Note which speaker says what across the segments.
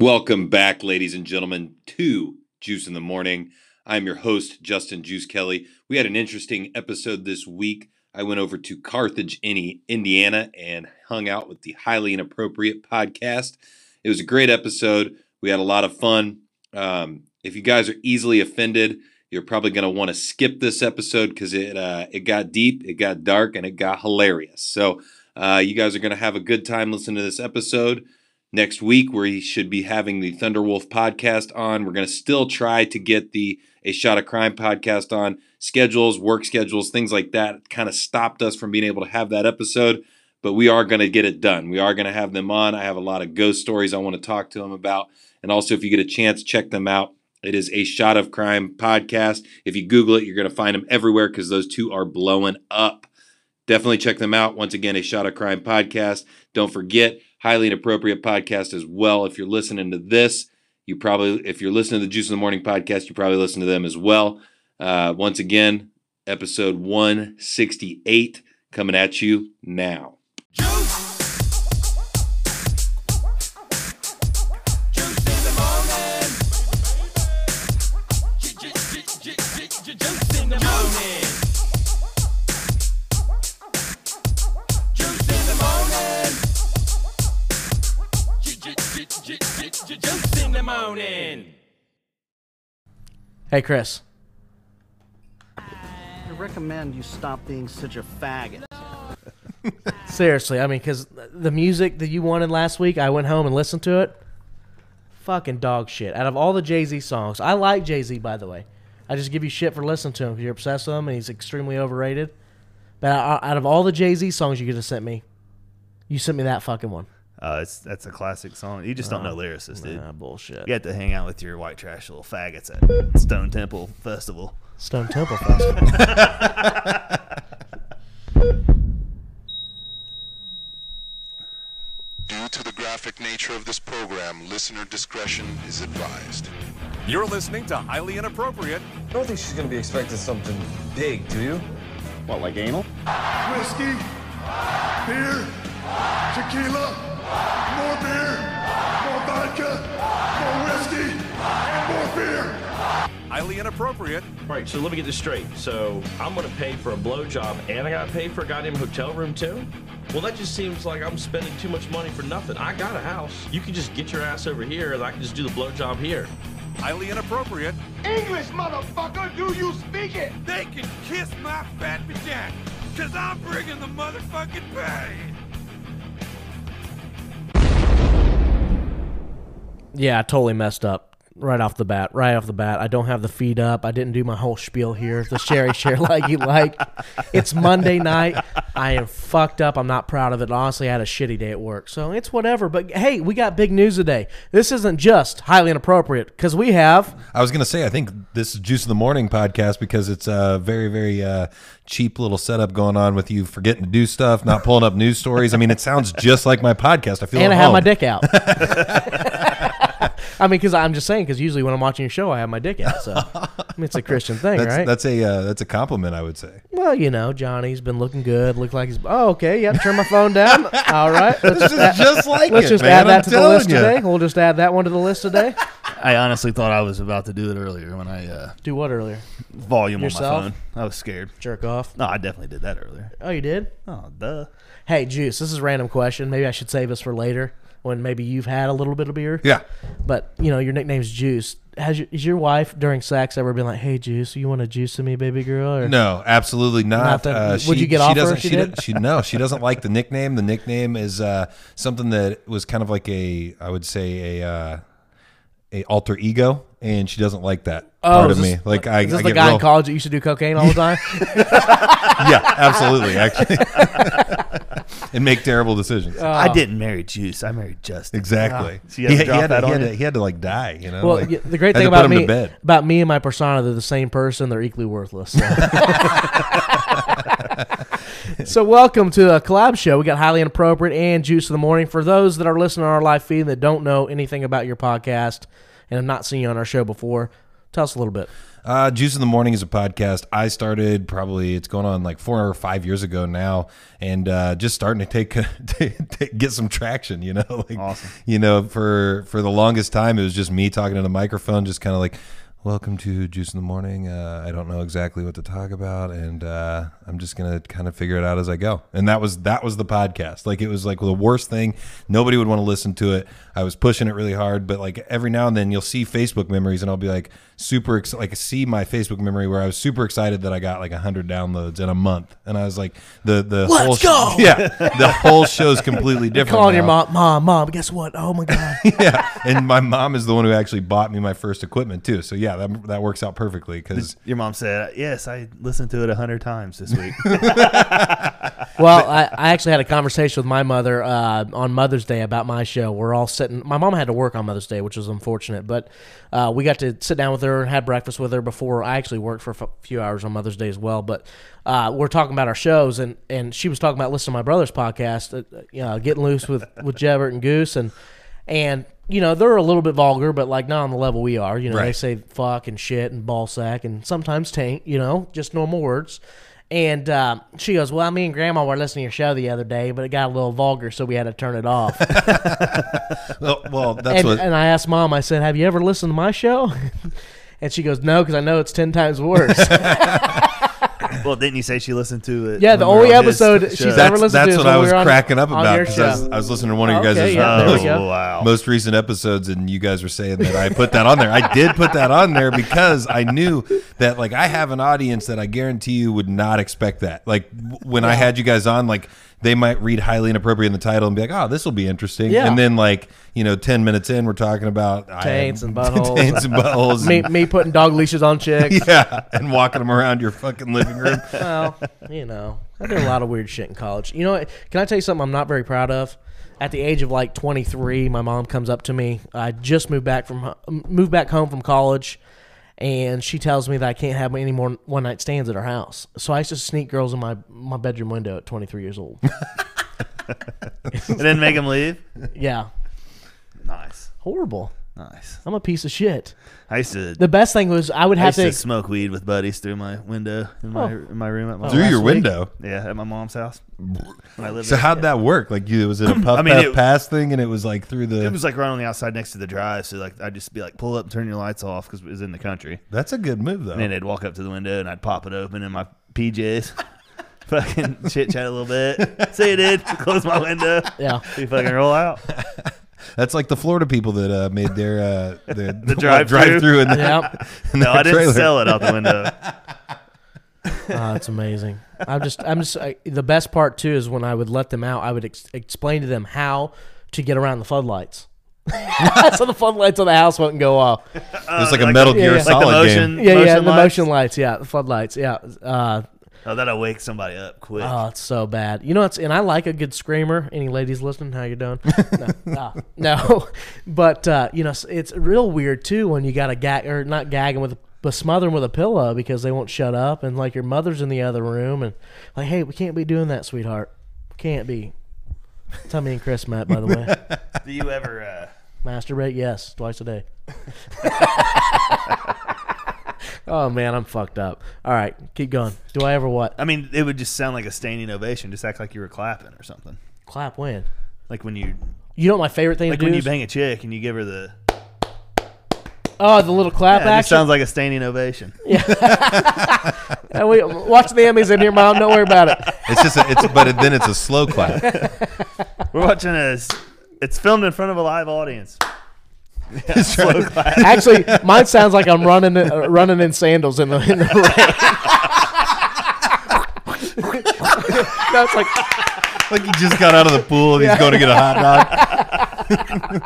Speaker 1: Welcome back, ladies and gentlemen, to Juice in the Morning. I'm your host, Justin Juice Kelly. We had an interesting episode this week. I went over to Carthage, Ini- Indiana, and hung out with the Highly Inappropriate podcast. It was a great episode. We had a lot of fun. Um, if you guys are easily offended, you're probably going to want to skip this episode because it uh, it got deep, it got dark, and it got hilarious. So uh, you guys are going to have a good time listening to this episode next week where he should be having the Thunderwolf podcast on. We're going to still try to get the A Shot of Crime podcast on. Schedules, work schedules, things like that kind of stopped us from being able to have that episode, but we are going to get it done. We are going to have them on. I have a lot of ghost stories I want to talk to them about. And also, if you get a chance, check them out. It is a shot of crime podcast. If you Google it, you're going to find them everywhere because those two are blowing up. Definitely check them out. Once again, a shot of crime podcast. Don't forget, highly inappropriate podcast as well. If you're listening to this, you probably, if you're listening to the Juice in the Morning podcast, you probably listen to them as well. Uh, once again, episode 168 coming at you now.
Speaker 2: Hey, Chris.
Speaker 3: I recommend you stop being such a faggot.
Speaker 2: Seriously, I mean, because the music that you wanted last week, I went home and listened to it. Fucking dog shit. Out of all the Jay Z songs, I like Jay Z, by the way. I just give you shit for listening to him because you're obsessed with him and he's extremely overrated. But o- out of all the Jay Z songs you could have sent me, you sent me that fucking one.
Speaker 4: Uh, it's that's a classic song. You just don't know lyricists, dude.
Speaker 2: Nah, bullshit.
Speaker 4: You have to hang out with your white trash little faggots at Stone Temple Festival.
Speaker 2: Stone Temple Festival.
Speaker 5: Due to the graphic nature of this program, listener discretion is advised.
Speaker 6: You're listening to Highly Inappropriate.
Speaker 7: I don't think she's gonna be expecting something big, do you?
Speaker 8: What, like anal?
Speaker 9: whiskey, beer, tequila, more beer, more vodka, more whiskey, and more beer.
Speaker 6: Highly Inappropriate.
Speaker 10: All right, so let me get this straight. So I'm gonna pay for a blowjob and I gotta pay for a goddamn hotel room too? Well, that just seems like I'm spending too much money for nothing. I got a house. You can just get your ass over here and I can just do the blowjob here.
Speaker 6: Highly Inappropriate.
Speaker 9: English, motherfucker, do you speak it?
Speaker 6: They can kiss my fat vagina, cause I'm bringing the motherfucking pain.
Speaker 2: yeah, I totally messed up right off the bat. Right off the bat, I don't have the feed up. I didn't do my whole spiel here. The Sherry share like you like. It's Monday night. I am fucked up. I'm not proud of it. Honestly, I had a shitty day at work, so it's whatever. But hey, we got big news today. This isn't just highly inappropriate because we have
Speaker 11: I was gonna say, I think this is Juice in the Morning podcast because it's a very, very uh, cheap little setup going on with you forgetting to do stuff, not pulling up news stories. I mean, it sounds just like my podcast. I feel
Speaker 2: and I
Speaker 11: at
Speaker 2: have
Speaker 11: home.
Speaker 2: my dick out. I mean, because I'm just saying, because usually when I'm watching a show, I have my dick out. So I mean, it's a Christian thing,
Speaker 11: That's,
Speaker 2: right?
Speaker 11: that's a uh, that's a compliment, I would say.
Speaker 2: Well, you know, Johnny's been looking good. Look like he's. Oh, okay. Yep. Turn my phone down. All right. Let's just, add,
Speaker 11: just like
Speaker 2: let's
Speaker 11: it,
Speaker 2: just
Speaker 11: man.
Speaker 2: add that
Speaker 11: I'm
Speaker 2: to the
Speaker 11: telling
Speaker 2: list
Speaker 11: you.
Speaker 2: today. We'll just add that one to the list today.
Speaker 4: I honestly thought I was about to do it earlier when I uh,
Speaker 2: Do what earlier?
Speaker 4: volume
Speaker 2: Yourself?
Speaker 4: on my phone. I was scared.
Speaker 2: Jerk off.
Speaker 4: No, I definitely did that earlier.
Speaker 2: Oh, you did?
Speaker 4: Oh, duh.
Speaker 2: Hey, Juice, this is a random question. Maybe I should save this for later when maybe you've had a little bit of beer.
Speaker 11: Yeah.
Speaker 2: But, you know, your nickname's Juice. Has your, is your wife during sex ever been like, hey, Juice, you want to juice to me, baby girl? Or,
Speaker 11: No, absolutely not.
Speaker 2: Not that-
Speaker 11: uh,
Speaker 2: would
Speaker 11: she,
Speaker 2: you get
Speaker 11: she
Speaker 2: off her
Speaker 11: doesn't,
Speaker 2: if she
Speaker 11: do-
Speaker 2: did?
Speaker 11: she- no, she doesn't like the nickname. The nickname is uh, something that was kind of like a, I would say a, uh, a alter ego, and she doesn't like that part
Speaker 2: Oh, is
Speaker 11: of
Speaker 2: this-
Speaker 11: me. Like I,
Speaker 2: Is this
Speaker 11: I
Speaker 2: the
Speaker 11: get
Speaker 2: guy
Speaker 11: real,
Speaker 2: in college that used to do cocaine all the time?
Speaker 11: yeah, absolutely, actually, and make terrible decisions.
Speaker 2: Oh,
Speaker 4: I didn't marry Juice. I married Justin.
Speaker 11: Exactly.
Speaker 4: So you had to drop
Speaker 11: had
Speaker 4: that
Speaker 11: he
Speaker 4: on
Speaker 11: had
Speaker 4: you?
Speaker 11: to, he had to like die. You know.
Speaker 2: Well,
Speaker 11: like,
Speaker 2: yeah, the great
Speaker 11: had
Speaker 2: thing
Speaker 11: to put
Speaker 2: about
Speaker 11: him
Speaker 2: me
Speaker 11: to bed.
Speaker 2: about me and my persona, they're the same person. They're equally worthless. So, So welcome to a collab show. We got highly inappropriate and juice in the morning. For those that are listening on our live feed that don't know anything about your podcast and have not seen you on our show before, Tell us a little bit.
Speaker 1: Uh, Juice in the Morning is a podcast I started probably it's going on like four or five years ago now, and uh, just starting to take, take, take- get some traction. You know, like
Speaker 4: Awesome.
Speaker 1: you know for for the longest time it was just me talking to the microphone, just kind of like. Welcome to Juice in the Morning. Uh, I don't know exactly what to talk about, and uh, I'm just gonna kind of figure it out as I go. And that was that was the podcast. Like it was like the worst thing. Nobody would want to listen to it. I was pushing it really hard, but like every now and then you'll see Facebook memories, and I'll be like super ex- like see my Facebook memory where I was super excited that I got like hundred downloads in a month, and I was like the the
Speaker 2: Let's
Speaker 1: whole sh-
Speaker 2: go!
Speaker 1: yeah the whole show's completely different.
Speaker 2: Calling your
Speaker 1: now.
Speaker 2: mom, mom, mom. Guess what? Oh my god.
Speaker 1: yeah, and my mom is the one who actually bought me my first equipment too. So yeah, that that works out perfectly because.
Speaker 4: Your mom said, "Yes, I listened to it a hundred times this week."
Speaker 2: Well, I, I actually had a conversation with my mother uh, on Mother's Day about my show. We're all sitting. My mom had to work on Mother's Day, which was unfortunate, but uh, we got to sit down with her and had breakfast with her before I actually worked for a f- few hours on Mother's Day as well. But uh, we're talking about our shows, and, and she was talking about listening to my brother's podcast, uh, you know, getting loose with with Jebert and Goose, and and you know they're a little bit vulgar, but like not on the level we are. You know, they
Speaker 1: Right.
Speaker 2: say fuck and shit and ball sack and sometimes tank. You know, just normal words. And um, she goes, "Well, me and Grandma were listening to your show the other day, but it got a little vulgar, so we had to turn it off."
Speaker 1: Well, well, that's
Speaker 2: and,
Speaker 1: what.
Speaker 2: and I asked Mom, I said, "Have you ever listened to my show?" and she goes, "No, because I know it's ten times worse."
Speaker 4: well, didn't you say she listened to it?
Speaker 2: Yeah, the
Speaker 4: when we were
Speaker 2: only
Speaker 4: on his
Speaker 2: episode
Speaker 4: show?
Speaker 2: she's ever-
Speaker 1: that's
Speaker 2: listened
Speaker 1: that's
Speaker 2: to is
Speaker 1: what
Speaker 2: when
Speaker 1: I
Speaker 2: we
Speaker 1: was
Speaker 2: were on-
Speaker 1: cracking up
Speaker 2: on
Speaker 1: about
Speaker 2: your
Speaker 1: because I, was-
Speaker 2: show.
Speaker 1: I was listening to one of you guys' uh,
Speaker 2: Okay, yeah, there we go.
Speaker 4: Oh, wow.
Speaker 1: most recent episodes, and you guys were saying that I put that on there. I did put that on there because I knew that like I have an audience that I guarantee you would not expect that. Like w- when I had you guys on, like they might read highly inappropriate in the title and be like, "Oh, this will be interesting,"
Speaker 2: Yeah.
Speaker 1: and then like you know, ten minutes in, we're talking about I-
Speaker 2: Taints and buttholes.
Speaker 1: taints and buttholes,
Speaker 2: me,
Speaker 1: and-
Speaker 2: me putting dog leashes on chicks.
Speaker 1: yeah, and walking them around your fucking living room.
Speaker 2: Well, you know, I did a lot of weird shit in college. You know, what? can I tell you something I'm not very proud of? At the age of like 23, my mom comes up to me. I just moved back from moved back home from college, and she tells me that I can't have any more one night stands at her house. So I used to sneak girls in my my bedroom window at 23 years old.
Speaker 4: and then make him leave.
Speaker 2: yeah,
Speaker 4: Nice,
Speaker 2: horrible.
Speaker 4: nice.
Speaker 2: I'm a piece of shit.
Speaker 4: I used to.
Speaker 2: The best thing was I would
Speaker 4: I
Speaker 2: have
Speaker 4: used to
Speaker 2: to.
Speaker 4: smoke weed with buddies through my window in my
Speaker 2: Oh.
Speaker 4: in my room at my
Speaker 1: Through
Speaker 2: last
Speaker 1: your
Speaker 2: week.
Speaker 1: window.
Speaker 4: yeah at my mom's house. When I lived
Speaker 1: So
Speaker 4: there.
Speaker 1: how'd that work? Like you, was it a puff
Speaker 4: I mean,
Speaker 1: puff
Speaker 4: it-
Speaker 1: pass thing, and it was like through the.
Speaker 4: It was like right on the outside next to the drive, so like I'd just be like, pull up, turn your lights off, because it was in the country.
Speaker 1: that's a good move though.
Speaker 11: Oh.
Speaker 4: And then they'd walk up to the window, and I'd pop it open in my PJs, fucking chit chat a little bit. See you, dude. Close my window.
Speaker 2: Yeah.
Speaker 4: We fucking roll out.
Speaker 1: That's like the Florida people that uh, made their uh, their the
Speaker 4: drive-through.
Speaker 1: through in the,
Speaker 2: Yep.
Speaker 1: in
Speaker 4: No,
Speaker 1: their
Speaker 4: I didn't
Speaker 1: trailer.
Speaker 4: sell it out the window.
Speaker 2: Oh, it's amazing. I'm just, I'm just. I, the best part too is when I would let them out, I would ex- explain to them how to get around the floodlights, so the floodlights on the house wouldn't go off.
Speaker 1: It was like, a Metal Gear
Speaker 2: yeah. Like the
Speaker 1: Solid
Speaker 4: motion-
Speaker 1: game.
Speaker 2: Yeah, yeah, the
Speaker 4: lights?
Speaker 2: motion lights, yeah, the floodlights, yeah. Uh,
Speaker 4: Oh, that'll wake somebody up quick.
Speaker 2: oh, it's so bad. You know, it's and I like a good screamer. Any ladies listening? How you doing? No, Ah, no. but uh, you know, it's- it's real weird too when you got to gag or not gagging with. But smothering with a pillow because they won't shut up, and like your mother's in the other room, and like, hey, we can't be doing that, sweetheart. Can't be. Tell me and Chris met, by the way.
Speaker 4: Do you ever? Uh,
Speaker 2: Masturbate, yes, twice a day. oh man, I'm fucked up. All right, keep going. Do I ever what?
Speaker 4: I mean, it would just sound like a standing ovation. Just act like you were clapping or something.
Speaker 2: Clap when?
Speaker 4: Like when you,
Speaker 2: You know what my favorite thing
Speaker 4: like
Speaker 2: to do
Speaker 4: when you
Speaker 2: is-
Speaker 4: bang a chick and you give her the.
Speaker 2: oh the little clap
Speaker 4: Yeah, it just
Speaker 2: action.
Speaker 4: sounds like a standing ovation.
Speaker 2: Uh, we, watch the Emmys in here, mom. Don't worry about it.
Speaker 1: It's just a, it's but then it's a slow clap.
Speaker 4: We're watching a. s- It's filmed in front of a live audience.
Speaker 1: It's trying-
Speaker 2: Actually, mine sounds like I'm running uh, running in sandals in the in the rain. no, it's like
Speaker 1: like he just got out of the pool and he's going to get a hot dog.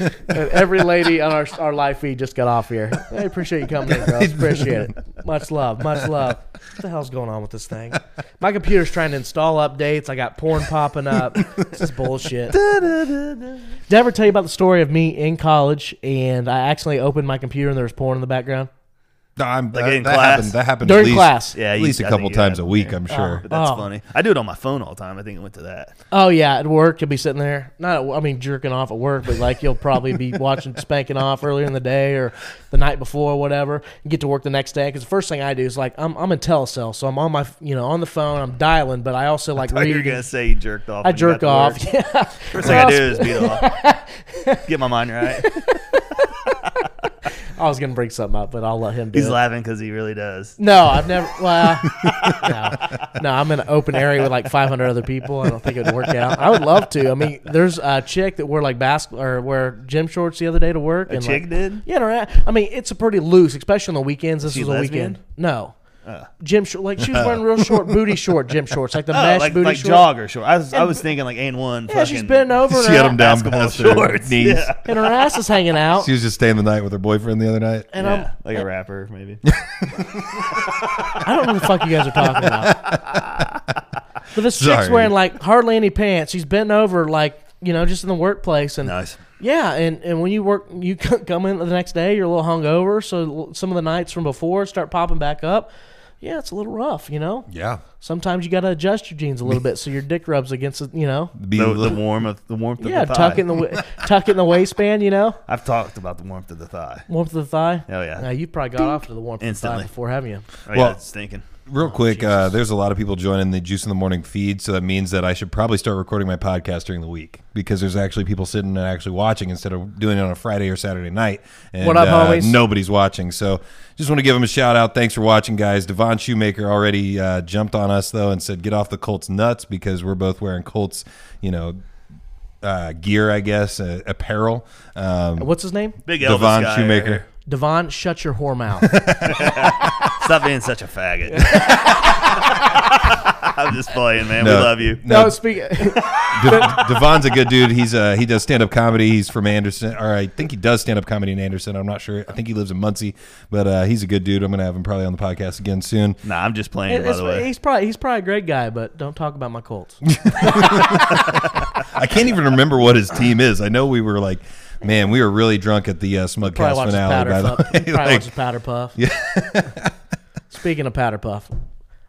Speaker 2: and every lady on our our live feed just got off here. I appreciate you coming in, girls. Appreciate it. Much love, much love. What the hell's going on with this thing? My computer's trying to install updates. I got porn popping up. This is bullshit. Did I ever tell you about the story of me in college and I accidentally opened my computer and there was porn in the background?
Speaker 1: No, I'm,
Speaker 4: Like
Speaker 1: that,
Speaker 4: in
Speaker 1: that
Speaker 4: class?
Speaker 1: Happened, that happened
Speaker 4: During
Speaker 1: at least,
Speaker 4: class. Yeah,
Speaker 1: at
Speaker 4: you-
Speaker 1: least a
Speaker 4: I
Speaker 1: couple
Speaker 4: think, yeah,
Speaker 1: times a week.
Speaker 4: yeah.
Speaker 1: I'm
Speaker 4: Oh.
Speaker 1: sure.
Speaker 4: But that's
Speaker 2: Oh.
Speaker 4: funny. I do it on my phone all the time. I think it went to that.
Speaker 2: Oh yeah, at work you'll be sitting there. Not I mean jerking off at work, but like you'll probably be watching spanking off earlier in the day or the night before or whatever. And get to work the next day because the first thing I do is like I'm I'm in telecell, so I'm on my you know on the phone, I'm dialing, but I also like
Speaker 4: I thought
Speaker 2: read.
Speaker 4: you were Oh, gonna say you jerked off.
Speaker 2: I
Speaker 4: when you
Speaker 2: jerk
Speaker 4: got to
Speaker 2: off.
Speaker 4: work.
Speaker 2: Yeah.
Speaker 4: First thing I do is beat off. Get my mind right.
Speaker 2: I was gonna bring something up, but I'll let him. do
Speaker 4: He's
Speaker 2: it.
Speaker 4: laughing because he really does.
Speaker 2: No, I've never. Well, no, no, I'm in an open area with like 500 other people. I don't think it would work out. I would love to. I mean, there's a chick that wore like basketball or wore gym shorts the other day to work.
Speaker 4: A
Speaker 2: and
Speaker 4: chick
Speaker 2: like,
Speaker 4: did?
Speaker 2: Yeah, no, I- I mean, it's a pretty loose, especially on the weekends. This
Speaker 4: She
Speaker 2: was a
Speaker 4: lesbian? Uh.
Speaker 2: weekend. No. Gym short, like she was wearing real short booty short gym shorts, like the
Speaker 4: Oh,
Speaker 2: mesh
Speaker 4: like,
Speaker 2: booty
Speaker 4: like
Speaker 2: short.
Speaker 4: jogger short. I was, I
Speaker 2: And-
Speaker 4: was thinking like and one.
Speaker 2: Yeah, she's bending over and
Speaker 1: She had
Speaker 2: her,
Speaker 1: him down
Speaker 4: basketball
Speaker 1: past her
Speaker 4: shorts,
Speaker 1: knees.
Speaker 4: yeah.
Speaker 2: and her ass is hanging out.
Speaker 1: She was just staying the night with her boyfriend the other night.
Speaker 2: and
Speaker 4: Yeah, like a rapper maybe.
Speaker 2: I'm, I don't know what the fuck you guys are talking about. But this
Speaker 1: Sorry.
Speaker 2: chick's wearing like hardly any pants. She's bent over, like you know, just in the workplace, and
Speaker 4: nice.
Speaker 2: Yeah, and, and when you work, you c- come in the next day, you're a little hungover, so l- some of the nights from before start popping back up. Yeah, it's a little rough, you know.
Speaker 1: Yeah,
Speaker 2: Sometimes you got to adjust your jeans a little bit so your dick rubs against it, you know.
Speaker 1: be
Speaker 4: The,
Speaker 1: a
Speaker 4: the
Speaker 1: little-
Speaker 4: warmth of the warmth
Speaker 2: Yeah,
Speaker 4: of the thigh.
Speaker 2: tuck it in the wa- tuck it in the waistband, you know.
Speaker 4: I've talked about the warmth of the thigh.
Speaker 2: Warmth of the thigh.
Speaker 4: Oh, yeah.
Speaker 2: Now you probably got off to the warmth of the
Speaker 4: Instantly.
Speaker 2: thigh before, haven't you?
Speaker 4: Oh, yeah,
Speaker 1: Well-
Speaker 4: it's stinking.
Speaker 1: real quick. uh, there's a lot of people joining the Juice in the Morning feed, so that means that I should probably start recording my podcast during the week because there's actually people sitting and actually watching instead of doing it on a Friday or Saturday night. And,
Speaker 2: What up,
Speaker 1: uh,
Speaker 2: homies?
Speaker 1: Nobody's watching, so just want to give them a shout out. Thanks for watching, guys. Devon Shoemaker already uh, jumped on us though and said, "Get off the Colts nuts" because we're both wearing Colts, you know, uh, gear, I guess, uh, apparel. Um,
Speaker 2: What's his name?
Speaker 4: Big Elvis
Speaker 1: Devon
Speaker 4: guy
Speaker 1: Shoemaker.
Speaker 4: right here.
Speaker 2: Devon, shut your whore mouth.
Speaker 4: Stop being such a faggot. I'm just playing, man.
Speaker 1: No.
Speaker 4: We love you.
Speaker 2: no, speak.
Speaker 1: De- Devon's a good dude. He's uh, he does stand up comedy. He's from Anderson, or I think he does stand up comedy in Anderson. I'm not sure. I think he lives in Muncie, but uh, he's a good dude. I'm gonna have him probably on the podcast again soon.
Speaker 4: Nah, I'm just playing. by
Speaker 2: It's-
Speaker 4: the way,
Speaker 2: he's probably he's probably a great guy, but don't talk about my Colts.
Speaker 1: I can't even remember what his team is. I know we were like, man, we were really drunk at the uh,
Speaker 2: Probably
Speaker 1: Smugcast
Speaker 2: watches
Speaker 1: finale.
Speaker 2: Powder
Speaker 1: By
Speaker 2: Puff.
Speaker 1: the way,
Speaker 2: Probably
Speaker 1: Like,
Speaker 2: watches Powder Puff. Speaking of Powder Puff,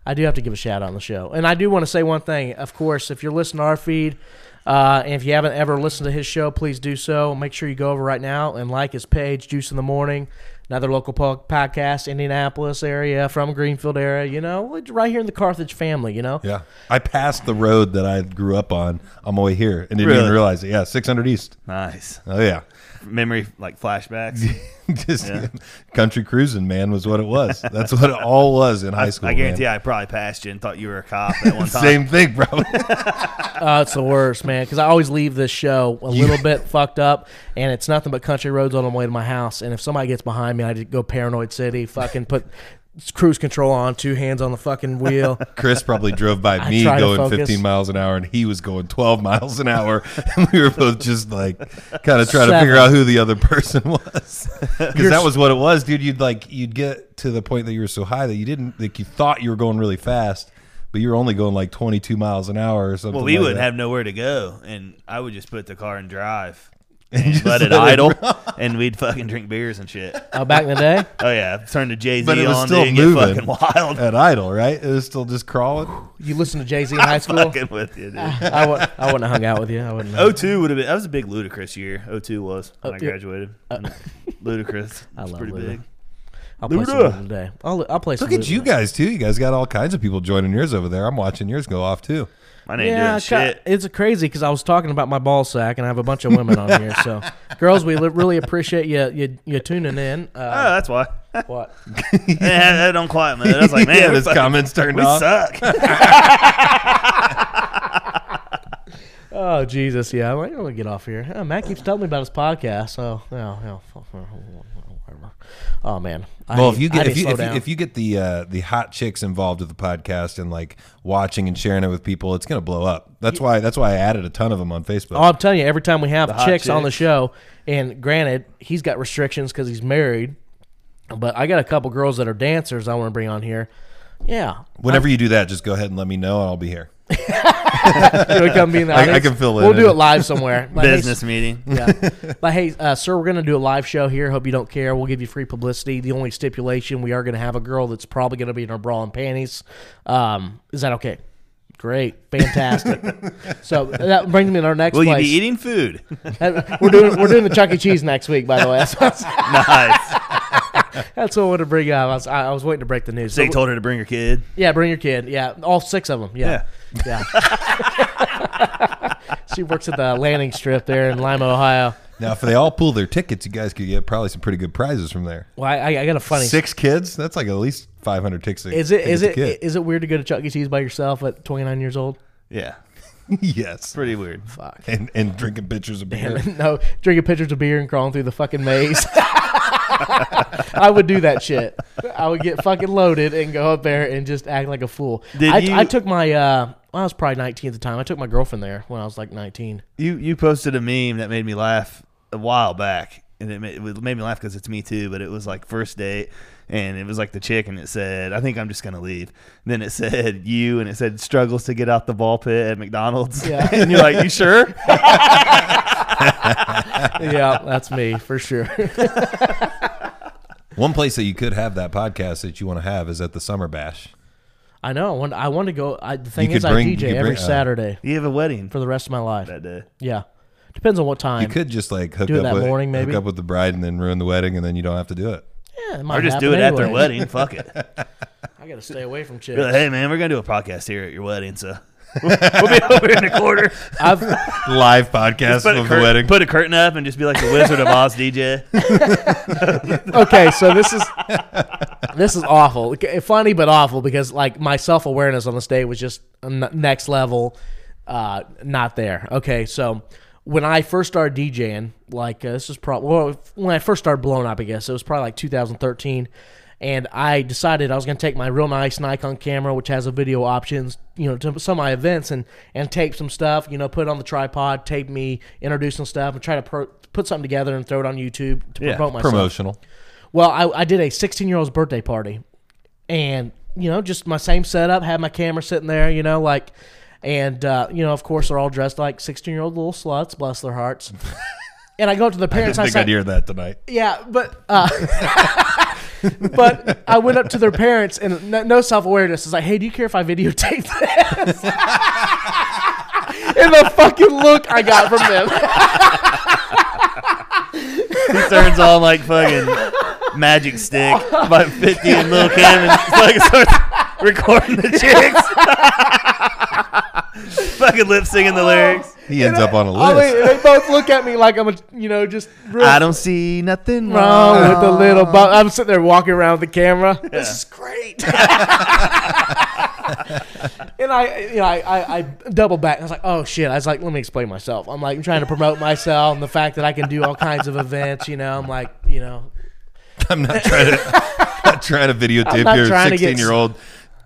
Speaker 2: I do have to give a shout out on the show, and I do want to say one thing. Of course, if you're listening to our feed, uh, and if you haven't ever listened to his show, please do so. Make sure you go over right now and like his page, Juice in the Morning, another local po- podcast, Indianapolis area from Greenfield area. You know, right here in the Carthage family. You know,
Speaker 1: yeah, I passed the road that I grew up on on my way here and didn't even
Speaker 4: Really?
Speaker 1: realize it. Yeah, 600 East.
Speaker 4: nice
Speaker 1: Oh yeah,
Speaker 4: memory like flashbacks.
Speaker 1: just country cruising, man, was what it was. That's what it all was in high school.
Speaker 4: I guarantee
Speaker 1: man.
Speaker 4: I probably passed you and thought you were a cop at one time.
Speaker 1: Same thing, bro.
Speaker 2: Oh, it's the worst, man. Because I always leave this show a little bit fucked up, and it's nothing but country roads on the way to my house. And if somebody gets behind me, I just go paranoid city, fucking put cruise control on, two hands on the fucking wheel.
Speaker 1: Chris probably drove by
Speaker 2: I
Speaker 1: me
Speaker 2: try to
Speaker 1: going
Speaker 2: focus.
Speaker 1: 15 miles an hour, and he was going 12 miles an hour, and we were both just like kind of trying to
Speaker 2: Seven.
Speaker 1: figure out who the other person was, because
Speaker 2: You're
Speaker 1: that
Speaker 2: s-
Speaker 1: was what it was, dude. You'd like you'd get to the point that you were so high that you didn't like you thought you were going really fast, but you were only going like 22 miles an hour or something.
Speaker 4: Well, we
Speaker 1: like
Speaker 4: wouldn't
Speaker 1: that.
Speaker 4: have nowhere to go, and I would just put the car in drive,
Speaker 1: just
Speaker 4: and let it
Speaker 1: let it
Speaker 4: idle, and we'd fucking drink beers and shit.
Speaker 2: Oh, back in the day,
Speaker 4: Oh yeah, turn the Jay Z
Speaker 1: But it was
Speaker 4: on,
Speaker 1: still
Speaker 4: dude, and get
Speaker 1: moving Uh,
Speaker 4: fucking wild.
Speaker 1: at idle, right? It was still just crawling.
Speaker 2: you listened to Jay Z in high school.
Speaker 4: fucking with you, dude.
Speaker 2: I w- I wouldn't have hung out with you. I wouldn't. Have.
Speaker 4: 02 would have been. That was a big ludicrous year. 02 was when
Speaker 2: Oh,
Speaker 4: I
Speaker 2: yeah.
Speaker 4: graduated. ludicrous. I
Speaker 2: love
Speaker 4: pretty
Speaker 2: Luda.
Speaker 4: big.
Speaker 2: I'll play some
Speaker 4: Luda.
Speaker 2: Luda today. I'll, I'll play some.
Speaker 1: Look at
Speaker 2: Luda.
Speaker 1: you guys too. You guys got all kinds of people joining yours over there. I'm watching yours go off too.
Speaker 4: Mine ain't
Speaker 2: Yeah,
Speaker 4: doing shit.
Speaker 2: ki- it's crazy because I was talking about my ball sack, and I have a bunch of women on here. So, girls, we li- really appreciate you you, you tuning in.
Speaker 4: oh,
Speaker 2: Uh,
Speaker 4: that's why.
Speaker 2: what?
Speaker 4: yeah, don't quiet, man. I was like, man,
Speaker 1: yeah,
Speaker 4: we
Speaker 1: this
Speaker 4: fucking-
Speaker 1: comments turned
Speaker 4: we
Speaker 1: off.
Speaker 4: suck.
Speaker 2: Oh Jesus, yeah. I'm like, I'm gonna get off here. Oh, Matt keeps telling me about his podcast. So, oh, oh, whatever. Oh man. I
Speaker 1: Well,
Speaker 2: need-
Speaker 1: if you
Speaker 2: I
Speaker 1: get
Speaker 2: need
Speaker 1: if
Speaker 2: to
Speaker 1: you,
Speaker 2: slow
Speaker 1: if, you,
Speaker 2: down.
Speaker 1: if you get the uh, the hot chicks involved with the podcast and like watching and sharing it with people, it's gonna blow up. That's why that's why I added a ton of them on Facebook.
Speaker 2: Oh, I'm telling you, every time we have
Speaker 4: hot
Speaker 2: chicks, on the
Speaker 4: chicks.
Speaker 2: show, and granted, he's got restrictions because he's married, but I got a couple girls that are dancers I want to bring on here. Yeah,
Speaker 1: Whenever you do that, just go ahead and let me know, and I'll be here.
Speaker 2: you want to come be in the
Speaker 1: I- I
Speaker 2: audience?
Speaker 1: can fill in
Speaker 2: We'll do
Speaker 1: it.
Speaker 2: it live somewhere.
Speaker 4: Business meeting.
Speaker 2: Yeah. But hey, uh, sir, we're going to do a live show here. Hope you don't care. We'll give you free publicity. The only stipulation we are going to have a girl that's probably going to be in her bra and panties. Um, is that okay? Great, fantastic. so that brings me to our next.
Speaker 4: Will you
Speaker 2: place.
Speaker 4: be eating food?
Speaker 2: That- we're doing we're doing the Chuck E. Cheese next week. By the way, that's, that's,
Speaker 4: nice.
Speaker 2: what I wanted to bring up. I was, I was waiting to break the news.
Speaker 4: So you
Speaker 2: But-
Speaker 4: told her to bring her kid.
Speaker 2: yeah, bring your kid. Yeah, all six of them. Yeah, yeah. she works at the landing strip there in Lima, Ohio.
Speaker 1: Now, if they all pull their tickets, you guys could get probably some pretty good prizes from there.
Speaker 2: Well, I, I got a funny.
Speaker 1: Six kids? That's like at least 500 tickets.
Speaker 2: Is it is it is it weird to go to Chuck E. Cheese by yourself at 29 years old?
Speaker 4: Yeah.
Speaker 1: yes.
Speaker 4: Pretty weird.
Speaker 2: Fuck.
Speaker 1: And, and drinking pitchers of beer.
Speaker 2: no, drinking pictures of beer and crawling through the fucking maze. I would do that shit. I would get fucking loaded and go up there and just act like a fool.
Speaker 4: Did
Speaker 2: I,
Speaker 4: you-
Speaker 2: I took my uh, well, I was probably 19 at the time. I took my girlfriend there when I was like 19.
Speaker 4: You you posted a meme that made me laugh a while back, and it made, it made me laugh because it's me too. But it was like first date, and it was like the chick, and it said, "I think I'm just gonna leave." Then it said you, and it said struggles to get out the ball pit at McDonald's.
Speaker 2: Yeah.
Speaker 4: and you're like, "You sure?"
Speaker 2: yeah, that's me for sure.
Speaker 1: One place that you could have that podcast that you want to have is at the Summer Bash.
Speaker 2: I know. I want, I want to go. I, the thing
Speaker 1: could
Speaker 2: is, I
Speaker 1: bring- you
Speaker 2: DJ
Speaker 1: could
Speaker 2: every
Speaker 1: bring- uh,
Speaker 2: Saturday
Speaker 4: you have a wedding
Speaker 2: for the rest of my life.
Speaker 4: that day.
Speaker 2: Yeah, depends on what time.
Speaker 1: You could just like hook
Speaker 2: Do it
Speaker 1: up
Speaker 2: that
Speaker 1: with
Speaker 2: morning, maybe?
Speaker 1: hook up with the bride and then ruin the wedding, and then you don't have to do it.
Speaker 2: yeah, it might
Speaker 4: Or just do it
Speaker 2: happen
Speaker 4: at their
Speaker 2: anyways.
Speaker 4: wedding. Fuck it.
Speaker 2: I gotta stay away from chicks.
Speaker 4: You're like, hey man, we're gonna do a podcast here at your wedding, so we'll, we'll be over in a quarter.
Speaker 2: I've
Speaker 1: Live podcast
Speaker 4: Put a,
Speaker 1: of the
Speaker 4: curtain,
Speaker 1: wedding.
Speaker 4: put a curtain up and just be like the Wizard of Oz DJ.
Speaker 2: okay, so this is this is awful. Okay, Funny but awful because like my self awareness on this day was just n- next level, uh, not there. Okay, so when I first started DJing, like uh, this is probably well, when I first started blowing up. I guess it was probably like 2013, and I decided I was going to take my real nice Nikon camera, which has a video options, you know, to some of my events and and tape some stuff, you know, put it on the tripod, tape me introducing stuff, and try to pro- put something together and throw it on YouTube to
Speaker 4: Yeah,
Speaker 2: promote myself.
Speaker 1: Promotional.
Speaker 2: Well, I, I did a 16 year old's birthday party, and you know, just my same setup, had my camera sitting there, you know, like, and uh, you know, of course, they're all dressed like 16 year old little sluts, bless their hearts. And I go up to the
Speaker 1: I
Speaker 2: parents.
Speaker 1: didn't think
Speaker 2: said,
Speaker 1: I'd hear that tonight.
Speaker 2: yeah, but uh, but I went up to their parents and no, no self awareness is like, hey, do you care if I videotape this? and the fucking look I got from them.
Speaker 4: He turns on like fucking magic stick by 50 and Lil Kim and like starts recording the chicks. fucking lip singing the lyrics.
Speaker 1: He ends up on a
Speaker 2: I
Speaker 1: list.
Speaker 2: mean, they both look at me like I'm a you know just real
Speaker 4: I don't see nothing wrong.
Speaker 2: wrong Oh, with the little
Speaker 1: Oh.
Speaker 2: bu- I'm sitting there walking around with the camera. This is great. and I, you know, I, I, I double back. I was like, oh shit. I was like, let me explain myself. I'm like, I'm trying to promote myself and the fact that I can do all kinds of events. You know, I'm like, you know,
Speaker 1: I'm not trying to not trying to videotape
Speaker 2: not
Speaker 1: your
Speaker 2: trying to
Speaker 1: 16
Speaker 2: get-
Speaker 1: year old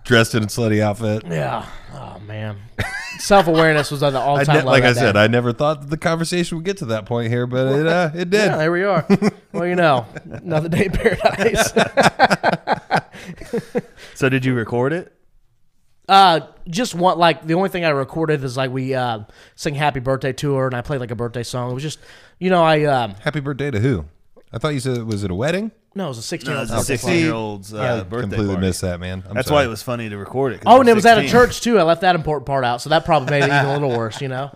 Speaker 1: dressed in a slutty outfit.
Speaker 2: yeah. Oh man, self awareness was on the all
Speaker 1: I
Speaker 2: time
Speaker 1: ne-
Speaker 2: level.
Speaker 1: like I
Speaker 2: that
Speaker 1: said,
Speaker 2: day.
Speaker 1: I never thought that the conversation would get to that point here, but it uh, it did.
Speaker 2: Yeah, there we are. well, you know, another day in paradise.
Speaker 4: So did you record it?
Speaker 2: Uh, just one like the only thing I recorded is like we uh, sing "Happy Birthday" to her, and I played like a birthday song. It was just, you know, I um,
Speaker 1: Happy birthday to who? I thought you said was it a wedding?
Speaker 2: no, it was a sixteen.
Speaker 4: No, it's
Speaker 2: year
Speaker 4: a
Speaker 2: old
Speaker 4: 16 year old's uh,
Speaker 1: I
Speaker 4: birthday
Speaker 1: completely
Speaker 4: party.
Speaker 1: missed that, man. I'm
Speaker 4: That's
Speaker 1: sorry.
Speaker 4: why it was funny to record it. 'cause
Speaker 2: Oh, and it was at a
Speaker 4: 16.
Speaker 2: church too. I left that important part out, so that probably made it even a little worse, you know.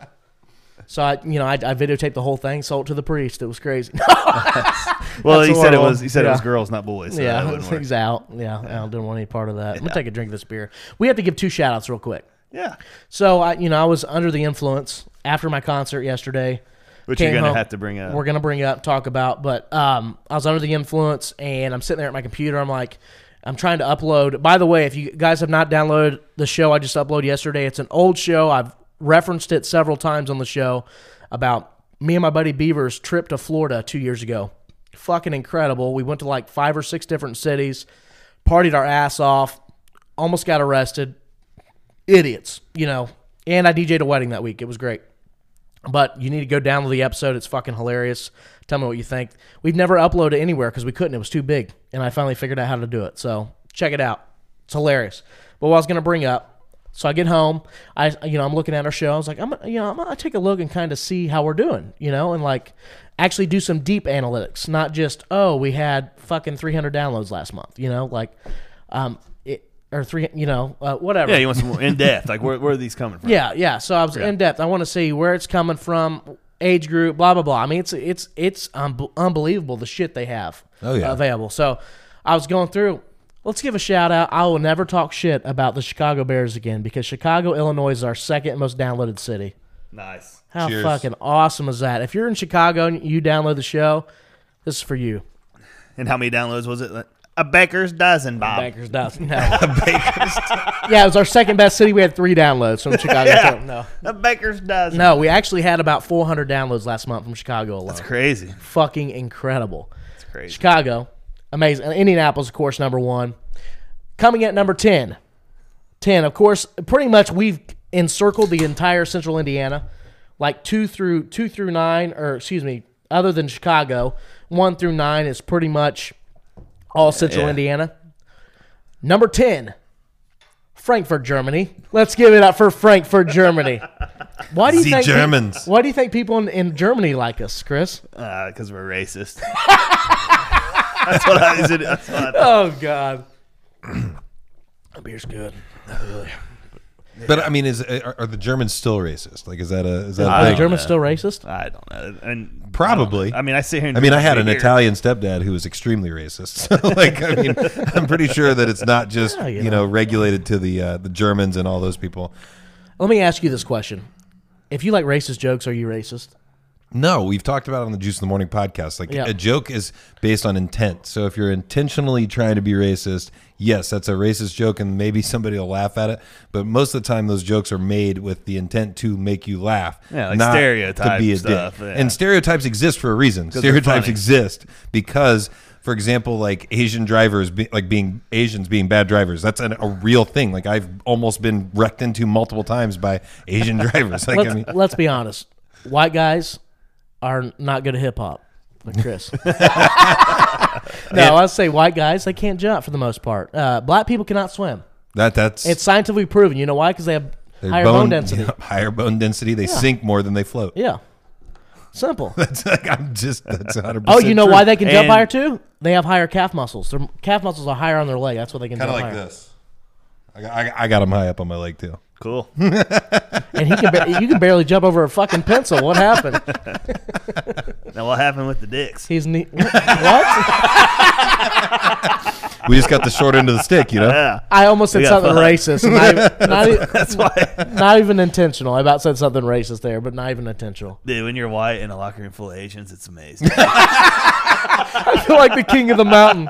Speaker 2: So I, you know, I, I videotaped the whole thing, sold it to the priest. It was crazy.
Speaker 4: Well,
Speaker 2: That's
Speaker 4: he said it
Speaker 2: horrible.
Speaker 4: was. He said it was
Speaker 2: Yeah.
Speaker 4: girls, not boys. So yeah,
Speaker 2: yeah,
Speaker 4: that wouldn't
Speaker 2: things
Speaker 4: work.
Speaker 2: out. Yeah, I didn't want any part of that. I'm gonna take a drink of this beer. We have to give two shout outs real quick.
Speaker 4: yeah.
Speaker 2: So I, you know, I was under the influence after my concert yesterday.
Speaker 4: Which you're
Speaker 2: Came
Speaker 4: gonna
Speaker 2: home.
Speaker 4: have to bring up.
Speaker 2: We're gonna bring up, talk about, but um, I was under the influence and I'm sitting there at my computer. I'm like, I'm trying to upload. By the way, if you guys have not downloaded the show I just uploaded yesterday, it's an old show. I've referenced it several times on the show about me and my buddy Beaver's trip to Florida two years ago. Fucking incredible. We went to like five or six different cities, partied our ass off, almost got arrested. Idiots, you know. And I DJ'd a wedding that week. It was great. But you need to go download the episode. It's fucking hilarious. Tell me what you think. We've never uploaded it anywhere because we couldn't. It was too big. And I finally figured out how to do it. So check it out. It's hilarious. But what I was going to bring up So I get home, I you know I'm looking at our show. I was like, I'm gonna- you know I'm gonna take a look and kind of see how we're doing, you know, and like actually do some deep analytics, not just oh we had fucking 300 downloads last month, you know, like um it or three you know uh, whatever.
Speaker 4: Yeah, you want some more in depth. Like where, where are these coming from?
Speaker 2: Yeah, yeah. So I was in depth. I want to see where it's coming from, age group, blah blah blah. I mean, it's it's it's un- unbelievable the shit they have
Speaker 1: Oh, yeah.
Speaker 2: available. So I was going through. Let's give a shout out. I will never talk shit about the Chicago Bears again because Chicago, Illinois, is our second most downloaded city.
Speaker 4: Nice.
Speaker 2: How
Speaker 4: Cheers.
Speaker 2: fucking awesome is that? If you're in Chicago and you download the show, this is for you.
Speaker 4: And how many downloads was it? A baker's dozen, Bob.
Speaker 2: baker's dozen. No. yeah, it was our second best city. We had three downloads from Chicago.
Speaker 4: Yeah.
Speaker 2: too. No.
Speaker 4: A baker's dozen.
Speaker 2: No, we actually had about 400 downloads last month from Chicago alone. That's
Speaker 4: crazy.
Speaker 2: Fucking incredible. That's
Speaker 4: crazy.
Speaker 2: Chicago, amazing. And Indianapolis, of course, number one. Coming at number 10. 10, of course, pretty much we've encircled the entire central Indiana, like two through two through nine, or excuse me, other than Chicago, one through nine is pretty much all central
Speaker 4: Yeah.
Speaker 2: Indiana. Number 10, Frankfurt, Germany. Let's give it up for Frankfurt, Germany. Why do you
Speaker 4: The
Speaker 2: think
Speaker 4: Germans.
Speaker 2: why do you think people in, in Germany like us, Chris?
Speaker 4: Because we're racist. that's what I said. That's what I thought.
Speaker 2: Oh God, that beer's good. Really.
Speaker 1: But I mean, is are, are the Germans still racist? Like, is that a is that a
Speaker 2: Are the
Speaker 1: thing?
Speaker 2: Uh, Germans still racist?
Speaker 4: I don't know. And
Speaker 1: Probably.
Speaker 4: I mean, I sit here. And
Speaker 1: I mean, I had an
Speaker 4: here.
Speaker 1: Italian stepdad who was extremely racist. So, like, I mean, I'm pretty sure that it's not just
Speaker 2: Yeah, Oh, you
Speaker 1: you, know regulated to the uh, the Germans and all those people.
Speaker 2: Let me ask you this question: If you like racist jokes, are you racist?
Speaker 1: No, we've talked about it on the Juice in the Morning podcast. Like
Speaker 2: Yeah.
Speaker 1: a joke is based on intent. So if you're intentionally trying to be racist, yes, that's a racist joke, and maybe somebody will laugh at it. But most of the time, those jokes are made with the intent to make you laugh,
Speaker 4: Yeah, like
Speaker 1: not to
Speaker 4: stereotype
Speaker 1: be a
Speaker 4: stuff,
Speaker 1: dick.
Speaker 4: yeah.
Speaker 1: And stereotypes exist for a reason.
Speaker 4: 'Cause they're
Speaker 1: Stereotypes
Speaker 4: funny.
Speaker 1: exist because, for example, like Asian drivers, be, like being Asians being bad drivers. That's an, a real thing. Like I've almost been wrecked into multiple times by Asian drivers. Like
Speaker 2: let's,
Speaker 1: I mean,
Speaker 2: let's be honest: White guys are not good at hip hop. Like Chris. no, I say white guys they can't jump for the most part. Uh, black people cannot swim.
Speaker 1: that that's
Speaker 2: It's scientifically proven. You know why? Because they have
Speaker 1: Their
Speaker 2: higher bone density.
Speaker 1: yeah, higher bone density. They sink more than they float.
Speaker 2: Yeah. Simple.
Speaker 1: That's like I'm just that's 100.
Speaker 2: Oh, you know why they can jump
Speaker 4: And-
Speaker 2: higher too? They have higher calf muscles. Their calf muscles are higher on their leg. That's what they can
Speaker 1: Kind of
Speaker 2: jump
Speaker 1: like
Speaker 2: higher.
Speaker 1: this. I got, I, I got them high up on my leg too.
Speaker 4: Cool.
Speaker 2: And he can ba- you can barely jump over a fucking pencil. What happened?
Speaker 4: Now, what happened with the dicks?
Speaker 2: He's ne- what?
Speaker 1: We just got the short end of the stick, you know.
Speaker 4: Yeah.
Speaker 2: I almost said
Speaker 4: We got
Speaker 2: something
Speaker 4: fucked.
Speaker 2: racist. Not, not, e-
Speaker 4: That's why,
Speaker 2: not even intentional. I about said something racist there, but not even intentional.
Speaker 4: dude. When you're white in a locker room full of Asians, it's amazing.
Speaker 2: I feel like the king of the mountain.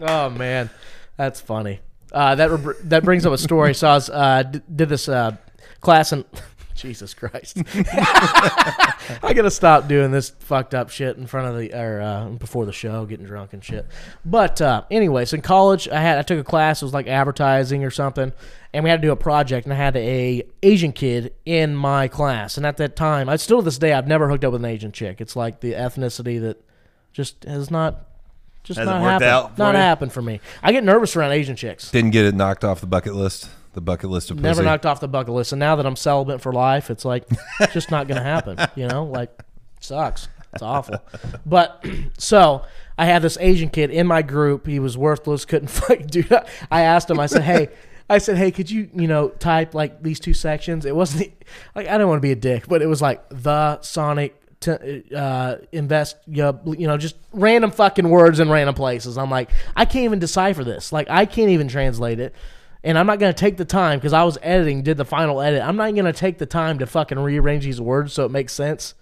Speaker 2: Oh man, that's funny. Uh, that re- that brings up a story. So I was, uh, d- did this uh, class in Jesus Christ. I gotta stop doing this fucked up shit in front of the or uh, before the show, getting drunk and shit. But uh, anyways, in college, I had I took a class. It was like advertising or something, and we had to do a project. And I had a Asian kid in my class, and at that time, I still to this day I've never hooked up with an Asian chick. It's like the ethnicity that just has not just
Speaker 4: Hasn't
Speaker 2: not
Speaker 4: worked
Speaker 2: happened.
Speaker 4: out for
Speaker 2: not
Speaker 4: you?
Speaker 2: happened for me. I get nervous around Asian chicks.
Speaker 1: Didn't get it knocked off the bucket list. The bucket list of
Speaker 2: Never
Speaker 1: pussy.
Speaker 2: knocked off the bucket list, and now that I'm celibate for life, it's like it's just not going to happen. You know, like sucks. It's awful. But so I had this Asian kid in my group. He was worthless. Couldn't fuck. Dude, I asked him. I said, "Hey." I said, "Hey, could you, you know, type like these two sections?" It wasn't the- like I don't want to be a dick, but it was like the Sonic t- uh, invest, you you know, just random fucking words in random places. I'm like, I can't even decipher this. Like, I can't even translate it and I'm not going to take the time because I was editing, did the final edit. I'm not going to take the time to fucking rearrange these words so it makes sense.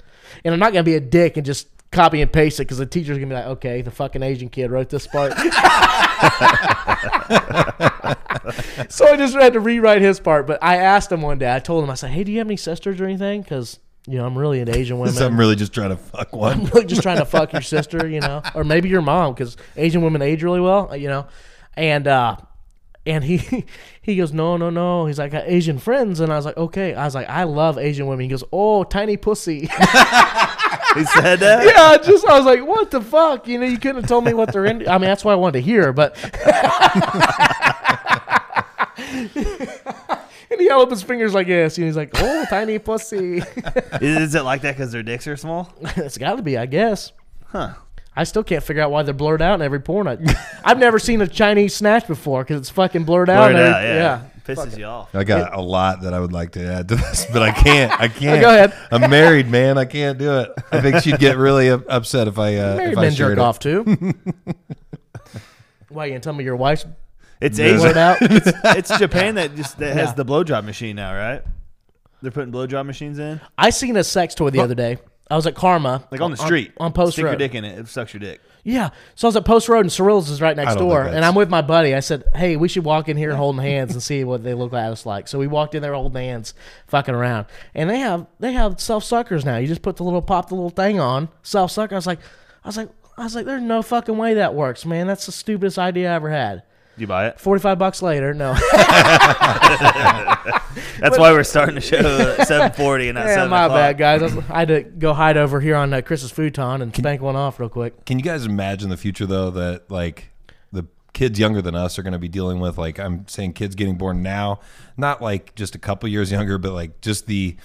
Speaker 2: And I'm not going to be a dick and just copy and paste it because the teacher's going to be like, okay, the fucking Asian kid wrote this part. so I just had to rewrite his part. But I asked him one day, I told him, I said, hey, do you have any sisters or anything? Because, you know, I'm really into Asian women.
Speaker 1: So I'm really just trying to fuck
Speaker 2: I'm
Speaker 1: one.
Speaker 2: really just trying to fuck your sister, you know, or maybe your mom because Asian women age really well, you know, and uh, and he he goes, no, no, no. He's like, I got Asian friends, and I was like, okay. I was like, I love Asian women. He goes, oh, tiny pussy.
Speaker 4: he said that.
Speaker 2: yeah, I just I was like, what the fuck? You know, you couldn't have told me what they're into. I mean, that's what I wanted to hear, but. And and he held up his fingers like this, and he's like, "Oh, tiny pussy."
Speaker 4: is, is it like that because their dicks are small?
Speaker 2: it's got to be, I guess. Huh. I still can't figure out why they're blurred out in every porn. I, have never seen a Chinese snatch before because it's fucking blurred, out.
Speaker 4: Blurred
Speaker 2: and
Speaker 4: out,
Speaker 2: every-
Speaker 4: yeah. Pisses you off.
Speaker 11: I got a lot that I would like to add to this, but I can't. I can't.
Speaker 2: Go ahead.
Speaker 11: I'm married, man. I can't do it. I think she'd get really up- upset if I uh,
Speaker 2: Married
Speaker 11: if I
Speaker 2: men jerk
Speaker 11: shared it.
Speaker 2: off too. Why you gonna tell me your wife's?
Speaker 4: It's
Speaker 11: No.
Speaker 4: Asia.
Speaker 2: Blurred out.
Speaker 4: it's, it's Japan that just that has
Speaker 2: Yeah.
Speaker 4: the blowjob machine now, right? They're putting blowjob machines in,
Speaker 2: I seen a sex toy the other day. I was at Karma,
Speaker 4: like on the street,
Speaker 2: on, Post
Speaker 4: Stick
Speaker 2: Road.
Speaker 4: your dick in it. It sucks your dick.
Speaker 2: Yeah. So I was at Post Road and Cyril's is right next
Speaker 11: don't think
Speaker 2: door.
Speaker 11: that's-
Speaker 2: And I'm with my buddy. I said, Hey, we should walk in here holding hands and see what they look at us like. So we walked in there holding hands, fucking around. And they have they have self suckers now. You just put the little pop the little thing on, self sucker. I was like I was like I was like, there's no fucking way that works, man. That's the stupidest idea I ever had.
Speaker 4: You buy it.
Speaker 2: Forty five bucks later, no.
Speaker 4: That's why we're starting the show at seven forty and not
Speaker 2: yeah,
Speaker 4: seven
Speaker 2: my
Speaker 4: o'clock.
Speaker 2: bad, guys. I, was- I had to go hide over here on uh, Chris's futon and spank one off real quick.
Speaker 11: Can you guys imagine the future though that like the kids younger than us are going to be dealing with like I'm saying kids getting born now, not like just a couple years younger, but like just the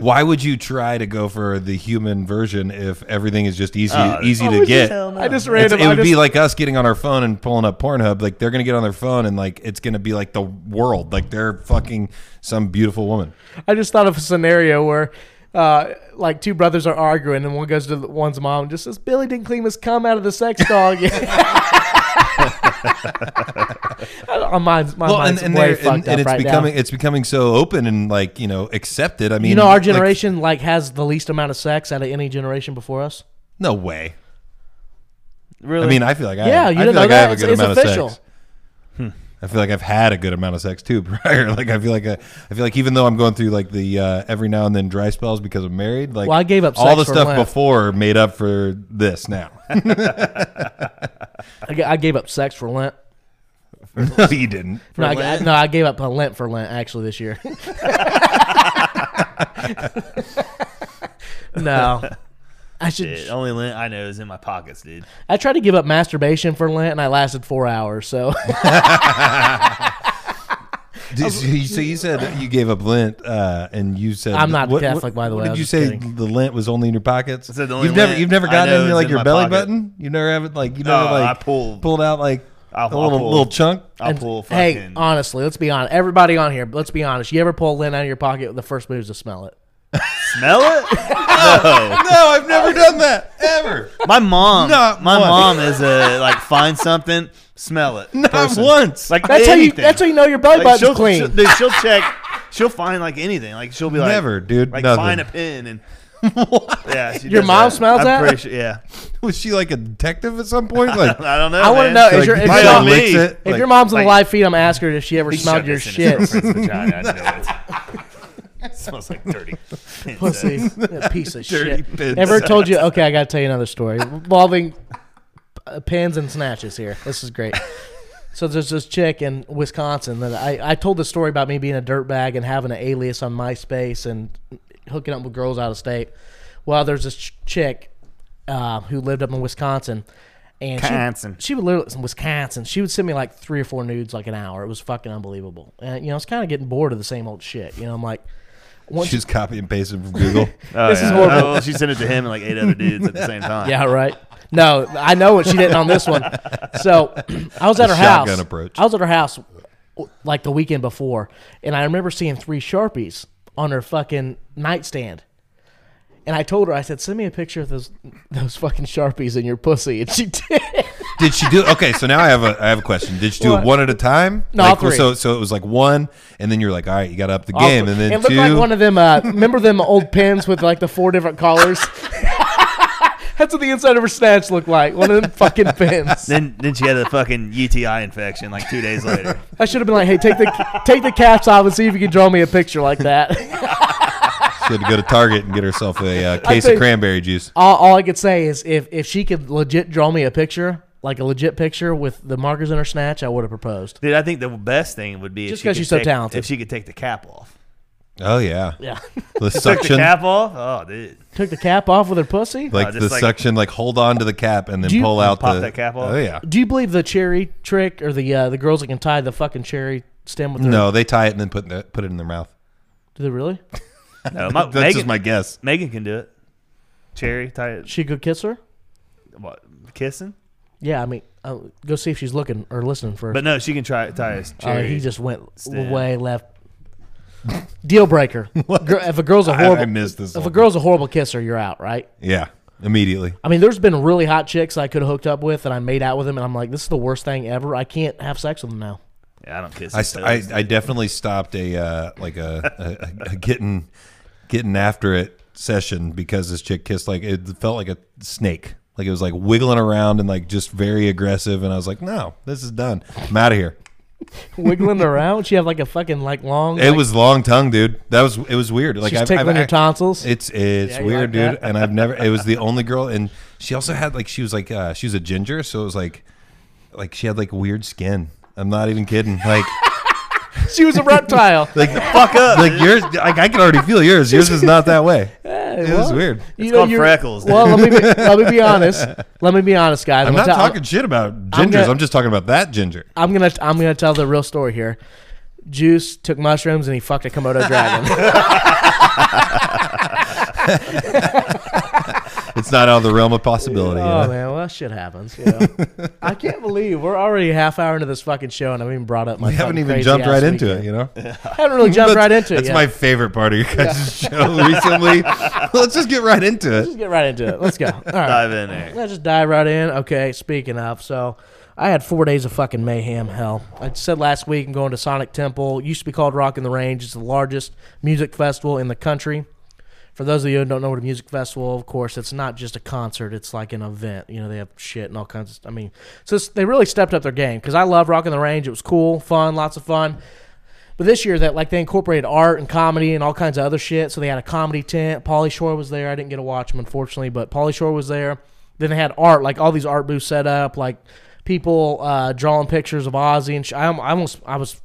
Speaker 11: why would you try to go for the human version if everything is just easy easy to get?
Speaker 2: I just
Speaker 11: It's-
Speaker 2: random.
Speaker 11: it
Speaker 2: I
Speaker 11: would
Speaker 2: just,
Speaker 11: be like us getting on our phone and pulling up Pornhub. Like they're gonna get on their phone and like it's gonna be like the world. Like they're fucking some beautiful woman.
Speaker 2: I just thought of a scenario where, uh, like two brothers are arguing, and one goes to the, one's mom and just says, "Billy didn't clean his cum out of the sex dog." yet." I don't- my mind's, my mind's way
Speaker 11: Oh, they're-
Speaker 2: fucked up
Speaker 11: it's
Speaker 2: right
Speaker 11: becoming
Speaker 2: now.
Speaker 11: it's becoming so open and like you know accepted. I mean,
Speaker 2: You know, our
Speaker 11: like,
Speaker 2: generation like has the least amount of sex out of any generation before us.
Speaker 11: no way.
Speaker 4: Really?
Speaker 11: I mean, I feel like I
Speaker 2: Yeah,
Speaker 11: have,
Speaker 2: you
Speaker 11: I
Speaker 2: didn't
Speaker 11: feel
Speaker 2: know
Speaker 11: like I
Speaker 2: that?
Speaker 11: have a
Speaker 2: It's-
Speaker 11: good
Speaker 2: it's
Speaker 11: amount
Speaker 2: official.
Speaker 11: of sex. I feel like I've had a good amount of sex too prior. Like I feel like I, I feel like even though I'm going through like the uh, every now and then dry spells because I'm married, like
Speaker 2: Well, I gave up
Speaker 11: all
Speaker 2: sex
Speaker 11: the
Speaker 2: for
Speaker 11: stuff
Speaker 2: Lent.
Speaker 11: before made up for this now.
Speaker 2: I, g- I gave up sex for Lent.
Speaker 11: no, you didn't.
Speaker 2: no, I, g- no, I gave up uh, Lent for Lent actually this year. no, I should
Speaker 4: Shit, only lint I know is in my pockets, dude.
Speaker 2: I tried to give up masturbation for Lent, and I lasted four hours. So
Speaker 11: Did- so you- so you said that you gave up lint, uh, and you said
Speaker 2: I'm not Catholic, by the way.
Speaker 11: What
Speaker 2: I was
Speaker 11: did you
Speaker 2: just
Speaker 11: say
Speaker 2: kidding.
Speaker 11: the lint was only in your pockets?
Speaker 4: said the only
Speaker 11: you've never
Speaker 4: lint
Speaker 11: you've never
Speaker 4: I
Speaker 11: gotten
Speaker 4: know
Speaker 11: it in
Speaker 4: is
Speaker 11: like
Speaker 4: in
Speaker 11: your
Speaker 4: my
Speaker 11: belly
Speaker 4: pocket.
Speaker 11: button. You never have it like you never
Speaker 4: Oh,
Speaker 11: like
Speaker 4: I pulled-
Speaker 11: pulled out like
Speaker 4: I'll-
Speaker 11: a
Speaker 4: I'll
Speaker 11: little
Speaker 4: pull-
Speaker 11: little chunk.
Speaker 4: I'll pull fucking.
Speaker 2: hey, uh, honestly, let's be honest. Everybody on here, let's be honest. You ever pull lint out of your pocket? The first move is to smell it.
Speaker 4: smell it? no.
Speaker 11: No, I've never done that ever.
Speaker 4: My mom,
Speaker 11: Not
Speaker 4: my
Speaker 11: one.
Speaker 4: mom is a like find something, smell it.
Speaker 11: Not
Speaker 4: person.
Speaker 11: once.
Speaker 4: Like
Speaker 2: That's how you.
Speaker 4: anything.
Speaker 2: That's how you know your belly
Speaker 4: Like,
Speaker 2: button's
Speaker 4: she'll,
Speaker 2: clean.
Speaker 4: She'll, dude, she'll check. She'll find like anything. Like she'll be like
Speaker 11: Never, dude,
Speaker 4: Like
Speaker 11: nothing.
Speaker 4: find a pin and yeah. She
Speaker 2: Your
Speaker 4: does
Speaker 2: mom
Speaker 4: that.
Speaker 2: smells
Speaker 4: I'm
Speaker 2: that?
Speaker 4: Pretty sure, yeah.
Speaker 11: Was she like a detective at some point? Like
Speaker 4: I don't know.
Speaker 2: I want to
Speaker 4: man.
Speaker 2: know is
Speaker 11: like,
Speaker 2: your, if,
Speaker 11: my
Speaker 2: your,
Speaker 4: you don't
Speaker 11: mom
Speaker 2: mom,
Speaker 4: leave.
Speaker 11: licks it.
Speaker 2: if
Speaker 11: Like,
Speaker 2: your mom's in
Speaker 4: like-
Speaker 2: the live feed, I'm asking her if she ever
Speaker 4: He
Speaker 2: smelled
Speaker 4: shoved
Speaker 2: your
Speaker 4: this in his
Speaker 2: shit.
Speaker 4: girlfriend's vagina. I know it. It smells like dirty. pins.
Speaker 2: Pussy, That piece of
Speaker 11: Dirty
Speaker 2: shit.
Speaker 11: pins.
Speaker 2: Ever told you? Okay, I gotta tell you another story involving uh, pins and snatches. Here, this is great. So there's this chick in Wisconsin that I, I told the story about me being a dirtbag and having an alias on MySpace and hooking up with girls out of state. Well, there's this ch- chick uh, who lived up in Wisconsin, and she-
Speaker 4: Wisconsin.
Speaker 2: She, would literally in Wisconsin. She would send me like three or four nudes like an hour. It was fucking unbelievable. And you know, I was kind of getting bored of the same old shit. You know, I'm like, once
Speaker 11: She just copy and pasted from Google.
Speaker 4: Oh,
Speaker 2: This is
Speaker 4: yeah.
Speaker 2: horrible.
Speaker 4: Oh, well, she sent it to him and like eight other dudes at the same time.
Speaker 2: Yeah, right. No, I know what she didn't on this one. So I was at her house.
Speaker 11: shotgun approach.
Speaker 2: I was at her house like the weekend before, and I remember seeing three sharpies on her fucking nightstand. And I told her, I said, "Send me a picture of those those fucking sharpies in your pussy," and she did.
Speaker 11: Did she do? Okay, so now I have a I have a question. Did she do
Speaker 2: What?
Speaker 11: it one at a time?
Speaker 2: No,
Speaker 11: Like,
Speaker 2: three.
Speaker 11: So so it was like one, and then you're like, all right, you got to up the game, and then
Speaker 2: it looked
Speaker 11: two.
Speaker 2: like one of them. Uh, remember them old pins with like the four different colors. That's what the inside of her snatch looked like. One of them fucking pins.
Speaker 4: Then then she had a fucking UTI infection like two days later.
Speaker 2: I should have been like, "Hey, take the take the caps off and see if you can draw me a picture like that."
Speaker 11: she had to go to Target and get herself a uh,
Speaker 2: I
Speaker 11: case
Speaker 2: think-
Speaker 11: of cranberry juice.
Speaker 2: all, all I could say is if if she could legit draw me a picture, like a legit picture with the markers in her snatch, I would have proposed.
Speaker 4: Dude, I think the best thing would be if
Speaker 2: Just
Speaker 4: she
Speaker 2: 'cause
Speaker 4: could
Speaker 2: she's so
Speaker 4: take-
Speaker 2: talented.
Speaker 4: If she could take the cap off,
Speaker 11: Oh yeah,
Speaker 2: Yeah.
Speaker 11: the
Speaker 4: took the
Speaker 11: suction,
Speaker 4: cap off. Oh, dude,
Speaker 2: Took the cap off with her pussy.
Speaker 11: like
Speaker 4: Oh, just
Speaker 11: the
Speaker 4: like-
Speaker 11: suction, like hold on to the cap and then
Speaker 2: Do you-
Speaker 11: pull out
Speaker 4: Pop
Speaker 11: the
Speaker 4: that cap off?
Speaker 11: Oh yeah,
Speaker 2: Do you believe the cherry trick or the uh, the girls that can tie the fucking cherry stem with their
Speaker 11: No, they tie it and then put the, put it in their mouth.
Speaker 2: Do they really?
Speaker 4: No, my,
Speaker 11: That's
Speaker 4: Uh, Megan,
Speaker 11: just my guess.
Speaker 4: Megan can do it. Cherry, tie it.
Speaker 2: She could kiss her?
Speaker 4: What? Kissing?
Speaker 2: Yeah, I mean, uh, go see if she's looking or listening first.
Speaker 4: But no, she can try tie his
Speaker 2: Oh,
Speaker 4: cherry.
Speaker 2: he just went
Speaker 4: stem.
Speaker 2: way left. Deal breaker. Gir- if a girl's a
Speaker 11: I- I
Speaker 2: horrible,
Speaker 11: missed this
Speaker 2: If a
Speaker 11: one.
Speaker 2: girl's a horrible kisser, you're out, right?
Speaker 11: Yeah, immediately.
Speaker 2: I mean, there's been really hot chicks I could have hooked up with, and I made out with them, and I'm like, this is the worst thing ever. I can't have sex with them now.
Speaker 4: Yeah, I don't kiss.
Speaker 11: I,
Speaker 4: his
Speaker 11: st- I,
Speaker 4: toes.
Speaker 11: I definitely stopped a uh, like a, a, a, a getting getting after it session because this chick kissed like it felt like a snake. Like it was like wiggling around and like just very aggressive, and I was like, "No, this is done. I'm out of here."
Speaker 2: Wiggling around, she have like a fucking like long.
Speaker 11: It
Speaker 2: like-
Speaker 11: was long tongue, dude. That was it was weird. Like
Speaker 2: She's
Speaker 11: I've,
Speaker 2: tickling
Speaker 11: I've,
Speaker 2: your tonsils?
Speaker 11: It's it's
Speaker 2: Yeah, you
Speaker 11: weird,
Speaker 2: like
Speaker 11: dude.
Speaker 2: that?
Speaker 11: And I've never. It was the only girl, and she also had like she was like uh, she was a ginger, so it was like like she had like weird skin. I'm not even kidding. Like
Speaker 2: she was a reptile.
Speaker 11: like the fuck up. Like yours. Like I can already feel yours. Yours is not that way. it was
Speaker 2: well,
Speaker 11: weird.
Speaker 2: You
Speaker 4: called
Speaker 2: you're-
Speaker 4: freckles, dude.
Speaker 2: Well, let me be, let me be honest. Let me be honest, guys.
Speaker 11: I'm
Speaker 2: gonna
Speaker 11: not
Speaker 2: tell-
Speaker 11: talking shit about gingers. I'm,
Speaker 2: gonna-
Speaker 11: just talking about that ginger.
Speaker 2: I'm gonna I'm gonna tell the real story here. Juice took mushrooms and he fucked a Komodo
Speaker 11: Oh,
Speaker 2: dragon.
Speaker 11: It's not out of the realm of possibility. you
Speaker 2: oh
Speaker 11: know?
Speaker 2: man, well shit happens. You know? I can't believe we're already a half hour into this fucking show and I've even brought up my.
Speaker 11: We haven't
Speaker 2: fucking
Speaker 11: even
Speaker 2: crazy
Speaker 11: jumped
Speaker 2: ass
Speaker 11: right into
Speaker 2: weekend.
Speaker 11: it, you know.
Speaker 2: I haven't really jumped right into it.
Speaker 11: That's
Speaker 2: yet.
Speaker 11: my favorite part of your guys' show recently. Let's just get right into
Speaker 2: Let's
Speaker 11: it.
Speaker 2: get right into it. Let's go. All right.
Speaker 4: dive in there.
Speaker 2: Let's just dive right in. Okay, speaking of, so I had four days of fucking mayhem hell. I said last week I'm going to Sonic Temple. It used to be called Rock in the Range. It's the largest music festival in the country. For those of you who don't know what a music festival, of course, it's not just a concert. It's like an event. You know, they have shit and all kinds of. I mean, so it's- they really stepped up their game because I love Rock in the Range. It was cool, fun, lots of fun. But this year, that like they incorporated art and comedy and all kinds of other shit. So they had a comedy tent. Polly Shore was there. I didn't get to watch him unfortunately, but Polly Shore was there. Then they had art, like all these art booths set up, like people uh, drawing pictures of Ozzy and sh- I, I almost I was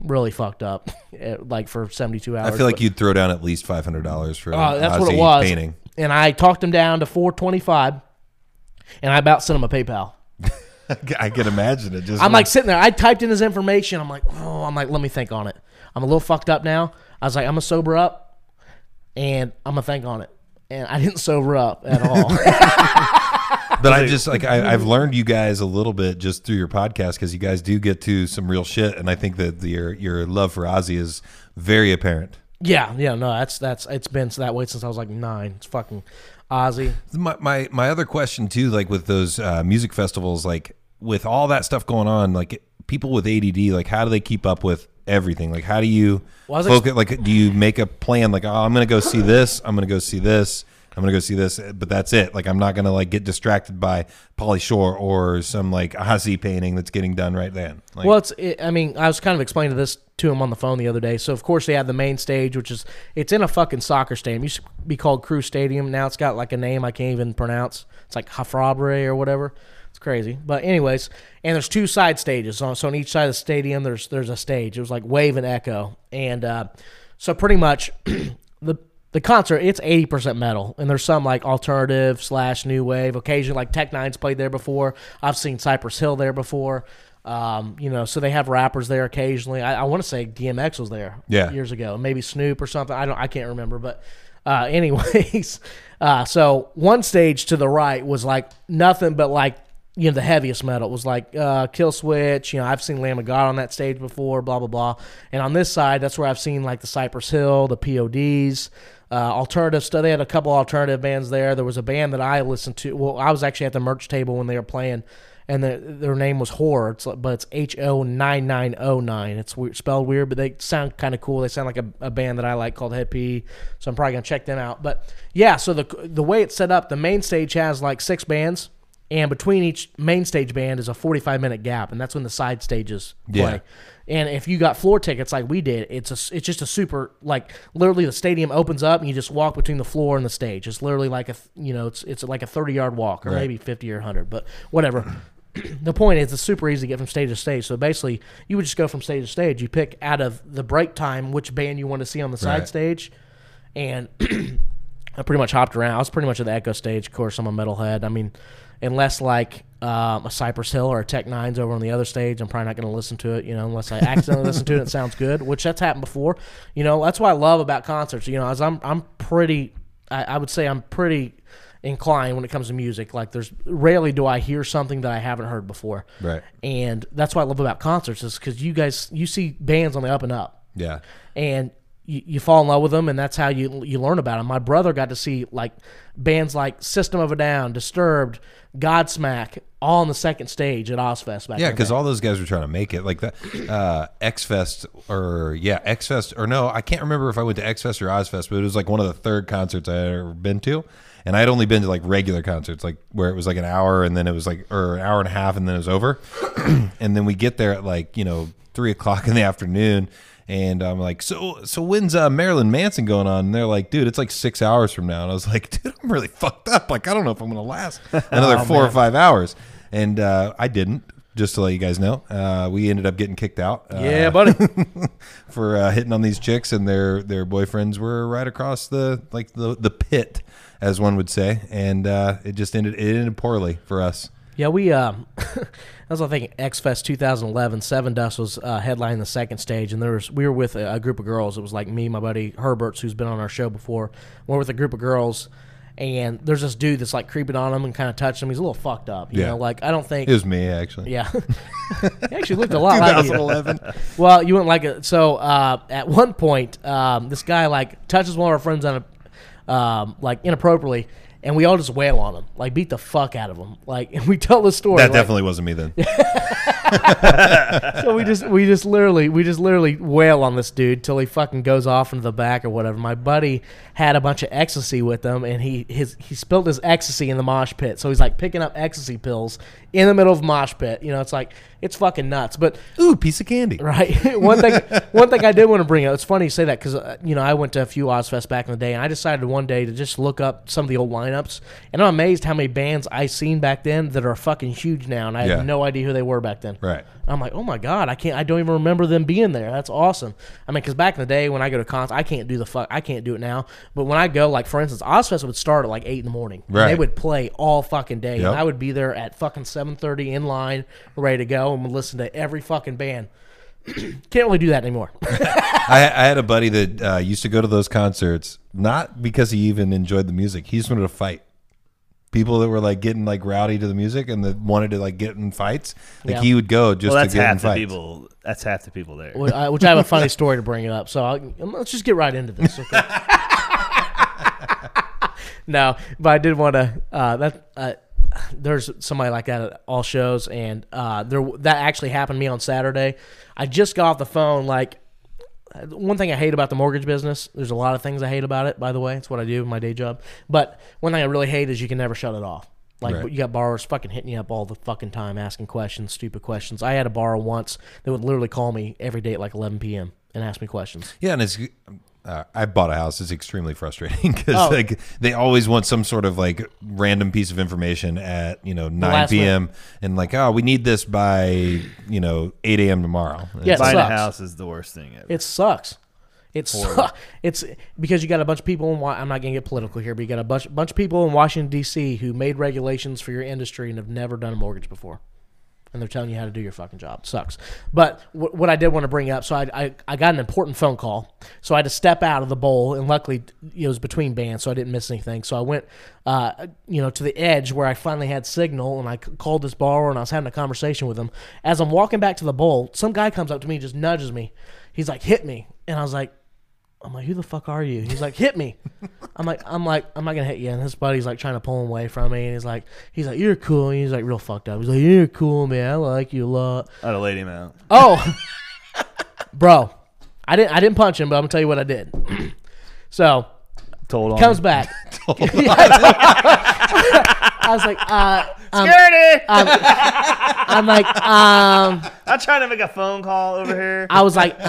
Speaker 2: really fucked up, eh, like for seventy two
Speaker 11: I
Speaker 2: hours.
Speaker 11: feel like
Speaker 2: but-
Speaker 11: you'd throw down at least five hundred dollars for
Speaker 2: uh,
Speaker 11: an
Speaker 2: that's what it
Speaker 11: Aussie
Speaker 2: was.
Speaker 11: painting.
Speaker 2: And I talked him down to four twenty five, and I about sent him a PayPal.
Speaker 11: I can imagine it. Just
Speaker 2: I'm like sitting there. I typed in his information. I'm like, oh, I'm like, let me think on it. I'm a little fucked up now. I was like, I'm gonna sober up, and I'm gonna think on it. And I didn't sober up at all.
Speaker 11: but I just like I, I've learned you guys a little bit just through your podcast because you guys do get to some real shit, and I think that the, your your love for Ozzy is very apparent.
Speaker 2: yeah, yeah, no, that's that's it's been that way since I was like nine. It's fucking Ozzy.
Speaker 11: My my, my other question too, like with those uh, music festivals, like with all that stuff going on, like people with ADD, like how do they keep up with everything? Like how do you
Speaker 2: Well, I was
Speaker 11: focus? like do you make a plan? Like oh, I'm gonna go see this. I'm gonna go see this. I'm gonna go see this, but that's it. Like I'm not gonna like get distracted by Polly Shore or some like Ozzy painting that's getting done right then. Like,
Speaker 2: well, it's. It, I mean, I was kind of explaining this to him on the phone the other day. So of course they have the main stage, which is it's in a fucking soccer stadium. It used to be called Crew Stadium. Now it's got like a name I can't even pronounce. It's like Hafrabre or whatever. It's crazy. But anyways, and there's two side stages. So so on each side of the stadium, there's there's a stage. It was like Wave and Echo, and uh, so pretty much the the concert it's 80% metal and there's some like alternative slash new wave occasionally like tech nine's played there before i've seen cypress hill there before um, you know so they have rappers there occasionally i, I want to say dmx was there
Speaker 11: Yeah.
Speaker 2: years ago maybe snoop or something i don't i can't remember but uh, anyways uh, so one stage to the right was like nothing but like you know the heaviest metal It was like uh, kill switch you know i've seen lamb of god on that stage before blah blah blah and on this side that's where i've seen like the cypress hill the pods uh, alternative stuff they had a couple alternative bands there there was a band that i listened to well i was actually at the merch table when they were playing and their their name was horror it's like, but it's h-o-9909 it's weird, spelled weird but they sound kind of cool they sound like a, a band that i like called hippie so i'm probably gonna check them out but yeah so the the way it's set up the main stage has like six bands and between each main stage band is a 45 minute gap and that's when the side stages play
Speaker 11: Yeah.
Speaker 2: and if you got floor tickets like we did it's a it's just a super like literally the stadium opens up and you just walk between the floor and the stage it's literally like a th- you know it's it's like a 30 yard walk or maybe 50 or 100 but whatever the point is it's super easy to get from stage to stage so basically you would just go from stage to stage you pick out of the break time which band you want to see on the side
Speaker 11: Right.
Speaker 2: stage and I pretty much hopped around. I was pretty much at the echo stage. Of course, I'm a metalhead. I mean, unless like um, a Cypress Hill or a Tech Nines over on the other stage, I'm probably not going to listen to it. You know, unless I accidentally listen to it, and it sounds good, which that's happened before. You know, that's what I love about concerts. You know, as I'm I'm pretty, I, I would say I'm pretty inclined when it comes to music. Like, there's rarely do I hear something that I haven't heard before.
Speaker 1: Right.
Speaker 2: And that's what I love about concerts is because you guys you see bands on the up and up
Speaker 1: Yeah.
Speaker 2: and you, you fall in love with them, and that's how you you learn about them. My brother got to see like bands like System of a Down, Disturbed, Godsmack, all on the second stage at Ozfest back.
Speaker 1: yeah,
Speaker 2: in the
Speaker 1: because
Speaker 2: day.
Speaker 1: all those guys were trying to make it like that. Uh, X Fest or yeah, X Fest or no, I can't remember if I went to X Fest or Ozfest, but it was like one of the third concerts I had ever been to, and I'd only been to like regular concerts, like where it was like an hour and then it was like or an hour and a half and then it was over, and then we get there at like you know three o'clock in the afternoon. And I'm like, so so when's uh, Marilyn Manson going on? And they're like, dude, it's like six hours from now. And I was like, dude, I'm really fucked up. Like, I don't know if I'm gonna last another
Speaker 4: Oh,
Speaker 1: four or
Speaker 4: man.
Speaker 1: five hours. And uh, I didn't, just to let you guys know. Uh, we ended up getting kicked out. Uh,
Speaker 2: Yeah, buddy.
Speaker 1: for uh, hitting on these chicks, and their their boyfriends were right across the like the the pit, as one would say. And uh, it just ended it ended poorly for us.
Speaker 2: Yeah, we. Um, I was thinking X Fest 2011. Seven Dust was uh, headlining the second stage, and there was we were with a, a group of girls. It was like me, my buddy Herberts, who's been on our show before. We're with a group of girls, and there's this dude that's like creeping on him and kind of touching him. He's a little fucked up, you
Speaker 1: Yeah.
Speaker 2: know. Like I don't think
Speaker 1: It was me actually.
Speaker 2: Yeah, he actually looked a lot like you.
Speaker 1: 2011.
Speaker 2: well, you wouldn't like it. So uh, at one point, um, this guy like touches one of our friends on a, um, like inappropriately, and we all just wail on him, like beat the fuck out of him, like and we tell the story.
Speaker 1: That
Speaker 2: like-
Speaker 1: definitely wasn't me then.
Speaker 2: so we just we just literally we just literally wail on this dude till he fucking goes off into the back or whatever. My buddy had a bunch of ecstasy with him, and he his he spilled his ecstasy in the mosh pit. So he's like picking up ecstasy pills in the middle of mosh pit. You know, it's like it's fucking nuts. But
Speaker 1: Ooh, piece of candy.
Speaker 2: Right. one thing. One thing I did want to bring up. It's funny you say that because uh, you know I went to a few Ozfest back in the day, and I decided one day to just look up some of the old lineups, and I'm amazed how many bands I seen back then that are fucking huge now, and I
Speaker 1: Yeah.
Speaker 2: have no idea who they were back then.
Speaker 1: Right.
Speaker 2: I'm like, oh my god, I can't. I don't even remember them being there. That's awesome. I mean, because back in the day when I go to cons, I can't do the fuck. I can't do it now. But when I go, like for instance, Ozfest would start at like eight in the morning. and they
Speaker 1: Right.
Speaker 2: would play all fucking day.
Speaker 1: Yep.
Speaker 2: And I would be there at fucking seven thirty in line, ready to go, and would listen to every fucking band. Can't really do that anymore.
Speaker 1: I, I had a buddy that uh, used to go to those concerts, not because he even enjoyed the music. He just wanted to fight. People that were like getting like rowdy to the music and that wanted to like get in fights, like
Speaker 2: Yeah.
Speaker 1: he would go just
Speaker 4: well,
Speaker 1: to
Speaker 4: that's
Speaker 1: get in
Speaker 4: half the
Speaker 1: fights.
Speaker 4: people. That's half the people there.
Speaker 2: Wh- I- Which I have a funny story to bring it up. So I'll, um, let's just get right into this. Okay? no, but I did want to. Uh, that uh, there's somebody like that at all shows, and uh, there that actually happened to me on Saturday. I just got off the phone. Like one thing I hate about the mortgage business. There's a lot of things I hate about it. By the way, it's what I do in my day job. But one thing I really hate is you can never shut it off. Like
Speaker 1: Right.
Speaker 2: you got borrowers fucking hitting you up all the fucking time, asking questions, stupid questions. I had a borrower once that would literally call me every day at like 11 p.m. and ask me questions.
Speaker 1: Yeah, and it's. Uh, I bought a house. It's extremely frustrating because
Speaker 2: Oh.
Speaker 1: like they always want some sort of like random piece of information at you know nine
Speaker 2: last
Speaker 1: p.m. and like oh we need this by you know eight a.m. tomorrow. And
Speaker 2: Yeah,
Speaker 1: it's like,
Speaker 4: Buying
Speaker 2: sucks.
Speaker 4: a house is the worst thing ever.
Speaker 2: It sucks. It's it's because you got a bunch of people in. Wa- I'm not gonna get political here, but you got a bunch bunch of people in Washington D.C. who made regulations for your industry and have never done a mortgage before, and they're telling you how to do your fucking job. Sucks. But wh- what I did want to bring up, so I, I I got an important phone call, so I had to step out of the bowl, and luckily it was between bands, so I didn't miss anything. So I went, uh, you know, to the edge where I finally had signal, and I c- called this borrower, and I was having a conversation with him. As I'm walking back to the bowl, some guy comes up to me, and just nudges me. He's like, "Hit me," and I was like, "I'm like, who the fuck are you?" He's like, "Hit me." I'm like, "I'm like, I'm not gonna hit you." And his buddy's like trying to pull him away from me, and he's like, "He's like, you're cool." And he's like, real fucked up. He's like, "You're cool, man. I like you a lot."
Speaker 4: I'd have laid him out.
Speaker 2: Oh, bro, I didn't, I didn't punch him, but I'm gonna tell you what I did. so
Speaker 4: Told on.
Speaker 2: comes
Speaker 4: him.
Speaker 2: back. Yeah, I I was like, uh, um,
Speaker 4: Security!
Speaker 2: I'm like, um.
Speaker 4: I'm trying to make a phone call over here.
Speaker 2: I was like, um,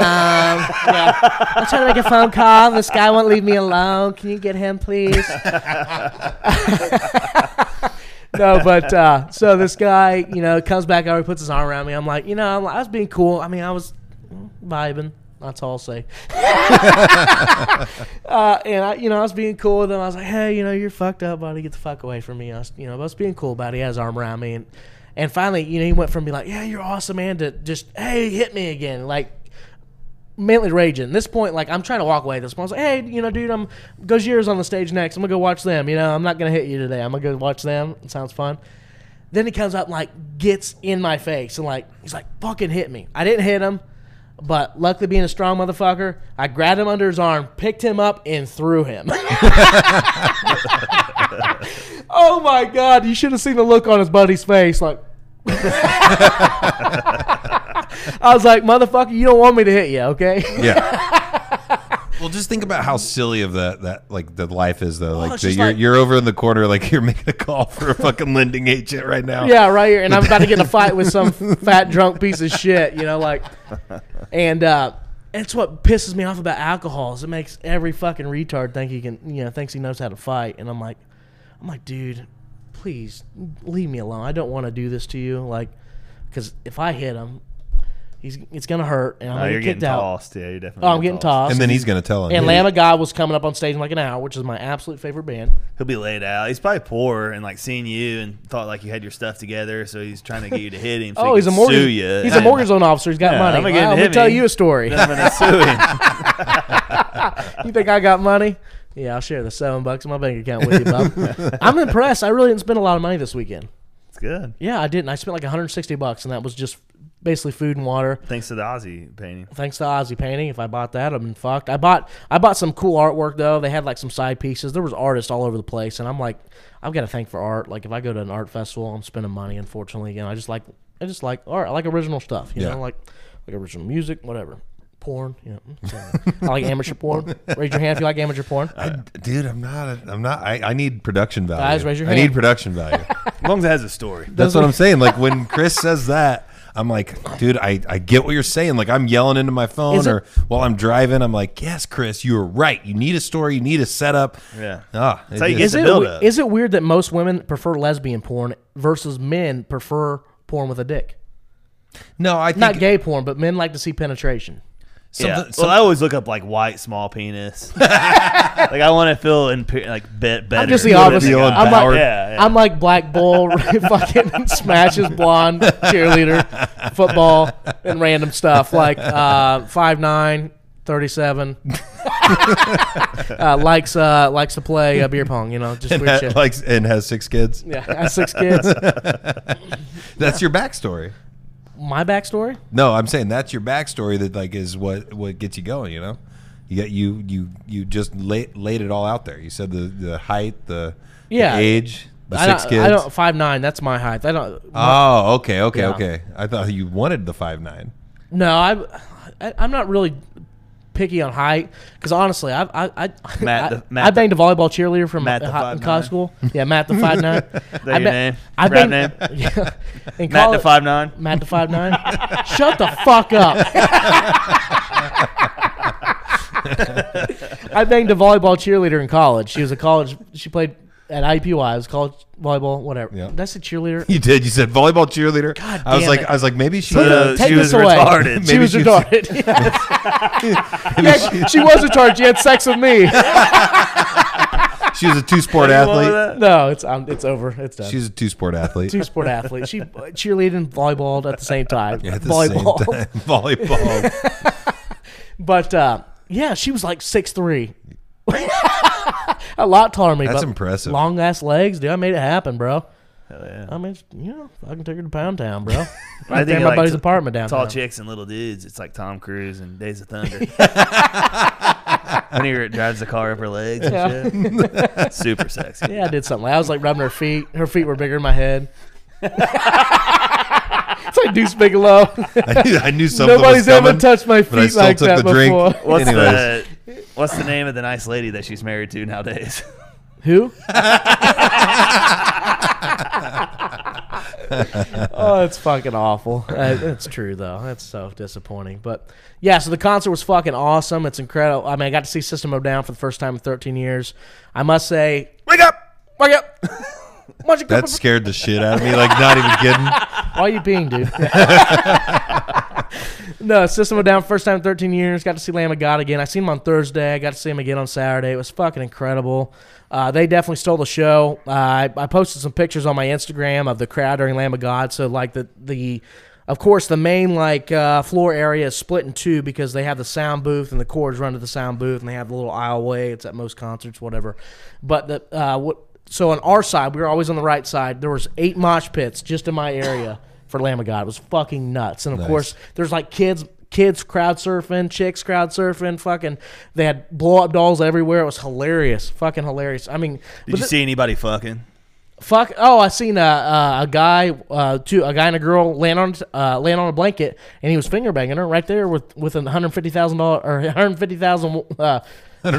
Speaker 2: yeah. I'm trying to make a phone call. This guy won't leave me alone. Can you get him, please? no, but uh, so this guy, you know, comes back over, puts his arm around me. I'm like, you know, I'm like- I was being cool. I mean, I was vibing, That's all I'll say. uh, and I, you know, I was being cool with him. I was like, "Hey, you know, you're fucked up, buddy. Get the fuck away from me." I was, you know, I was being cool about. it. He had his arm around me, and and finally, you know, he went from being like, "Yeah, you're awesome, man," to just, "Hey, hit me again," like mentally raging. At this point, like I'm trying to walk away. At this point, I was like, "Hey, you know, dude, I'm Gojira's on the stage next. I'm gonna go watch them. You know, I'm not gonna hit you today. I'm gonna go watch them. It sounds fun." Then he comes up and like gets in my face and like he's like fucking hit me. I didn't hit him, but luckily being a strong motherfucker, I grabbed him under his arm, picked him up, and threw him. oh my god, you should have seen the look on his buddy's face, like I was like, motherfucker, you don't want me to hit you, okay?
Speaker 1: Well, just think about how silly of that that like the life is though. like
Speaker 2: it's
Speaker 1: that
Speaker 2: just
Speaker 1: you're
Speaker 2: Oh, like-
Speaker 1: you're over in the corner, like you're making a call for a fucking lending agent right now.
Speaker 2: Yeah, right here, and I'm about to get in a fight with some fat drunk piece of shit, you know, like, and uh, it's what pisses me off about alcohol is it makes every fucking retard think he can, you know, thinks he knows how to fight, and I'm like, I'm like, dude, please leave me alone. I don't want to do this to you, like, because if I hit him, he's it's gonna hurt, and I'm
Speaker 4: Oh,
Speaker 2: gonna
Speaker 4: you're
Speaker 2: get
Speaker 4: getting
Speaker 2: kicked out.
Speaker 4: tossed. Yeah, you're definitely
Speaker 2: Oh, I'm
Speaker 4: getting
Speaker 2: getting
Speaker 4: tossed.
Speaker 2: tossed,
Speaker 1: And then he's gonna tell him,
Speaker 2: And
Speaker 1: "Hey."
Speaker 2: Lamb of God was coming up on stage in like an hour, which is my absolute favorite band.
Speaker 4: He'll be laid out. He's probably poor and like seeing you and thought like you had your stuff together, so he's trying to get you to hit him. So
Speaker 2: oh,
Speaker 4: he
Speaker 2: he's a
Speaker 4: can
Speaker 2: mortgage.
Speaker 4: Sue you.
Speaker 2: He's a mortgage loan officer. He's got
Speaker 4: Yeah,
Speaker 2: money.
Speaker 4: I'm gonna get
Speaker 2: Well, Let
Speaker 4: him
Speaker 2: me
Speaker 4: hit
Speaker 2: tell
Speaker 4: me.
Speaker 2: you a story.
Speaker 4: Then I'm gonna sue him.
Speaker 2: you think I got money? Yeah, I'll share the seven bucks in my bank account with you, Bob. I'm impressed. I really didn't spend a lot of money this weekend.
Speaker 4: It's good.
Speaker 2: Yeah, I didn't. I spent like 160 bucks, and that was just basically food and water.
Speaker 4: Thanks to the Aussie painting.
Speaker 2: Thanks to Ozzy Painting, if I bought that, I've been fucked. I bought I bought some cool artwork though. They had like some side pieces. There was artists all over the place, and I'm like, I've got to thank for art. Like if I go to an art festival, I'm spending money. Unfortunately, you know, I just like I just like art. I like original stuff. You
Speaker 1: Yeah.
Speaker 2: know, like like original music, whatever. Porn, you know. I like amateur porn. Raise your hand if you like amateur porn.
Speaker 1: Dude, I'm not. A, I'm not. I, I need production value.
Speaker 2: Guys, raise your
Speaker 1: I need
Speaker 2: hand.
Speaker 1: production value.
Speaker 4: As long as it has a story.
Speaker 1: That's what I'm saying. Like when Chris says that, I'm like, dude, I, I get what you're saying. Like I'm yelling into my phone
Speaker 2: Is it-
Speaker 1: or while I'm driving, I'm like, yes, Chris, you were right. You need a story. You need a setup.
Speaker 4: Yeah.
Speaker 1: Ah,
Speaker 4: That's how you
Speaker 2: Is
Speaker 4: It's a
Speaker 2: it,
Speaker 4: buildup.
Speaker 2: is it weird that most women prefer lesbian porn versus men prefer porn with a dick?
Speaker 1: No, I think
Speaker 2: Not gay porn, but men like to see penetration.
Speaker 4: Yeah.
Speaker 1: something-
Speaker 4: Well, I always look up like white small penis. like I want to feel imp- like bet better.
Speaker 2: I'm just the
Speaker 4: than
Speaker 2: opposite.
Speaker 4: I got.
Speaker 2: I'm like,
Speaker 4: yeah, yeah.
Speaker 2: I'm like Black Bull, fucking smashes blonde cheerleader, football, and random stuff like uh, 5'9", 37. uh, likes uh, likes to play uh, beer pong. You know, just
Speaker 1: and
Speaker 2: weird
Speaker 1: ha-
Speaker 2: shit.
Speaker 1: like and has six kids.
Speaker 2: yeah, I have six kids.
Speaker 1: That's your backstory.
Speaker 2: My backstory.
Speaker 1: No, I'm saying that's your backstory that like is what what gets you going. You know, you got you you you just laid, laid it all out there. You said the the height, the, the
Speaker 2: Yeah.
Speaker 1: age, the
Speaker 2: I
Speaker 1: six
Speaker 2: don't,
Speaker 1: kids.
Speaker 2: I don't five nine. That's my height. I don't.
Speaker 1: oh, okay, okay,
Speaker 2: Yeah.
Speaker 1: okay. I thought you wanted the five nine.
Speaker 2: No, I, I I'm not really picky on height because honestly, I I I,
Speaker 4: Matt
Speaker 2: I,
Speaker 4: the- Matt
Speaker 2: I
Speaker 4: the-
Speaker 2: banged a volleyball cheerleader from
Speaker 4: Matt the
Speaker 2: uh, hi- in college
Speaker 4: 5'9".
Speaker 2: school. Yeah, Matt the five nine.
Speaker 4: that your name?
Speaker 2: I banged,
Speaker 4: Rap name?
Speaker 2: Yeah, in
Speaker 4: Matt the
Speaker 2: college-
Speaker 4: five nine.
Speaker 2: Matt the five nine. Shut the fuck up. I banged a volleyball cheerleader in college. She was a college. She played at IPY. It was college volleyball, whatever.
Speaker 1: Yeah.
Speaker 2: That's a cheerleader.
Speaker 1: You did. You said volleyball cheerleader.
Speaker 2: God
Speaker 1: I was
Speaker 2: damn
Speaker 1: like,
Speaker 2: it.
Speaker 1: I was like, maybe she.
Speaker 4: So
Speaker 2: Take
Speaker 4: she
Speaker 2: this
Speaker 4: was
Speaker 2: away.
Speaker 4: retarded.
Speaker 2: She
Speaker 1: Maybe
Speaker 2: was
Speaker 1: she was-
Speaker 2: retarded. yeah, she was retarded. She had sex with me.
Speaker 1: she was a two sport
Speaker 4: You want
Speaker 1: athlete.
Speaker 4: that?
Speaker 2: No, it's um, it's over. It's done.
Speaker 1: She's a two sport athlete.
Speaker 2: two sport athlete. She cheerleaded and volleyballed at the same time.
Speaker 1: At the
Speaker 2: volleyball.
Speaker 1: same time. volleyball.
Speaker 2: But uh, yeah, she was like six three. a lot taller than me.
Speaker 1: That's
Speaker 2: but
Speaker 1: impressive.
Speaker 2: Long ass legs, dude. I made it happen, bro.
Speaker 4: Hell yeah.
Speaker 2: I mean, you know, I can take her to Pound Town, bro.
Speaker 4: I
Speaker 2: Right there,
Speaker 4: think
Speaker 2: in
Speaker 4: I
Speaker 2: my
Speaker 4: like
Speaker 2: buddy's
Speaker 4: t-
Speaker 2: apartment downtown.
Speaker 4: Tall chicks and little dudes. It's like Tom Cruise and Days of Thunder. when he drives the car up her legs and shit. Super sexy.
Speaker 2: Yeah, I did something. I was like rubbing her feet. Her feet were bigger than my head. it's like Deuce Bigelow.
Speaker 1: I knew, I knew something was
Speaker 2: Nobody's ever
Speaker 1: coming,
Speaker 2: touched my
Speaker 1: but I
Speaker 2: feet
Speaker 1: still
Speaker 2: like
Speaker 1: took
Speaker 2: that
Speaker 1: the drink.
Speaker 2: before.
Speaker 4: What's
Speaker 1: Anyways.
Speaker 4: the What's the name of the nice lady that she's married to nowadays?
Speaker 2: Who? oh, it's fucking awful. Uh, That's true though. That's so disappointing. But yeah, so the concert was fucking awesome. It's incredible. I mean, I got to see System of a Down for the first time in 13 years. I must say,
Speaker 1: Wake up!
Speaker 2: wake up. Why'd you come
Speaker 1: That scared the shit out of me. Like, not even kidding.
Speaker 2: Why are you being, dude? No, System of a Down, first time in 13 years. Got to see Lamb of God again. I seen him on Thursday. I got to see him again on Saturday. It was fucking incredible. Uh, they definitely stole the show. Uh, I, I posted some pictures on my Instagram of the crowd during Lamb of God. So, like, the, the of course, the main, like, uh, floor area is split in two because they have the sound booth and the chords run to the sound booth and they have the little aisleway. It's at most concerts, whatever. But the, uh, what, so on our side, we were always on the right side. There was eight mosh pits just in my area for Lamb of God. It was fucking nuts. And of
Speaker 1: Nice.
Speaker 2: course, there's like kids, kids crowd surfing, chicks crowd surfing. Fucking, they had blow up dolls everywhere. It was hilarious. Fucking hilarious. I mean,
Speaker 4: Did
Speaker 2: was
Speaker 4: you
Speaker 2: it-
Speaker 4: see anybody fucking?
Speaker 2: Fuck! Oh, I seen a uh, a guy, uh, two a guy and a girl land on uh, land on a blanket, and he was finger banging her right there with with an hundred fifty thousand dollar or hundred fifty thousand uh,
Speaker 1: $150,000.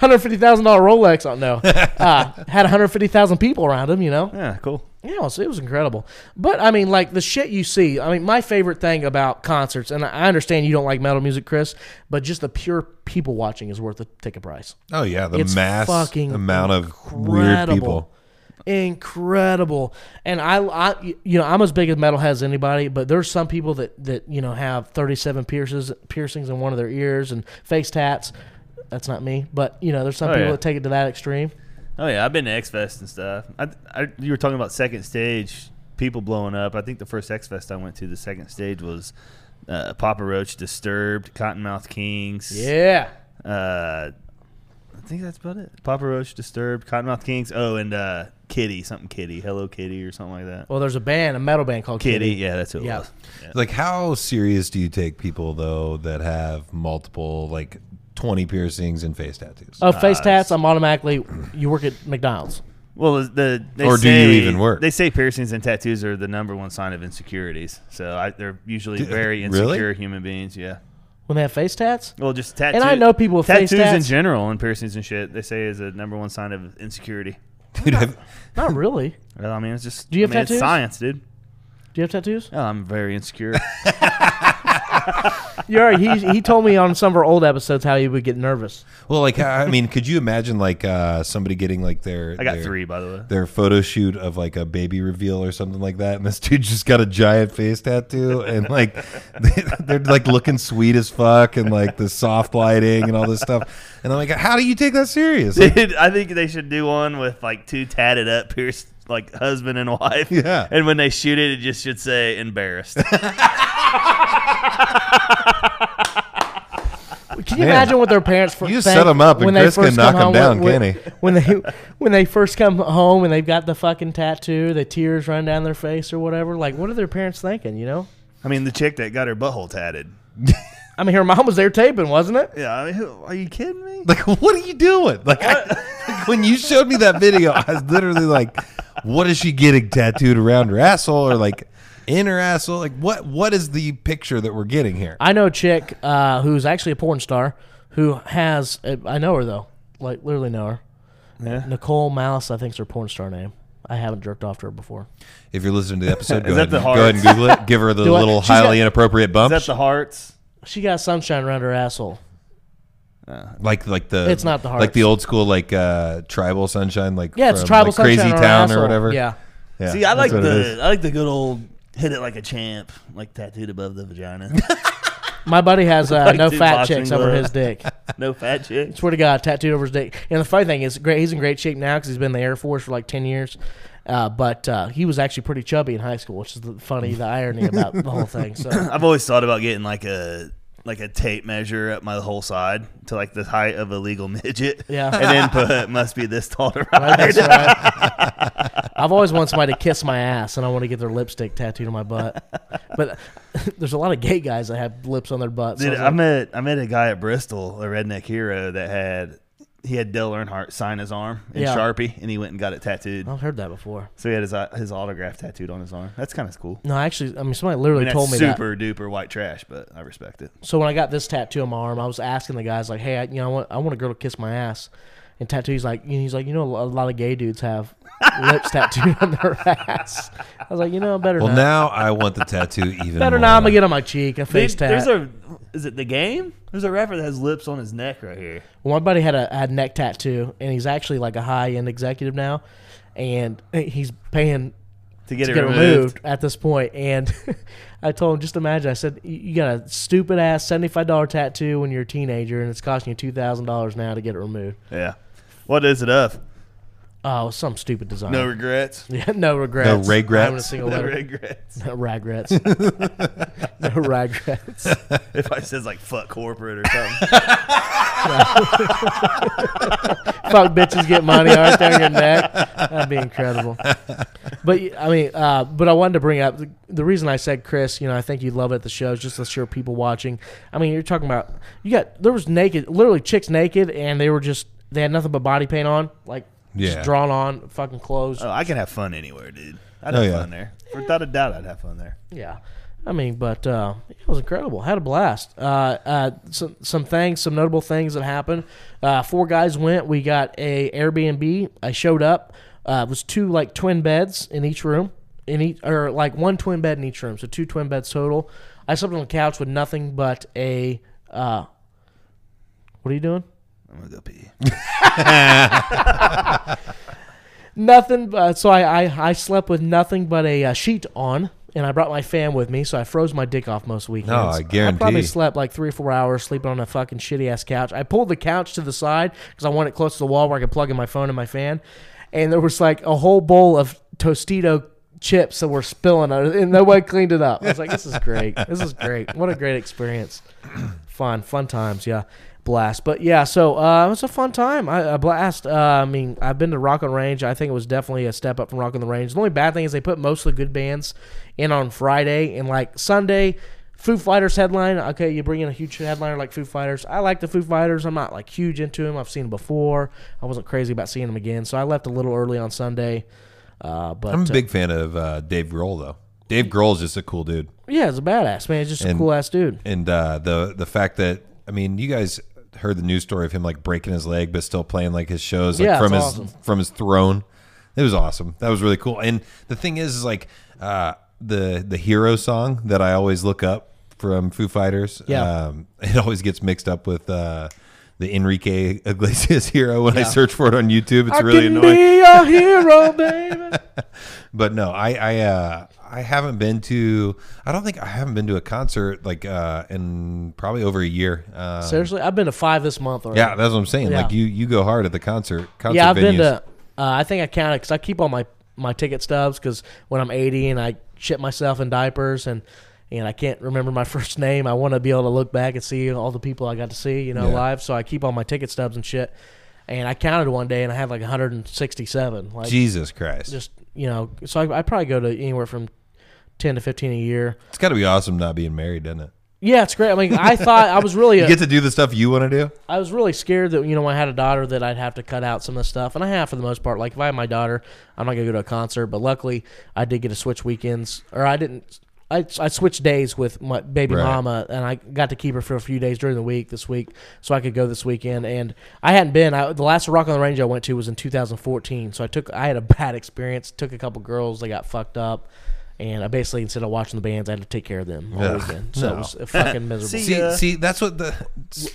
Speaker 2: hundred fifty thousand dollar Rolex. on no, uh, had hundred fifty thousand people around him. You know.
Speaker 4: Yeah, cool.
Speaker 2: Yeah, it was, it was incredible. But I mean, like the shit you see. I mean, my favorite thing about concerts, and I understand you don't like metal music, Chris, but just the pure people watching is worth the ticket price.
Speaker 1: Oh, yeah. The
Speaker 2: It's
Speaker 1: mass
Speaker 2: fucking
Speaker 1: amount of weird
Speaker 2: incredible.
Speaker 1: people.
Speaker 2: Incredible, and I, I, you know, I'm as big as metalhead as anybody, but there's some people that that you know have 37 pierces, piercings in one of their ears and face tats. That's not me, but you know, there's some
Speaker 4: Oh,
Speaker 2: people
Speaker 4: yeah.
Speaker 2: that take it to that extreme.
Speaker 4: Oh yeah, I've been to X Fest and stuff. I, I, you were talking about second stage people blowing up. I think the first X Fest I went to, the second stage was uh, Papa Roach, Disturbed, Cottonmouth Kings.
Speaker 2: Yeah.
Speaker 4: Uh, I think that's about it. Papa Roach, Disturbed, Cottonmouth Kings. Oh, and uh, Kitty, something Kitty, Hello Kitty or something like that.
Speaker 2: Well, there's a band, a metal band called
Speaker 4: Kitty,
Speaker 2: Oh, Kitty.
Speaker 4: yeah, that's who it was.
Speaker 1: Like, how serious do you take people, though, that have multiple, like 20 piercings and face tattoos?
Speaker 2: Oh, face tats. I'm automatically. You work at McDonald's.
Speaker 4: Well, the they
Speaker 1: Or do you
Speaker 4: say-
Speaker 1: even work?
Speaker 4: They say piercings and tattoos are the number one sign of insecurities. So I, they're usually
Speaker 1: Do-
Speaker 4: very
Speaker 1: really?
Speaker 4: insecure human beings. Yeah.
Speaker 2: When they have face tats.
Speaker 4: Well, just
Speaker 2: And
Speaker 4: tattoos.
Speaker 2: I know people with face
Speaker 4: tattoos in
Speaker 2: tats.
Speaker 4: general and piercings and shit. They say is a number one sign of insecurity.
Speaker 1: Dude, have,
Speaker 2: Not really.
Speaker 4: Well, I mean, it's just.
Speaker 2: Do you have
Speaker 4: I mean,
Speaker 2: tattoos?
Speaker 4: It's science, dude.
Speaker 2: Do you have tattoos?
Speaker 4: Oh, I'm very insecure.
Speaker 2: You're right. He, he told me on some of our old episodes how he would get nervous.
Speaker 1: Well, like I I mean, could you imagine like uh, somebody getting like their
Speaker 4: I got
Speaker 1: their-
Speaker 4: three, by the way.
Speaker 1: their photo shoot of like a baby reveal or something like that, and this dude just got a giant face tattoo, and like they, they're like looking sweet as fuck, and like the soft lighting and all this stuff, and I'm like, how do you take that serious? Like,
Speaker 4: Dude, I think they should do one with like two tatted up pierced like husband and wife.
Speaker 1: Yeah.
Speaker 4: And when they shoot it, it just should say embarrassed.
Speaker 2: Can you
Speaker 1: Man.
Speaker 2: imagine what their parents fir-
Speaker 1: You just
Speaker 2: think
Speaker 1: set 'em up and
Speaker 2: when they
Speaker 1: Chris can
Speaker 2: first
Speaker 1: knock
Speaker 2: come
Speaker 1: 'em
Speaker 2: home
Speaker 1: down,
Speaker 2: when,
Speaker 1: can't he?
Speaker 2: When they when they first come home and they've got the fucking tattoo, the tears run down their face or whatever. Like, what are their parents thinking? You know?
Speaker 4: I mean, the chick that got her butthole tatted.
Speaker 2: I mean, her mom was there taping, wasn't it?
Speaker 4: Yeah, I mean, who, are you kidding me?
Speaker 1: like what are you doing? Like, I, like, when you showed me that video, I was literally like, what is she getting tattooed around her asshole or like in her asshole? Like what what is the picture that we're getting here?
Speaker 2: I know a chick uh, who's actually a porn star who has. uh, I know her though, like literally know her.
Speaker 4: Yeah.
Speaker 2: Nicole Malice, I think's her porn star name. I haven't jerked off to her before.
Speaker 1: If you're listening to the episode, go,
Speaker 4: Is that
Speaker 1: ahead,
Speaker 4: the
Speaker 1: and- go ahead and Google it. Give her the
Speaker 2: Do I-
Speaker 1: little
Speaker 2: she's
Speaker 1: highly
Speaker 2: got-
Speaker 1: inappropriate
Speaker 4: Is
Speaker 1: bump,
Speaker 4: that the hearts?
Speaker 2: She got sunshine around her asshole.
Speaker 1: like like the
Speaker 2: It's not the
Speaker 1: like the
Speaker 2: hearts.
Speaker 1: old school like uh, tribal sunshine, like
Speaker 2: Yeah, it's
Speaker 1: from,
Speaker 2: tribal
Speaker 1: like,
Speaker 2: sunshine
Speaker 1: crazy
Speaker 2: around her
Speaker 1: town
Speaker 2: asshole.
Speaker 1: or whatever.
Speaker 2: Yeah.
Speaker 1: Yeah,
Speaker 4: See, I
Speaker 1: that's
Speaker 4: like
Speaker 1: what it is.
Speaker 4: the I like the good old hit it like a champ, like tattooed above the vagina.
Speaker 2: My buddy has uh,
Speaker 4: Like
Speaker 2: no
Speaker 4: two
Speaker 2: fat
Speaker 4: boxing
Speaker 2: chicks over
Speaker 4: gloves.
Speaker 2: his dick.
Speaker 4: no fat chicks.
Speaker 2: Swear to God, tattooed over his dick. And the funny thing is, great. He's in great shape now because he's been in the Air Force for like ten years. Uh, but uh, he was actually pretty chubby in high school, which is the funny, the irony about the whole thing. So
Speaker 4: I've always thought about getting like a like a tape measure up my whole side to like the height of a legal midget.
Speaker 2: Yeah.
Speaker 4: And then put must be this tall to ride.
Speaker 2: that's right. I've always wanted somebody to kiss my ass, and I want to get their lipstick tattooed on my butt. But there's a lot of gay guys that have lips on their butts. So I
Speaker 4: Dude,
Speaker 2: was
Speaker 4: I
Speaker 2: like,
Speaker 4: met I met a guy at Bristol, a redneck hero that had he had Dale Earnhardt sign his arm in
Speaker 2: Yeah. Oh.
Speaker 4: Sharpie, and he went and got it tattooed.
Speaker 2: I've heard that before.
Speaker 4: So he had his uh, his autograph tattooed on his arm. That's kind of cool.
Speaker 2: No, actually, I mean somebody
Speaker 4: I
Speaker 2: literally
Speaker 4: mean,
Speaker 2: told me that.
Speaker 4: that's super duper white trash, but I respect it.
Speaker 2: So when I got this tattoo on my arm, I was asking the guys like, "Hey, I, you know, I want, I want a girl to kiss my ass." And tattoos like, and he's like, you know, a lot of gay dudes have lips tattooed on their ass. I was like, you know, better
Speaker 1: Well,
Speaker 2: not.
Speaker 1: now I want the tattoo even.
Speaker 2: better
Speaker 1: more.
Speaker 2: not. I'm gonna get on my cheek a face tat.
Speaker 4: there's a is it the game? There's a rapper that has lips on his neck right here.
Speaker 2: Well, my buddy had a had a neck tattoo, and he's actually like a high end executive now, and he's paying
Speaker 4: to get
Speaker 2: to
Speaker 4: it
Speaker 2: get
Speaker 4: removed.
Speaker 2: at this point. And I told him, just imagine. I said, "You- you got a stupid ass seventy five dollar tattoo when you're a teenager, and it's costing you two thousand dollars now to get it removed.
Speaker 4: Yeah. What is it of?
Speaker 2: Oh, some stupid design.
Speaker 4: No regrets?
Speaker 2: Yeah, no regrets.
Speaker 1: No regrets.
Speaker 2: Having a single
Speaker 4: No
Speaker 2: letter.
Speaker 4: regrets.
Speaker 2: No regrets. no regrets.
Speaker 4: if I says like fuck corporate or something.
Speaker 2: Fuck bitches get money right there in your neck. That'd be incredible. But y- I mean, uh, but I wanted to bring up the, the reason I said Chris. You know, I think you'd love it at the shows just to show people watching. I mean, you're talking about you got there was naked, literally chicks naked, and they were just they had nothing but body paint on, like
Speaker 1: Yeah.
Speaker 2: just drawn on fucking clothes.
Speaker 4: oh, I can have fun anywhere, dude. I'd
Speaker 1: Oh,
Speaker 4: have
Speaker 1: yeah.
Speaker 4: fun there. Without a doubt, I'd have fun there.
Speaker 2: Yeah. I mean, but uh, it was incredible. Had a blast. Uh, uh, some some things, some notable things that happened. Uh, four guys went. We got a Airbnb. I showed up. Uh, it was two like twin beds in each room, in each or like one twin bed in each room, so two twin beds total. I slept on the couch with nothing but a. Uh, what are you doing?
Speaker 4: I'm gonna go pee.
Speaker 2: Nothing. But, so I, I I slept with nothing but a uh, sheet on, and I brought my fan with me, so I froze my dick off most weekends.
Speaker 1: No, I
Speaker 2: I probably
Speaker 1: guarantee.
Speaker 2: slept like three or four hours sleeping on a fucking shitty ass couch. I pulled the couch to the side because I wanted it close to the wall where I could plug in my phone and my fan, and there was like a whole bowl of Tostito chips that were spilling, on it, and nobody cleaned it up. I was like, this is great. This is great. What a great experience fun, fun times. Yeah, blast. But yeah, so uh, it was a fun time. I, a blast. Uh, I mean, I've been to Rock on Range. I think it was definitely a step up from Rock on the Range. The only bad thing is they put most of the good bands in on Friday and like Sunday. Foo Fighters headline. Okay, you bring in a huge headliner like Foo Fighters. I like the Foo Fighters. I'm not like huge into them. I've seen them before. I wasn't crazy about seeing them again, so I left a little early on Sunday. Uh, but
Speaker 1: I'm a
Speaker 2: uh,
Speaker 1: big fan of uh, Dave Grohl though. Dave Grohl's just a cool dude.
Speaker 2: yeah, it's a badass man. He's just a
Speaker 1: And-
Speaker 2: cool ass dude.
Speaker 1: and uh, the the fact that I mean, you guys heard the news story of him like breaking his leg, but still playing like his shows like
Speaker 2: Yeah,
Speaker 1: from his
Speaker 2: it's awesome.
Speaker 1: from his throne. It was awesome. That was really cool. And the thing is, is like uh, the the hero song that I always look up from Foo Fighters.
Speaker 2: Yeah.
Speaker 1: um, it always gets mixed up with. Uh, the Enrique Iglesias hero. When I search for it on YouTube, it's
Speaker 2: I
Speaker 1: really
Speaker 2: can
Speaker 1: annoying.
Speaker 2: be a hero, baby.
Speaker 1: But no, I I uh, I haven't been to. I don't think I haven't been to a concert like uh, in probably over a year. Um,
Speaker 2: Seriously, I've been to five this month already.
Speaker 1: Yeah, that's what I'm saying.
Speaker 2: Yeah.
Speaker 1: Like you, you go hard at the concert. concert
Speaker 2: yeah, I've
Speaker 1: venues.
Speaker 2: been to. Uh, I think I counted because I keep all my my ticket stubs because when I'm 80 and I shit myself in diapers and and I can't remember my first name, I want to be able to look back and see all the people I got to see, you know,
Speaker 1: Yeah.
Speaker 2: live. So I keep all my ticket stubs and shit. And I counted one day and I had like 167. Like
Speaker 1: Jesus Christ.
Speaker 2: just you know, so I, I probably go to anywhere from 10 to 15 a year.
Speaker 1: it's got to be awesome not being married, doesn't it?
Speaker 2: Yeah, it's great. I mean, I thought I was really
Speaker 1: You get to do the stuff you want to do.
Speaker 2: I was really scared that you know when I had a daughter that I'd have to cut out some of the stuff, and I have for the most part. Like if I had my daughter, I'm not gonna go to a concert, but luckily I did get to switch weekends, or I didn't. I, I switched days with my baby
Speaker 1: Right.
Speaker 2: mama, and I got to keep her for a few days during the week this week, so I could go this weekend. And I hadn't been. I, the last Rock on the Range I went to was in 2014, so I took I had a bad experience. Took a couple girls, they got fucked up, and I basically instead of watching the bands, I had to take care of them all
Speaker 1: Ugh,
Speaker 2: weekend. So
Speaker 1: no.
Speaker 2: it was a fucking miserable.
Speaker 1: See, see, that's what the.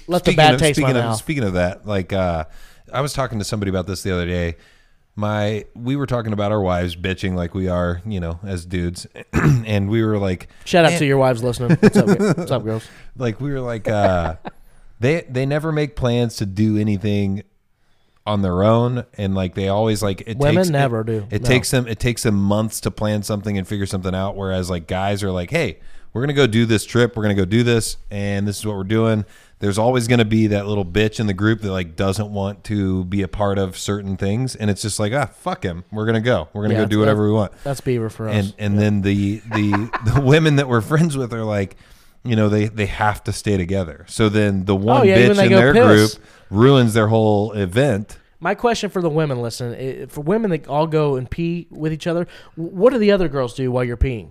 Speaker 2: Let the
Speaker 1: speaking
Speaker 2: bad
Speaker 1: of,
Speaker 2: taste
Speaker 1: speaking
Speaker 2: run
Speaker 1: of,
Speaker 2: out.
Speaker 1: Speaking of that, like uh, I was talking to somebody about this the other day. My, we were talking about our wives bitching like we are, you know, as dudes, and we were like,
Speaker 2: Shout out to your wives listening. What's up, what's up girls?
Speaker 1: like we were like uh they they never make plans to do anything on their own and like they always like it
Speaker 2: Women
Speaker 1: takes,
Speaker 2: never
Speaker 1: it,
Speaker 2: do,
Speaker 1: it
Speaker 2: no.
Speaker 1: takes them it takes them months to plan something and figure something out whereas like guys are like hey we're gonna go do this trip we're gonna go do this and this is what we're doing there's always gonna be that little bitch in the group that like doesn't want to be a part of certain things and it's just like ah fuck him we're gonna go we're gonna
Speaker 2: Yeah,
Speaker 1: go do whatever
Speaker 2: that-
Speaker 1: we want
Speaker 2: That's Beaver for us.
Speaker 1: and and then the the the women that we're friends with are like you know they they have to stay together so then
Speaker 4: Oh,
Speaker 1: the one
Speaker 2: yeah, even
Speaker 1: bitch
Speaker 2: they
Speaker 1: in
Speaker 2: go
Speaker 1: their
Speaker 2: piss.
Speaker 1: group ruins their whole event
Speaker 2: My question for the women listening, i- for women that all go and pee with each other, w- what do the other girls do while you're peeing?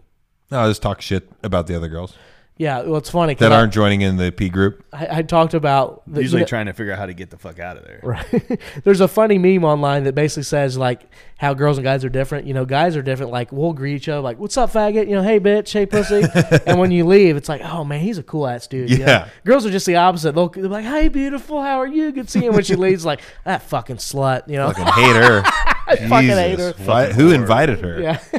Speaker 1: no I just talk shit about the other girls
Speaker 2: Yeah, well, it's funny 'cause
Speaker 1: that
Speaker 2: I-
Speaker 1: aren't joining in the p group
Speaker 2: I, I talked about the,
Speaker 4: Usually
Speaker 2: you know-
Speaker 4: trying to figure out how to get the fuck out of there.
Speaker 2: Right. There's a funny meme online that basically says like how girls and guys are different. You know, guys are different. Like we'll greet each other like, "What's up, faggot?" You know, "Hey, bitch," "Hey, pussy." and when you leave, it's like, "Oh man, he's a cool ass dude." you know?
Speaker 1: Yeah.
Speaker 2: Girls are just the opposite. They'll, they'll be like, "Hey, beautiful, how are you? Good seeing." you." When she leaves, like that fucking slut. You know,
Speaker 1: fucking hate her
Speaker 2: fucking hate
Speaker 1: Jesus.
Speaker 2: her.
Speaker 1: Why- who invited her
Speaker 2: Yeah.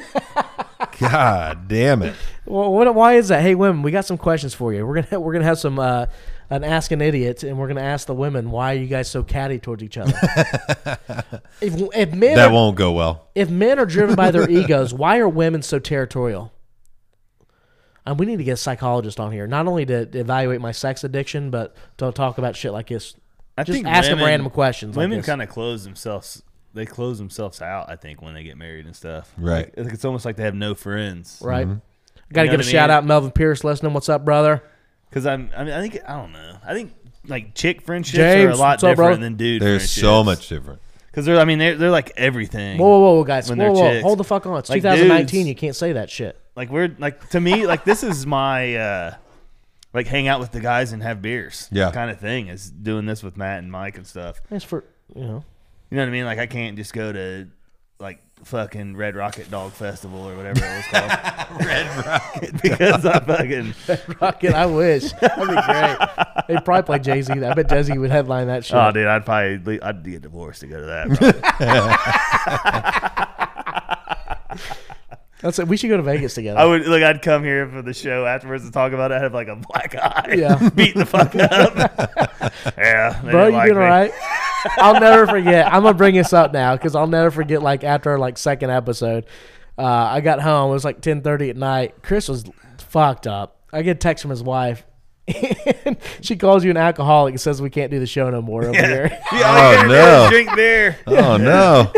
Speaker 1: God damn it.
Speaker 2: Well, what, why is that? Hey, women, we got some questions for you. We're gonna we're gonna have some uh, an ask an idiot, and we're gonna ask the women why are you guys so catty towards each other. if, if men
Speaker 1: That
Speaker 2: are-
Speaker 1: won't go well.
Speaker 2: If men are driven by their egos, why are women so territorial? And we need to get a psychologist on here, not only to evaluate my sex addiction, but to talk about shit like this. Just ask them random questions. like
Speaker 4: Women
Speaker 2: this.
Speaker 4: kind of close themselves. They close themselves out. I think when they get married and stuff.
Speaker 1: Right.
Speaker 4: Like, it's almost like they have no friends.
Speaker 2: Right. Got to give a shout out, Melvin Pierce, listening. What's up, brother?
Speaker 4: Because I'm. I mean, I think I don't know. I think like chick friendships are a
Speaker 2: James,
Speaker 4: lot
Speaker 2: what's up,
Speaker 4: different
Speaker 2: bro?
Speaker 4: than dude.
Speaker 1: They're
Speaker 4: friendships.
Speaker 1: so much different.
Speaker 4: Because they're. I mean, they're they're like everything.
Speaker 2: Whoa, whoa, whoa, guys!
Speaker 4: when
Speaker 2: Whoa,
Speaker 4: they're
Speaker 2: whoa!
Speaker 4: chicks.
Speaker 2: Hold the fuck on. It's
Speaker 4: Like,
Speaker 2: 2019.
Speaker 4: dudes-
Speaker 2: You can't say that shit.
Speaker 4: Like we're like to me like this is my uh like hang out with the guys and have beers.
Speaker 1: Yeah.
Speaker 4: Kind of thing is doing this with Matt and Mike and stuff.
Speaker 2: That's for you know.
Speaker 4: You know what I mean? Like I can't just go to like fucking Red Rocket Dog Festival or whatever it was called.
Speaker 1: Red Rocket
Speaker 4: because I fucking
Speaker 2: Rocket, I wish that'd be great. They'd probably play Jay Z. I bet Jay Z would headline that shit.
Speaker 4: Oh dude, I'd probably le- I'd get divorced to go to that. probably.
Speaker 2: That's it. We should go to Vegas together.
Speaker 4: I would look. I'd come here for the show afterwards to talk about it. I'd have like a black eye.
Speaker 2: Yeah.
Speaker 4: beat the fuck up. yeah, they
Speaker 2: Bro,
Speaker 4: didn't
Speaker 2: you
Speaker 4: like
Speaker 2: doing
Speaker 4: me.
Speaker 2: all right? I'll never forget. I'm gonna bring this up now because I'll never forget. Like after our, like second episode, uh, I got home. It was like 10:30 at night. Chris was fucked up. I get a text from his wife. and she calls you an alcoholic and says we can't do the show no more over here.
Speaker 1: Oh, no.
Speaker 4: Drink beer.
Speaker 1: Oh, no.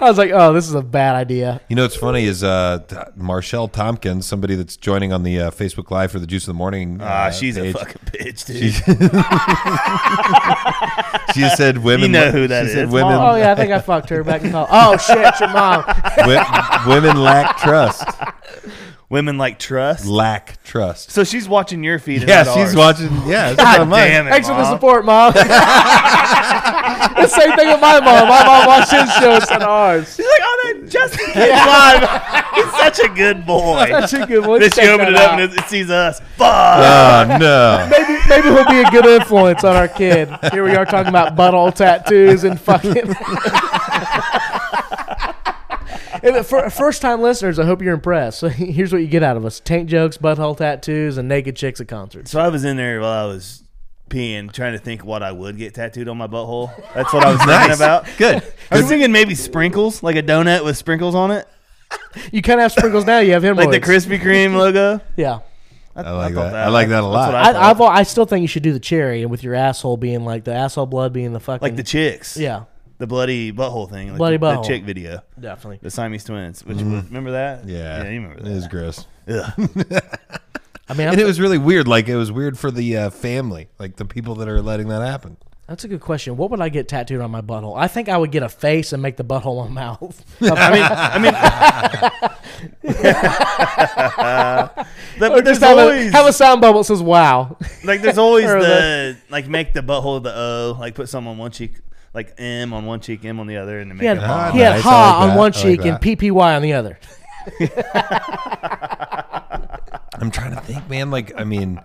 Speaker 2: I was like, oh, this is a bad idea.
Speaker 1: You know what's funny is uh, T- Marshall Tompkins, somebody that's joining on the uh, Facebook Live for the Juice of the Morning.
Speaker 4: Ah,
Speaker 1: uh,
Speaker 4: she's a
Speaker 1: page.
Speaker 4: fucking bitch, dude.
Speaker 1: She just said women.
Speaker 4: You know who that
Speaker 1: she Said
Speaker 4: is.
Speaker 1: women,
Speaker 2: Oh yeah, I think I fucked her back in college. Oh shit, it's your mom.
Speaker 1: wi- women lack trust.
Speaker 4: Women like trust.
Speaker 1: Lack trust.
Speaker 4: So she's watching your feed. and
Speaker 1: Yeah,
Speaker 4: not
Speaker 1: she's
Speaker 4: ours.
Speaker 1: watching. Yeah, it's
Speaker 4: God
Speaker 1: not mine.
Speaker 4: damn it,
Speaker 2: Thanks for the
Speaker 4: Mom.
Speaker 2: support, mom. the same thing with my mom. My mom watched his show instead of ours.
Speaker 4: She's like, oh, that Justin Kid's live. He's such a good boy.
Speaker 2: That's a good one.
Speaker 4: Then she
Speaker 2: Check
Speaker 4: opened it
Speaker 2: that
Speaker 4: up
Speaker 2: out.
Speaker 4: and it, it sees us. Fuck.
Speaker 1: Oh no.
Speaker 2: Maybe maybe he'll be a good influence on our kid. Here we are talking about butthole tattoos and fucking. and for first time listeners, I hope you're impressed. So here's what you get out of us: tank jokes, butthole tattoos, and naked chicks at concerts.
Speaker 4: So I was in there while I was peeing, trying to think what I would get tattooed on my butthole. That's what I was thinking about.
Speaker 1: Good.
Speaker 4: I was thinking maybe sprinkles, like a donut with sprinkles on it,
Speaker 2: You kind of have sprinkles now. You have him
Speaker 4: like the Krispy Kreme logo.
Speaker 2: Yeah,
Speaker 1: I like
Speaker 4: thought
Speaker 1: that.
Speaker 4: that-
Speaker 1: I like that a
Speaker 4: that's
Speaker 1: lot.
Speaker 4: what I-
Speaker 2: I, I've, al- I still think you should do the cherry, and with your asshole being like the asshole blood being the fucking
Speaker 4: Like the chicks.
Speaker 2: yeah,
Speaker 4: The bloody butthole thing. Like
Speaker 2: Bloody
Speaker 4: the,
Speaker 2: butthole. Mm-hmm.
Speaker 4: The chick video.
Speaker 2: definitely.
Speaker 4: The Siamese twins. Which remember that?
Speaker 1: yeah.
Speaker 4: Yeah, you remember
Speaker 1: It
Speaker 4: that.
Speaker 1: was gross.
Speaker 2: I mean, I'm
Speaker 1: And it was really weird. Like it was weird for the uh, family, like the people that are letting that happen.
Speaker 2: That's a good question. What would I get tattooed on my butthole? I think I would get a face and make the butthole my mouth.
Speaker 4: I mean, I mean, But-
Speaker 2: Or
Speaker 4: but
Speaker 2: just
Speaker 4: there's
Speaker 2: have a,
Speaker 4: always
Speaker 2: have a sound bubble that says "Wow."
Speaker 4: like there's always
Speaker 2: or
Speaker 4: the like make the butthole the O, like put some on one cheek, like M on one cheek, M on the other, and then
Speaker 2: He
Speaker 4: make
Speaker 2: had,
Speaker 4: it
Speaker 1: Ah,
Speaker 2: he had
Speaker 1: nice. I
Speaker 2: "Ha"
Speaker 1: like
Speaker 2: on
Speaker 1: that.
Speaker 2: one
Speaker 1: I like
Speaker 2: cheek and
Speaker 1: that.
Speaker 2: PPY on the other.
Speaker 1: I'm trying to think, man. Like, I mean,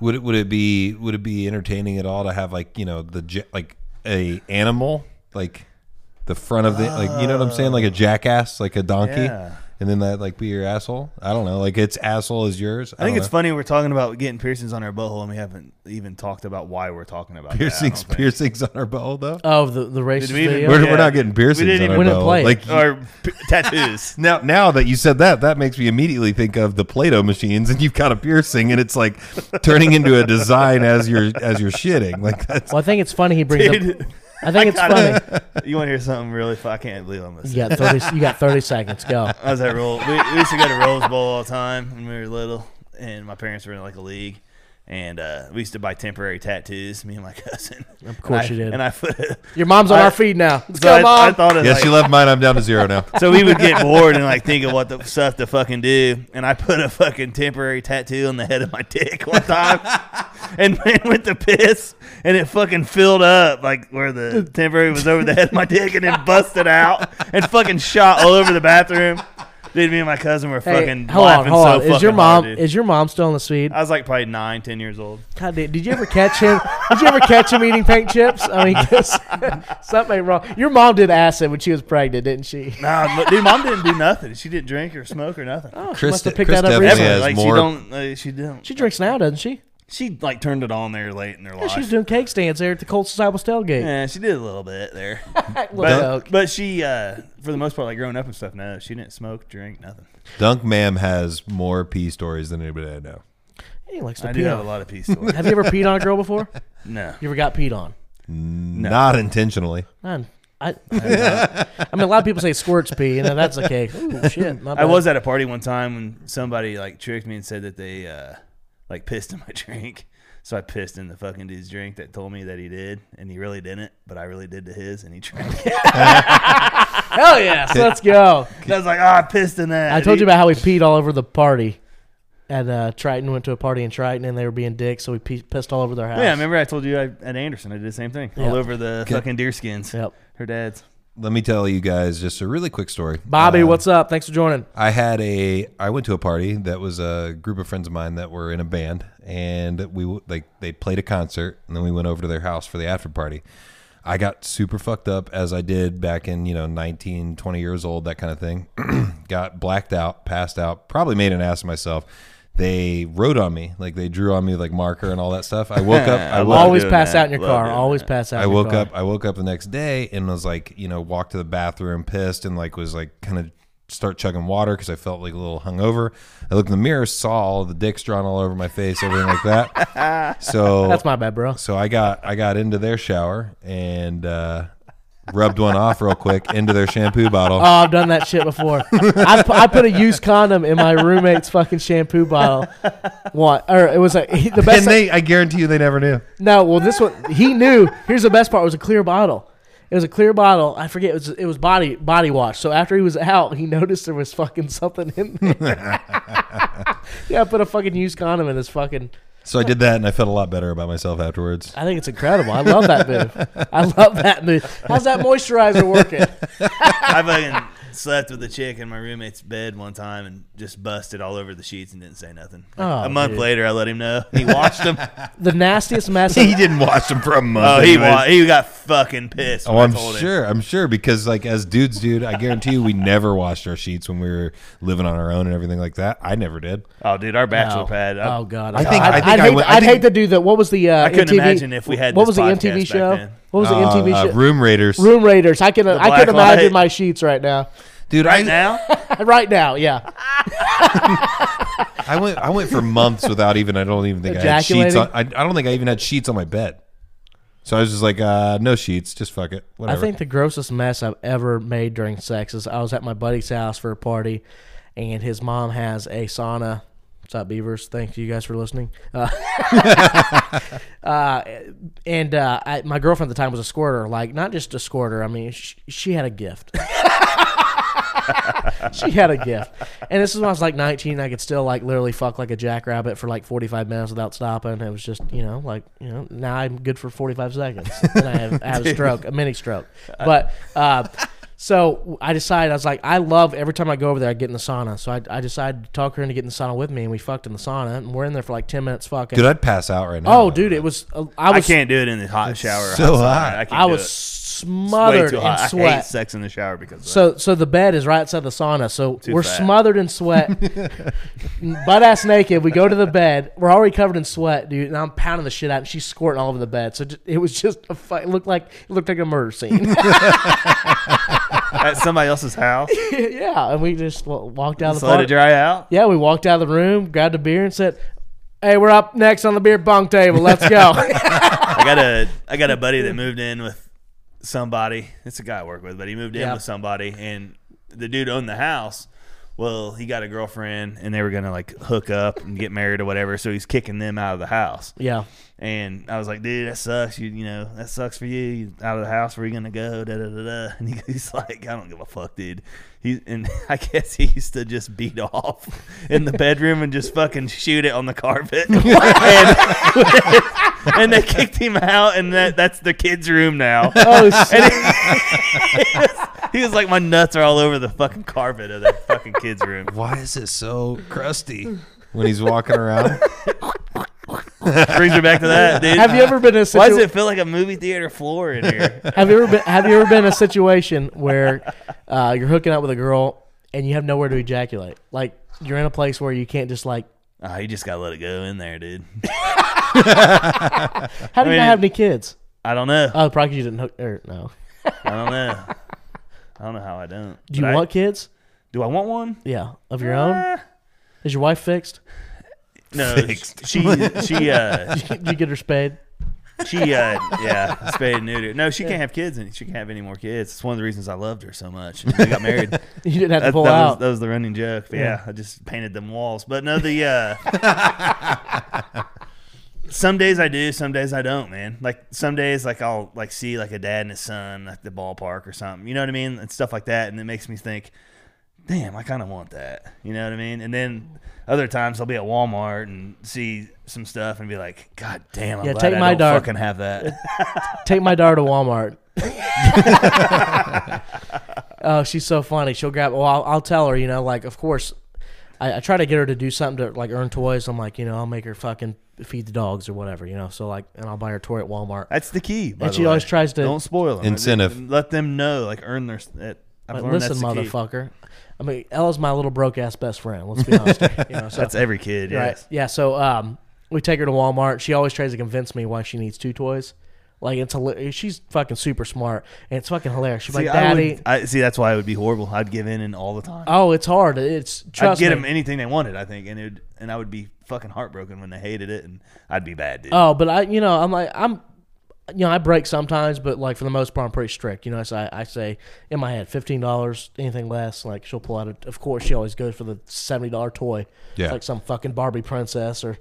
Speaker 1: would it would it be would it be entertaining at all to have like you know the ja- like a animal like the front of the like you know what I'm saying like a jackass like a donkey
Speaker 4: Yeah.
Speaker 1: and then that like be your asshole. I don't know. Like its asshole is yours.
Speaker 4: I think
Speaker 1: don't
Speaker 4: it's
Speaker 1: know.
Speaker 4: funny we're talking about getting piercings on our butthole and we haven't even talked about why we're talking about that, I don't
Speaker 1: Piercings,
Speaker 4: think.
Speaker 1: piercings on our butthole though.
Speaker 2: Oh, the the racist
Speaker 4: we even-
Speaker 2: video.
Speaker 1: we're,
Speaker 4: yeah.
Speaker 1: we're not getting piercings
Speaker 4: We didn't
Speaker 1: on
Speaker 2: even-
Speaker 1: our
Speaker 2: we
Speaker 1: butthole.
Speaker 2: didn't
Speaker 1: Like
Speaker 4: or p- tattoos.
Speaker 1: Now, now that you said that, that makes me immediately think of the Play-Doh machines, and you've got a piercing, and it's like turning into a design as you're as you're shitting. Like that's
Speaker 2: Well, I think it's funny he brings
Speaker 4: Dude.
Speaker 2: up. I think it's funny.
Speaker 4: gotta- You want to hear something really? fu- I can't believe I'm
Speaker 2: You
Speaker 4: listening.
Speaker 2: got thirty. You got thirty seconds. Go.
Speaker 4: I was at roll. We, we used to go to Rolls Bowl all the time when we were little, and my parents were in like a league, and uh, we used to buy temporary tattoos. Me and my cousin. Of
Speaker 2: course
Speaker 4: and I,
Speaker 2: you did.
Speaker 4: And I put. It,
Speaker 2: Your mom's on
Speaker 4: I-
Speaker 2: our feed now. Let's
Speaker 4: so
Speaker 2: go,
Speaker 4: I,
Speaker 2: mom.
Speaker 4: I thought of
Speaker 1: yes,
Speaker 4: like,
Speaker 1: you left mine. I'm down to zero now.
Speaker 4: So we would get bored and like think of what the stuff to fucking do, and I put a fucking temporary tattoo on the head of my dick one time, and man went to piss, and it fucking filled up like where the temporary was over the head of my dick, and then busted out and fucking shot all over the bathroom. Dude, me and my cousin were
Speaker 2: Hey,
Speaker 4: fucking
Speaker 2: hold on,
Speaker 4: laughing
Speaker 2: hold
Speaker 4: so
Speaker 2: on.
Speaker 4: fucking
Speaker 2: Is your
Speaker 4: hard,
Speaker 2: mom
Speaker 4: dude.
Speaker 2: is your mom still in the Swede?
Speaker 4: I was like probably nine, ten years old.
Speaker 2: God, did, did you ever catch him? did you ever catch him eating paint chips? I mean, 'cause something ain't wrong. Your mom did acid when she was pregnant, didn't she?
Speaker 4: Nah, but, dude, mom didn't do nothing. She didn't drink or smoke or nothing. Oh,
Speaker 2: she Chris must have de- picked Chris that up definitely recently. has
Speaker 4: like,
Speaker 2: more-
Speaker 4: She don't. Like, she don't.
Speaker 2: She drinks now, doesn't she?
Speaker 4: She like turned it on there late in her
Speaker 2: Yeah,
Speaker 4: life.
Speaker 2: she was doing cake stands there at the Colts Disciples tailgate.
Speaker 4: Yeah, she did a little bit there.
Speaker 2: Look.
Speaker 4: but, but she, uh, for the most part, like growing up and stuff, no, she didn't smoke, drink, nothing.
Speaker 1: Dunk Mam has more pee stories than anybody I know.
Speaker 2: He likes to
Speaker 4: I
Speaker 2: pee
Speaker 4: do
Speaker 2: on.
Speaker 4: have a lot of pee stories.
Speaker 2: Have you ever peed on a girl before?
Speaker 4: No.
Speaker 2: You ever got peed on?
Speaker 1: Not intentionally.
Speaker 2: None. I, I, mean, a lot of people say squirts pee, and if that's the case, ooh, shit. My
Speaker 4: I
Speaker 2: bad.
Speaker 4: was at a party one time when somebody like tricked me and said that they uh, like pissed in my drink. So I pissed in the fucking dude's drink that told me that he did, and he really didn't, but I really did to his, and he drank it.
Speaker 2: Hell yes, let's go.
Speaker 4: I was like, oh, I pissed in that.
Speaker 2: I told you about how we peed all over the party. At uh, Triton, went to a party in Triton, and they were being dicks, so we pee- pissed all over their house.
Speaker 4: Yeah, remember I told you I, at Anderson I did the same thing
Speaker 2: Yep.
Speaker 4: all over the
Speaker 1: Good.
Speaker 4: fucking deer skins.
Speaker 2: Yep.
Speaker 4: Her dad's.
Speaker 1: Let me tell you guys just a really quick story.
Speaker 2: Bobby,
Speaker 1: Um,
Speaker 2: what's up? Thanks for joining.
Speaker 1: I had a I went to a party that was a group of friends of mine that were in a band and we w- like they played a concert and then we went over to their house for the after party. I got super fucked up as I did back in, you know, 19, 20 years old, that kind of thing. got blacked out, passed out, probably made an ass of myself. They wrote on me, like they drew on me with, like marker and all that stuff. I woke up, I
Speaker 4: I
Speaker 1: woke
Speaker 4: love
Speaker 2: Always
Speaker 4: doing
Speaker 2: pass
Speaker 4: that.
Speaker 2: out in your
Speaker 4: Love
Speaker 2: car.
Speaker 4: doing
Speaker 2: Always pass out.
Speaker 1: I
Speaker 2: in your
Speaker 1: woke
Speaker 2: car.
Speaker 1: up. I woke up the next day and was like, you know, walked to the bathroom, pissed, and like was like kind of start chugging water because I felt like a little hungover. I looked in the mirror, saw all the dicks drawn all over my face, everything like that. So
Speaker 2: That's my bad, bro.
Speaker 1: So I got I got into their shower and uh, rubbed one off real quick into their shampoo bottle.
Speaker 2: Oh, I've done that shit before. I, pu- I put a used condom in my roommate's fucking shampoo bottle. What? Or it was a he, the best.
Speaker 1: and they, I guarantee you, they never knew.
Speaker 2: no, well, this one he knew. Here's the best part: it was a clear bottle. It was a clear bottle. I forget it was it was body body wash. So after he was out, he noticed there was fucking something in there. yeah, I put a fucking used condom in his fucking.
Speaker 1: So I did that, and I felt a lot better about myself afterwards.
Speaker 2: I think it's incredible. I love that move. I love that move. How's that moisturizer working?
Speaker 4: I fucking slept with a chick in my roommate's bed one time and just busted all over the sheets and didn't say nothing.
Speaker 2: Oh,
Speaker 4: a month
Speaker 2: dude.
Speaker 4: later, I let him know. He watched him.
Speaker 2: The nastiest mess.
Speaker 1: He didn't watch them for a month.
Speaker 4: oh, he
Speaker 1: anyways.
Speaker 4: wa- he got fucking pissed.
Speaker 1: Oh,
Speaker 4: when I
Speaker 1: I'm
Speaker 4: told him.
Speaker 1: sure. I'm sure because like as dudes, dude, I guarantee you, we never washed our sheets when we were living on our own and everything like that. I never did.
Speaker 4: Oh, dude, our bachelor
Speaker 2: No.
Speaker 4: pad. I,
Speaker 2: oh God!
Speaker 1: I think-
Speaker 2: I'd,
Speaker 1: I think
Speaker 2: I'd
Speaker 1: I
Speaker 2: hate,
Speaker 1: went-
Speaker 2: to,
Speaker 1: I
Speaker 2: I'd hate
Speaker 1: think-
Speaker 2: to do that. What was the? Uh,
Speaker 4: I couldn't
Speaker 2: MTV
Speaker 4: imagine if we had
Speaker 2: What was
Speaker 4: this
Speaker 2: the
Speaker 4: podcast
Speaker 2: MTV
Speaker 4: back
Speaker 2: show?
Speaker 4: then.
Speaker 2: What was the
Speaker 1: Uh,
Speaker 2: MTV
Speaker 1: uh,
Speaker 2: show?
Speaker 1: Room Raiders,
Speaker 2: Room Raiders. I can I
Speaker 4: black
Speaker 2: can imagine
Speaker 4: light.
Speaker 2: my sheets right now.
Speaker 1: dude. I,
Speaker 4: now.
Speaker 2: right now, yeah.
Speaker 1: I went I went for months without even. I don't even think I had sheets.
Speaker 2: Ejaculating?
Speaker 1: On, I, I don't think I even had sheets on my bed. So I was just like, uh, no sheets, just fuck it,
Speaker 2: I
Speaker 1: whatever.
Speaker 2: think the grossest mess I've ever made during sex is I was at my buddy's house for a party, and his mom has a sauna. What's up, Beavers? Thank you guys for listening. Uh, uh, and uh, I, my girlfriend at the time was a squirter, like not just a squirter. I mean, she, she had a gift. she had a gift, and this is when I was like 19. I could still like literally fuck like a jackrabbit for like 45 minutes without stopping. It was just you know like you know now I'm good for 45 seconds. Then I have, I have a stroke, a mini stroke. But uh, so I decided I was like I love every time I go over there I get in the sauna. So I, I decided to talk her into getting in the sauna with me, and we fucked in the sauna, and we're in there for like 10 minutes fucking.
Speaker 1: dude, I'd pass out right now.
Speaker 2: Oh, dude, it was. Uh, I
Speaker 4: I
Speaker 2: was.
Speaker 4: can't do it in the hot shower. or
Speaker 1: so
Speaker 4: hot sauna.
Speaker 1: hot.
Speaker 4: I, can't
Speaker 2: I
Speaker 4: do
Speaker 2: was
Speaker 4: it. Way
Speaker 2: smothered
Speaker 4: too hot.
Speaker 2: in
Speaker 4: I hate
Speaker 2: sweat.
Speaker 4: sex in the shower because of
Speaker 2: So, so the bed is right outside the sauna. So we're
Speaker 4: fat.
Speaker 2: smothered in sweat, butt ass naked. We go to the bed. We're already covered in sweat, dude. And I'm pounding the shit out, and she's squirting all over the bed. So ju- it was just a fight. It looked like it looked like a murder scene.
Speaker 4: that. at somebody else's house.
Speaker 2: yeah, and we just wa- walked out of
Speaker 4: Just
Speaker 2: the
Speaker 4: let it
Speaker 2: party.
Speaker 4: dry out.
Speaker 2: Yeah, we walked out of the room, grabbed a beer, and said, "Hey, we're up next on the beer bong table. Let's go."
Speaker 4: I got a I got a buddy that moved in with somebody. It's a guy I work with, but he moved in
Speaker 2: Yeah.
Speaker 4: with somebody, and the dude owned the house. Well, he got a girlfriend, and they were gonna like hook up and get married or whatever. So he's kicking them out of the house.
Speaker 2: yeah.
Speaker 4: And I was like, dude, that sucks. You, you know, that sucks for you. You out of the house. Where you gonna go? Da da da da. And he- he's like, I don't give a fuck, dude. He and I guess he used to just beat off in the bedroom and just fucking shoot it on the carpet. and, and they kicked him out, and that that's the kid's room now.
Speaker 2: Oh shit.
Speaker 4: And he, he was, he was like, my nuts are all over the fucking carpet of that fucking fucking kid's room.
Speaker 1: Why is it so crusty when he's walking around?
Speaker 4: Brings me back to that, dude.
Speaker 2: Have you ever been in a situ-
Speaker 4: Why does it feel like a movie theater floor in here?
Speaker 2: have you ever been Have you ever been in a situation where uh, you're hooking up with a girl and you have nowhere to ejaculate? Like you're in a place where you can't just like.
Speaker 4: oh, you just gotta let it go in there, dude.
Speaker 2: How do you
Speaker 4: mean,
Speaker 2: not have any kids?
Speaker 4: I don't know.
Speaker 2: Oh, probably 'cause you didn't hook. Or no.
Speaker 4: I don't know. I don't know how I don't.
Speaker 2: Do you
Speaker 4: But I-
Speaker 2: want kids?
Speaker 4: Do I want one?
Speaker 2: Yeah, of your own. Is your wife fixed?
Speaker 4: No, she she uh
Speaker 2: Did you get her spayed?
Speaker 4: she uh yeah spayed and neutered. No, she can't have kids and she can't have any more kids. It's one of the reasons I loved her so much. We got married.
Speaker 2: You didn't have to
Speaker 4: That,
Speaker 2: pull
Speaker 4: that
Speaker 2: out.
Speaker 4: Was, that was the running joke. But yeah,
Speaker 2: Yeah.
Speaker 4: I just painted them walls. But no, the uh, some days I do, some days I don't, man. Like some days, like I'll like see like a dad and his son at the ballpark or something. You know what I mean? And stuff like that, and it makes me think, damn, I kind of want that. You know what I mean? And then other times I'll be at Walmart and see some stuff and be like, God damn, I'm
Speaker 2: Yeah,
Speaker 4: glad
Speaker 2: take
Speaker 4: I
Speaker 2: my
Speaker 4: don't
Speaker 2: dog-
Speaker 4: fucking have that.
Speaker 2: Take my daughter to Walmart. oh, she's so funny. She'll grab. Well, I'll, I'll tell her. You know, like of course, I, I try to get her to do something to like earn toys. I'm like, you know, I'll make her fucking feed the dogs or whatever. You know, so like, and I'll buy her a toy at Walmart.
Speaker 4: That's the key. by
Speaker 2: And
Speaker 4: the
Speaker 2: she
Speaker 4: way.
Speaker 2: always tries to-
Speaker 4: don't spoil them.
Speaker 1: Incentive.
Speaker 4: Let them know, like earn their. That, I've
Speaker 2: But
Speaker 4: learned
Speaker 2: listen,
Speaker 4: that's the key.
Speaker 2: motherfucker. I mean, Ella's my little broke ass best friend. Let's be honest. here, you know, so,
Speaker 4: That's every kid.
Speaker 2: Right.
Speaker 4: Yes.
Speaker 2: Yeah. So um, we take her to Walmart. She always tries to convince me why she needs two toys. Like it's hila- she's fucking super smart and it's fucking hilarious. She's
Speaker 4: See,
Speaker 2: like,
Speaker 4: I
Speaker 2: Daddy.
Speaker 4: would- I see. That's why it would be horrible. I'd give in and all the time.
Speaker 2: Oh, it's hard. It's
Speaker 4: I'd
Speaker 2: trust
Speaker 4: get
Speaker 2: me.
Speaker 4: them anything they wanted. I think, and it would, and I would be fucking heartbroken when they hated it, and I'd be bad, dude.
Speaker 2: Oh, but I, you know, I'm like, I'm, you know, I break sometimes, but like for the most part, I'm pretty strict. You know, so I, I say in my head, fifteen dollars, anything less, like she'll pull out. A, of course, she always goes for the seventy dollar toy.
Speaker 1: Yeah.
Speaker 2: It's like some fucking Barbie princess or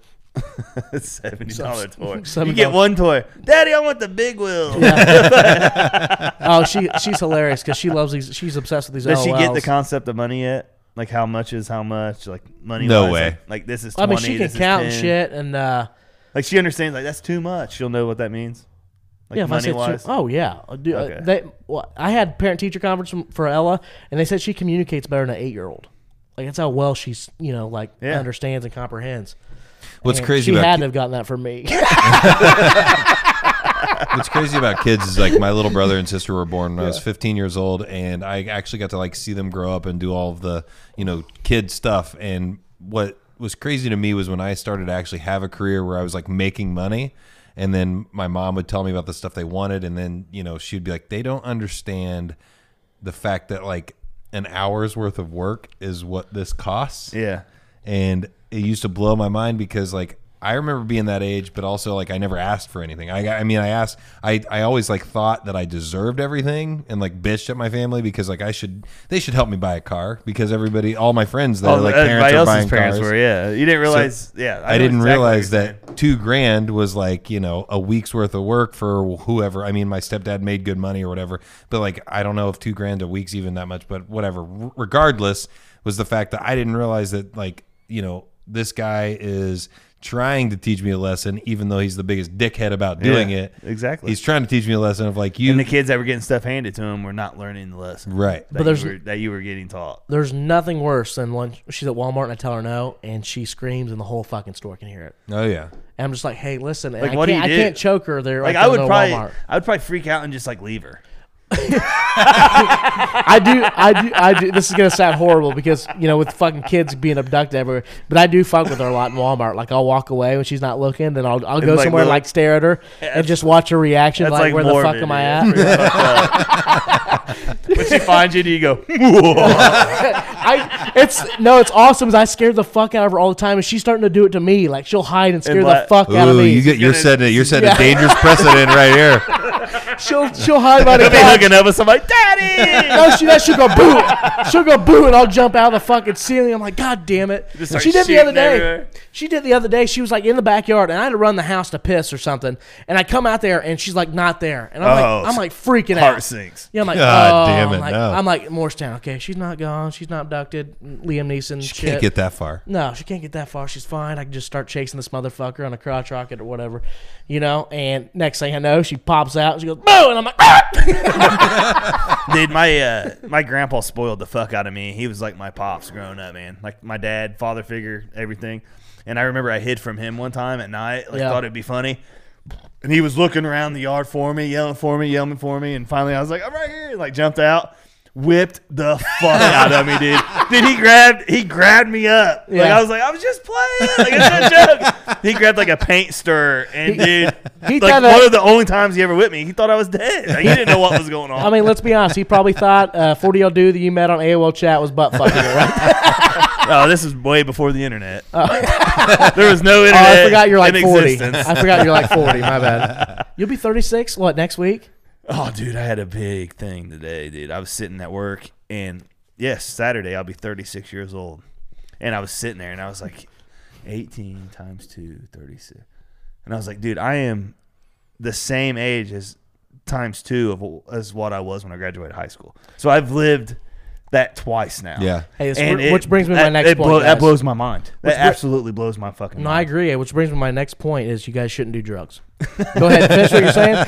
Speaker 4: Seventy dollar toy.
Speaker 2: $70
Speaker 4: You get one toy, Daddy. I want the big wheel.
Speaker 2: oh, she she's hilarious because she loves these. She's obsessed with these.
Speaker 4: Does she get the
Speaker 2: LOLs.
Speaker 4: concept of money yet? Like how much is how much? Like money?
Speaker 1: No
Speaker 4: wise,
Speaker 1: way.
Speaker 4: Like, like, this is.
Speaker 2: I
Speaker 4: 20,
Speaker 2: mean, she can
Speaker 4: this is
Speaker 2: count and
Speaker 4: 10.
Speaker 2: shit, and uh,
Speaker 4: Like she understands. Like that's too much. She'll know what that means. Like
Speaker 2: yeah, if I
Speaker 4: money
Speaker 2: said she-
Speaker 4: wise.
Speaker 2: oh yeah, Uh, dude, uh,
Speaker 4: Okay.
Speaker 2: they, well, I had parent teacher conference from- for Ella, and they said she communicates better than an eight year old. Like that's how well she's you know like
Speaker 4: Yeah.
Speaker 2: understands and comprehends.
Speaker 1: What's
Speaker 2: And
Speaker 1: crazy
Speaker 2: She
Speaker 1: about
Speaker 2: had
Speaker 1: ki-
Speaker 2: to have gotten that from me.
Speaker 1: What's crazy about kids is like my little brother and sister were born when I was 15 years old, and I actually got to like see them grow up and do all of the you know kid stuff. And what was crazy to me was when I started to actually have a career where I was like making money, and then my mom would tell me about the stuff they wanted, and then you know she'd be like, they don't understand the fact that like an hour's worth of work is what this costs
Speaker 4: Yeah.
Speaker 1: and it used to blow my mind because like I remember being that age, but also like I never asked for anything. I, I mean, I asked. I, I always like thought that I deserved everything, and like bitched at my family because like I should they should help me buy a car because everybody, all my friends that
Speaker 4: Oh,
Speaker 1: are like
Speaker 4: uh,
Speaker 1: parents
Speaker 4: everybody
Speaker 1: are
Speaker 4: else's
Speaker 1: buying
Speaker 4: parents
Speaker 1: cars.
Speaker 4: were. Yeah. You didn't realize. yeah.
Speaker 1: I,
Speaker 4: know
Speaker 1: didn't
Speaker 4: exactly what
Speaker 1: realize
Speaker 4: you're
Speaker 1: that
Speaker 4: saying.
Speaker 1: two grand was like you know a week's worth of work for whoever. I mean, my stepdad made good money or whatever, but like I don't know if two grand a week's even that much. But whatever, R- regardless, was the fact that I didn't realize that like you know this guy is trying to teach me a lesson, even though he's the biggest dickhead about doing
Speaker 4: Yeah,
Speaker 1: it.
Speaker 4: exactly.
Speaker 1: he's trying to teach me a lesson of like you.
Speaker 4: and the kids that were getting stuff handed to them were not learning the lesson
Speaker 1: Right.
Speaker 4: that
Speaker 2: But there's-
Speaker 4: you were, that you were getting taught.
Speaker 2: There's nothing worse than when she's at Walmart and I tell her no, and she screams, and the whole fucking store can hear it.
Speaker 1: Oh yeah,
Speaker 2: And I'm just like, hey, listen, and
Speaker 4: Like,
Speaker 2: I,
Speaker 4: what do
Speaker 2: can't,
Speaker 4: you
Speaker 2: I
Speaker 4: do?
Speaker 2: can't choke her there.
Speaker 4: Like
Speaker 2: at
Speaker 4: I
Speaker 2: the
Speaker 4: would
Speaker 2: no
Speaker 4: probably,
Speaker 2: Walmart.
Speaker 4: I would probably freak out and just like leave her.
Speaker 2: I do, I do, I do. This is gonna sound horrible because you know, with fucking kids being abducted everywhere. But I do fuck with her a lot in Walmart. Like I'll walk away when she's not looking, then I'll, I'll go
Speaker 4: like,
Speaker 2: somewhere and
Speaker 4: look-
Speaker 2: like stare at her and just watch her reaction.
Speaker 4: That's
Speaker 2: Like, where
Speaker 4: like,
Speaker 2: the fuck
Speaker 4: morbid,
Speaker 2: am I
Speaker 4: yeah.
Speaker 2: at?
Speaker 4: when she finds you, do you go?
Speaker 2: I, it's no, it's awesome. Is I scare the fuck out of her all the time, and she's starting to do it to me. Like she'll hide and scare the
Speaker 4: like-
Speaker 2: fuck out of
Speaker 1: Ooh,
Speaker 2: me.
Speaker 1: you get, you're
Speaker 4: gonna-
Speaker 1: setting a, you're setting
Speaker 2: Yeah.
Speaker 1: a dangerous precedent right here.
Speaker 2: she'll she'll hide by the
Speaker 4: They'll be
Speaker 2: couch.
Speaker 4: hooking up with somebody. Daddy.
Speaker 2: No, she that she'll go boo. She'll go boo, and I'll jump out of the fucking ceiling. I'm like, God damn it!
Speaker 4: Just start
Speaker 2: She did the
Speaker 4: shooting
Speaker 2: other day.
Speaker 4: everywhere.
Speaker 2: She did the other day. She was like in the backyard, and I had to run the house to piss or something. And I come out there, and she's like not there, and I'm
Speaker 4: Oh,
Speaker 2: like, I'm like freaking
Speaker 4: Heart
Speaker 2: out.
Speaker 4: sinks.
Speaker 2: Yeah, I'm like,
Speaker 1: God
Speaker 2: oh,
Speaker 1: damn it,
Speaker 2: I'm like,
Speaker 1: no.
Speaker 2: I'm like Morristown. Okay, she's not gone. She's not abducted. Liam Neeson.
Speaker 1: She
Speaker 2: shit.
Speaker 1: can't get that far.
Speaker 2: No, she can't get that far. She's fine. I can just start chasing this motherfucker on a crotch rocket or whatever, you know. And next thing I know, she pops out. And she goes, "Bah!" Rambo, and I'm like, "Ah!"
Speaker 4: Dude, my uh, my grandpa spoiled the fuck out of me. He was like my pops growing up, man. Like my dad, father figure, everything. And I remember I hid from him one time at night. Like
Speaker 2: Yeah.
Speaker 4: thought it'd be funny. And he was looking around the yard for me, yelling for me, yelling for me. And finally, I was like, "I'm right here!" and, Like jumped out, whipped the fuck out of me, dude. Dude, he grabbed he grabbed me up. Like
Speaker 2: Yeah.
Speaker 4: I was like, "I was just playing." Like it's a joke. He grabbed like a paint stirrer, and dude,
Speaker 2: he
Speaker 4: like
Speaker 2: thought I-
Speaker 4: one of the only times he ever whipped me, he thought I was dead. Like, he didn't know what was going on.
Speaker 2: I mean, let's be honest. He probably thought uh, 40 year old dude that you met on AOL chat was butt fucking it, right?
Speaker 4: Oh, this is way before the internet. there was no
Speaker 2: Oh,
Speaker 4: internet.
Speaker 2: I forgot you're like
Speaker 4: in
Speaker 2: 40.
Speaker 4: existence.
Speaker 2: I forgot you're like 40. My bad. You'll be 36, what, next week?
Speaker 4: Oh, dude, I had a big thing today, dude. I was sitting at work, and yes, Saturday I'll be 36 years old. And I was sitting there, and I was like, 18 times 2, 36. And I was like, dude, I am the same age as times two of as what I was when I graduated high school. So I've lived that twice now.
Speaker 1: Yeah.
Speaker 2: Hey, this-
Speaker 4: And
Speaker 2: which brings me to my
Speaker 4: that-
Speaker 2: next
Speaker 4: it
Speaker 2: point,
Speaker 4: blow-
Speaker 2: guys.
Speaker 4: That blows my mind. That
Speaker 2: Which br-
Speaker 4: absolutely blows my fucking
Speaker 2: No,
Speaker 4: mind.
Speaker 2: I agree. Which brings me to my next point is you guys shouldn't do drugs. Go ahead. Finish what you're saying.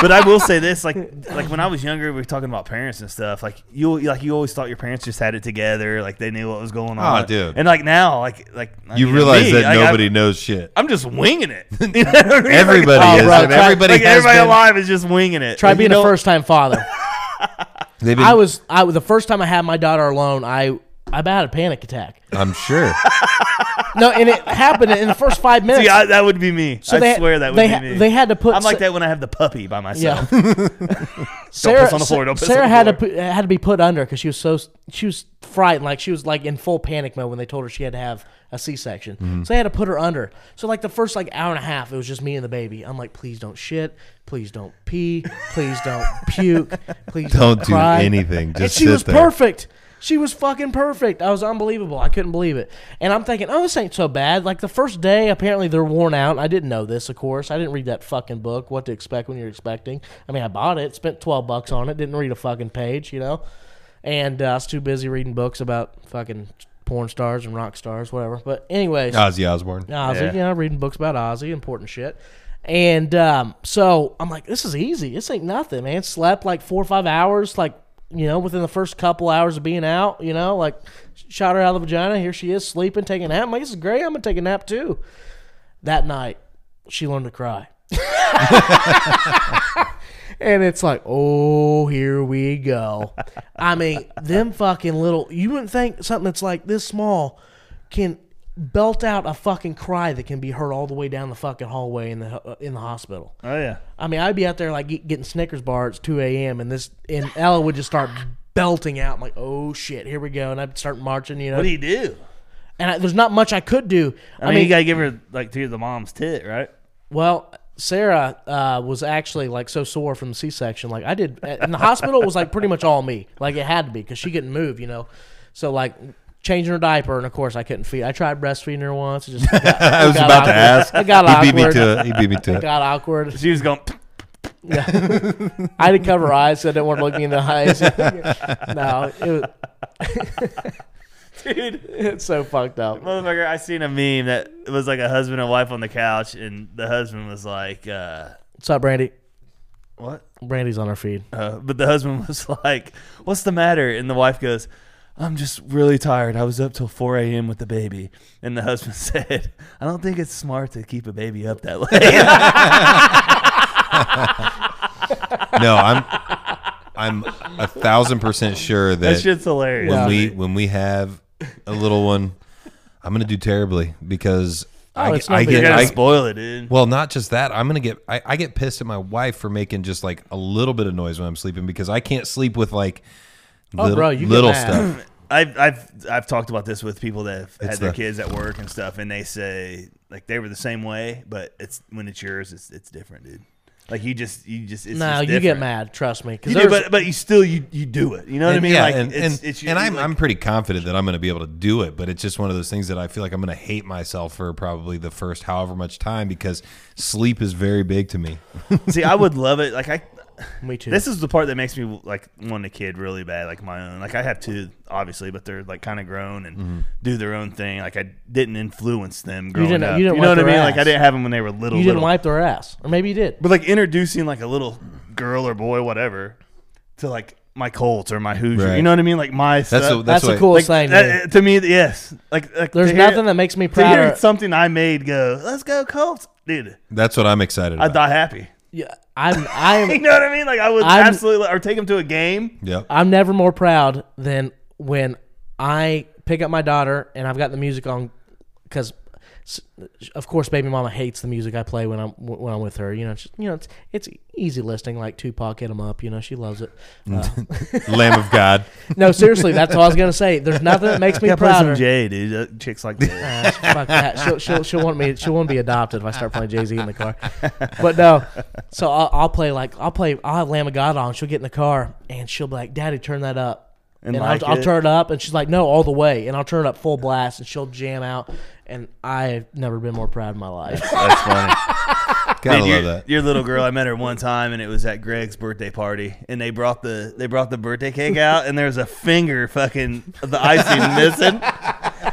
Speaker 4: but I will say this: like, like when I was younger, we were talking about parents and stuff. Like you, like you always thought your parents just had it together, like they knew what was going on.
Speaker 1: Oh, dude.
Speaker 4: And like now, like like I
Speaker 1: You
Speaker 4: mean,
Speaker 1: realize
Speaker 4: me,
Speaker 1: that
Speaker 4: like,
Speaker 1: nobody
Speaker 4: I'm,
Speaker 1: knows shit.
Speaker 4: I'm just winging it. You know what I mean?
Speaker 1: Everybody
Speaker 4: like,
Speaker 1: is.
Speaker 2: Oh, bro,
Speaker 1: dude.
Speaker 2: try-
Speaker 1: everybody
Speaker 4: like,
Speaker 1: has
Speaker 4: everybody
Speaker 1: been-
Speaker 4: alive is just winging it.
Speaker 2: Try
Speaker 4: And you
Speaker 2: being a
Speaker 4: know-
Speaker 2: first time father.
Speaker 1: they've been-
Speaker 2: I was I the first time I had my daughter alone. I I had a panic attack.
Speaker 1: I'm sure.
Speaker 2: No, and it happened in the first five minutes.
Speaker 4: See, I, that would be me.
Speaker 2: So
Speaker 4: I
Speaker 2: they-
Speaker 4: swear that would
Speaker 2: they
Speaker 4: be
Speaker 2: ha-
Speaker 4: me.
Speaker 2: they had to put
Speaker 4: I'm like
Speaker 2: s-
Speaker 4: that when I have the puppy by
Speaker 2: yeah.
Speaker 4: myself.
Speaker 2: Sarah,
Speaker 4: on the floor, don't piss on
Speaker 2: Sarah
Speaker 4: the
Speaker 2: had to
Speaker 4: floor.
Speaker 2: put, had to be put under because she was so she was frightened, like she was like in full panic mode when they told her she had to have a C-section.
Speaker 4: Mm-hmm.
Speaker 2: So they had to put her under. So like the first like hour and a half, it was just me and the baby. I'm like, please don't shit, please don't pee, please don't puke, please
Speaker 1: Don't
Speaker 2: don't,
Speaker 1: do
Speaker 2: cry."
Speaker 1: anything,
Speaker 2: and
Speaker 1: just
Speaker 2: she
Speaker 1: sit
Speaker 2: was
Speaker 1: there.
Speaker 2: perfect. She was fucking perfect. I was unbelievable. I couldn't believe it. And I'm thinking, oh, this ain't so bad. Like the first day, apparently they're worn out. I didn't know this, of course. I didn't read that fucking book, What to Expect When You're Expecting. I mean, I bought it, spent 12 bucks on it, didn't read a fucking page, you know? And uh, I was too busy reading books about fucking porn stars and rock stars, whatever. But, anyways.
Speaker 1: Ozzy Osbourne.
Speaker 2: Ozzy,
Speaker 4: Yeah.
Speaker 2: yeah. reading books about Ozzy, important shit. And um, so I'm like, this is easy. This ain't nothing, man. Slept like four or five hours, like, you know, within the first couple hours of being out, you know, like shot her out of the vagina. Here she is sleeping, taking a nap. I'm like, this is great. I'm going to take a nap too. That night, she learned to cry. And it's like, oh, here we go. I mean, them fucking little. You wouldn't think something that's like this small can belt out a fucking cry that can be heard all the way down the fucking hallway in the uh, in the hospital.
Speaker 4: oh yeah.
Speaker 2: I mean, I'd be out there like eat- getting Snickers bar at 2 a.m. and this and Ella would just start belting out. I'm like, oh shit, here we go, and I'd start marching. You know,
Speaker 4: What do you do?
Speaker 2: and I, there's not much I could do.
Speaker 4: I mean, you gotta give her like to the mom's tit, right?
Speaker 2: Well, Sarah uh, was actually like so sore from the C-section. Like I did, and the hospital was like pretty much all me. Like it had to be because she couldn't move, you know. So like changing her diaper, and of course I couldn't feed. I tried breastfeeding her once. It just got,
Speaker 1: I was
Speaker 2: got
Speaker 1: about to
Speaker 2: awkward.
Speaker 1: ask.
Speaker 2: It got
Speaker 1: he beat me
Speaker 2: awkward.
Speaker 1: to it. He beat me to
Speaker 2: It
Speaker 1: it.
Speaker 2: got awkward.
Speaker 4: She was going.
Speaker 2: I had to cover her eyes. So I didn't want to look me in the eyes. no, it was. Dude, it's so fucked up.
Speaker 4: Motherfucker, I seen a meme that it was like a husband and wife on the couch, and the husband was like, uh,
Speaker 2: What's up, Brandy?
Speaker 4: "What?"
Speaker 2: Brandy's on our feed.
Speaker 4: Uh, but the husband was like, "What's the matter?" And the wife goes, "I'm just really tired. I was up till 4 a.m. with the baby." And the husband said, "I don't think it's smart to keep a baby up that late."
Speaker 1: No, I'm. I'm a thousand percent sure
Speaker 4: that
Speaker 1: that
Speaker 4: shit's hilarious.
Speaker 1: when we when we have a little one, I'm gonna do terribly because
Speaker 2: Oh,
Speaker 1: I,
Speaker 2: it's
Speaker 1: get-
Speaker 2: no
Speaker 1: I
Speaker 2: big
Speaker 1: get
Speaker 4: You're gonna
Speaker 1: I,
Speaker 4: spoil it, dude.
Speaker 1: Well, not just that. I'm gonna get. I, I get pissed at my wife for making just like a little bit of noise when I'm sleeping because I can't sleep with like
Speaker 2: Oh,
Speaker 1: little,
Speaker 2: bro, you get
Speaker 1: little
Speaker 2: mad.
Speaker 1: stuff.
Speaker 4: I've I've I've talked about this with people that have had
Speaker 1: It's
Speaker 4: their
Speaker 1: the-
Speaker 4: kids at work and stuff, and they say like they were the same way, but it's when it's yours, it's it's different, dude. Like you just you just it's
Speaker 2: No,
Speaker 4: just
Speaker 2: you get
Speaker 4: different.
Speaker 2: mad. Trust me. 'cause
Speaker 4: You do,
Speaker 2: there's-
Speaker 4: but but you still you you do it. You know what I mean?
Speaker 1: yeah,
Speaker 4: like
Speaker 1: and
Speaker 4: it's,
Speaker 1: and,
Speaker 4: it's you-
Speaker 1: and I'm
Speaker 4: like,
Speaker 1: I'm pretty confident that I'm gonna be able to do it, but it's just one of those things that I feel like I'm gonna hate myself for probably the first however much time because sleep is very big to me.
Speaker 4: see, I would love it. Like I,
Speaker 2: me too.
Speaker 4: this is the part that makes me like want a kid really bad, like my own. Like I have two, obviously, but they're like kind of grown and do their own thing. Like I didn't influence them growing
Speaker 2: didn't-
Speaker 4: up.
Speaker 2: Mm-hmm. you didn't
Speaker 4: know
Speaker 2: wipe
Speaker 4: what I
Speaker 2: their
Speaker 4: mean? Like I
Speaker 2: ass.
Speaker 4: didn't have them when they were little.
Speaker 2: you didn't
Speaker 4: little.
Speaker 2: wipe their ass, or maybe you did.
Speaker 4: But like introducing like a little girl or boy, whatever, to like my Colts or my Hoosier.
Speaker 1: Right.
Speaker 4: You know what I mean? Like my
Speaker 1: That's
Speaker 4: stuff.
Speaker 1: the- that's That's the
Speaker 2: what- coolest
Speaker 4: Like,
Speaker 2: thing,
Speaker 4: that-
Speaker 2: man.
Speaker 4: to me, yes. Like, like
Speaker 2: There's
Speaker 4: to hear-
Speaker 2: nothing that makes me
Speaker 4: to hear
Speaker 2: prouder-
Speaker 4: Something I made go. Let's go Colts, dude.
Speaker 1: That's what I'm excited
Speaker 4: I'd
Speaker 1: about.
Speaker 4: die happy.
Speaker 2: Yeah, I'm. I'm.
Speaker 4: You know what I mean? Like I would
Speaker 2: I'm-
Speaker 4: absolutely or take him to a game.
Speaker 1: Yep.
Speaker 2: I'm never more proud than when I pick up my daughter and I've got the music on because, of course, baby mama hates the music I play when I'm when I'm with her. You know, she, you know, it's it's easy listening like Tupac hit 'em up. You know, she loves it. Uh,
Speaker 1: Lamb of God.
Speaker 2: no, seriously, that's all I was gonna say. There's nothing that makes me
Speaker 4: Yeah, play some
Speaker 2: prouder.
Speaker 4: Jay, dude. Uh, Chicks like that.
Speaker 2: Uh, fuck that. She'll, she'll, she'll want me. She'll want to be adopted if I start playing Jay Z in the car. But no, so I'll, I'll play like I'll play. I'll have Lamb of God on. She'll get in the car and she'll be like, "Daddy, turn that up."
Speaker 4: And
Speaker 2: And,
Speaker 4: like
Speaker 2: I'll, I'll
Speaker 4: it.
Speaker 2: turn it up, and she's like, "No, all the way." And I'll turn it up full blast, and she'll jam out. And I've never been more proud in my life.
Speaker 4: That's funny.
Speaker 1: Gotta
Speaker 4: Dude,
Speaker 1: love
Speaker 4: your,
Speaker 1: that.
Speaker 4: your little girl, I met her one time, and it was at Greg's birthday party, and they brought the they brought the birthday cake out, and there's a finger fucking of the icing missing,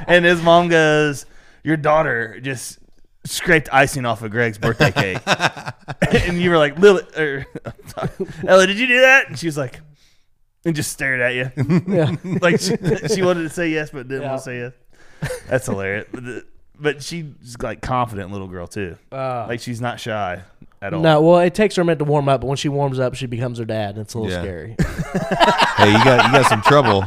Speaker 4: and his mom goes, "Your daughter just." Scraped icing off of Greg's birthday cake, and you were like, "Lily, or, Ella, did you do that?" And she was like, and just stared at you,
Speaker 2: Yeah.
Speaker 4: like she, she wanted to say yes but didn't
Speaker 2: Yeah.
Speaker 4: want to say yes. That's hilarious. But, the, but she's like confident little girl too.
Speaker 2: Uh.
Speaker 4: like she's not shy at all.
Speaker 2: No, well, it takes her a minute to warm up, but when she warms up, she becomes her dad, and it's a little
Speaker 1: Yeah.
Speaker 2: scary.
Speaker 1: Hey, you got you got some trouble.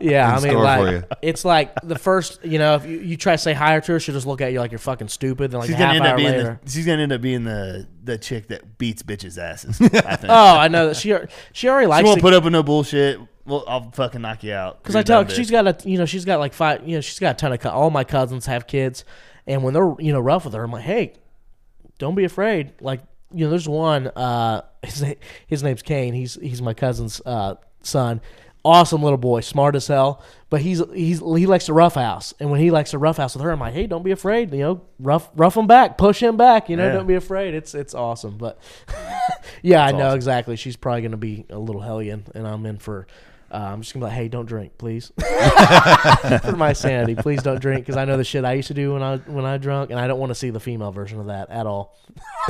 Speaker 2: Yeah, I
Speaker 1: in
Speaker 2: mean,
Speaker 1: store
Speaker 2: like,
Speaker 1: for you.
Speaker 2: it's like the first, you know, if you, you try to say hi to her, she'll just look at you like you're fucking stupid. Then like
Speaker 4: She's
Speaker 2: a half
Speaker 4: gonna end up
Speaker 2: hour
Speaker 4: being
Speaker 2: later,
Speaker 4: the, she's gonna end up being the the chick that beats bitches asses. I think.
Speaker 2: Oh, I know that she al- she already
Speaker 4: she
Speaker 2: likes
Speaker 4: won't
Speaker 2: it
Speaker 4: put up with no bullshit. Well, I'll fucking knock you out
Speaker 2: because I
Speaker 4: You're
Speaker 2: tell her,
Speaker 4: dumb
Speaker 2: she's
Speaker 4: bitch.
Speaker 2: got a you know she's got like five you know she's got a ton of co- all my cousins have kids, and when they're you know rough with her, I'm like, hey, don't be afraid. Like you know, there's one uh his na- his name's Kane. He's he's my cousin's uh son. Awesome little boy, smart as hell. But he's he's he likes to rough house, and when he likes to rough house with her, I'm like, hey, don't be afraid. You know, rough rough him back, push him back. You know,
Speaker 4: Yeah.
Speaker 2: don't be afraid. It's it's awesome. But yeah, I know exactly. She's probably gonna be a little hellion, and I'm in for. Uh, I'm just gonna be like, hey, don't drink, please, for my sanity. Please don't drink because I know the shit I used to do when I when I drunk, and I don't want to see the female version of that at all.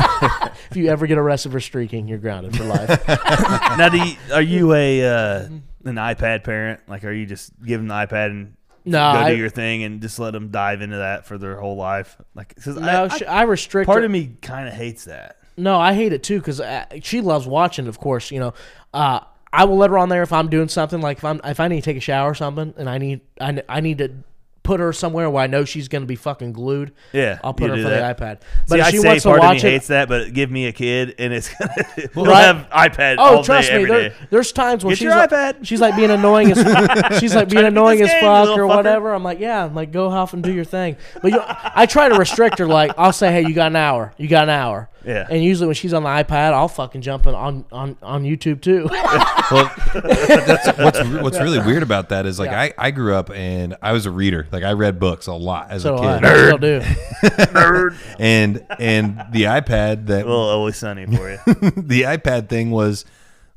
Speaker 2: if you ever get arrested for streaking, you're grounded for life.
Speaker 4: now. Do you, are you a uh, an iPad parent? Like, are you just giving the iPad and
Speaker 2: No,
Speaker 4: go
Speaker 2: I-
Speaker 4: do your thing and just let them dive into that for their whole life? Like, 'cause
Speaker 2: no,
Speaker 4: I,
Speaker 2: sh
Speaker 4: I,
Speaker 2: I, restrict.
Speaker 4: part
Speaker 2: her-
Speaker 4: of me kind of hates that.
Speaker 2: No, I hate it too because she loves watching. Of course, you know. Uh, I will let her on there if I'm doing something like if I'm if I need to take a shower or something, and I need I, n- I need to put her somewhere where I know she's going to be fucking glued.
Speaker 4: Yeah,
Speaker 2: I'll put
Speaker 4: you
Speaker 2: her
Speaker 4: do
Speaker 2: for
Speaker 4: that.
Speaker 2: the iPad.
Speaker 4: But
Speaker 2: But if
Speaker 4: See,
Speaker 2: she
Speaker 4: I say
Speaker 2: wants to
Speaker 4: part of me
Speaker 2: watch it,
Speaker 4: hates that, but give me a kid and it's gonna we'll
Speaker 2: Right.
Speaker 4: have iPad
Speaker 2: Oh,
Speaker 4: all
Speaker 2: trust
Speaker 4: day,
Speaker 2: me.
Speaker 4: every
Speaker 2: There,
Speaker 4: day.
Speaker 2: there's times when
Speaker 4: Get
Speaker 2: she's
Speaker 4: your
Speaker 2: like,
Speaker 4: iPad.
Speaker 2: she's like being annoying as she's like being
Speaker 4: to beat
Speaker 2: annoying
Speaker 4: this
Speaker 2: as
Speaker 4: game, you
Speaker 2: fuck or
Speaker 4: little fucker.
Speaker 2: whatever. I'm like, yeah, I'm like go off and do your thing. But you, I try to restrict her. Like I'll say, hey, you got an hour. You got an hour.
Speaker 4: Yeah.
Speaker 2: And usually when she's on the iPad, I'll fucking jump in on on on YouTube too.
Speaker 1: Well, that's, what's what's really weird about that is like I, I grew up and I was a reader. Like I read books a lot as
Speaker 2: so
Speaker 1: a
Speaker 2: do I,
Speaker 1: kid.
Speaker 2: I still do.
Speaker 1: And and the iPad that
Speaker 4: Well, always sunny for you.
Speaker 1: the iPad thing was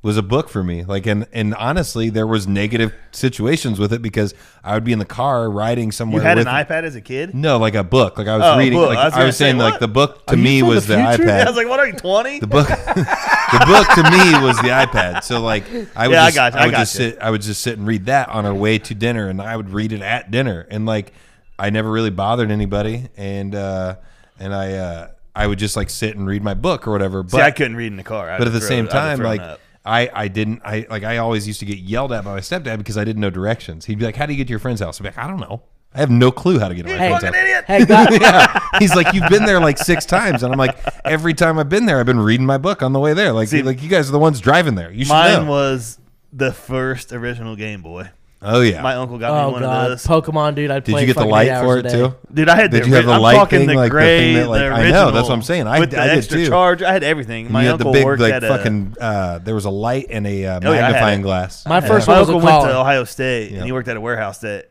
Speaker 1: was a book for me. Like and and honestly, there was negative situations with it because I would be in the car riding
Speaker 4: You
Speaker 1: somewhere.
Speaker 4: had an
Speaker 1: with,
Speaker 4: iPad as a kid?
Speaker 1: No, like a book. Like I was
Speaker 4: Oh, a
Speaker 1: reading.
Speaker 4: book.
Speaker 1: Like
Speaker 4: I
Speaker 1: I
Speaker 4: was
Speaker 1: was,
Speaker 4: gonna say,
Speaker 1: saying,
Speaker 4: what?
Speaker 1: like the book to me was the, iPad.
Speaker 4: I was like, what are you, 20?
Speaker 1: the E book, the book to me was the iPad. So like, I would
Speaker 4: Yeah, I
Speaker 1: just,
Speaker 4: got you, I
Speaker 1: would
Speaker 4: got
Speaker 1: just
Speaker 4: you.
Speaker 1: sit, I would just sit and read that on our way to dinner, and I would read it at dinner, and like, I never really bothered anybody, and uh, and I, uh, I would just like sit and read my book or whatever. But
Speaker 4: See, I couldn't read in the car. I'd
Speaker 1: but at the
Speaker 4: throw-
Speaker 1: same
Speaker 4: I'd
Speaker 1: time,
Speaker 4: throw it
Speaker 1: like
Speaker 4: up.
Speaker 1: I, I didn't I like I always used to get yelled at by my stepdad because I didn't know directions. He'd be like, "How do you get to your friend's house?" I'd be like, "I don't know. I have no clue how to get to my
Speaker 2: Hey,
Speaker 1: friend's house."
Speaker 2: hey, God,
Speaker 1: yeah. He's like, you've been there like six times, and I'm like, every time I've been there, I've been reading my book on the way there. Like,
Speaker 4: See-
Speaker 1: like you guys are the ones driving there. You should
Speaker 4: mine
Speaker 1: know.
Speaker 4: was the first original Game Boy.
Speaker 1: oh yeah.
Speaker 4: My uncle got me
Speaker 2: oh
Speaker 4: one
Speaker 2: god,
Speaker 4: of those.
Speaker 2: Pokemon, dude. I'd
Speaker 1: Did
Speaker 2: play
Speaker 1: you get the
Speaker 2: fucking eight
Speaker 1: light
Speaker 2: hours
Speaker 1: for
Speaker 2: a
Speaker 1: it
Speaker 2: day.
Speaker 1: too?
Speaker 4: Dude, I had
Speaker 1: Did
Speaker 4: the,
Speaker 1: you have
Speaker 4: ori-
Speaker 1: the
Speaker 4: I'm
Speaker 1: light
Speaker 4: talking
Speaker 1: thing,
Speaker 4: the
Speaker 1: like the
Speaker 4: gray,
Speaker 1: thing that, like-
Speaker 4: the
Speaker 1: I know,
Speaker 4: original
Speaker 1: that's what I'm saying. I-
Speaker 4: with the
Speaker 1: I did
Speaker 4: extra
Speaker 1: too.
Speaker 4: charge, I had everything. My
Speaker 1: you had
Speaker 4: uncle
Speaker 1: the big,
Speaker 4: worked
Speaker 1: like
Speaker 4: at a,
Speaker 1: fucking. Uh, there was a light and a uh,
Speaker 4: Oh, yeah, I had
Speaker 1: magnifying
Speaker 4: it.
Speaker 1: glass.
Speaker 2: My first
Speaker 4: my
Speaker 2: one was a
Speaker 4: uncle went to
Speaker 2: collar.
Speaker 4: Ohio State
Speaker 1: Yeah.
Speaker 4: and he worked at a warehouse that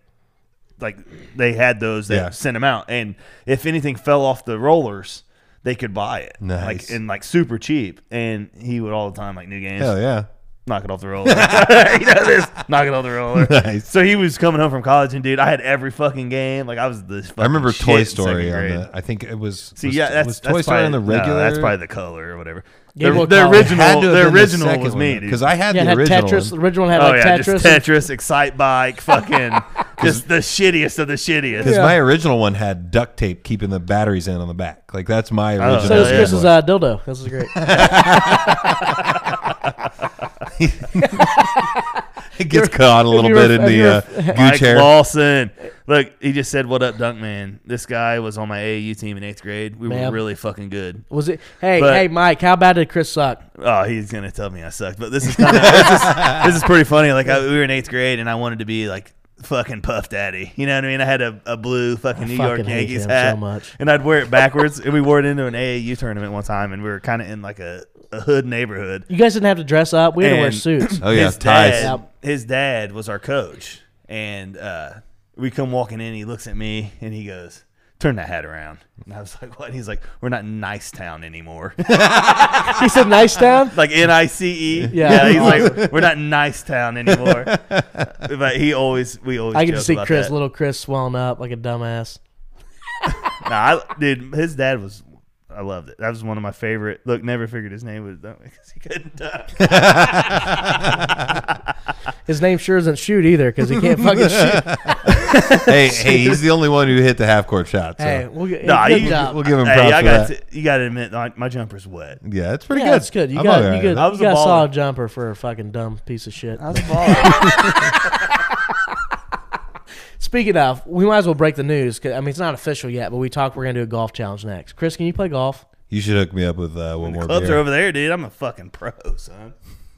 Speaker 4: like they had those that
Speaker 1: Yeah.
Speaker 4: sent them out and if anything fell off the rollers they could buy it
Speaker 1: Nice.
Speaker 4: like and like super cheap and he would all the time like new games
Speaker 1: Hell yeah.
Speaker 4: knock it off the roller. you know this, knock it off the roller.
Speaker 1: Nice.
Speaker 4: So he was coming home from college, and dude, I had every fucking game. Like I was this. Fucking
Speaker 1: I remember
Speaker 4: shit
Speaker 1: Toy
Speaker 4: in second
Speaker 1: Story on
Speaker 4: grade.
Speaker 1: the. I think it was.
Speaker 4: See,
Speaker 1: was-
Speaker 4: yeah, that's,
Speaker 1: was
Speaker 4: that's
Speaker 1: Toy Story
Speaker 4: probably-
Speaker 1: on the
Speaker 4: no,
Speaker 1: regular.
Speaker 4: that's probably the color or whatever.
Speaker 2: Yeah,
Speaker 4: the,
Speaker 2: what
Speaker 4: the
Speaker 2: color?
Speaker 1: Had
Speaker 4: original,
Speaker 1: to have
Speaker 4: the
Speaker 1: been the
Speaker 4: original
Speaker 1: second
Speaker 4: was
Speaker 1: one,
Speaker 4: me,
Speaker 1: though,
Speaker 4: dude.
Speaker 1: 'cause I had
Speaker 2: Yeah,
Speaker 1: the
Speaker 2: it had
Speaker 1: original
Speaker 2: Tetris.
Speaker 1: one.
Speaker 2: The original one had like
Speaker 4: Oh, yeah,
Speaker 2: Tetris.
Speaker 4: just Tetris, Excite Bike, fucking just the shittiest of the shittiest.
Speaker 1: Because my original one had duct tape keeping the batteries in on the back. Like that's my
Speaker 4: Oh.
Speaker 1: original.
Speaker 4: So
Speaker 2: So does
Speaker 1: one.
Speaker 2: Chris's uh, dildo. This is great.
Speaker 1: it gets caught a little
Speaker 2: you're-
Speaker 1: bit in the
Speaker 2: you're-
Speaker 1: uh,
Speaker 4: Mike
Speaker 1: gooch hair.
Speaker 4: Lawson. Look, he just said, "What up, Dunk Man?" This guy was on my AAU team in eighth grade. We
Speaker 2: Man.
Speaker 4: were really fucking good.
Speaker 2: Was it? Hey,
Speaker 4: But-
Speaker 2: hey, Mike. How bad did Chris suck?
Speaker 4: Oh, he's gonna tell me I sucked, but this is kind of this, is, this is pretty funny. Like I, we were in eighth grade, and I wanted to be like fucking Puff Daddy. You know what I mean? I had a, a blue fucking New
Speaker 2: fucking
Speaker 4: York
Speaker 2: hate
Speaker 4: Yankees
Speaker 2: him
Speaker 4: hat,
Speaker 2: so much.
Speaker 4: and I'd wear it backwards. and we wore it into an AAU tournament one time, and we were kind of in like a, a hood neighborhood.
Speaker 2: You guys didn't have to dress up. We had to wear
Speaker 4: And-
Speaker 2: suits.
Speaker 1: Oh yeah,
Speaker 4: his
Speaker 1: ties.
Speaker 4: Dad,
Speaker 2: Yep.
Speaker 4: His dad was our coach, and uh, we come walking in. He looks at me and he goes, "Turn that hat around." And I was like, "What?" And he's like, "We're not in Nice Town anymore,
Speaker 2: he said nice town.
Speaker 4: like N I C E."
Speaker 2: Yeah.
Speaker 4: he's like, "We're not in Nice Town anymore." but he always, we always.
Speaker 2: I could
Speaker 4: joke
Speaker 2: see
Speaker 4: about
Speaker 2: Chris,
Speaker 4: that.
Speaker 2: little Chris, swelling up like a dumbass.
Speaker 4: Nah, I, dude, his dad was. I loved it. That was one of my favorite. Look, never figured his name was that because he couldn't duck.
Speaker 2: His name sure isn't shoot either because he can't fucking shoot.
Speaker 1: hey, hey, he's the only one who hit the half court shot. So.
Speaker 2: Hey, we'll get
Speaker 4: Nah,
Speaker 2: good
Speaker 4: you-
Speaker 2: job.
Speaker 1: we'll give him props
Speaker 4: hey, I
Speaker 1: for
Speaker 4: got
Speaker 1: that.
Speaker 4: to, you got to admit, my, my jumper's wet.
Speaker 1: yeah, it's pretty
Speaker 2: yeah,
Speaker 1: good.
Speaker 2: that's good. You
Speaker 1: I'm
Speaker 2: got
Speaker 1: all right
Speaker 2: you got,
Speaker 1: with
Speaker 4: I was
Speaker 2: you got
Speaker 4: a
Speaker 2: a
Speaker 4: baller.
Speaker 2: solid jumper for a fucking dumb piece of shit. Speaking of, we might as well break the news. 'cause, I mean, it's not official yet, but we talked we're gonna do a golf challenge next. Chris, can you play golf?
Speaker 1: it. You should hook me up with uh, one more
Speaker 4: Clubs are
Speaker 1: beer.
Speaker 4: over there, dude. I'm a fucking pro, son.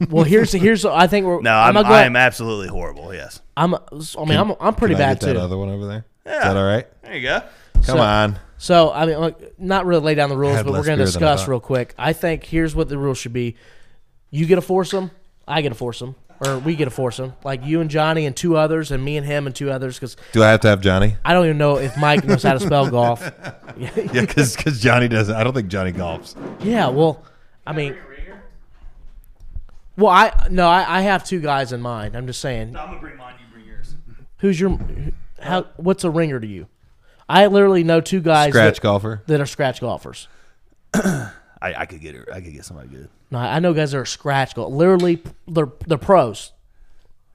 Speaker 2: Well, here's here's I think we're
Speaker 4: No, I'm,
Speaker 2: not
Speaker 4: I'm,
Speaker 2: going-
Speaker 4: absolutely horrible. Yes.
Speaker 2: I'm I mean I'm I'm pretty
Speaker 1: Can I
Speaker 2: bad
Speaker 1: get that
Speaker 2: too.
Speaker 1: other one over there. Is
Speaker 4: Yeah.
Speaker 1: that all right?
Speaker 4: There you go.
Speaker 1: Come
Speaker 2: So-
Speaker 1: on.
Speaker 2: So I mean, like, not really lay down the rules,
Speaker 1: had
Speaker 2: but we're
Speaker 1: less
Speaker 2: going to
Speaker 1: beer than I
Speaker 2: discuss
Speaker 1: thought.
Speaker 2: real quick. I think here's what the rules should be: you get a foursome, I get a foursome, or we get a foursome. Like you and Johnny and two others, and me and him and two others, because
Speaker 1: Do I have to have Johnny?
Speaker 2: I don't even know if Mike knows how to spell golf.
Speaker 1: Yeah, because Johnny doesn't. I don't think Johnny golfs.
Speaker 2: Yeah, well, I mean, well, I no, I, I have two guys in mind. I'm just saying,
Speaker 4: I'm gonna bring mine. You bring yours.
Speaker 2: who's your how? What's a ringer to you? I literally know two guys
Speaker 1: Scratch
Speaker 2: that,
Speaker 1: golfer.
Speaker 2: that are scratch golfers.
Speaker 4: I, I could get it. I could get somebody good.
Speaker 2: No, I know guys that are scratch golf. Literally, they're they're pros.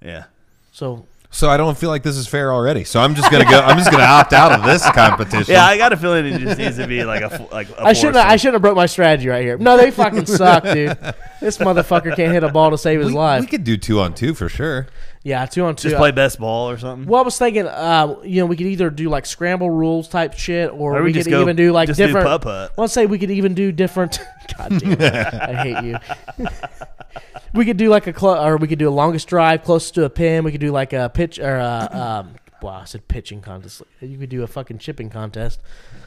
Speaker 4: Yeah.
Speaker 2: So
Speaker 1: So I don't feel like this is fair already. So I'm just gonna go. I'm just gonna opt out of this competition.
Speaker 4: Yeah, I got a feeling it just needs to be like a fo- like. A
Speaker 2: I shouldn't.
Speaker 4: foursome.
Speaker 2: Have, I shouldn't have broke my strategy right here. No, they fucking suck, dude. This motherfucker can't hit a ball to save his
Speaker 1: we,
Speaker 2: life.
Speaker 1: we could do two on two for sure.
Speaker 2: yeah, two on two.
Speaker 4: just play best ball or something.
Speaker 2: well, I was thinking, uh, you know, we could either do like scramble rules type shit, or,
Speaker 4: Or we
Speaker 2: we,
Speaker 4: just
Speaker 2: could
Speaker 4: go-
Speaker 2: even do like
Speaker 4: just do
Speaker 2: different.
Speaker 4: putt-putt.
Speaker 2: Let's say we could even do different. God damn, it. I hate you. we could do like a clo- or we could do a longest drive closest to a pin. We could do like a pitch or a, um, wow, I said pitching contest. You could do a fucking chipping contest.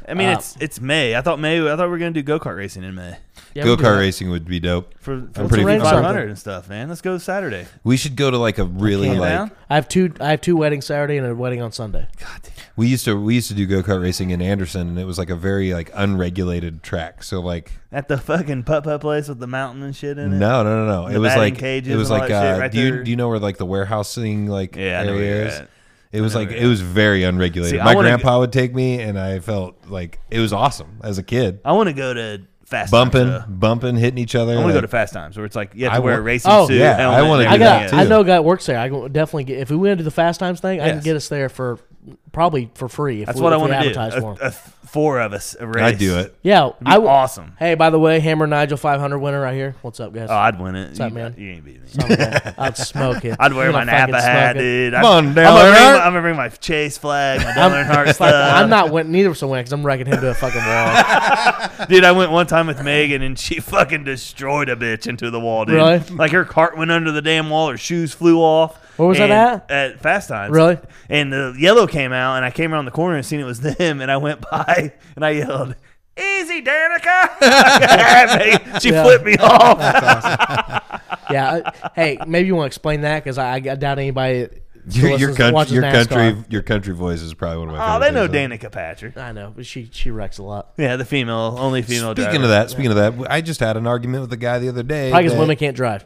Speaker 4: I mean,
Speaker 2: uh,
Speaker 4: it's it's May. I thought May. I thought we were gonna do go kart racing in May
Speaker 2: Yeah, we
Speaker 1: Go
Speaker 2: could do
Speaker 1: kart
Speaker 2: that.
Speaker 1: racing would be dope.
Speaker 4: for, for
Speaker 1: I'm pretty-
Speaker 2: arrange
Speaker 4: five
Speaker 2: something.
Speaker 4: hundred and stuff, man. Let's go Saturday.
Speaker 1: We should go to like a really
Speaker 4: Come
Speaker 1: like.
Speaker 4: down.
Speaker 2: I have two. I have two weddings Saturday and a wedding on Sunday.
Speaker 1: We used to we used to do go kart racing in Anderson, and it was like a very like unregulated track. So like
Speaker 4: at the fucking putt putt place with the mountain and shit in it.
Speaker 1: no no no no,
Speaker 4: The
Speaker 1: it was
Speaker 4: batting
Speaker 1: like
Speaker 4: cages
Speaker 1: it was
Speaker 4: and all
Speaker 1: like
Speaker 4: that shit
Speaker 1: uh,
Speaker 4: right
Speaker 1: do you
Speaker 4: there.
Speaker 1: do you know where like the warehousing like
Speaker 4: Yeah, I know where you're
Speaker 1: area is?
Speaker 4: at.
Speaker 1: It was
Speaker 4: know
Speaker 1: like
Speaker 4: where
Speaker 1: it was very unregulated.
Speaker 4: See, I
Speaker 1: My
Speaker 4: wanna
Speaker 1: grandpa would take me, and I felt like it was awesome as a kid.
Speaker 4: I want to go to fast
Speaker 1: Bumping,
Speaker 4: Times, though.
Speaker 1: bumping, hitting each other.
Speaker 4: I want to
Speaker 1: like-
Speaker 4: go to fast times where it's like you have
Speaker 1: I
Speaker 4: to wear a
Speaker 1: want-
Speaker 4: racing
Speaker 2: Oh,
Speaker 4: suit.
Speaker 1: yeah, I
Speaker 4: helmet,
Speaker 1: wanna
Speaker 4: and
Speaker 1: do
Speaker 2: I
Speaker 4: everything
Speaker 1: that
Speaker 2: got.
Speaker 1: too.
Speaker 4: else.
Speaker 2: I know a guy that works there. I can definitely get. If we went to the fast times thing, I can
Speaker 4: Yes.
Speaker 2: get us there for probably for free. If
Speaker 4: That's
Speaker 2: we,
Speaker 4: what I
Speaker 2: if we
Speaker 4: want to do.
Speaker 2: advertise for
Speaker 4: A,
Speaker 2: 'em.
Speaker 4: a f- four of us. A race.
Speaker 1: I'd do it.
Speaker 2: yeah,
Speaker 4: It'd be
Speaker 2: I w-
Speaker 4: awesome.
Speaker 2: Hey, by the way, Hammer Nigel 500 winner right here. What's up, guys?
Speaker 4: Oh, I'd win it.
Speaker 2: up,
Speaker 4: you,
Speaker 2: man?
Speaker 4: You ain't beating me.
Speaker 2: I'd smoke it.
Speaker 4: I'd wear
Speaker 2: I'm
Speaker 4: my
Speaker 2: gonna fucking
Speaker 4: Napa hat,
Speaker 2: smoke it.
Speaker 4: dude.
Speaker 1: Come
Speaker 4: I'm-
Speaker 1: on,
Speaker 4: I'm
Speaker 1: Dale
Speaker 4: gonna bring
Speaker 1: Earnhardt.
Speaker 4: my- I'm gonna bring my Chase flag, my Dale
Speaker 2: I'm,
Speaker 4: Earnhardt
Speaker 2: fuck,
Speaker 4: stuff.
Speaker 2: I'm not win- neither of us will win because I'm wrecking him to a fucking wall.
Speaker 4: dude. I went one time with Megan, and she fucking destroyed a bitch into the wall, dude.
Speaker 2: Really?
Speaker 4: Like her cart went under the damn wall, her shoes flew off.
Speaker 2: Where was that
Speaker 4: and-
Speaker 2: at?
Speaker 4: At Fast Times.
Speaker 2: Really?
Speaker 4: And the yellow came out, and I came around the corner and seen it was them, and I went by and I yelled. Easy, Danica. she
Speaker 2: Yeah.
Speaker 4: flipped me off.
Speaker 2: yeah. I- Hey, maybe you want to explain that because I, I doubt anybody.
Speaker 1: Your, your,
Speaker 2: listens-
Speaker 1: country,
Speaker 2: watches
Speaker 1: your
Speaker 2: NASCAR.
Speaker 1: country, your country voice is probably one of my.
Speaker 4: Oh,
Speaker 1: favorite
Speaker 4: they know
Speaker 1: things,
Speaker 4: Danica Patrick.
Speaker 2: I know, but she she wrecks a lot.
Speaker 4: Yeah, the female, only
Speaker 1: though.
Speaker 4: female.
Speaker 1: Speaking
Speaker 4: driver.
Speaker 1: of that, speaking of that, I just had an argument with a guy the other day.
Speaker 2: Probably because
Speaker 1: that-
Speaker 2: women Oh. can't drive.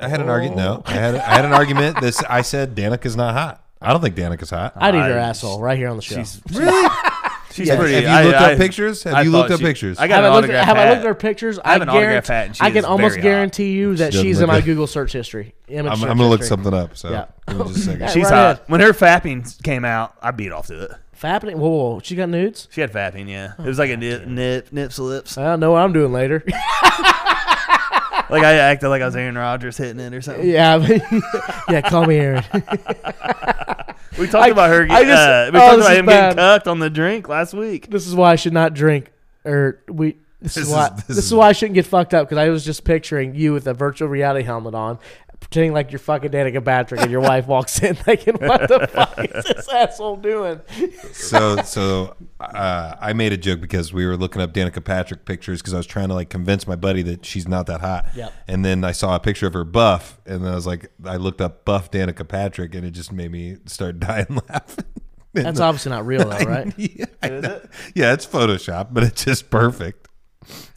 Speaker 1: I had an argument. No, I had, I had an argument. This I said Danica's not hot. I don't think Danica's hot.
Speaker 2: I'd eat her asshole right here on the show.
Speaker 1: really?
Speaker 4: She's
Speaker 1: Yeah,
Speaker 4: pretty.
Speaker 1: have you
Speaker 4: I-
Speaker 1: looked
Speaker 4: I-
Speaker 1: up pictures? Have
Speaker 4: I
Speaker 1: you
Speaker 4: thought
Speaker 1: looked up
Speaker 4: she-
Speaker 1: pictures?
Speaker 4: I got
Speaker 2: have,
Speaker 4: an
Speaker 2: I looked,
Speaker 4: autograph
Speaker 2: have I
Speaker 4: hat.
Speaker 2: looked at her pictures?
Speaker 4: I have an
Speaker 2: guarantee,
Speaker 4: autograph hat, and she
Speaker 2: I can
Speaker 4: is
Speaker 2: almost
Speaker 4: very hot.
Speaker 2: guarantee you that
Speaker 1: doesn't
Speaker 2: she's
Speaker 1: look
Speaker 2: in my
Speaker 1: good.
Speaker 2: Google search history. Image
Speaker 1: I'm,
Speaker 2: search
Speaker 1: I'm gonna look
Speaker 2: history.
Speaker 1: something up. So
Speaker 2: Yeah.
Speaker 1: give me just a second.
Speaker 2: Yeah,
Speaker 4: She's
Speaker 2: right
Speaker 4: hot.
Speaker 2: ahead.
Speaker 4: When her fapping came out, I beat off to it.
Speaker 2: Fapping? Whoa, whoa, whoa. she got nudes?
Speaker 4: She had fapping, yeah. It was
Speaker 1: Oh,
Speaker 4: like a nip, nip, nip slips.
Speaker 2: I don't know what I'm doing later.
Speaker 4: Like I acted like I was Aaron Rodgers hitting it or something.
Speaker 2: yeah, I- yeah. Call me Aaron.
Speaker 4: We talked
Speaker 2: I-
Speaker 4: about her.
Speaker 2: I
Speaker 4: Get,
Speaker 2: just-
Speaker 4: uh, we
Speaker 2: oh,
Speaker 4: talked
Speaker 2: this
Speaker 4: about
Speaker 2: is
Speaker 4: him
Speaker 2: bad.
Speaker 4: getting cucked on the drink last week.
Speaker 2: this is why I should not drink, or we. This,
Speaker 1: This
Speaker 2: is why
Speaker 1: is- this
Speaker 2: this,
Speaker 1: is-
Speaker 2: is why I shouldn't get fucked up because I was just picturing you with a virtual reality helmet on, pretending like you're fucking Danica Patrick, and your wife walks in thinking, "What the fuck is this asshole doing?"
Speaker 1: so so uh, I made a joke because we were looking up Danica Patrick pictures because I was trying to like convince my buddy that she's not that hot.
Speaker 2: Yep.
Speaker 1: And then I saw a picture of her buff, and then I was like, I looked up buff Danica Patrick, and it just made me start dying laughing. And
Speaker 2: That's
Speaker 1: the-
Speaker 2: obviously not real, though, right?
Speaker 1: yeah, I know. yeah, it's Photoshop, but it's just perfect.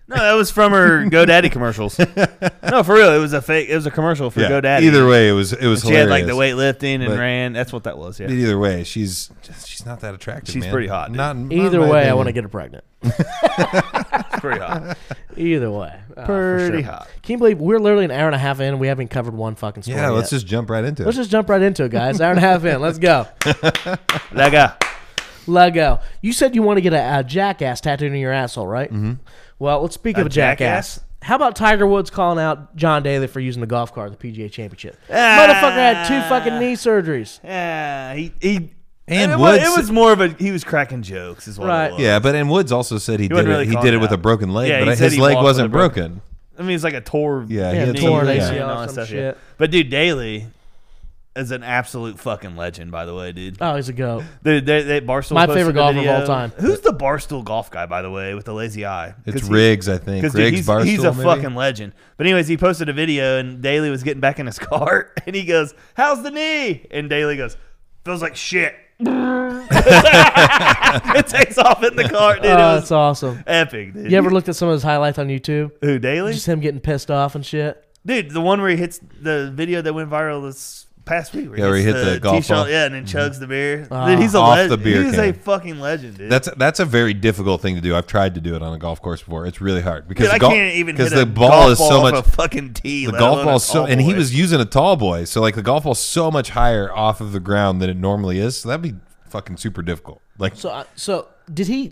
Speaker 4: No, that was from her GoDaddy commercials. no, for real, it was a fake. It was a commercial for
Speaker 1: Yeah.
Speaker 4: GoDaddy.
Speaker 1: Either way, it was it was
Speaker 4: she had like the
Speaker 1: hilarious.
Speaker 4: weightlifting and
Speaker 1: But-
Speaker 4: ran. That's what that was. Yeah,
Speaker 1: But either way, she's she's not that attractive.
Speaker 4: She's
Speaker 1: man.
Speaker 4: pretty hot, dude.
Speaker 1: Not in- not in
Speaker 2: Either
Speaker 1: my
Speaker 2: way, I
Speaker 1: opinion.
Speaker 2: want to get her pregnant.
Speaker 4: it's pretty hot.
Speaker 2: Either way, Uh, for
Speaker 4: Pretty
Speaker 2: sure.
Speaker 4: hot.
Speaker 2: Can you believe we're literally an hour and a half in and we haven't covered one fucking story?
Speaker 1: Yeah, let's
Speaker 2: yet?
Speaker 1: just jump right into
Speaker 2: let's
Speaker 1: it.
Speaker 2: just jump right into it, guys. hour and a half in, let's go.
Speaker 4: Like a
Speaker 2: Lego. You said you want to get a, a jackass tattooed on your asshole, right? Mm-hmm. Well, let's speak of a jackass.
Speaker 4: jackass?
Speaker 2: How about Tiger Woods calling out John Daly for using the golf cart at the PGA Championship? Motherfucker had two fucking knee surgeries.
Speaker 4: yeah, he he.
Speaker 1: And
Speaker 4: it was,
Speaker 1: Woods-
Speaker 4: it was more of a he was cracking jokes is what
Speaker 2: Right.
Speaker 4: it was.
Speaker 1: Yeah, but and Woods also said he, did
Speaker 4: wasn't
Speaker 1: it.
Speaker 4: really
Speaker 1: he
Speaker 4: calling
Speaker 1: did it with
Speaker 4: out.
Speaker 1: a broken leg,
Speaker 4: Yeah, he
Speaker 1: but
Speaker 4: said
Speaker 1: his
Speaker 4: he
Speaker 1: leg
Speaker 4: walked with a
Speaker 1: wasn't
Speaker 4: broken-
Speaker 1: broken.
Speaker 4: I mean it's like a tour.
Speaker 1: Yeah, he
Speaker 2: Yeah,
Speaker 1: had
Speaker 2: torn
Speaker 1: something-
Speaker 2: ACL.
Speaker 1: yeah.
Speaker 4: and all that
Speaker 2: some
Speaker 4: stuff,
Speaker 2: shit.
Speaker 4: yeah. But dude, Daly is an absolute fucking legend. By the way, dude.
Speaker 2: Oh, he's a goat.
Speaker 4: Dude, they, they Barstool.
Speaker 2: My
Speaker 4: posted
Speaker 2: favorite
Speaker 4: a
Speaker 2: golfer of all
Speaker 4: video.
Speaker 2: time.
Speaker 4: Who's the Barstool golf guy, by the way, with the lazy eye?
Speaker 1: It's
Speaker 4: 'Cause he-
Speaker 1: Riggs, I think.
Speaker 4: Because
Speaker 1: Riggs
Speaker 4: he's,
Speaker 1: Barstool.
Speaker 4: he's a
Speaker 1: maybe?
Speaker 4: fucking legend. But anyways, he posted a video and Daly was getting back in his car and he goes, "How's the knee?" And Daly goes, "Feels like shit." it takes off in the car, dude.
Speaker 2: Oh,
Speaker 4: it was
Speaker 2: that's awesome.
Speaker 4: epic, dude.
Speaker 2: You ever looked at some of his highlights on YouTube?
Speaker 4: Who Daly?
Speaker 2: Just him getting pissed off and shit.
Speaker 4: Dude, the one where he hits the video that went viral this past week.
Speaker 1: Yeah, where he
Speaker 4: hits
Speaker 1: hit the golf
Speaker 4: tee shot,
Speaker 1: ball. Mm-hmm.
Speaker 4: Yeah, and then chugs the beer.
Speaker 2: Ah.
Speaker 4: dude, he's a
Speaker 1: Off
Speaker 4: legend.
Speaker 1: the beer
Speaker 4: he's
Speaker 1: can.
Speaker 4: a fucking legend, dude.
Speaker 1: That's that's a very difficult thing to do. I've tried to do it on a golf course before. It's really hard because
Speaker 4: Dude, I
Speaker 1: gol-
Speaker 4: can't even hit
Speaker 1: because
Speaker 4: a
Speaker 1: the ball
Speaker 4: golf
Speaker 1: is
Speaker 4: ball
Speaker 1: so
Speaker 4: off
Speaker 1: much.
Speaker 4: a fucking tee.
Speaker 1: the
Speaker 4: let
Speaker 1: golf
Speaker 4: alone
Speaker 1: ball
Speaker 4: a
Speaker 1: is so,
Speaker 4: tall
Speaker 1: and he
Speaker 4: boy.
Speaker 1: was using a tall boy, so like the golf ball's so much higher off of the ground than it normally is. So that'd be fucking super difficult. Like
Speaker 2: So, I- so did he?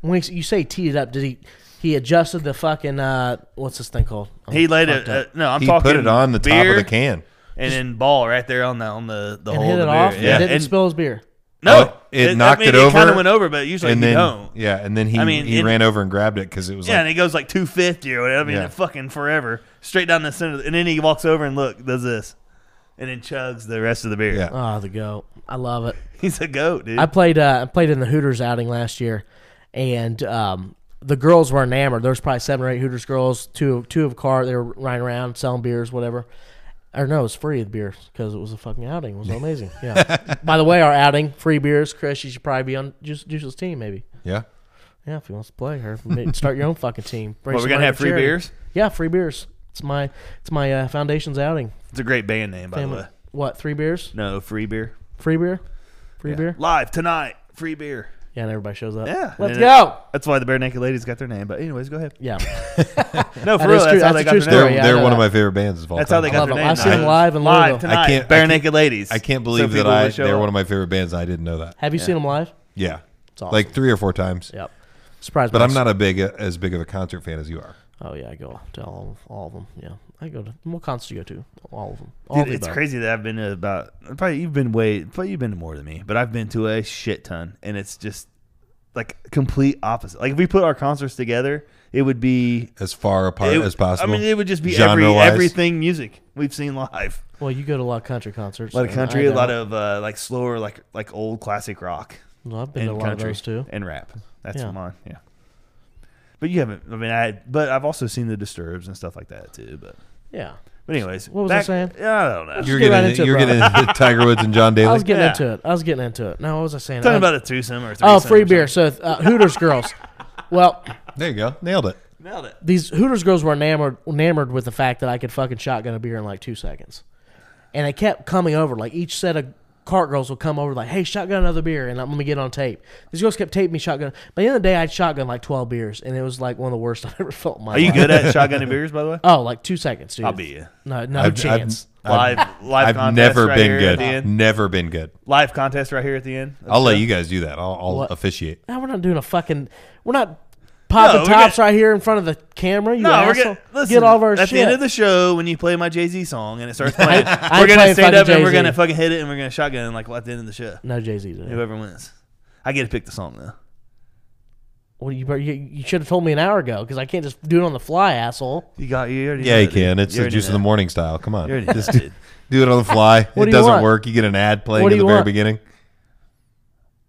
Speaker 2: When you say teed it up, did he? He adjusted the fucking uh, what's this thing called? I'm
Speaker 4: He laid it.
Speaker 2: fucked
Speaker 4: Uh,
Speaker 2: up.
Speaker 4: no, I'm
Speaker 1: he
Speaker 4: talking.
Speaker 1: put it on the top
Speaker 4: beer
Speaker 1: of the can.
Speaker 4: and then ball right there on the on the the
Speaker 2: and
Speaker 4: hole
Speaker 2: hit
Speaker 4: of
Speaker 2: it
Speaker 4: the
Speaker 2: off.
Speaker 4: beer.
Speaker 2: and didn't spill his beer.
Speaker 4: no,
Speaker 1: Oh, it knocked
Speaker 4: I mean,
Speaker 1: it
Speaker 4: It kind
Speaker 1: over,
Speaker 4: of went over, but usually
Speaker 1: and
Speaker 4: you
Speaker 1: then
Speaker 4: don't. Yeah,
Speaker 1: yeah, and then he
Speaker 4: I mean,
Speaker 1: he
Speaker 4: it-
Speaker 1: ran over and grabbed it because it was
Speaker 4: and
Speaker 1: like
Speaker 4: it goes like 250 or whatever. I mean,
Speaker 1: Yeah.
Speaker 4: it fucking forever straight down the center. And then he walks over and look does this, and then chugs the rest of the beer.
Speaker 1: yeah.
Speaker 2: Oh, the goat! I love it.
Speaker 4: He's a goat, dude.
Speaker 2: I played uh, I played in the Hooters outing last year, and um, the girls were enamored. There was probably seven or eight Hooters girls. Two two of a car. They were riding around selling beers, whatever. Or no, it was free the beers because it was a fucking outing. It was amazing. Yeah. By the way, our outing free beers. Chris, you should probably be on Juice, Juice's team, maybe.
Speaker 1: yeah.
Speaker 2: Yeah, if he wants to play her, ma- start your own fucking team. Bring
Speaker 4: Well, we're
Speaker 2: some
Speaker 4: gonna
Speaker 2: money
Speaker 4: have
Speaker 2: for
Speaker 4: free
Speaker 2: charity.
Speaker 4: beers?
Speaker 2: Yeah, free beers. It's my it's my uh, foundation's outing.
Speaker 4: it's a great band name, by the way.
Speaker 2: Family. What three beers?
Speaker 4: No free beer,
Speaker 2: Free beer, free
Speaker 4: Yeah.
Speaker 2: beer.
Speaker 4: live tonight. Free beer.
Speaker 2: Yeah, and everybody shows up.
Speaker 4: Yeah,
Speaker 2: let's
Speaker 4: and it-
Speaker 2: go.
Speaker 4: That's why the bare naked ladies got their name. But anyways, go ahead.
Speaker 2: Yeah,
Speaker 4: No, for
Speaker 2: That
Speaker 4: real,
Speaker 2: is
Speaker 4: that's
Speaker 2: true.
Speaker 4: how
Speaker 2: That's
Speaker 4: they
Speaker 2: a
Speaker 4: got
Speaker 1: They're
Speaker 2: true story.
Speaker 4: their name.
Speaker 2: yeah, I
Speaker 1: they're
Speaker 2: know
Speaker 1: one of
Speaker 2: that.
Speaker 1: my favorite bands of all
Speaker 4: That's
Speaker 1: time.
Speaker 4: how they
Speaker 2: I
Speaker 4: got
Speaker 2: love
Speaker 4: their
Speaker 2: them.
Speaker 4: name.
Speaker 2: I've seen them
Speaker 4: now.
Speaker 2: live in Louisville.
Speaker 4: Live tonight.
Speaker 1: can't-
Speaker 4: bare
Speaker 1: I-
Speaker 4: naked ladies.
Speaker 1: I can't
Speaker 4: So
Speaker 1: believe that
Speaker 4: people
Speaker 1: I
Speaker 4: will show
Speaker 1: they're
Speaker 4: up.
Speaker 1: one of my favorite bands. I didn't know that.
Speaker 2: have you seen them live?
Speaker 1: Yeah,
Speaker 2: It's awesome.
Speaker 1: like three or four times.
Speaker 2: Yep. Surprise,
Speaker 1: But I'm not a big as big of a concert fan as you are.
Speaker 2: Oh yeah, I go to all of, all of them. Yeah, I go to what concerts you go to? All of them. All
Speaker 4: Dude,
Speaker 2: of the
Speaker 4: it's
Speaker 2: above.
Speaker 4: crazy that I've been to about probably you've been way probably you've been to more than me, but I've been to a shit ton, and it's just like complete opposite. Like if we put our concerts together, it would be
Speaker 1: As far apart
Speaker 4: it-
Speaker 1: as possible.
Speaker 4: I mean, it would just be every,
Speaker 1: Genre-wise?
Speaker 4: everything music we've seen live.
Speaker 2: Well, you go to a lot of country concerts.
Speaker 4: A lot of
Speaker 2: and I
Speaker 4: country, a lot
Speaker 2: don't.
Speaker 4: of uh, like slower, like like old classic rock
Speaker 2: Well, I've been
Speaker 4: and
Speaker 2: to a lot
Speaker 4: country
Speaker 2: of those too.
Speaker 4: and rap. That's
Speaker 2: Yeah.
Speaker 4: mine. Yeah. But you haven't. I mean, I. But I've also seen the Disturbs and stuff like that too. But,
Speaker 2: Yeah.
Speaker 4: but anyways,
Speaker 2: What was I saying?
Speaker 4: Yeah, I don't know.
Speaker 1: you're
Speaker 2: get right
Speaker 1: getting
Speaker 2: into it,
Speaker 1: you're
Speaker 2: bro.
Speaker 1: getting into Tiger Woods and John Daly.
Speaker 2: I was getting
Speaker 4: Yeah.
Speaker 2: into it. I was getting into it. Now what was I saying?
Speaker 4: Talking
Speaker 2: I-
Speaker 4: about a twosome or a
Speaker 2: Oh,
Speaker 4: threesome
Speaker 2: free
Speaker 4: or
Speaker 2: beer. So uh, Hooters girls. Well,
Speaker 1: there you go, nailed it.
Speaker 4: Nailed it.
Speaker 2: These Hooters girls were enamored enamored with the fact that I could fucking shotgun a beer in like two seconds, and they kept coming over. Like each set of cart girls would come over, like, "Hey, shotgun another beer," and like, let me get on tape. These girls kept taping me shotgun. By the end of the day, I'd shotgun like twelve beers, and it was like one of the worst I've ever felt. In my
Speaker 4: Are you
Speaker 2: life.
Speaker 4: good at shotgunning beers, by the way?
Speaker 2: Oh, like two seconds, dude.
Speaker 4: I'll beat you.
Speaker 2: No,
Speaker 1: I've-
Speaker 2: no
Speaker 1: I've-
Speaker 2: chance.
Speaker 4: Live- live
Speaker 1: I've
Speaker 4: contest
Speaker 1: never
Speaker 4: right
Speaker 1: been
Speaker 4: here at the
Speaker 1: good.
Speaker 4: end.
Speaker 1: Never been good.
Speaker 4: Live contest right here at the end.
Speaker 1: I'll let you guys do that. I'll, I'll
Speaker 2: What?
Speaker 1: officiate.
Speaker 2: No, we're not doing a fucking. We're not popping
Speaker 4: we
Speaker 2: tops
Speaker 4: got-
Speaker 2: right here in front of the camera. You
Speaker 4: No, we're
Speaker 2: asshole.
Speaker 4: gonna listen,
Speaker 2: get all of our shit.
Speaker 4: at the end of the show when you play my Jay Z song and it starts playing.
Speaker 2: I
Speaker 4: we're gonna
Speaker 2: play
Speaker 4: stand
Speaker 2: fucking
Speaker 4: up and we're
Speaker 2: Jay-Z.
Speaker 4: gonna fucking hit it and we're gonna shotgun like at the end of the show.
Speaker 2: no Jay Z.
Speaker 4: Whoever wins, I get to pick the song though.
Speaker 2: Well, you better- you, you should have told me an hour ago because I can't just do it on the fly, asshole.
Speaker 4: You got you already.
Speaker 1: Yeah,
Speaker 4: know
Speaker 1: you
Speaker 4: that.
Speaker 1: can. It's the
Speaker 4: already
Speaker 1: juice
Speaker 4: know
Speaker 1: of the
Speaker 4: that.
Speaker 1: morning style. Come on,
Speaker 4: You already
Speaker 1: just
Speaker 4: know
Speaker 1: do, do it on the fly.
Speaker 2: What
Speaker 1: it
Speaker 2: do you
Speaker 1: doesn't
Speaker 2: want?
Speaker 1: work. You get an ad playing
Speaker 2: What
Speaker 1: at
Speaker 2: do
Speaker 1: the
Speaker 2: you
Speaker 1: very
Speaker 2: want?
Speaker 1: beginning.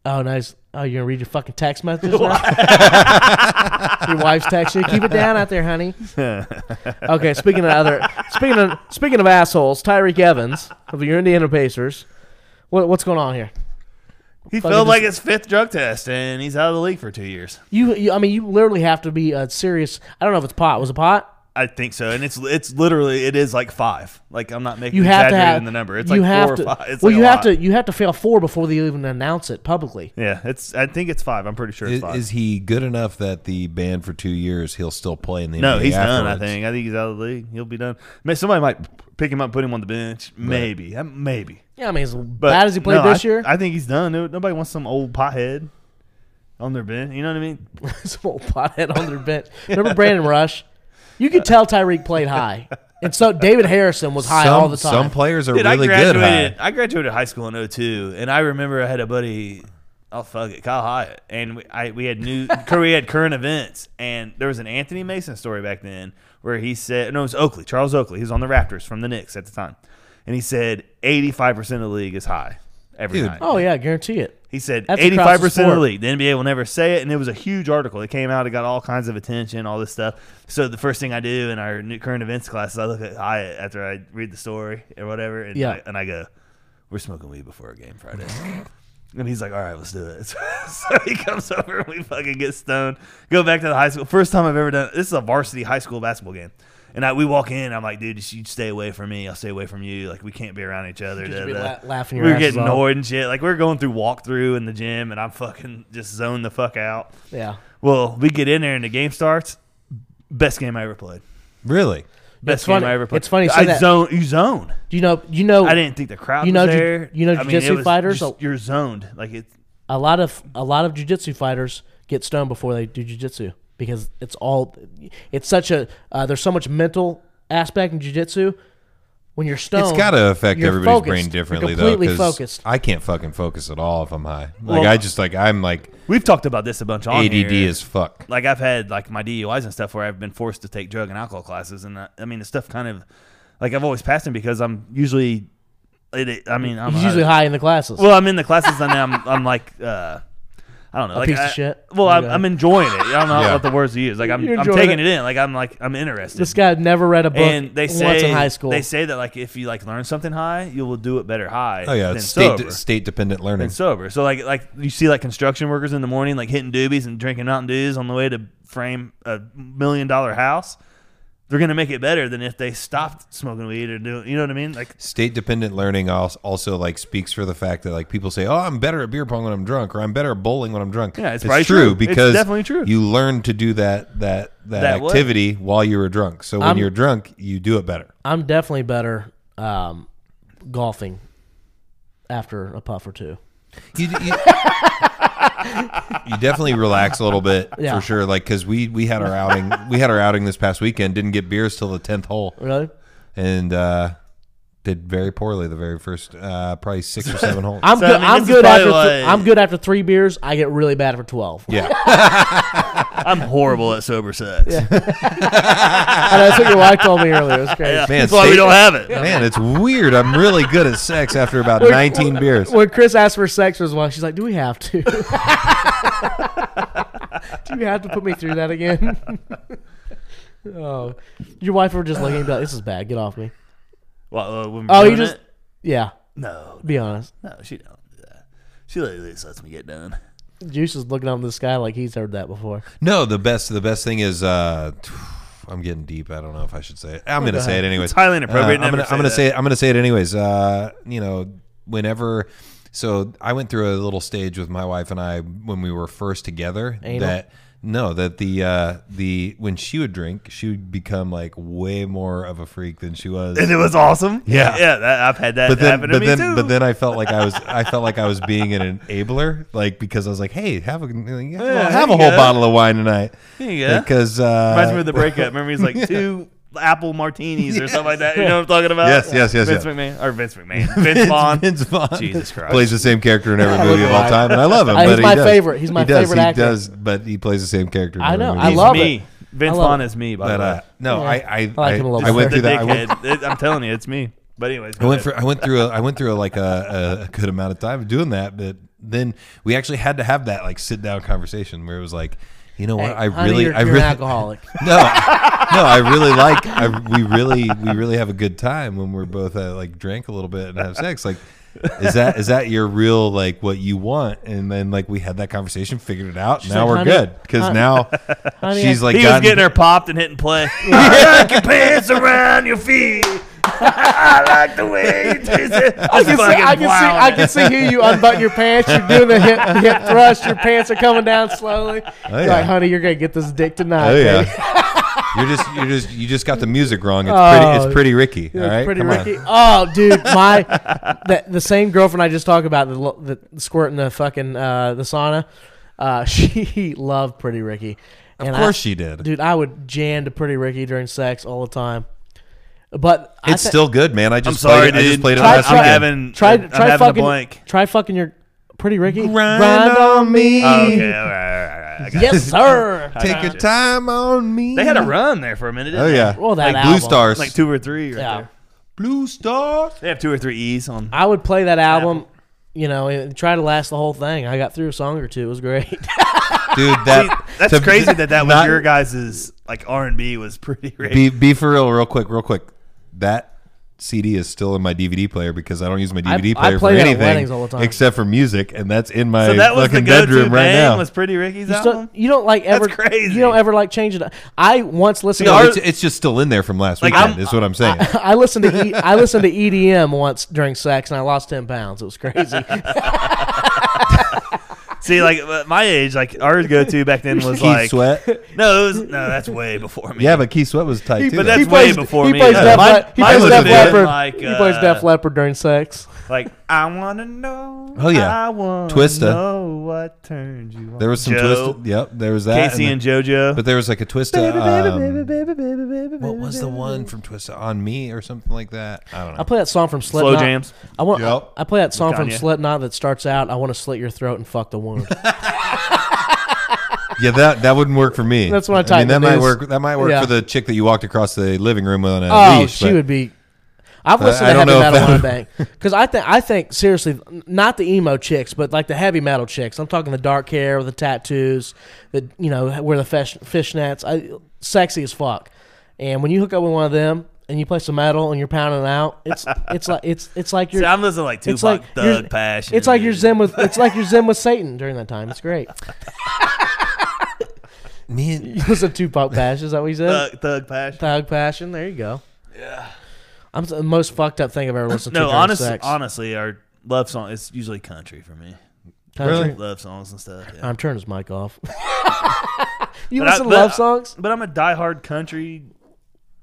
Speaker 2: Oh, nice. Oh, you're gonna read your fucking text messages now? your wife's text you. Keep it down out there, honey. okay. Speaking of other, speaking of speaking of assholes, Tyreek Evans of your Indiana Pacers. What, what's going on here?
Speaker 4: He
Speaker 2: Fucking just-
Speaker 4: failed like his fifth drug test and he's out of the league for two years.
Speaker 2: You, you, I mean, you literally have to be a serious. I don't know if it's pot. Was it pot?
Speaker 4: I think so, and it's it's literally it is like five. Like I'm not making
Speaker 2: you have to
Speaker 4: exaggerating
Speaker 2: have
Speaker 4: the number. It's
Speaker 2: you
Speaker 4: like
Speaker 2: have
Speaker 4: four
Speaker 2: to,
Speaker 4: or five. It's
Speaker 2: well,
Speaker 4: like a
Speaker 2: you have
Speaker 4: lot.
Speaker 2: to you have to fail four before they even announce it publicly.
Speaker 4: Yeah, it's. I think it's five. I'm pretty sure it's
Speaker 1: Is,
Speaker 4: five.
Speaker 1: is he good enough that the ban for two years? He'll still play in the
Speaker 4: no,
Speaker 1: NBA
Speaker 4: he's done. I
Speaker 1: afterwards?
Speaker 4: think. I think he's out of the league. He'll be done. May somebody might pick him up, put him on the bench. Maybe. Uh, Maybe.
Speaker 2: Yeah, I mean, as
Speaker 4: But
Speaker 2: bad as he played
Speaker 4: no,
Speaker 2: this
Speaker 4: I-
Speaker 2: year,
Speaker 4: I think he's done. No- Nobody wants some old pothead on their bench. You know what I mean?
Speaker 2: this old pothead on their bench. Remember Brandon Rush? You could tell Tyreek played high, and so David Harrison was high
Speaker 1: some,
Speaker 2: all the time.
Speaker 1: Some players are
Speaker 4: Dude,
Speaker 1: really
Speaker 4: I graduated.
Speaker 1: good. High.
Speaker 4: I graduated high school in 02, and I remember I had a buddy. Oh fuck it, Kyle Hyatt, and we, I, we had new we had current events, and there was an Anthony Mason story back then where he said no, it was Oakley, Charles Oakley, he was on the Raptors from the Knicks at the time, and he said eighty five percent of the league is high every
Speaker 1: Dude.
Speaker 4: night.
Speaker 2: oh yeah, I guararantee it.
Speaker 4: He said
Speaker 2: That's
Speaker 4: eighty
Speaker 2: across
Speaker 4: five
Speaker 2: the
Speaker 4: percent of the
Speaker 2: sport.
Speaker 4: league. The NBA will never say it, and it was a huge article. It came out. It got all kinds of attention, all this stuff. So the first thing I do in our new current events class is I look at Hyatt after I read the story or whatever, and
Speaker 2: Yeah.
Speaker 4: I, and I go, "We're smoking weed before a game Friday." And he's like, "All right, let's do it." so he comes over, and we fucking get stoned. Go back to the high school. First time I've ever done. This is a varsity high school basketball game. And I, we walk in. I'm like, dude, you stay away from me. I'll stay away from you. Like, we can't be around each other.
Speaker 2: Just
Speaker 4: da,
Speaker 2: be
Speaker 4: da."
Speaker 2: la- laughing
Speaker 4: We
Speaker 2: your
Speaker 4: were
Speaker 2: asses
Speaker 4: getting
Speaker 2: off.
Speaker 4: annoyed and shit. Like we were going through walkthrough in the gym, and I'm fucking just zoned the fuck out.
Speaker 2: Yeah,
Speaker 4: Well, we get in there, and the game starts. Best game I ever played.
Speaker 1: Really?
Speaker 4: Best
Speaker 2: It's
Speaker 4: game
Speaker 2: funny-
Speaker 4: I ever played.
Speaker 2: it's funny you say
Speaker 4: I
Speaker 2: that.
Speaker 4: zone. You zone.
Speaker 2: you know, you know,
Speaker 4: I didn't think the crowd.
Speaker 2: You know
Speaker 4: was
Speaker 2: ju-
Speaker 4: there.
Speaker 2: you know
Speaker 4: I mean, it
Speaker 2: jiu-jitsu
Speaker 4: was
Speaker 2: fighters?
Speaker 4: just- you're zoned. Like it.
Speaker 2: a lot of a lot of jujitsu fighters get stoned before they do jujitsu because it's all it's such a uh, there's so much mental aspect in jujitsu. When you're stoned,
Speaker 1: It's got to affect
Speaker 2: you're
Speaker 1: everybody's
Speaker 2: focused.
Speaker 1: brain
Speaker 2: You're
Speaker 1: differently,
Speaker 2: completely
Speaker 1: though. 'cause
Speaker 2: focused.
Speaker 1: I can't fucking focus at all if I'm high. Like
Speaker 4: Well-
Speaker 1: I just like I'm like
Speaker 4: We've talked about this a bunch on
Speaker 1: ADD
Speaker 4: here.
Speaker 1: as fuck.
Speaker 4: like I've had like my DUIs and stuff where I've been forced to take drug and alcohol classes, and uh, I, I mean the stuff kind of like I've always passed them because I'm usually. It, it- I mean, I'm
Speaker 2: He's
Speaker 4: a-
Speaker 2: usually high in the classes.
Speaker 4: Well, I'm in the classes and I'm I'm like uh, I don't know, like
Speaker 2: piece of
Speaker 4: I-
Speaker 2: shit?
Speaker 4: Well, I'm,
Speaker 2: Okay.
Speaker 4: I'm enjoying it. I don't know
Speaker 1: Yeah.
Speaker 4: what the words to use. Like I'm,
Speaker 2: You're
Speaker 4: I'm
Speaker 2: enjoying
Speaker 4: taking
Speaker 2: it.
Speaker 4: it. in. Like I'm like I'm interested.
Speaker 2: This guy had never read a book
Speaker 4: and they say
Speaker 2: once in high school.
Speaker 4: they say that like if you like learn something high, you will do it better high.
Speaker 1: Oh yeah,
Speaker 4: than
Speaker 1: it's state
Speaker 4: sober.
Speaker 1: state dependent learning.
Speaker 4: than sober. So like like you see like construction workers in the morning like hitting doobies and drinking Mountain Dews on the way to frame a million dollar house. They're gonna make it better than if they stopped smoking weed or doing. You know what I mean? Like
Speaker 1: state dependent learning also, also like speaks for the fact that like people say oh i'm better at beer pong when i'm drunk or i'm better at bowling when i'm drunk
Speaker 4: Yeah, it's probably true. It's
Speaker 1: because
Speaker 4: definitely true.
Speaker 1: you learned to do that that that,
Speaker 4: That way.
Speaker 1: activity while you were drunk so when
Speaker 2: I'm-
Speaker 1: you're drunk you do it better
Speaker 2: I'm definitely better um, golfing after a puff or two.
Speaker 1: you, you, you definitely relax a little bit
Speaker 2: Yeah.
Speaker 1: for sure like because we we had our outing we had our outing this past weekend didn't get beers till the 10th hole
Speaker 2: Really?
Speaker 1: and uh did very poorly the very first uh probably six or seven holes
Speaker 2: I'm
Speaker 4: So, I
Speaker 2: good.
Speaker 4: mean,
Speaker 2: I
Speaker 4: this
Speaker 2: am
Speaker 4: is
Speaker 2: good after.
Speaker 4: probably
Speaker 2: th-
Speaker 4: like-
Speaker 2: I'm good after three beers. I get really bad for twelve.
Speaker 1: yeah
Speaker 4: I'm horrible at sober sex.
Speaker 2: I know, that's what your wife told me earlier. It was crazy.
Speaker 1: Man,
Speaker 4: That's why we
Speaker 1: state-
Speaker 4: don't have it.
Speaker 1: Man, it's weird. I'm really good at sex after about 19 beers.
Speaker 2: When Chris asked for sex as well, she's like, "Do we have to? Do you have to put me through that again?" oh, your wife were just looking at me like, "This is bad. Get off me."
Speaker 4: Well, uh, when we're
Speaker 2: Oh, you
Speaker 4: doing
Speaker 2: just
Speaker 4: it?
Speaker 2: yeah.
Speaker 4: no,
Speaker 2: Be honest.
Speaker 4: no, she don't do that. She literally just lets me get done.
Speaker 2: Juice is looking up in the sky like he's heard that before.
Speaker 1: No, the best the best thing is uh I'm getting deep. I don't know if I should say it. I'm
Speaker 2: Oh,
Speaker 1: going to
Speaker 2: go
Speaker 1: say it
Speaker 2: ahead.
Speaker 1: anyways.
Speaker 4: It's highly inappropriate.
Speaker 1: Uh, I'm gonna,
Speaker 4: Never say
Speaker 1: I'm gonna
Speaker 4: that.
Speaker 1: say it. I'm gonna say it anyways. Uh, you know, whenever. So I went through a little stage with my wife and I when we were first together.
Speaker 2: Anal?
Speaker 1: That no, that the uh, the when she would drink, she would become like way more of a freak than she was,
Speaker 4: And it was awesome.
Speaker 1: Yeah,
Speaker 4: yeah. That, I've had that
Speaker 1: but then,
Speaker 4: happen to
Speaker 1: but
Speaker 4: me
Speaker 1: then,
Speaker 4: too.
Speaker 1: but then I felt like I was, I felt like I was being an enabler, like because I was like, hey, have a,
Speaker 4: Yeah,
Speaker 1: have a
Speaker 4: there you
Speaker 1: whole
Speaker 4: go.
Speaker 1: bottle of wine tonight.
Speaker 4: There you go.
Speaker 1: Because uh,
Speaker 4: Reminds me of the breakup. Remember, he's like
Speaker 1: Yeah.
Speaker 4: two apple martinis or something like that. You know what I'm talking about?
Speaker 1: Yes, yes, yes,
Speaker 4: Vince
Speaker 1: yeah.
Speaker 4: McMahon or Vince McMahon, Vince Vaughn.
Speaker 1: Vince Vaughn.
Speaker 4: Jesus Christ.
Speaker 1: Plays the same character in every movie of all time, and I love him.
Speaker 2: Uh, He's
Speaker 1: but he
Speaker 2: my
Speaker 1: does.
Speaker 2: favorite. He's my
Speaker 1: he does.
Speaker 2: favorite
Speaker 1: he
Speaker 2: actor.
Speaker 1: does, but he plays the same character. in
Speaker 2: I
Speaker 1: every
Speaker 2: know.
Speaker 1: movie.
Speaker 2: I
Speaker 4: He's
Speaker 2: love
Speaker 4: me.
Speaker 2: it.
Speaker 4: Vince
Speaker 2: I love
Speaker 4: Vaughn
Speaker 2: it.
Speaker 4: is me. By
Speaker 1: But
Speaker 4: the way,
Speaker 1: uh, no,
Speaker 2: Yeah.
Speaker 1: I I,
Speaker 2: I like him a little
Speaker 1: I
Speaker 2: bit.
Speaker 1: went
Speaker 4: the
Speaker 1: through that. I went,
Speaker 4: dickhead. It- I'm telling you, it's me. But anyways,
Speaker 1: I went for I went through a, I went through a, like a, a- a good amount of time doing that, but then we actually had to have that like sit down conversation where it was like, you know what,
Speaker 2: Hey,
Speaker 1: I
Speaker 2: honey,
Speaker 1: really
Speaker 2: you're-
Speaker 1: I
Speaker 2: you're an
Speaker 1: really
Speaker 2: alcoholic.
Speaker 1: No, I- no, I really like I we really we really have a good time when we're both uh, like drink a little bit and have sex like. Is that is that your real like what you want? And then like we had that conversation, figured it out. now
Speaker 2: like,
Speaker 1: we're
Speaker 2: "Honey,
Speaker 1: good because
Speaker 2: hon-
Speaker 1: now
Speaker 2: honey,
Speaker 1: she's
Speaker 2: I-
Speaker 1: like
Speaker 4: he was
Speaker 1: gotten-
Speaker 4: getting her popped and hitting play. I like your pants around your feet. I like the way you taste it.
Speaker 2: I can, see, I, can see, I can see who you unbutton your pants. You're doing the hip, hip thrust. Your pants are coming down slowly.
Speaker 1: Oh,
Speaker 2: You're
Speaker 1: yeah.
Speaker 2: Like, honey, you're gonna get this dick
Speaker 1: Oh
Speaker 2: tonight. baby."
Speaker 1: yeah. you're just you're just you just got the music wrong. It's pretty
Speaker 2: Oh,
Speaker 1: it's pretty Ricky. All
Speaker 2: That's
Speaker 1: right.
Speaker 2: pretty
Speaker 1: Come on.
Speaker 2: Ricky. Oh, dude, my that the same girlfriend I just talked about the, lo- the squirting the fucking uh, the sauna. Uh, she loved Pretty Ricky. And
Speaker 1: Of course she did.
Speaker 2: dude, I would jam to Pretty Ricky during sex all the time. But I
Speaker 1: It's
Speaker 2: thi-
Speaker 1: still good, man. I
Speaker 4: I'm
Speaker 1: just
Speaker 4: sorry,
Speaker 1: played, I just
Speaker 4: dude.
Speaker 1: played it
Speaker 2: Try-
Speaker 1: last
Speaker 2: try-
Speaker 4: I'm
Speaker 1: weekend.
Speaker 4: having
Speaker 2: try
Speaker 4: I'm
Speaker 2: try
Speaker 4: having
Speaker 2: fucking
Speaker 4: a blank.
Speaker 2: try fucking your Pretty Ricky.
Speaker 1: Grind
Speaker 2: Grind
Speaker 1: on me.
Speaker 4: Oh, okay, all right, all right, all right, I got
Speaker 2: Yes, sir.
Speaker 4: I
Speaker 1: Take
Speaker 4: got
Speaker 1: your
Speaker 4: you.
Speaker 1: time on me.
Speaker 4: They had a run there for a minute.
Speaker 1: Oh
Speaker 4: didn't they?
Speaker 1: yeah.
Speaker 2: Well, that
Speaker 1: like
Speaker 2: album.
Speaker 1: Blue Stars.
Speaker 4: like two or three. Right
Speaker 2: Yeah.
Speaker 4: there.
Speaker 1: Blue Stars.
Speaker 4: They have two or three E's on.
Speaker 2: I would play that album, you know, and try to last the whole thing. I got through a song or two. It was great.
Speaker 1: Dude, that
Speaker 4: That's
Speaker 1: to-
Speaker 4: crazy that that was
Speaker 1: not-
Speaker 4: your guys's like R and B was pretty rich.
Speaker 1: Be be for real, real quick, real quick. That CD is still in my DVD player because I don't use my DVD
Speaker 2: I
Speaker 1: player
Speaker 2: play
Speaker 1: for
Speaker 2: that at
Speaker 1: anything
Speaker 2: weddings all the time.
Speaker 1: except for music, and that's in my
Speaker 4: so that was the
Speaker 1: fucking
Speaker 4: go-to
Speaker 1: bedroom
Speaker 4: bang
Speaker 1: right now.
Speaker 4: was Pretty Ricky's
Speaker 2: You,
Speaker 4: album.
Speaker 2: still, you don't like ever.
Speaker 4: crazy.
Speaker 2: You don't ever like changing. it. I once listened.
Speaker 1: No,
Speaker 2: to E
Speaker 1: it's, it's just still in there from last
Speaker 4: Like,
Speaker 1: weekend.
Speaker 4: I'm-
Speaker 1: Is what I'm saying.
Speaker 2: I listened to e, I listened to EDM once during sex, and I lost ten pounds. It was crazy.
Speaker 4: See, like at my age, like our go-to back then was
Speaker 1: Keith
Speaker 4: like
Speaker 1: Sweat.
Speaker 4: No, it was, no, that's way before me.
Speaker 1: Yeah, but Keith Sweat was tight too. though.
Speaker 4: but that's
Speaker 2: he
Speaker 4: way
Speaker 2: plays,
Speaker 4: before
Speaker 2: he
Speaker 4: me.
Speaker 2: Plays
Speaker 4: Yeah.
Speaker 2: Def
Speaker 4: Mine-
Speaker 2: Le- he
Speaker 4: mine
Speaker 2: plays
Speaker 1: would've
Speaker 2: Def
Speaker 1: been
Speaker 2: Leppard.
Speaker 4: like,
Speaker 2: he plays
Speaker 4: uh,
Speaker 2: Def Leppard during sex.
Speaker 4: like I want to know.
Speaker 1: Oh, yeah.
Speaker 4: I want
Speaker 1: Twista.
Speaker 4: Know what turned you on?
Speaker 1: there was some
Speaker 4: Joe,
Speaker 1: twisted. Yep, there was that.
Speaker 4: Casey
Speaker 1: then-
Speaker 4: and JoJo.
Speaker 1: But there was like a twist. to, um, what
Speaker 4: What
Speaker 1: was the one from Twist on me or something like that? I don't
Speaker 2: I
Speaker 1: know.
Speaker 2: play that song from Slipknot.
Speaker 4: jams.
Speaker 2: I want.
Speaker 1: Yep.
Speaker 2: I, I play that song from
Speaker 4: Kanye.
Speaker 2: Slipknot that starts out. I want to slit your throat and fuck the wound.
Speaker 1: Yeah, that that wouldn't work for me.
Speaker 2: That's what I
Speaker 1: I mean,
Speaker 2: typed
Speaker 1: that
Speaker 2: in
Speaker 1: might
Speaker 2: is-
Speaker 1: work. That might work
Speaker 2: yeah.
Speaker 1: for the chick that you walked across the living room with on a
Speaker 2: oh,
Speaker 1: leash.
Speaker 2: she
Speaker 1: but-
Speaker 2: would be. I've listened
Speaker 1: I
Speaker 2: to
Speaker 1: don't
Speaker 2: heavy
Speaker 1: know if
Speaker 2: metal
Speaker 1: that
Speaker 2: on
Speaker 1: would-
Speaker 2: bank because I think I think seriously, n- not the emo chicks, but like the heavy metal chicks. I'm talking the dark hair, the tattoos, the you know wear the fish, fishnets. I, sexy as fuck. And when you hook up with one of them and you play some metal and you're pounding it out, it's it's like it's it's like you're.
Speaker 4: See, I'm listening to, like Tupac,
Speaker 2: it's like you're-
Speaker 4: Thug, Passion.
Speaker 2: It's like you're
Speaker 4: dude.
Speaker 2: zen with it's like you're zen with Satan during that time. It's great.
Speaker 1: me. And,
Speaker 2: It was a Tupac passion. Is that what you said?
Speaker 4: Thug, Thug Passion.
Speaker 2: Thug passion. There you go. Yeah. I'm s- the most fucked up thing I've ever listened to.
Speaker 4: No,
Speaker 2: during
Speaker 4: honestly,
Speaker 2: sex.
Speaker 4: honestly, our love song is usually country for me.
Speaker 2: Country.
Speaker 1: Really?
Speaker 4: Love songs and stuff. Yeah.
Speaker 2: I'm turning his mic off. you
Speaker 4: But I-
Speaker 2: listen
Speaker 4: but
Speaker 2: to love
Speaker 4: I-
Speaker 2: songs?
Speaker 4: but I'm a diehard country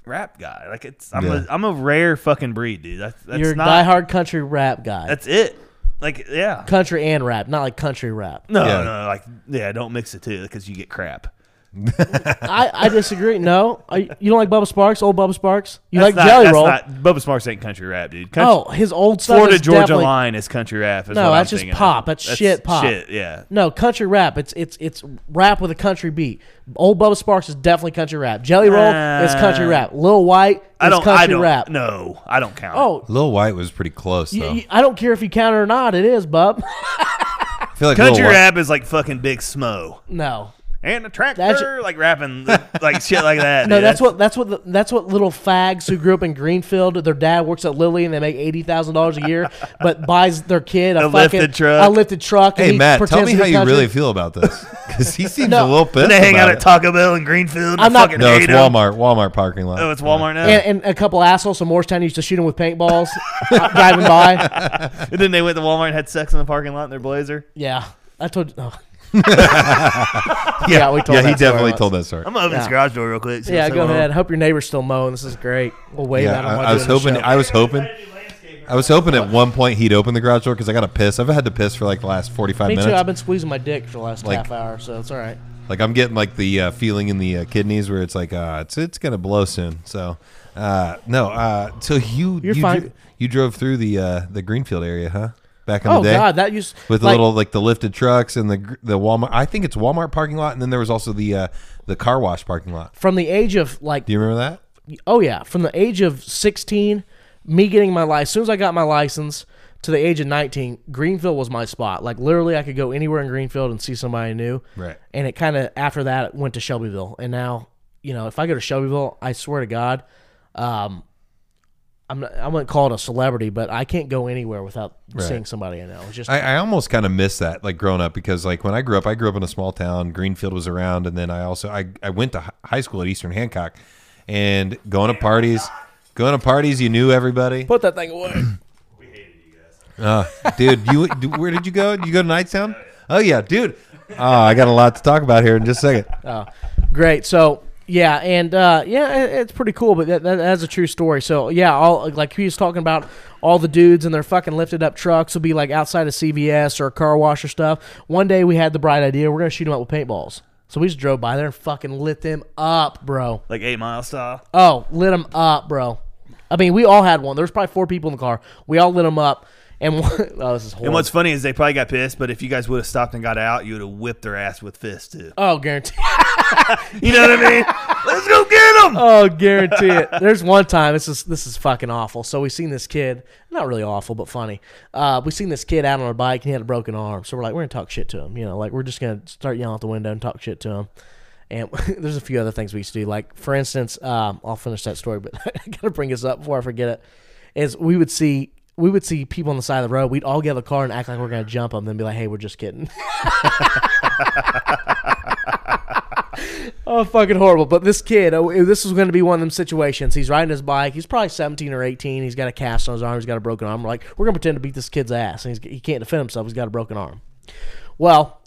Speaker 4: rap guy. Like it's, I'm
Speaker 1: Yeah.
Speaker 4: a, I'm a rare fucking breed, dude. That's, that's
Speaker 2: You're a
Speaker 4: not,
Speaker 2: diehard country rap guy.
Speaker 4: That's it. Like yeah,
Speaker 2: country and rap, not like country rap.
Speaker 4: no,
Speaker 1: Yeah.
Speaker 4: no, like yeah, don't mix the two because you get crap.
Speaker 2: I, I disagree. No, Are you you don't like Bubba Sparks, old Bubba Sparks. You
Speaker 4: That's
Speaker 2: like
Speaker 4: not-
Speaker 2: Jelly
Speaker 4: that's
Speaker 2: Roll?
Speaker 4: Not, Bubba Sparks ain't country rap, dude. Country,
Speaker 2: oh, his old stuff
Speaker 4: Florida
Speaker 2: is
Speaker 4: Georgia
Speaker 2: definitely-
Speaker 4: Line is country rap. Is
Speaker 2: No,
Speaker 4: what I'm
Speaker 2: that's just
Speaker 4: thinking of.
Speaker 2: pop. That's shit pop.
Speaker 4: Shit, yeah.
Speaker 2: No, country rap. It's it's it's rap with a country beat. Old Bubba Sparks is definitely country rap. Jelly Roll is country
Speaker 4: Uh,
Speaker 2: rap. Lil White is
Speaker 4: I don't.
Speaker 2: country
Speaker 4: I don't.
Speaker 2: rap.
Speaker 4: No, I don't count.
Speaker 2: Oh,
Speaker 1: Lil White was pretty close
Speaker 2: y-
Speaker 1: though.
Speaker 2: y- I don't care if you count it or not. It is, bub.
Speaker 1: I feel like Lil
Speaker 4: country
Speaker 1: White-
Speaker 4: rap is like fucking Big Smo.
Speaker 2: no.
Speaker 4: and a tractor, like rapping like shit like that.
Speaker 2: No,
Speaker 4: dude.
Speaker 2: that's what that's what the, that's what little fags who grew up in Greenfield. Their dad works at Lilly and they make eighty thousand dollars a year, but buys their kid a,
Speaker 4: A
Speaker 2: fucking,
Speaker 4: lifted truck.
Speaker 2: A lifted truck. and
Speaker 1: Hey
Speaker 2: he
Speaker 1: Matt, tell
Speaker 2: pretends
Speaker 1: me
Speaker 2: to
Speaker 1: how
Speaker 2: be
Speaker 1: you
Speaker 2: country.
Speaker 1: really feel about this because he seems
Speaker 2: No.
Speaker 1: a little pissed.
Speaker 4: they hang
Speaker 1: about
Speaker 4: out
Speaker 1: it.
Speaker 4: at Taco Bell in Greenfield.
Speaker 2: I'm
Speaker 4: I'm
Speaker 2: not-
Speaker 4: fucking
Speaker 1: No,
Speaker 4: hate
Speaker 1: it's
Speaker 4: 'em.
Speaker 1: Walmart. Walmart parking lot.
Speaker 4: Oh, it's Walmart now.
Speaker 2: And, and a couple assholes from Morristown used to shoot him with paintballs driving by.
Speaker 4: And then they went to Walmart and had sex in the parking lot in their blazer.
Speaker 2: Yeah, I told. Oh.
Speaker 1: yeah,
Speaker 2: yeah, we told
Speaker 1: yeah, he
Speaker 2: that story
Speaker 1: definitely
Speaker 2: once.
Speaker 1: told that story.
Speaker 4: I'm gonna open this
Speaker 2: Yeah.
Speaker 4: garage door real quick. see
Speaker 2: Yeah,
Speaker 4: what's
Speaker 2: go
Speaker 4: going
Speaker 2: ahead.
Speaker 4: on.
Speaker 2: I hope your neighbor's still mowing. This is great. We'll wave
Speaker 1: Yeah,
Speaker 2: at him.
Speaker 1: I,
Speaker 2: while
Speaker 1: I was
Speaker 2: doing the
Speaker 1: hoping.
Speaker 2: show.
Speaker 1: I was hoping. I was hoping at one point he'd open the garage door because I got to piss. I've had to piss for like the last forty five
Speaker 2: Me
Speaker 1: minutes.
Speaker 2: too. I've been squeezing my dick for the last
Speaker 1: Like-
Speaker 2: half hour, so it's all right.
Speaker 1: Like I'm getting like the uh, feeling in the uh, kidneys where it's like uh, it's it's gonna blow soon. So uh, no, uh, so you
Speaker 2: You're
Speaker 1: you,
Speaker 2: fine.
Speaker 1: dro- you drove through the uh, the Greenfield area, huh? Back in
Speaker 2: Oh
Speaker 1: the day,
Speaker 2: God, that used
Speaker 1: with the
Speaker 2: like-
Speaker 1: little like the lifted trucks and the gr- the Walmart. I think it's Walmart parking lot, and then there was also the uh, the car wash parking lot.
Speaker 2: from the age of like
Speaker 1: Do you remember that?
Speaker 2: oh yeah, from the age of 16, me getting my license, as soon as I got my license to the age of 19, Greenfield was my spot. Like literally I could go anywhere in Greenfield and see somebody new.
Speaker 1: Right.
Speaker 2: And it kind of after that it went to Shelbyville. And now, you know, if I go to Shelbyville, I swear to God, um I'm not, I wouldn't call it a celebrity, but I can't go anywhere without seeing somebody I know. It's just
Speaker 1: I, I almost kind of miss that, like growing up, because like when I grew up, I grew up in a small town. Greenfield was around, and then I also I, I went to hi- high school at Eastern Hancock, and going to parties, going to parties, you knew everybody.
Speaker 2: put that thing away.
Speaker 1: Uh, dude, you d- where did you go? Did you go to Nightstown? Oh yeah, dude. Oh, I got a lot to talk about here in just a second.
Speaker 2: Great. So yeah, and uh, yeah, it, it's pretty cool. But that, that, that's a true story. So yeah, all like he was talking about all the dudes and their fucking lifted up trucks will be like outside of CVS or a car wash or stuff. One day we had the bright idea we're gonna shoot them up with paintballs. So we just drove by there and fucking lit them up, bro.
Speaker 4: Like eight mile style.
Speaker 2: Oh, lit them up, bro. I mean, we all had one. There was probably four people in the car. We all lit them up, and one, oh, this is
Speaker 4: And
Speaker 2: horrible.
Speaker 4: what's funny is they probably got pissed, but if you guys would have stopped and got out, you would have whipped their ass with fists too.
Speaker 2: oh, guarantee.
Speaker 4: You know what I mean? Let's go get them.
Speaker 2: Oh, guarantee it. There's one time this is this is fucking awful. So we seen this kid, not really awful, but funny. Uh, we seen this kid out on a bike and he had a broken arm. So we're like, we're gonna talk shit to him. You know, like we're just gonna start yelling out the window and talk shit to him. And there's a few other things we used to do. Like for instance, um, I'll finish that story, but I gotta bring this up before I forget it. Is we would see. We would see people on the side of the road. We'd all get in the car and act like we're gonna jump them, then be like, "Hey, we're just kidding." Oh, fucking horrible. But this kid, oh, this is going to be one of them situations. He's riding his bike. He's probably 17 or 18. He's got a cast on his arm. He's got a broken arm. We're like, we're going to pretend to beat this kid's ass. And he's, he can't defend himself. He's got a broken arm. Well,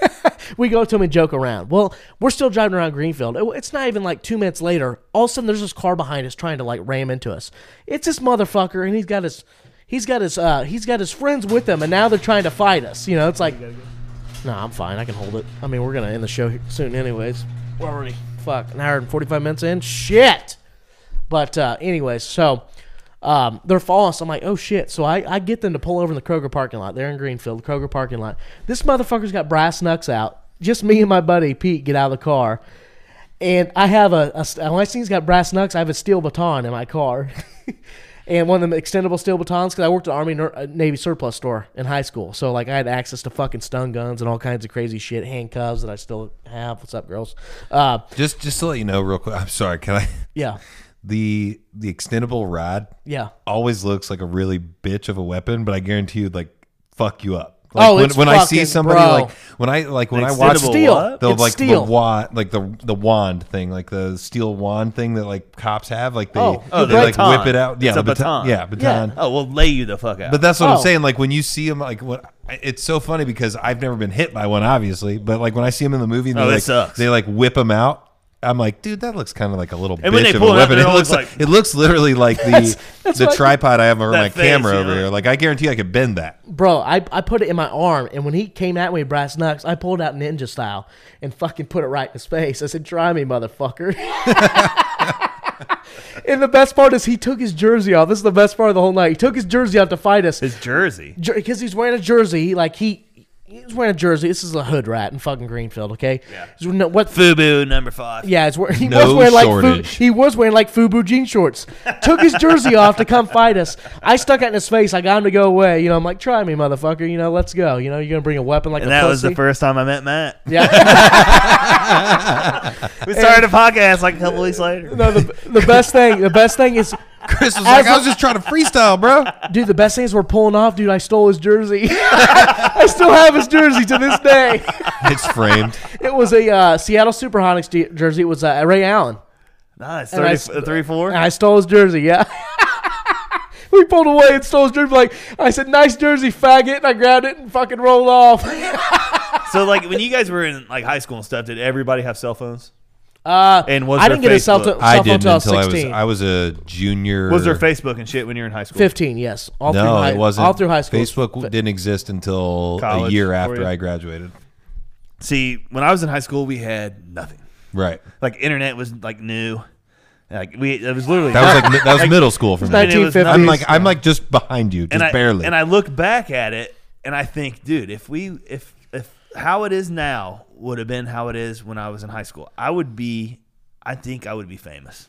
Speaker 2: we go to him and joke around. Well, we're still driving around Greenfield. It- It's not even like two minutes later. All of a sudden, there's this car behind us trying to like ram into us. It's this motherfucker, and he's got his, he's got his, uh, he's got his friends with him, and now they're trying to fight us. You know, it's like, no, I'm fine. I can hold it. I mean, we're gonna end the show here soon, anyways. We're already fuck an hour and forty five minutes in. Shit. But uh, anyways, so um, they're following us. I'm like, oh shit. So I, I get them to pull over in the Kroger parking lot. They're in Greenfield, the Kroger parking lot. This motherfucker's got brass knucks out. Just me and my buddy Pete get out of the car. And I have a, a st- when I see he's got brass knucks, I have a steel baton in my car. and one of them extendable steel batons because I worked at Army Ner- uh, Navy surplus store in high school. So, like, I had access to fucking stun guns and all kinds of crazy shit, handcuffs that I still have. What's up, girls? Uh,
Speaker 1: Just just to let you know, real quick. I'm sorry. Can I?
Speaker 2: yeah.
Speaker 1: The the extendable rod
Speaker 2: Yeah.
Speaker 1: always looks like a really bitch of a weapon, but I guarantee you, like fuck you up. Like,
Speaker 2: Oh,
Speaker 1: when,
Speaker 2: it's
Speaker 1: when I see
Speaker 2: fucking-
Speaker 1: somebody
Speaker 2: bro.
Speaker 1: like when I like when I
Speaker 4: Like
Speaker 1: watch
Speaker 4: Steel.
Speaker 1: the
Speaker 2: It's
Speaker 1: like
Speaker 2: steel.
Speaker 1: the wand like the the wand thing like the steel wand thing that like cops have like they
Speaker 2: Oh,
Speaker 1: they
Speaker 4: the
Speaker 1: like
Speaker 4: baton.
Speaker 1: whip it out yeah
Speaker 4: It's a
Speaker 1: the
Speaker 4: baton.
Speaker 1: yeah baton
Speaker 4: Oh, we'll lay you the fuck out.
Speaker 1: But that's what
Speaker 2: Oh.
Speaker 1: I'm saying. Like when you see him, like what it's so funny because I've never been hit by one, obviously. But like when I see him in the movie, and they,
Speaker 4: Oh, that
Speaker 1: like,
Speaker 4: sucks.
Speaker 1: they like whip him out. I'm like, dude, that looks kind of like a little
Speaker 4: And
Speaker 1: bitch
Speaker 4: when they
Speaker 1: of
Speaker 4: pull
Speaker 1: a
Speaker 4: it out,
Speaker 1: weapon.
Speaker 4: they're
Speaker 1: It looks
Speaker 4: always
Speaker 1: like
Speaker 4: like-
Speaker 1: it looks literally like the
Speaker 2: that's
Speaker 1: the
Speaker 2: what I-
Speaker 1: tripod I have over
Speaker 4: That
Speaker 1: my
Speaker 4: face,
Speaker 1: camera
Speaker 4: yeah.
Speaker 1: over here. Like I guarantee I could bend that.
Speaker 2: Bro, I, I put it in my arm, and when he came at me with brass knucks, I pulled out ninja style and fucking put it right in his face. I said, "Try me, motherfucker." and the best part is he took his jersey off. This is the best part of the whole night. He took his jersey off to fight us
Speaker 4: his jersey.
Speaker 2: because he's wearing a jersey. Like he He's wearing a jersey. This is a hood rat in fucking Greenfield, okay?
Speaker 4: Yeah.
Speaker 2: He's- no, what
Speaker 4: Fubu number five.
Speaker 2: Yeah, it's where he
Speaker 4: No
Speaker 2: was wearing like Fu,
Speaker 4: shortage.
Speaker 2: he was wearing like FUBU jean shorts. Took his jersey off to come fight us. I stuck out in his face. I got him to go away. You know, I'm like, try me, motherfucker. You know, let's go. You know, you're gonna bring a weapon like
Speaker 4: and
Speaker 2: a
Speaker 4: that
Speaker 2: pussy.
Speaker 4: was the first time I met Matt.
Speaker 2: Yeah.
Speaker 4: we started a podcast like a couple weeks later.
Speaker 2: No, the, the best thing, the best thing is Chris
Speaker 4: was like, "I was just
Speaker 1: trying to freestyle, bro.
Speaker 2: Dude, the best thing is we're pulling off, dude. I stole his jersey. I still have his jersey to this day.
Speaker 1: It's framed.
Speaker 2: It was a uh, Seattle Supersonics de- jersey. It was uh, Ray Allen.
Speaker 4: Nice.
Speaker 2: And I
Speaker 4: 30 uh, three, four?
Speaker 2: I stole his jersey. Yeah. we pulled away and stole his jersey. Like I said, nice jersey, faggot. And I grabbed it and fucking rolled off.
Speaker 4: so like when you guys were in like high school and stuff, did everybody have cell phones?
Speaker 2: Uh,
Speaker 4: And was
Speaker 2: I
Speaker 4: there
Speaker 2: didn't get a cell,
Speaker 4: Facebook?
Speaker 2: to- cell
Speaker 1: I
Speaker 2: phone
Speaker 1: didn't
Speaker 2: till I was
Speaker 1: until I was
Speaker 2: 16.
Speaker 1: I was a junior.
Speaker 4: Was there Facebook and shit when you were in high school?
Speaker 2: 15, yes. All
Speaker 1: no,
Speaker 2: through high,
Speaker 1: it wasn't.
Speaker 2: All through high school.
Speaker 1: Facebook w- didn't exist until
Speaker 4: College
Speaker 1: a year
Speaker 4: for
Speaker 1: after
Speaker 4: you.
Speaker 1: I graduated.
Speaker 4: See, when I was in high school, we had nothing.
Speaker 1: Right.
Speaker 4: Like internet was like new. Like we, it was literally
Speaker 1: That was like mi- that was middle school for me.
Speaker 4: And it was
Speaker 1: I'm
Speaker 4: nothing.
Speaker 1: like I'm like just behind you, just
Speaker 4: and I,
Speaker 1: barely.
Speaker 4: And I look back at it and I think, dude, if we if if how it is now would have been how it is when I was in high school, I would be I think I would be famous.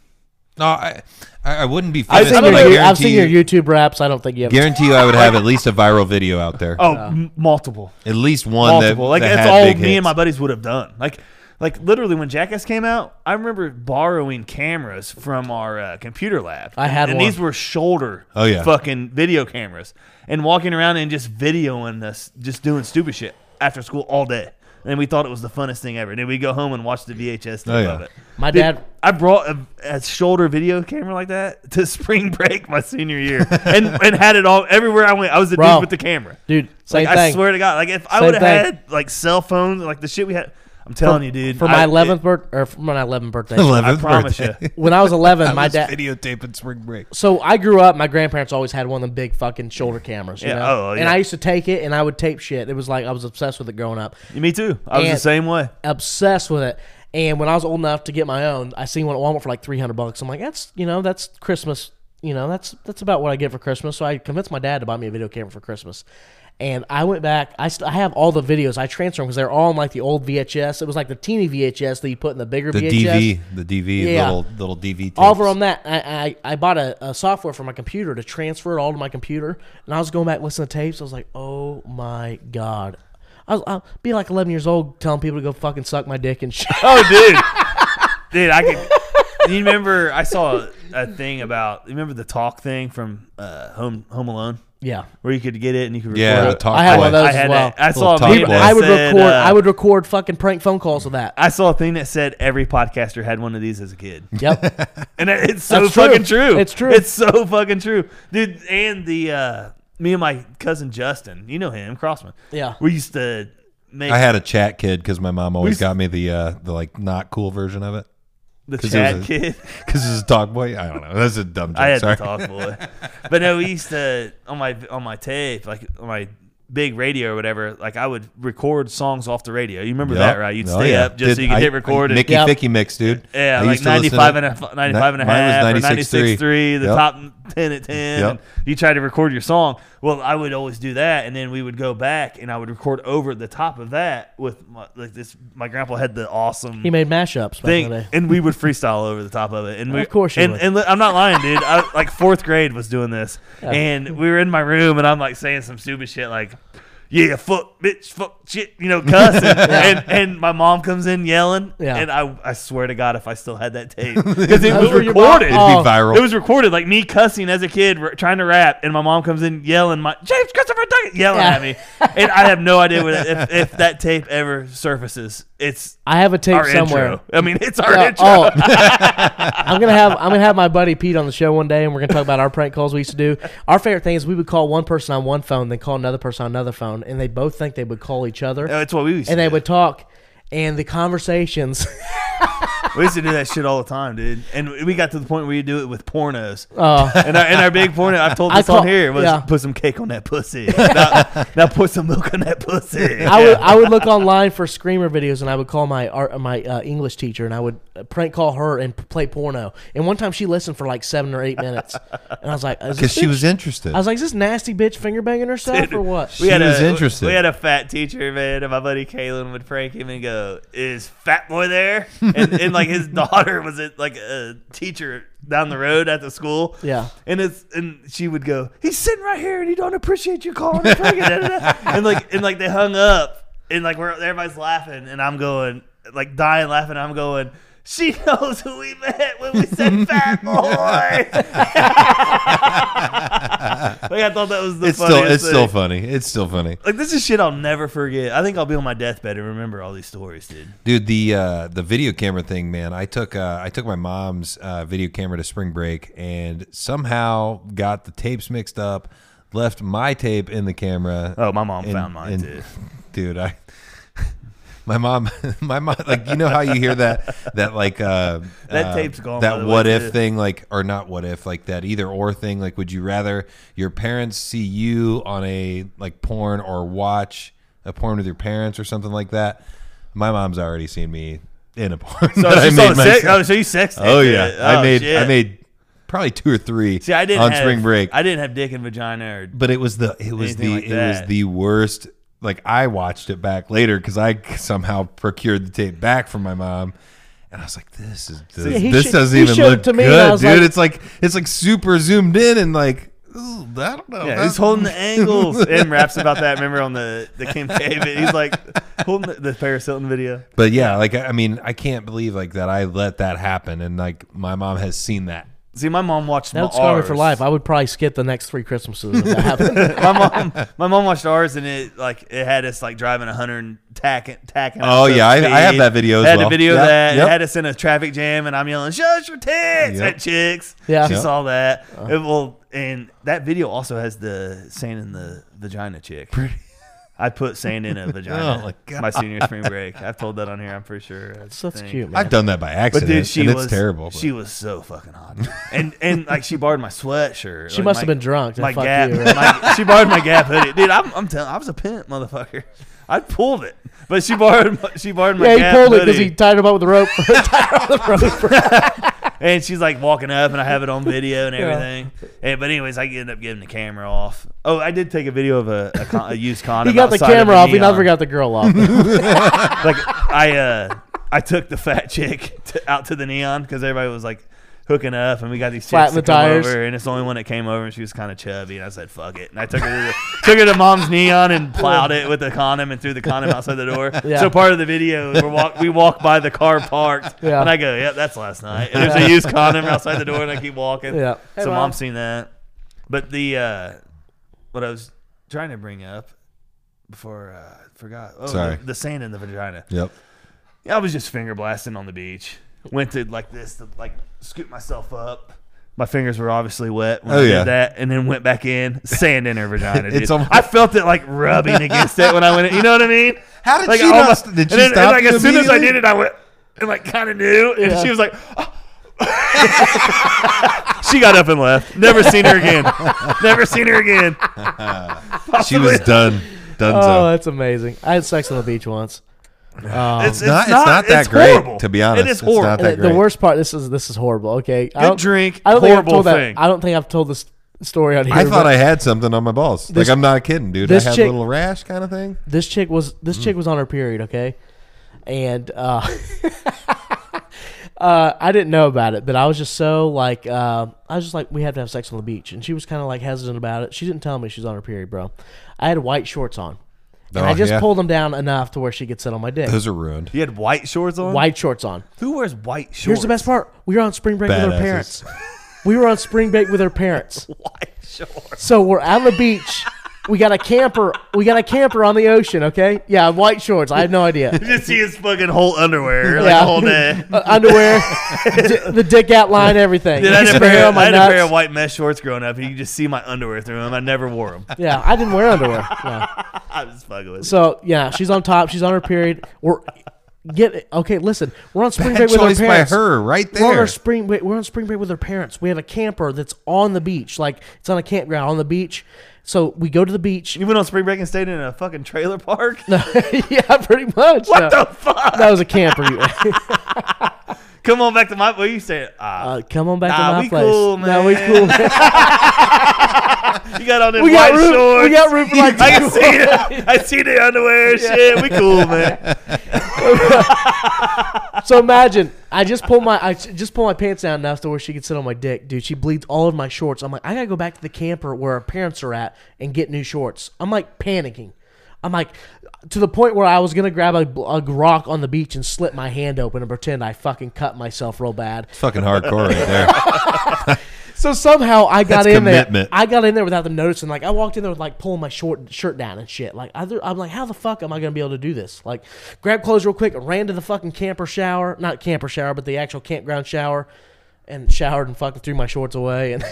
Speaker 1: no, I, I I wouldn't be.
Speaker 4: I've
Speaker 1: Famous,
Speaker 4: seen
Speaker 1: but
Speaker 4: your-
Speaker 1: I
Speaker 4: I've
Speaker 1: guarantee
Speaker 2: I've seen your YouTube raps. I don't think you have.
Speaker 1: Guarantee you, I would have at least a viral video out there.
Speaker 4: Oh, m- multiple.
Speaker 1: at least one that,
Speaker 4: Multiple. like
Speaker 1: that had
Speaker 4: that's all me
Speaker 1: big
Speaker 4: and
Speaker 1: hits.
Speaker 4: my buddies would have done. Like like literally when Jackass came out, I remember borrowing cameras from our uh, computer lab.
Speaker 2: I had
Speaker 4: and
Speaker 2: one.
Speaker 4: these were shoulder
Speaker 1: Oh, yeah.
Speaker 4: fucking video cameras and walking around and just videoing us just doing stupid shit after school all day. And we thought it was the funnest thing ever. And then we go home and watch the VHS tape
Speaker 1: Oh, yeah.
Speaker 4: of it.
Speaker 2: My
Speaker 4: Dude,
Speaker 2: dad-
Speaker 4: I brought a, a shoulder video camera like that to spring break my senior year, and and had it all everywhere I went. I was the
Speaker 2: Bro.
Speaker 4: dude with the camera,
Speaker 2: Dude, same
Speaker 4: like, I
Speaker 2: thing.
Speaker 4: swear to God, like if I
Speaker 2: Same
Speaker 4: would have
Speaker 2: thing.
Speaker 4: had like cell phones, like the shit we had. I'm telling you, dude.
Speaker 2: For
Speaker 4: I-
Speaker 2: my
Speaker 4: it-
Speaker 2: eleventh birth or for my eleventh birthday.
Speaker 1: 11th
Speaker 4: I promise
Speaker 1: birthday.
Speaker 4: you.
Speaker 2: When I was eleven, my
Speaker 1: was
Speaker 2: dad
Speaker 1: videotaping spring break.
Speaker 2: So I grew up. My grandparents always had one of them big fucking shoulder cameras. You
Speaker 4: Yeah,
Speaker 2: know?
Speaker 4: oh,
Speaker 2: And
Speaker 4: yeah.
Speaker 2: I used to take it and I would tape shit. It was like I was obsessed with it growing up.
Speaker 4: me too. I was the
Speaker 2: And-
Speaker 4: same way.
Speaker 2: Obsessed with it. And when I was old enough to get my own, I seen one at Walmart for like three hundred bucks. I'm like, that's you know, that's Christmas. You know, that's that's about what I get for Christmas. So I convinced my dad to buy me a video camera for Christmas. And I went back. I, st- I have all the videos. I transfer them because they're all in like the old VHS. It was like the teeny VHS that you put in the bigger
Speaker 1: The
Speaker 2: VHS.
Speaker 1: DV, the DV,
Speaker 2: Yeah.
Speaker 1: little little DV. Tapes.
Speaker 2: Over on that, I, I, I bought a, a software for my computer to transfer it all to my computer, and I was going back listening to tapes. I was like, oh my god, I was, I'll be like 11 years old, telling people to go fucking suck my dick and shit.
Speaker 4: Oh, dude, dude, I could. You remember I saw a, a thing about you remember the talk thing from uh, Home Home Alone?
Speaker 2: Yeah.
Speaker 4: where you could get it and you could record
Speaker 1: Yeah, the
Speaker 4: it.
Speaker 1: talk
Speaker 2: I had
Speaker 1: boy.
Speaker 2: one of those
Speaker 4: I
Speaker 2: as
Speaker 4: had
Speaker 2: well.
Speaker 4: that. I saw a
Speaker 1: Little talk
Speaker 2: We-
Speaker 4: video
Speaker 1: boy.
Speaker 4: that
Speaker 2: I would
Speaker 4: said,
Speaker 2: record.
Speaker 4: uh,
Speaker 2: I would record fucking prank phone calls with that.
Speaker 4: I saw a thing that said every podcaster had one of these as a kid.
Speaker 2: Yep.
Speaker 4: and it- it's so
Speaker 2: That's true.
Speaker 4: fucking true.
Speaker 2: It's true.
Speaker 4: It's so fucking true, dude. And the uh, me and my cousin Justin, you know him, Crossman.
Speaker 2: Yeah.
Speaker 4: we used to make
Speaker 1: I had a chat kid because my mom always
Speaker 4: We-
Speaker 1: got me the uh, the like not cool version of it.
Speaker 4: the chat kid.
Speaker 1: because it was a dog boy. I don't know. That's a dumb joke.
Speaker 4: I had
Speaker 1: sorry.
Speaker 4: the talk boy, but no, we used to on my on my tape, like on my big radio or whatever. Like I would record songs off the radio. You remember that,
Speaker 1: Yep.
Speaker 4: right? You'd
Speaker 1: Oh,
Speaker 4: stay
Speaker 1: yeah.
Speaker 4: up just so
Speaker 1: Did-
Speaker 4: you could
Speaker 1: I-
Speaker 4: hit
Speaker 1: I-
Speaker 4: record. and-
Speaker 1: Mickey
Speaker 2: Yep.
Speaker 1: Ficky mix, dude.
Speaker 4: Yeah,
Speaker 1: I
Speaker 4: like
Speaker 1: used to listen to
Speaker 4: 95
Speaker 1: that.
Speaker 4: and a, f- 95 and a
Speaker 1: Ni-
Speaker 4: half,
Speaker 1: Mine was
Speaker 4: or
Speaker 1: 96.3.
Speaker 4: 96.3, the
Speaker 1: Yep.
Speaker 4: top 10 at 10.
Speaker 1: Yep.
Speaker 4: and You tried to record your song. Well, I would always do that, and then we would go back, and I would record over the top of that with my, like this. My grandpa had the awesome
Speaker 2: he made mashups. Back in
Speaker 4: thing,
Speaker 2: the day.
Speaker 4: and we would freestyle over the top of it. And we,
Speaker 2: Of course you
Speaker 4: and,
Speaker 2: would.
Speaker 4: and li- I'm not lying, dude. I, like fourth grade was doing this, and we were in my room, and I'm like saying some stupid shit like. Yeah, fuck, bitch, fuck, shit, you know, cussing, and and my mom comes in yelling,
Speaker 2: Yeah.
Speaker 4: and I I swear to God, if I still had that tape, because it was
Speaker 2: were your
Speaker 4: recorded,
Speaker 2: mom- Oh,
Speaker 1: It'd be viral.
Speaker 4: Oh. it was recorded, like me cussing as a kid, r- trying to rap, and my mom comes in yelling, "My James Christopher Duncan!" yelling
Speaker 2: Yeah.
Speaker 4: at me, and I have no idea what, if if that tape ever surfaces. It's
Speaker 2: I have a tape
Speaker 4: our
Speaker 2: somewhere.
Speaker 4: Intro. I mean, it's our
Speaker 2: Yeah,
Speaker 4: intro.
Speaker 2: oh. I'm gonna have I'm gonna have my buddy Pete on the show one day, and we're gonna talk about our prank calls we used to do. Our favorite thing is we would call one person on one phone, then call another person on another phone, and
Speaker 4: Oh,
Speaker 2: they both think they would call each other,
Speaker 4: That's what we used to
Speaker 2: and they
Speaker 4: do.
Speaker 2: would talk, and the conversations
Speaker 4: we used to do that shit all the time, dude. And we got to the point where you do it with pornos.
Speaker 2: Oh.
Speaker 4: and, our, and our big porno, I've told
Speaker 2: I
Speaker 4: this
Speaker 2: call-
Speaker 4: on here, was
Speaker 2: yeah.
Speaker 4: put some cake on that pussy. now, now put some milk on that pussy.
Speaker 2: I would I would look online for screamer videos, and I would call my art, my uh, English teacher, and I would uh, prank call her and p- play porno. And one time she listened for like seven or eight minutes, and I was like, is this
Speaker 1: 'Cause she
Speaker 2: bitch-
Speaker 1: was interested.
Speaker 2: I was like, is this nasty bitch finger banging herself or what?
Speaker 1: She was interested.
Speaker 4: We had a fat teacher, man, and my buddy Kalen would prank him and go, "Is Fat Boy there?" And, and like his daughter was at, like a teacher down the road at the school.
Speaker 2: Yeah.
Speaker 4: and it's and she would go, "He's sitting right here, and he don't appreciate you calling him." pranking." and like and like they hung up, and like we're everybody's laughing, and I'm going like dying laughing. I'm going. She knows who we met when we said fat boy. like I thought that was the
Speaker 1: it's still
Speaker 4: funniest
Speaker 1: it's still
Speaker 4: thing.
Speaker 1: funny. It's still funny.
Speaker 4: Like this is shit I'll never forget. I think I'll be on my deathbed and remember all these stories, dude.
Speaker 1: Dude, the uh, the video camera thing, man. I took uh, I took my mom's uh, video camera to spring break and somehow got the tapes mixed up, left my tape in the camera.
Speaker 4: Oh, my mom found mine, too.
Speaker 1: Dude, I my mom my mom like you know how you hear that that like uh
Speaker 4: That
Speaker 1: uh,
Speaker 4: tape's gone, by
Speaker 1: that
Speaker 4: the way,
Speaker 1: what if
Speaker 4: too.
Speaker 1: thing like or not what if like that either or thing like would you rather your parents see you on a like porn or watch a porn with your parents or something like that my mom's already seen me in a porn
Speaker 4: So
Speaker 1: that
Speaker 4: she
Speaker 1: I
Speaker 4: saw
Speaker 1: made
Speaker 4: sex-
Speaker 1: myself.
Speaker 4: oh, so you sexted
Speaker 1: oh
Speaker 4: it.
Speaker 1: yeah
Speaker 4: Oh,
Speaker 1: i made i
Speaker 4: shit.
Speaker 1: made probably two or three
Speaker 4: See, I didn't
Speaker 1: on
Speaker 4: have-
Speaker 1: spring break
Speaker 4: I didn't have dick and vagina. Or,
Speaker 1: but it was the it was
Speaker 4: Anything
Speaker 1: the
Speaker 4: like
Speaker 1: it
Speaker 4: that.
Speaker 1: was the worst. Like I watched it back later because I somehow procured the tape back from my mom, and I was like, "This is this,
Speaker 2: he
Speaker 1: this
Speaker 2: sho-
Speaker 1: doesn't
Speaker 2: he
Speaker 1: even
Speaker 2: showed
Speaker 1: look
Speaker 2: it to
Speaker 1: good,
Speaker 2: me, and I
Speaker 1: dude."
Speaker 2: was like-
Speaker 1: it's like it's like super zoomed in and like ooh, I don't know.
Speaker 4: yeah,
Speaker 1: that-
Speaker 4: he's holding the angles. and raps about that. Remember on the the Kim K? vid- He's like holding the, the Paris Hilton video.
Speaker 1: but yeah, like I I mean, I can't believe like that I let that happen, and like my mom has seen that.
Speaker 4: See, my mom watched
Speaker 2: That
Speaker 4: my
Speaker 2: would scar me for
Speaker 4: ours.
Speaker 2: life. I would probably skip the next three Christmases if that happened.
Speaker 4: my mom, my mom watched ours, and it like it had us like driving hundred and tacking, tacking.
Speaker 1: Oh,
Speaker 4: up to
Speaker 1: yeah, I- I
Speaker 4: speed.
Speaker 1: have that video as
Speaker 4: had a
Speaker 1: well.
Speaker 4: video of
Speaker 1: Yep,
Speaker 4: that
Speaker 1: yep.
Speaker 4: it had us in a traffic jam, and I'm yelling, "Shut your tits
Speaker 1: Yep.
Speaker 4: at chicks!"
Speaker 2: Yeah.
Speaker 1: Yep.
Speaker 4: she
Speaker 1: Uh-huh.
Speaker 4: saw that. It will, and that video also has the sand in the vagina chick. I put sand in a vagina.
Speaker 1: Oh, my God.
Speaker 4: my senior spring break. I've told that on here. I'm pretty sure. That's
Speaker 2: so that's cute, man.
Speaker 1: I've done that by
Speaker 4: But
Speaker 1: accident,
Speaker 4: dude, she
Speaker 1: and
Speaker 4: was
Speaker 1: it's terrible. but-
Speaker 4: She was so fucking hot, and and like she borrowed my sweatshirt.
Speaker 2: She
Speaker 4: Like,
Speaker 2: must
Speaker 4: my-
Speaker 2: have been drunk, then
Speaker 4: My
Speaker 2: fuck
Speaker 4: Gap,
Speaker 2: you, right?
Speaker 4: my- she borrowed my Gap hoodie, dude. I'm, I'm telling, I was a pimp, motherfucker. I pulled it, but she borrowed my, she borrowed my
Speaker 2: yeah,
Speaker 4: Gap
Speaker 2: he pulled it
Speaker 4: hoodie,
Speaker 2: because he tied him up with a rope. Tied him up with a rope.
Speaker 4: and she's like walking up, and I have it on video and
Speaker 2: Yeah.
Speaker 4: everything. And, but anyways, I ended up giving the camera off. Oh, I did take a video of a, a, con, a used condom.
Speaker 2: he got the
Speaker 4: outside of
Speaker 2: camera off. He
Speaker 4: neon.
Speaker 2: never got the girl off.
Speaker 4: like I uh I took the fat chick to, out to the neon because everybody was like hooking up and we got these chicks
Speaker 2: Flatten
Speaker 4: to
Speaker 2: the
Speaker 4: come
Speaker 2: tires.
Speaker 4: over and it's the only one that came over and she was kind of chubby and I said fuck it and I took her to the, took her to mom's neon and plowed it with the condom and threw the condom outside the door.
Speaker 2: Yeah.
Speaker 4: So part of the video we walk we walk by the car parked
Speaker 2: Yeah.
Speaker 4: and I go yeah that's last night and there's a used condom outside the door and I keep walking.
Speaker 2: Yeah. Hey,
Speaker 4: So
Speaker 2: Mom.
Speaker 4: mom's seen that, but the uh, what I was trying to bring up before uh, I forgot. Oh,
Speaker 1: Sorry.
Speaker 4: The, the sand in the vagina.
Speaker 1: yep.
Speaker 4: Yeah, I was just finger blasting on the beach. Went to like this to like scoop myself up. My fingers were obviously wet when
Speaker 1: Oh,
Speaker 4: I
Speaker 1: yeah.
Speaker 4: did that, and then went back in, sand in her vagina.
Speaker 1: It's
Speaker 4: dude.
Speaker 1: almost-
Speaker 4: I felt it like rubbing against it when I went in. You know what I mean?
Speaker 1: How did
Speaker 4: like,
Speaker 1: she
Speaker 4: all
Speaker 1: not- did she
Speaker 4: and then,
Speaker 1: stop
Speaker 4: and, like
Speaker 1: you
Speaker 4: as soon as I
Speaker 1: immediately?
Speaker 4: did it, I went and like kind of knew, and
Speaker 2: Yeah.
Speaker 4: she was like. "Oh." she got up and left. Never seen her again. Never seen her again.
Speaker 1: She was done. Done.
Speaker 2: oh, that's amazing. I had sex on the beach once.
Speaker 4: It's,
Speaker 1: not- it's not that great,
Speaker 4: horrible.
Speaker 1: to be honest.
Speaker 4: It is
Speaker 1: It's not
Speaker 4: horrible.
Speaker 1: that
Speaker 2: the, the
Speaker 1: great.
Speaker 2: worst part. This is this is horrible. Okay, I
Speaker 4: Good
Speaker 2: don't-
Speaker 4: drink,
Speaker 2: I don't think
Speaker 4: horrible
Speaker 2: I've told
Speaker 4: thing.
Speaker 2: That, I don't think I've told this story on here.
Speaker 1: I thought
Speaker 2: but
Speaker 1: I had something on my balls.
Speaker 2: This-
Speaker 1: like I'm not kidding, dude. I
Speaker 2: this
Speaker 1: had
Speaker 2: chick-
Speaker 1: a little rash kind of thing.
Speaker 2: this chick was
Speaker 1: Mm.
Speaker 2: this chick was on her period. Okay, and uh, uh, I didn't know about it, but I was just so like uh, I was just like we have to have sex on the beach, and she was kind of like hesitant about it. She didn't tell me she's on her period, bro. I had white shorts on,
Speaker 1: Oh,
Speaker 2: and I just
Speaker 1: yeah.
Speaker 2: pulled them down enough to where she could sit on my dick.
Speaker 1: Those are ruined.
Speaker 4: You had white shorts on.
Speaker 2: White shorts on.
Speaker 4: Who wears white shorts?
Speaker 2: Here's the best part. We were on spring break with our
Speaker 1: Badasses.
Speaker 2: parents. We were on spring break with our parents.
Speaker 4: White shorts.
Speaker 2: So we're on the beach. We got a camper. We got a camper on the ocean. Okay. Yeah, white shorts. I had no idea.
Speaker 4: Just see his fucking whole underwear, like
Speaker 2: yeah.
Speaker 4: all day.
Speaker 2: Uh, Underwear, d- the dick outline, everything.
Speaker 4: Dude, I had, a
Speaker 2: Spare
Speaker 4: pair,
Speaker 2: on
Speaker 4: I
Speaker 2: my
Speaker 4: had a pair
Speaker 2: nuts.
Speaker 4: of white mesh shorts growing up, and you could just see my underwear through them. I never wore them.
Speaker 2: Yeah, I didn't wear underwear. No.
Speaker 4: I was fucking with it.
Speaker 2: So yeah, she's on top. She's on her period. We're Get it. okay. Listen, we're on spring
Speaker 1: Bad
Speaker 2: break with our
Speaker 1: choice by
Speaker 2: parents.
Speaker 1: her, right
Speaker 2: We're on our
Speaker 1: there.
Speaker 2: spring. break- We're on spring break with our parents. We have a camper that's on the beach, like it's on a campground on the beach. So we go to the beach.
Speaker 4: You went on spring break and stayed in a fucking trailer park.
Speaker 2: yeah, pretty much. What the fuck? That was a camper. You,
Speaker 4: Come on back to my. Well, you say, ah,
Speaker 2: uh, come on back
Speaker 4: Nah,
Speaker 2: to my
Speaker 4: we
Speaker 2: place.
Speaker 4: cool,
Speaker 2: Nah, we
Speaker 4: man.
Speaker 2: cool. man.
Speaker 4: you got on them
Speaker 2: Uh, we
Speaker 4: white
Speaker 2: got room.
Speaker 4: shorts.
Speaker 2: We got room for like
Speaker 4: I
Speaker 2: two.
Speaker 4: can see it. I see the underwear. and Shit, we cool, man.
Speaker 2: So imagine, I just pull my, I just pull my pants down enough to where she could sit on my dick, dude. She bleeds all of my shorts. I'm like, I gotta go back to the camper where our parents are at and get new shorts. I'm like panicking. I'm like, to the point where I was gonna grab a, a rock on the beach and slip my hand open and pretend I fucking cut myself real bad.
Speaker 1: Fucking hardcore right there.
Speaker 2: So somehow I got
Speaker 1: That's
Speaker 2: in
Speaker 1: commitment.
Speaker 2: there. I got in there without them noticing. Like I walked in there with like pulling my short shirt down and shit. Like I, I'm like, how the fuck am I gonna be able to do this? Like, grab clothes real quick, ran to the fucking camper shower, not camper shower, but the actual campground shower, and showered and fucking threw my shorts away and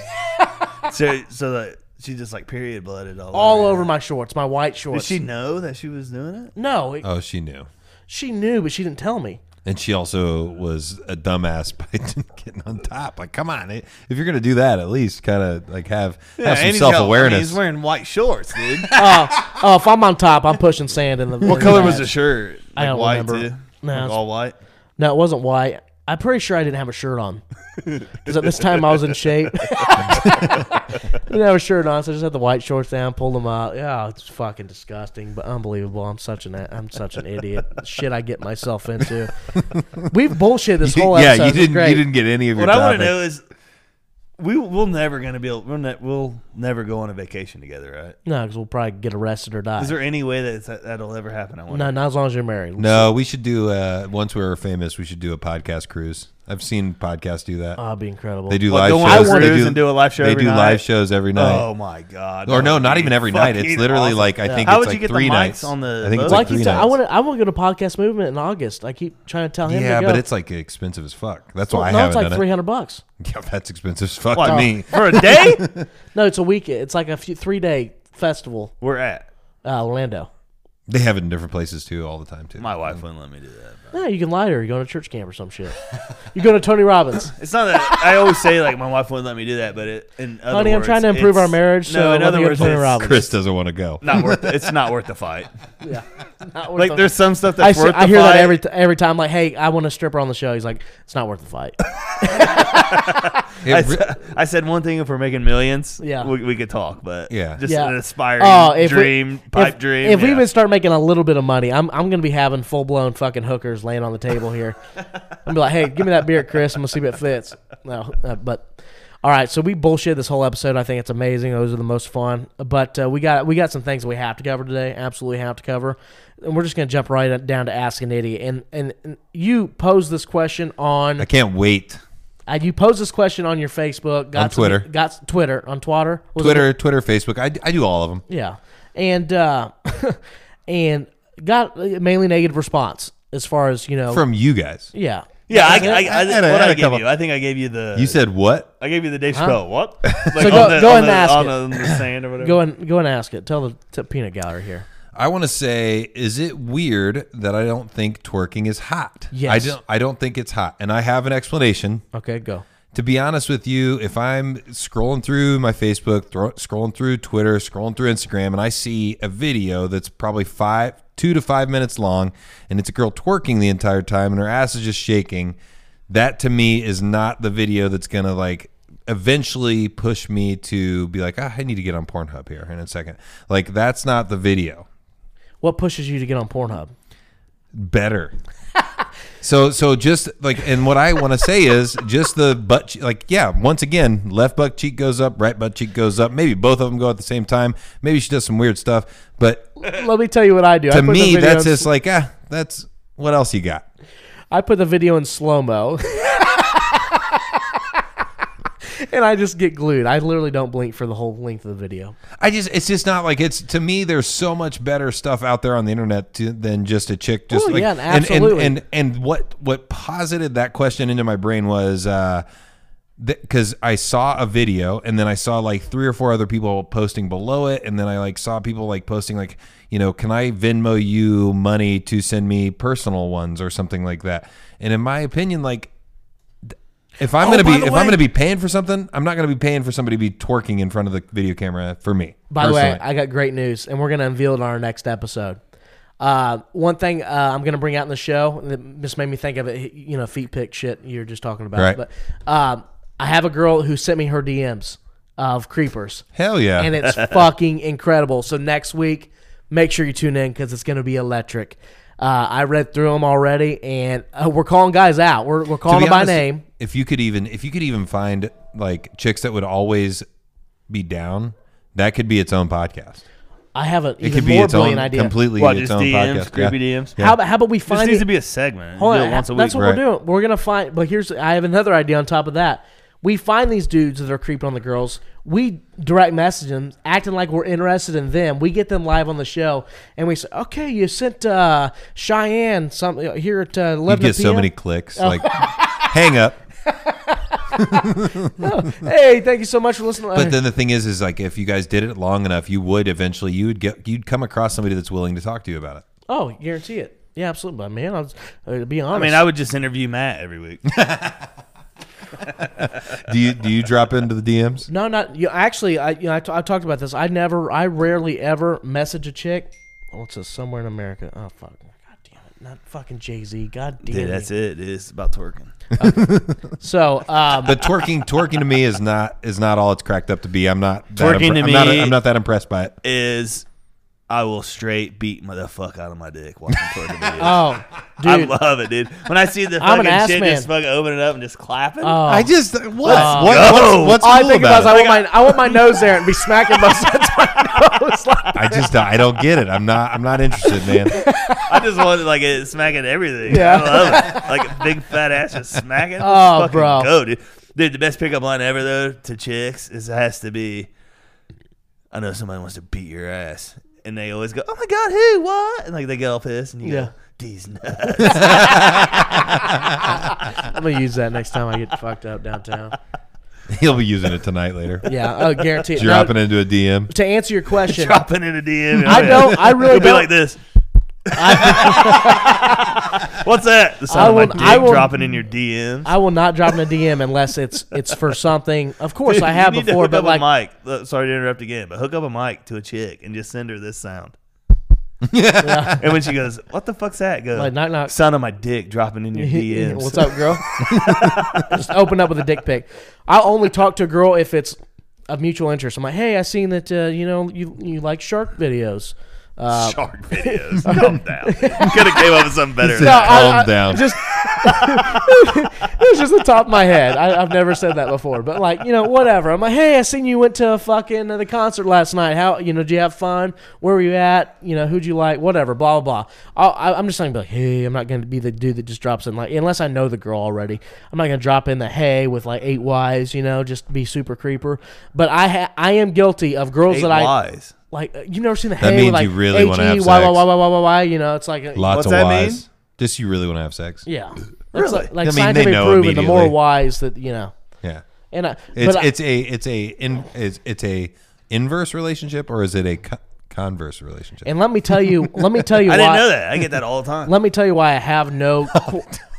Speaker 4: So, so that she just like period blooded all,
Speaker 2: all
Speaker 4: over.
Speaker 2: over my shorts, my white
Speaker 4: Did
Speaker 2: shorts.
Speaker 4: she know that she was doing it?
Speaker 2: No, it-
Speaker 1: Oh, she knew.
Speaker 2: she knew, but she didn't tell me.
Speaker 1: And she also was a dumbass by getting on top. Like, come on, eh, if you're gonna do that, at least kind of like have have some
Speaker 4: and he's got- I mean,
Speaker 1: self awareness.
Speaker 4: he's wearing white shorts, dude.
Speaker 2: Oh, if I'm on top, I'm pushing sand in the.
Speaker 4: what color was the shirt?
Speaker 2: I don't
Speaker 4: white
Speaker 2: remember.
Speaker 4: Too?
Speaker 2: No,
Speaker 4: Like
Speaker 2: it's-
Speaker 4: all white.
Speaker 2: No, it wasn't white. I'm pretty sure I didn't have a shirt on because at this time I was in shape. I didn't have a shirt on, so I just had the white shorts down, pulled them up. Yeah, it's fucking disgusting, but unbelievable. I'm such an I'm such an idiot. Shit, I get myself into. We've bullshit this
Speaker 1: You-
Speaker 2: whole
Speaker 1: yeah,
Speaker 2: episode.
Speaker 1: you
Speaker 2: It's
Speaker 1: didn't
Speaker 2: great.
Speaker 1: you didn't get any of your.
Speaker 4: What I want
Speaker 1: topic.
Speaker 4: to know is, we we'll never gonna be able. We'll, ne- we'll never go on a vacation together, right?
Speaker 2: No, because we'll probably get arrested or die.
Speaker 4: Is there any way that it's- that'll ever happen? I wonder.
Speaker 2: no, not as long as you're married.
Speaker 1: No, we should do. Uh, once we were famous, we should do a podcast cruise. I've seen podcasts do that.
Speaker 2: That'd be incredible.
Speaker 1: they do
Speaker 4: What,
Speaker 1: live
Speaker 4: go on a
Speaker 1: shows. they
Speaker 4: cruise
Speaker 1: do,
Speaker 4: and do a live show
Speaker 1: They
Speaker 4: every
Speaker 1: do
Speaker 4: night?
Speaker 1: live shows every night.
Speaker 4: Oh my god!
Speaker 1: or
Speaker 4: that
Speaker 1: no,
Speaker 4: would
Speaker 1: not
Speaker 4: be
Speaker 1: even every night. It's
Speaker 4: fucking
Speaker 1: literally
Speaker 4: awesome.
Speaker 1: like I think
Speaker 4: How
Speaker 1: it's
Speaker 4: would
Speaker 1: like
Speaker 4: you get the
Speaker 1: three
Speaker 4: mics
Speaker 1: nights
Speaker 4: on the
Speaker 1: I think it's
Speaker 4: boat?
Speaker 1: like
Speaker 2: like
Speaker 1: three
Speaker 2: you said,
Speaker 1: nights.
Speaker 2: I want to I want to go to podcast movement in August. I keep trying to tell him.
Speaker 1: yeah,
Speaker 2: to
Speaker 1: but
Speaker 2: go.
Speaker 1: it's like expensive as fuck. That's why I
Speaker 2: no,
Speaker 1: haven't
Speaker 2: it's like
Speaker 1: done
Speaker 2: three hundred bucks.
Speaker 1: it. Yeah, that's expensive as fuck
Speaker 4: What,
Speaker 1: to me.
Speaker 4: for a day.
Speaker 2: No, it's a week. It's like a few, three day festival.
Speaker 4: We're at.
Speaker 2: Uh, Orlando.
Speaker 1: They have it in different places too, all the time too.
Speaker 4: My wife wouldn't let me do that. but-
Speaker 2: No, you can lie to her. You go to church camp or some shit. you go to Tony Robbins.
Speaker 4: It's not that I always say like my wife wouldn't let me do that, but it. In other
Speaker 2: Honey, I'm
Speaker 4: words,
Speaker 2: trying to improve
Speaker 4: it's-
Speaker 2: our marriage, so
Speaker 4: No, in
Speaker 2: let
Speaker 4: other
Speaker 2: me go
Speaker 4: words,
Speaker 2: to Tony
Speaker 4: it's
Speaker 2: Robbins.
Speaker 1: Chris doesn't want to go.
Speaker 4: not worth. The, it's not worth the fight.
Speaker 2: Yeah. Not worth
Speaker 4: Like
Speaker 2: the-
Speaker 4: there's some stuff
Speaker 2: I,
Speaker 4: that's
Speaker 2: see-
Speaker 4: worth.
Speaker 2: I
Speaker 4: the
Speaker 2: hear
Speaker 4: fight.
Speaker 2: that every t- every time. Like, hey, I want a stripper on the show. He's like, it's not worth the fight.
Speaker 1: It
Speaker 4: I,
Speaker 1: re-
Speaker 4: s- I said one thing if we're making millions,
Speaker 2: Yeah.
Speaker 4: we, we could talk, but
Speaker 1: Yeah.
Speaker 4: just
Speaker 2: Yeah.
Speaker 4: an aspiring
Speaker 2: Oh, if we-
Speaker 4: dream, pipe
Speaker 2: if,
Speaker 4: dream.
Speaker 2: If we
Speaker 4: yeah.
Speaker 2: even start making a little bit of money, I'm I'm gonna be having full blown fucking hookers laying on the table here. I'm be like, hey, give me that beer, Chris. I'm gonna see if it fits. No, uh, but all right. So we bullshit this whole episode. I think it's amazing. Those are the most fun. But uh, we got we got some things we have to cover today. Absolutely have to cover. And we're just gonna jump right down to ask an idiot. And and, and you posed this question on
Speaker 1: I can't wait.
Speaker 2: uh, you posed this question on your Facebook. Got
Speaker 1: On
Speaker 2: some-
Speaker 1: Twitter.
Speaker 2: Got s- Twitter on Twitter. Was it-
Speaker 1: Twitter, Twitter, Facebook. I, I do all of them.
Speaker 2: yeah, and uh, and got a mainly negative response as far as you know.
Speaker 1: from you guys.
Speaker 2: yeah,
Speaker 4: yeah, I, I,
Speaker 2: Is it?
Speaker 4: I,
Speaker 1: I had a- I had
Speaker 4: what I
Speaker 1: a
Speaker 4: gave
Speaker 1: couple.
Speaker 4: you, I think I gave you the.
Speaker 1: You said what?
Speaker 4: I gave you the Dave Chappelle. What? Like
Speaker 2: go- go
Speaker 4: on
Speaker 2: and
Speaker 4: the,
Speaker 2: ask
Speaker 4: on
Speaker 2: it.
Speaker 4: the, on the sand or whatever.
Speaker 2: go and go and ask it. Tell the t- peanut gallery here.
Speaker 1: I want to say, is it weird that I don't think twerking is hot?
Speaker 2: Yes.
Speaker 1: I don't. I don't think it's hot, and I have an explanation.
Speaker 2: Okay, go.
Speaker 1: To be honest with you, if I'm scrolling through my Facebook, thro- scrolling through Twitter, scrolling through Instagram, and I see a video that's probably five, two to five minutes long, and it's a girl twerking the entire time, and her ass is just shaking, that to me is not the video that's gonna like eventually push me to be like, ah, I need to get on Pornhub here in a second. Like that's not the video.
Speaker 2: What pushes you to get on Pornhub?
Speaker 1: better. so so just like and what I want to say is just the butt che- like yeah once again left butt cheek goes up right butt cheek goes up maybe both of them go at the same time maybe she does some weird stuff but
Speaker 2: Let me tell you what I do. I
Speaker 1: to
Speaker 2: put the
Speaker 1: me
Speaker 2: video
Speaker 1: that's
Speaker 2: in,
Speaker 1: just like ah that's what else you got
Speaker 2: I put the video in slow mo. And I just get glued. I literally don't blink for the whole length of the video.
Speaker 1: I just it's just not like it's to me there's so much better stuff out there on the internet to, than just a chick just
Speaker 2: Oh,
Speaker 1: like
Speaker 2: yeah,
Speaker 1: and, and
Speaker 2: absolutely.
Speaker 1: and and what what posited that question into my brain was uh because I saw a video and then I saw like three or four other people posting below it, and then I like saw people like posting like, you know, can I Venmo you money to send me personal ones or something like that? And in my opinion, like. th- If I'm
Speaker 2: Oh,
Speaker 1: gonna
Speaker 2: by
Speaker 1: be
Speaker 2: the
Speaker 1: if
Speaker 2: way-
Speaker 1: I'm gonna be paying for something, I'm not gonna be paying for somebody to be twerking in front of the video camera for me.
Speaker 2: By the way,
Speaker 1: personally.
Speaker 2: I got great news, and we're going to unveil it on our next episode. Uh, one thing uh, I'm going to bring out in the show that just made me think of it, you know, feet pick shit you were just talking about.
Speaker 1: Right.
Speaker 2: But um, I have a girl who sent me her DMs of creepers.
Speaker 1: Hell yeah.
Speaker 2: And it's fucking incredible. So next week, make sure you tune in because it's going to be electric. Uh, I read through them already, and uh, we're calling guys out. We're, we're calling
Speaker 1: To
Speaker 2: them
Speaker 1: be
Speaker 2: by
Speaker 1: honest,
Speaker 2: name.
Speaker 1: If you could even if you could even find like chicks that would always be down, that could be its own podcast.
Speaker 2: I have an
Speaker 1: It
Speaker 2: even
Speaker 1: could be
Speaker 2: more
Speaker 1: its own
Speaker 2: brilliant idea.
Speaker 1: completely
Speaker 4: What,
Speaker 1: its
Speaker 4: just
Speaker 1: own
Speaker 4: DMs,
Speaker 1: podcast. Yeah.
Speaker 4: creepy DMs?
Speaker 1: Yeah.
Speaker 2: How, about- how about we find
Speaker 4: needs
Speaker 2: it-
Speaker 4: to be a segment.
Speaker 2: Hold
Speaker 4: You do
Speaker 2: on,
Speaker 4: it once a
Speaker 2: Oh, that's
Speaker 4: week.
Speaker 2: what
Speaker 1: Right.
Speaker 2: we're doing. We're gonna find. But here's I have another idea on top of that. We find these dudes that are creeping on the girls. We direct message them, acting like we're interested in them. We get them live on the show, and we say, "Okay, you sent uh, Cheyenne something here at uh, 11
Speaker 1: You get so
Speaker 2: PM."
Speaker 1: many clicks.
Speaker 2: Oh.
Speaker 1: Like hang up.
Speaker 2: Hey, thank you so much for listening.
Speaker 1: But then the thing is is like if you guys did it long enough, you would eventually you would get you'd come across somebody that's willing to talk to you about it.
Speaker 2: oh, guarantee it. Yeah, absolutely. But man, I was, uh, to be
Speaker 4: I
Speaker 2: honest.
Speaker 4: mean, I would just interview Matt every week.
Speaker 1: Do you do you drop into the DMs?
Speaker 2: No, not you. Actually, I you know I, t- I talked about this. I never, I rarely ever message a chick. Oh, it says somewhere in America. Oh fuck, god damn it, not fucking Jay Z. God damn
Speaker 4: Dude,
Speaker 2: it.
Speaker 4: that's it. It's about twerking.
Speaker 2: So, um,
Speaker 1: But twerking twerking to me is not is not all it's cracked up to be. I'm not that
Speaker 4: Twerking to
Speaker 1: I'm not,
Speaker 4: me-
Speaker 1: I'm not that impressed by it.
Speaker 4: Is I will straight beat the fuck out of my dick watching twerking videos.
Speaker 2: oh,
Speaker 4: I
Speaker 2: dude,
Speaker 4: love it, dude. When I see the
Speaker 2: I'm an
Speaker 4: fucking
Speaker 2: ass
Speaker 4: shit
Speaker 2: man. Uh,
Speaker 4: just fucking opening up and just clapping.
Speaker 1: I just what
Speaker 4: go.
Speaker 1: what what's, what's
Speaker 2: all I
Speaker 1: cool
Speaker 2: think
Speaker 1: about
Speaker 2: about
Speaker 1: it?
Speaker 2: is I want my I want my nose there and be smacking myself.
Speaker 1: I just I don't get it. I'm not I'm not interested, man.
Speaker 4: I just wanted like it smacking everything.
Speaker 2: Yeah.
Speaker 4: I love it. Like a big fat ass just smacking. Let's
Speaker 2: Oh,
Speaker 4: fucking
Speaker 2: bro.
Speaker 4: go, dude. Dude, the best pickup line ever though to chicks is has to be, I know somebody wants to beat your ass, and they always go, "Oh my god, who? What?" And like they get all pissed, and you
Speaker 2: Yeah.
Speaker 4: go, "These nuts."
Speaker 2: I'm gonna use that next time I get fucked up downtown.
Speaker 1: He'll be using it tonight later.
Speaker 2: Yeah, oh, guarantee it. No,
Speaker 1: Dropping into a DM.
Speaker 2: to answer your question,
Speaker 4: dropping in a DM.
Speaker 2: I don't. I really
Speaker 4: It'll be
Speaker 2: don't.
Speaker 4: like this. What's that? The
Speaker 2: I
Speaker 4: sound
Speaker 2: will-
Speaker 4: of my
Speaker 2: I
Speaker 4: dick
Speaker 2: will-
Speaker 4: dropping in your DMs.
Speaker 2: I will not drop in a DM unless it's it's for something. Of course,
Speaker 4: Dude,
Speaker 2: I
Speaker 4: you
Speaker 2: have
Speaker 4: need
Speaker 2: before,
Speaker 4: to hook
Speaker 2: but
Speaker 4: up
Speaker 2: like
Speaker 4: a mic. Look, Sorry to interrupt again, but hook up a mic to a chick and just send her this sound. and when she goes, "What the fuck's that?" Go
Speaker 2: Like, knock, knock.
Speaker 4: Sound of my dick dropping in your DMs.
Speaker 2: What's up, girl? Just open up with a dick pic. I only talk to a girl if it's of mutual interest. I'm like, hey, I seen that uh, you know you you like shark videos. Uh,
Speaker 4: Shark videos. Calm down. Could have came up with something better.
Speaker 1: Calm
Speaker 2: No,
Speaker 4: Uh,
Speaker 2: I- I-
Speaker 1: down.
Speaker 2: Just it was just the top of my head. I, I've never said that before, but like you know, whatever. I'm like, hey, I seen you went to fucking uh, the concert last night. How you know? Did you have fun? Where were you at? You know, who'd you like? Whatever. Blah blah blah. I'll, I, I'm just not gonna be like, hey, I'm not gonna be the dude that just drops in like unless I know the girl already. I'm not gonna drop in the hey with like eight wives. You know, just be super creeper. But I ha- I am guilty of girls
Speaker 4: Eight
Speaker 2: that I
Speaker 4: lies.
Speaker 2: like. uh, You never seen the
Speaker 1: That
Speaker 2: hey
Speaker 1: means
Speaker 2: with
Speaker 1: you
Speaker 2: like
Speaker 1: really wanna have
Speaker 2: H-E, why, why
Speaker 1: sex.
Speaker 2: why why why why why? You know, it's like uh, a,
Speaker 1: Lots
Speaker 4: What's
Speaker 1: of
Speaker 4: that
Speaker 1: whys.
Speaker 4: mean?
Speaker 1: Just you really want to have sex.
Speaker 2: yeah.
Speaker 4: Really?
Speaker 2: That's like, like
Speaker 1: I mean, they
Speaker 2: scientific
Speaker 1: know
Speaker 2: proven, the more
Speaker 1: immediately.
Speaker 2: wise that you know.
Speaker 1: Yeah.
Speaker 2: And I,
Speaker 1: It's
Speaker 2: but I-
Speaker 1: it's a it's a in, it's, it's a inverse relationship or is it a co- converse relationship?
Speaker 2: and let me tell you, let me tell you why.
Speaker 4: I didn't know that. I get that all the time.
Speaker 2: Let me tell you why I have no.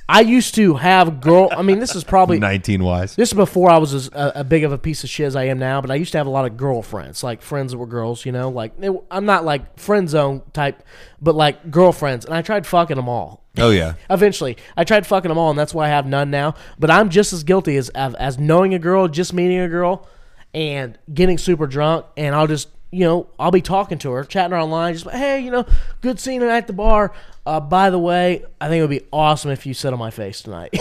Speaker 2: I used to have girl. I mean, this is probably
Speaker 1: Nineteen wise.
Speaker 2: this is before I was as a, a big of a piece of shit as I am now. But I used to have a lot of girlfriends, like friends that were girls. You know, like they, were- I'm not like friend zone type, but like girlfriends. And I tried fucking them all.
Speaker 1: Oh yeah.
Speaker 2: Eventually, I tried fucking them all, and that's why I have none now. But I'm just as guilty as as, as knowing a girl, just meeting a girl, and getting super drunk, and I'll just you know I'll be talking to her, chatting her online, just like, hey, you know, good seeing you at the bar. Uh, by the way, I think it would be awesome if you sit on my face tonight.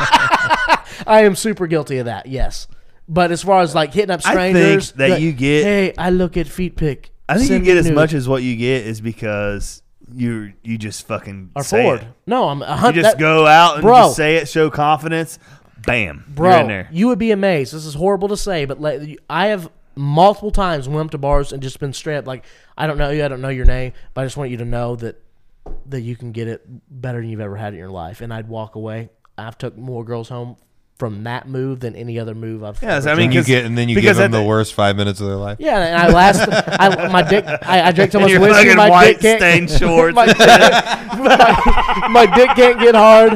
Speaker 2: I am super guilty of that. Yes. But as far as like hitting up
Speaker 4: I think
Speaker 2: strangers,
Speaker 4: that
Speaker 2: like,
Speaker 4: you get-
Speaker 2: Hey, I look at feet pic.
Speaker 4: I think you
Speaker 2: Send
Speaker 4: get
Speaker 2: me
Speaker 4: as
Speaker 2: nude."
Speaker 4: much as what you get is because you you just fucking
Speaker 2: Or
Speaker 4: say
Speaker 2: forward.
Speaker 4: it.
Speaker 2: No, I'm. a hun-
Speaker 4: You just
Speaker 2: that-
Speaker 4: go out and
Speaker 2: Bro.
Speaker 4: just say it, show confidence. Bam,
Speaker 2: Bro,
Speaker 4: you're in there.
Speaker 2: you would be amazed. This is horrible to say, but let, I have multiple times went up to bars and just been straight up like, I don't know you, I don't know your name, but I just want you to know that that you can get it better than you've ever had it in your life. And I'd walk away. I've took more girls home from that move than any other move I've.
Speaker 4: Yeah,
Speaker 2: ever
Speaker 4: I mean,
Speaker 2: done.
Speaker 1: you get and then you give
Speaker 4: because
Speaker 1: them
Speaker 4: at
Speaker 1: the
Speaker 4: the-
Speaker 1: worst five minutes of their life.
Speaker 2: Yeah, and I last I my dick I, I drank so
Speaker 4: And
Speaker 2: much
Speaker 4: your
Speaker 2: whiskey
Speaker 4: fucking
Speaker 2: my
Speaker 4: white
Speaker 2: dick can't-
Speaker 4: stained shorts.
Speaker 2: my, my, my dick can't get hard.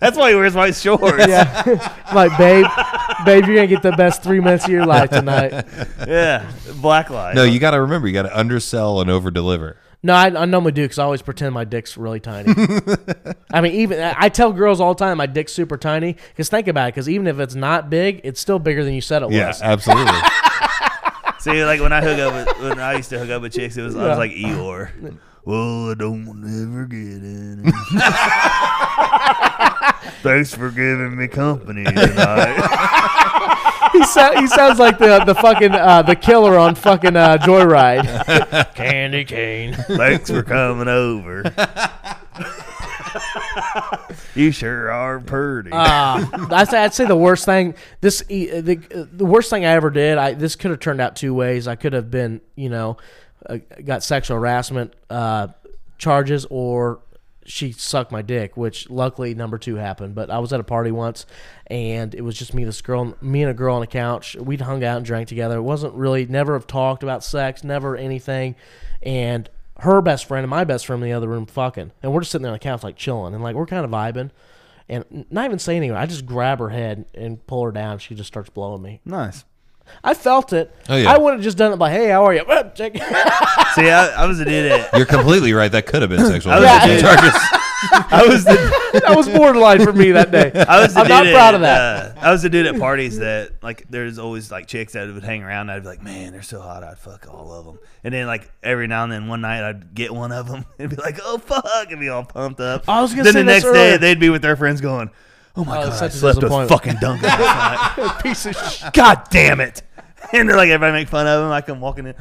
Speaker 4: That's why he wears white shorts.
Speaker 2: Yeah, like babe, babe, you're gonna get the best three minutes of your life tonight.
Speaker 4: yeah, black light.
Speaker 1: No, you got to remember, you got to undersell and over deliver.
Speaker 2: No, I, I normally do because I always pretend my dick's really tiny. I mean, even I I tell girls all the time my dick's super tiny. Because think about it. Because even if it's not big, it's still bigger than you said it
Speaker 1: Yeah,
Speaker 2: was.
Speaker 1: absolutely.
Speaker 4: See, like when I hook up, with, when I used to hook up with chicks, it was I
Speaker 2: Yeah.
Speaker 4: was like Eeyore. Well, I don't ever get in. it. Thanks for giving me company tonight.
Speaker 2: he, so, he sounds like the the fucking uh, the killer on fucking uh, Joyride. Candy cane.
Speaker 4: Thanks for coming over. you sure are pretty.
Speaker 2: Uh, I say I'd say the worst thing this e- the, the worst thing I ever did. I this could have turned out two ways. I could have been you know uh, got sexual harassment uh, charges or she sucked my dick, which luckily number two happened. But I was at a party once and it was just me and this girl, me and a girl on a couch. We'd hung out and drank together. It wasn't really never have talked about sex, never anything, and. Her best friend and my best friend in the other room fucking. And we're just sitting there on the couch, like chilling. And like, we're kind of vibing and n- not even say anything. I just grab her head and pull her down. She just starts blowing me.
Speaker 4: nice.
Speaker 2: I felt it.
Speaker 1: Oh, yeah.
Speaker 2: I would have just done it by, hey, how are you? Check.
Speaker 4: See, I, I was a dude at
Speaker 1: You're completely right. That could have been sexual
Speaker 4: was a
Speaker 1: harassment
Speaker 4: dude.
Speaker 1: charges.
Speaker 4: I was the
Speaker 2: that was borderline for me that day.
Speaker 4: I was the
Speaker 2: I'm
Speaker 4: dude
Speaker 2: not
Speaker 4: at,
Speaker 2: proud of that.
Speaker 4: Uh, I was the dude at parties that like there's always like chicks that would hang around. And I'd be like, man, they're so hot. I'd fuck all of them. And then like every now and then, one night I'd get one of them and be like, oh fuck, and be all pumped up.
Speaker 2: I was gonna
Speaker 4: then
Speaker 2: say
Speaker 4: the
Speaker 2: this
Speaker 4: next
Speaker 2: earlier.
Speaker 4: day they'd be with their friends going, oh my
Speaker 2: Oh,
Speaker 4: god,
Speaker 2: such
Speaker 4: I
Speaker 2: a
Speaker 4: slept with
Speaker 2: disappointment.
Speaker 4: fucking Duncan last night.
Speaker 2: Piece of sh-
Speaker 4: God damn it. And they're like, everybody make fun of him. I come walking in,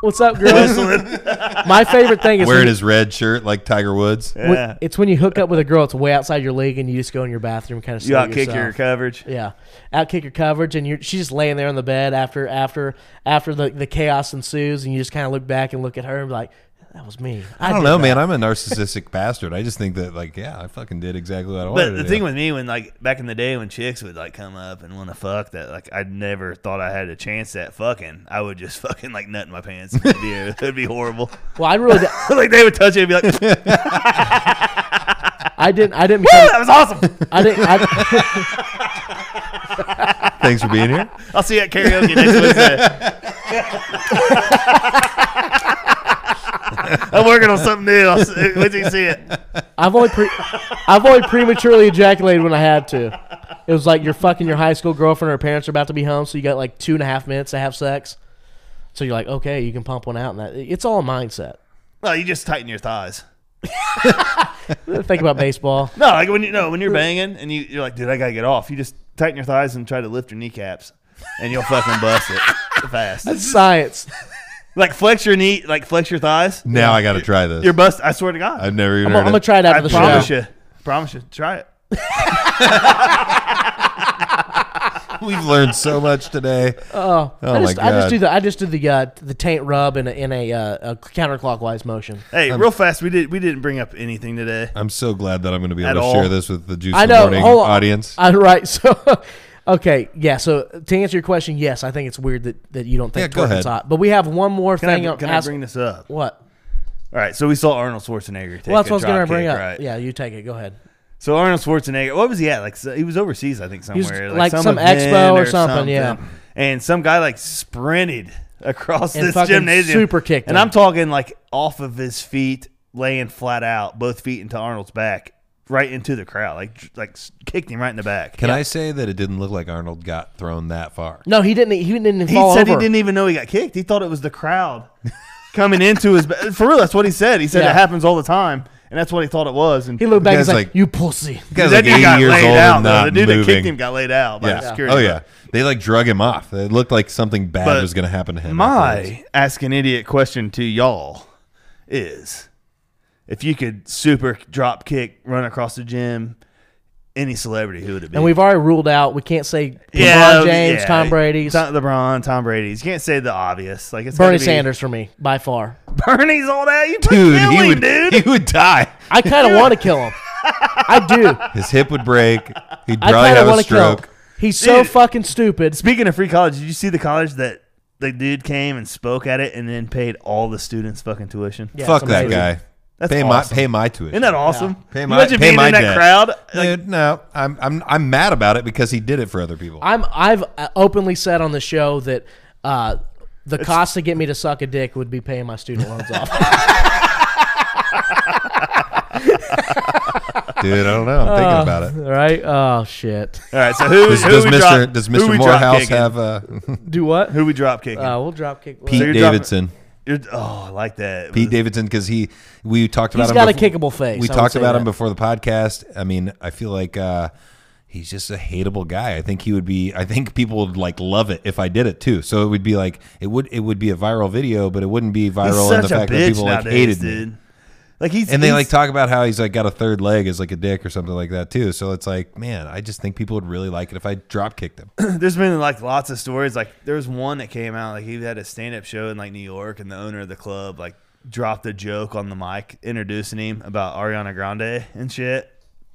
Speaker 2: What's up, girls?
Speaker 4: whistling.
Speaker 2: My favorite thing is
Speaker 1: Wearing
Speaker 2: when-
Speaker 1: his red shirt like Tiger Woods.
Speaker 2: when-
Speaker 4: yeah.
Speaker 2: it's when you hook up with a girl that's way outside your league and you just go in your bathroom kind of
Speaker 4: You outkick your coverage.
Speaker 2: Yeah, outkick your coverage, and you're she's just laying there on the bed after after after the, the chaos ensues, and you just kind of look back and look at her and be like, "That was me."
Speaker 1: I don't
Speaker 2: did
Speaker 1: know,
Speaker 2: that."
Speaker 1: man. I'm a narcissistic bastard. I just think that, like, yeah, I fucking did exactly what I wanted.
Speaker 4: But
Speaker 1: to
Speaker 4: the
Speaker 1: do.
Speaker 4: thing with me, when like back in the day, when chicks would like come up and want to fuck, that like I never thought I had a chance at fucking. I would just fucking like nut in my pants. It'd be, it'd be horrible.
Speaker 2: Well, I really did,
Speaker 4: like they would touch it and be like, "Oh, "Woo,
Speaker 2: I didn't I didn't become,
Speaker 4: that was awesome."
Speaker 2: I didn't I,
Speaker 1: thanks for being here.
Speaker 4: I'll see you at karaoke next Wednesday. I'm working on something new. I'll see, wait till you see it.
Speaker 2: I've only pre, I've only prematurely ejaculated when I had to. It was like you're fucking your high school girlfriend. Her parents are about to be home, so you got like two and a half minutes to have sex. So you're like, okay, you can pump one out, and that it's all a mindset.
Speaker 4: No, you just tighten your thighs.
Speaker 2: Think about baseball.
Speaker 4: No, like when you know when you're banging and you, you're like, "Dude, I gotta get off." You just tighten your thighs and try to lift your kneecaps, and you'll fucking bust it fast.
Speaker 2: Science.
Speaker 4: Like flex your knee, like flex your thighs.
Speaker 1: Now I got to try this.
Speaker 4: Your bust. I swear to God,
Speaker 1: I've never even
Speaker 2: I'm,
Speaker 1: heard
Speaker 2: gonna- I'm
Speaker 1: it.
Speaker 2: gonna try it
Speaker 4: I
Speaker 2: after the
Speaker 4: promise
Speaker 2: show.
Speaker 4: you. Promise you. Try it.
Speaker 1: We've learned so much today.
Speaker 2: Oh, I
Speaker 1: my
Speaker 2: just, I just
Speaker 1: God.
Speaker 2: do the I just do the uh, the taint rub in a, in a, uh, a counterclockwise motion.
Speaker 4: Hey, real fast. We did. We didn't bring up anything today.
Speaker 1: I'm so glad that I'm going to be
Speaker 4: At
Speaker 1: able to
Speaker 4: all.
Speaker 1: share this with the Juice
Speaker 2: I
Speaker 1: in the
Speaker 2: know.
Speaker 1: Morning
Speaker 2: hold on.
Speaker 1: audience.
Speaker 2: I, right. So, okay. Yeah. So to answer your question, yes, I think it's weird that, that you don't
Speaker 1: Yeah,
Speaker 2: think
Speaker 1: go
Speaker 2: twerking's
Speaker 1: ahead.
Speaker 2: hot. But we have one more
Speaker 4: Can,
Speaker 2: thing.
Speaker 4: I,
Speaker 2: on-
Speaker 4: can I
Speaker 2: ask-
Speaker 4: bring this up? All
Speaker 2: What?
Speaker 4: right. So we saw Arnold Schwarzenegger. Take
Speaker 2: Well, that's
Speaker 4: a
Speaker 2: what I was going to
Speaker 4: dropkick,
Speaker 2: bring up.
Speaker 4: Right?
Speaker 2: Yeah, you take it. Go ahead.
Speaker 4: So Arnold Schwarzenegger. What was he at? Like so- he was overseas, I think,
Speaker 2: was
Speaker 4: somewhere.
Speaker 2: like some
Speaker 4: event
Speaker 2: expo or something, yeah.
Speaker 4: And some guy like sprinted across
Speaker 2: And
Speaker 4: this
Speaker 2: fucking
Speaker 4: gymnasium,
Speaker 2: super kicked
Speaker 4: And
Speaker 2: him.
Speaker 4: I'm talking like off of his feet, laying flat out, both feet into Arnold's back, right into the crowd, like dr- like s- kicked him right in the back.
Speaker 1: Can I say that it didn't look like Arnold got thrown that far?
Speaker 2: No, he didn't. He didn't even
Speaker 4: He
Speaker 2: fall
Speaker 4: said
Speaker 2: over.
Speaker 4: he didn't even know he got kicked. He thought it was the crowd coming into his. Ba- For real, that's what he said. He said
Speaker 2: Yeah.
Speaker 4: it happens all the time, and that's what he thought it was. And
Speaker 2: He looked back and
Speaker 1: guy's
Speaker 2: was like,
Speaker 1: like-
Speaker 2: "You pussy."
Speaker 1: The guy's
Speaker 4: that
Speaker 1: like
Speaker 4: dude
Speaker 1: 80
Speaker 4: got
Speaker 1: years
Speaker 4: laid
Speaker 1: old
Speaker 4: out.
Speaker 1: and
Speaker 4: though.
Speaker 1: not
Speaker 4: the dude that
Speaker 1: moving.
Speaker 4: kicked him got laid out by
Speaker 1: yeah.
Speaker 4: the security.
Speaker 1: Oh
Speaker 4: guard.
Speaker 1: yeah. They like drug him off. It looked like something bad
Speaker 4: But
Speaker 1: was going to happen to him. afterwards.
Speaker 4: My ask an idiot question to y'all is if you could super drop kick, run across the gym, any celebrity, who would it be?
Speaker 2: And we've already ruled out. We can't say LeBron
Speaker 4: Yeah, oh,
Speaker 2: James,
Speaker 4: yeah.
Speaker 2: Tom Brady's,
Speaker 4: Tom, LeBron, Tom Brady's. You can't say the obvious. Like it's gotta
Speaker 2: Bernie
Speaker 4: be-
Speaker 2: Sanders for me by far.
Speaker 4: Bernie's all that. You
Speaker 1: dude,
Speaker 4: kill
Speaker 1: he
Speaker 4: him,
Speaker 1: would
Speaker 4: dude.
Speaker 1: he would die.
Speaker 2: I kind of want to kill him. I do.
Speaker 1: His hip would break. He'd
Speaker 2: I
Speaker 1: probably
Speaker 2: kinda
Speaker 1: have a
Speaker 2: wanna kill him.
Speaker 1: stroke.
Speaker 2: He's so fucking stupid.
Speaker 4: Speaking of free college, did you see the college that the dude came and spoke at it and then paid all the students fucking tuition?
Speaker 1: Yeah, Fuck it's that amazing. guy.
Speaker 4: That's
Speaker 1: Pay my-
Speaker 4: awesome.
Speaker 1: pay my tuition.
Speaker 4: Isn't that awesome?
Speaker 1: Pay
Speaker 4: You
Speaker 1: my,
Speaker 4: Imagine
Speaker 1: pay
Speaker 4: being
Speaker 1: my
Speaker 4: in that
Speaker 1: debt.
Speaker 4: crowd.
Speaker 1: Dude, no, I'm, I'm, I'm mad about it because he did it for other people.
Speaker 2: I'm I've uh, openly said on the show that uh, the cost to get me to suck a dick would be paying my student loans off.
Speaker 1: Dude, I don't know. I'm
Speaker 2: Uh,
Speaker 1: thinking about it.
Speaker 2: All right. Oh shit.
Speaker 4: All right, so who,
Speaker 1: Does-
Speaker 4: who
Speaker 1: does
Speaker 4: we
Speaker 1: Mr.
Speaker 4: drop-
Speaker 1: does
Speaker 4: who
Speaker 1: Mr.
Speaker 4: we drop
Speaker 1: Morehouse
Speaker 4: kicking?
Speaker 1: have, uh,
Speaker 2: Do what?
Speaker 4: Who we drop kicking?
Speaker 2: Uh, we'll drop kick.
Speaker 1: Pete
Speaker 4: you're dropping-
Speaker 1: Davidson.
Speaker 4: You're, oh, I like that.
Speaker 1: Pete Davidson because he we talked about
Speaker 2: He's
Speaker 1: him.
Speaker 2: got a
Speaker 1: befo-
Speaker 2: kickable face,
Speaker 1: We
Speaker 2: I would
Speaker 1: talked
Speaker 2: say
Speaker 1: about
Speaker 2: that.
Speaker 1: him before the podcast. I mean, I feel like uh, he's just a hateable guy. I think he would be. I think people would like love it if I did it too. So it would be like it would it would be a viral video, but it wouldn't be
Speaker 4: He's
Speaker 1: viral in
Speaker 4: such
Speaker 1: the
Speaker 4: a
Speaker 1: fact
Speaker 4: bitch
Speaker 1: that people like
Speaker 4: nowadays,
Speaker 1: hated me.
Speaker 4: dude. Like he's
Speaker 1: And they
Speaker 4: he's-
Speaker 1: like talk about how he's like got a third leg as like a dick or something like that too. So it's like, man, I just think people would really like it if I drop kicked him.
Speaker 4: there's been like lots of stories. Like there was one that came out. Like he had a stand up show in like New York, and the owner of the club like dropped a joke on the mic introducing him about Ariana Grande and shit,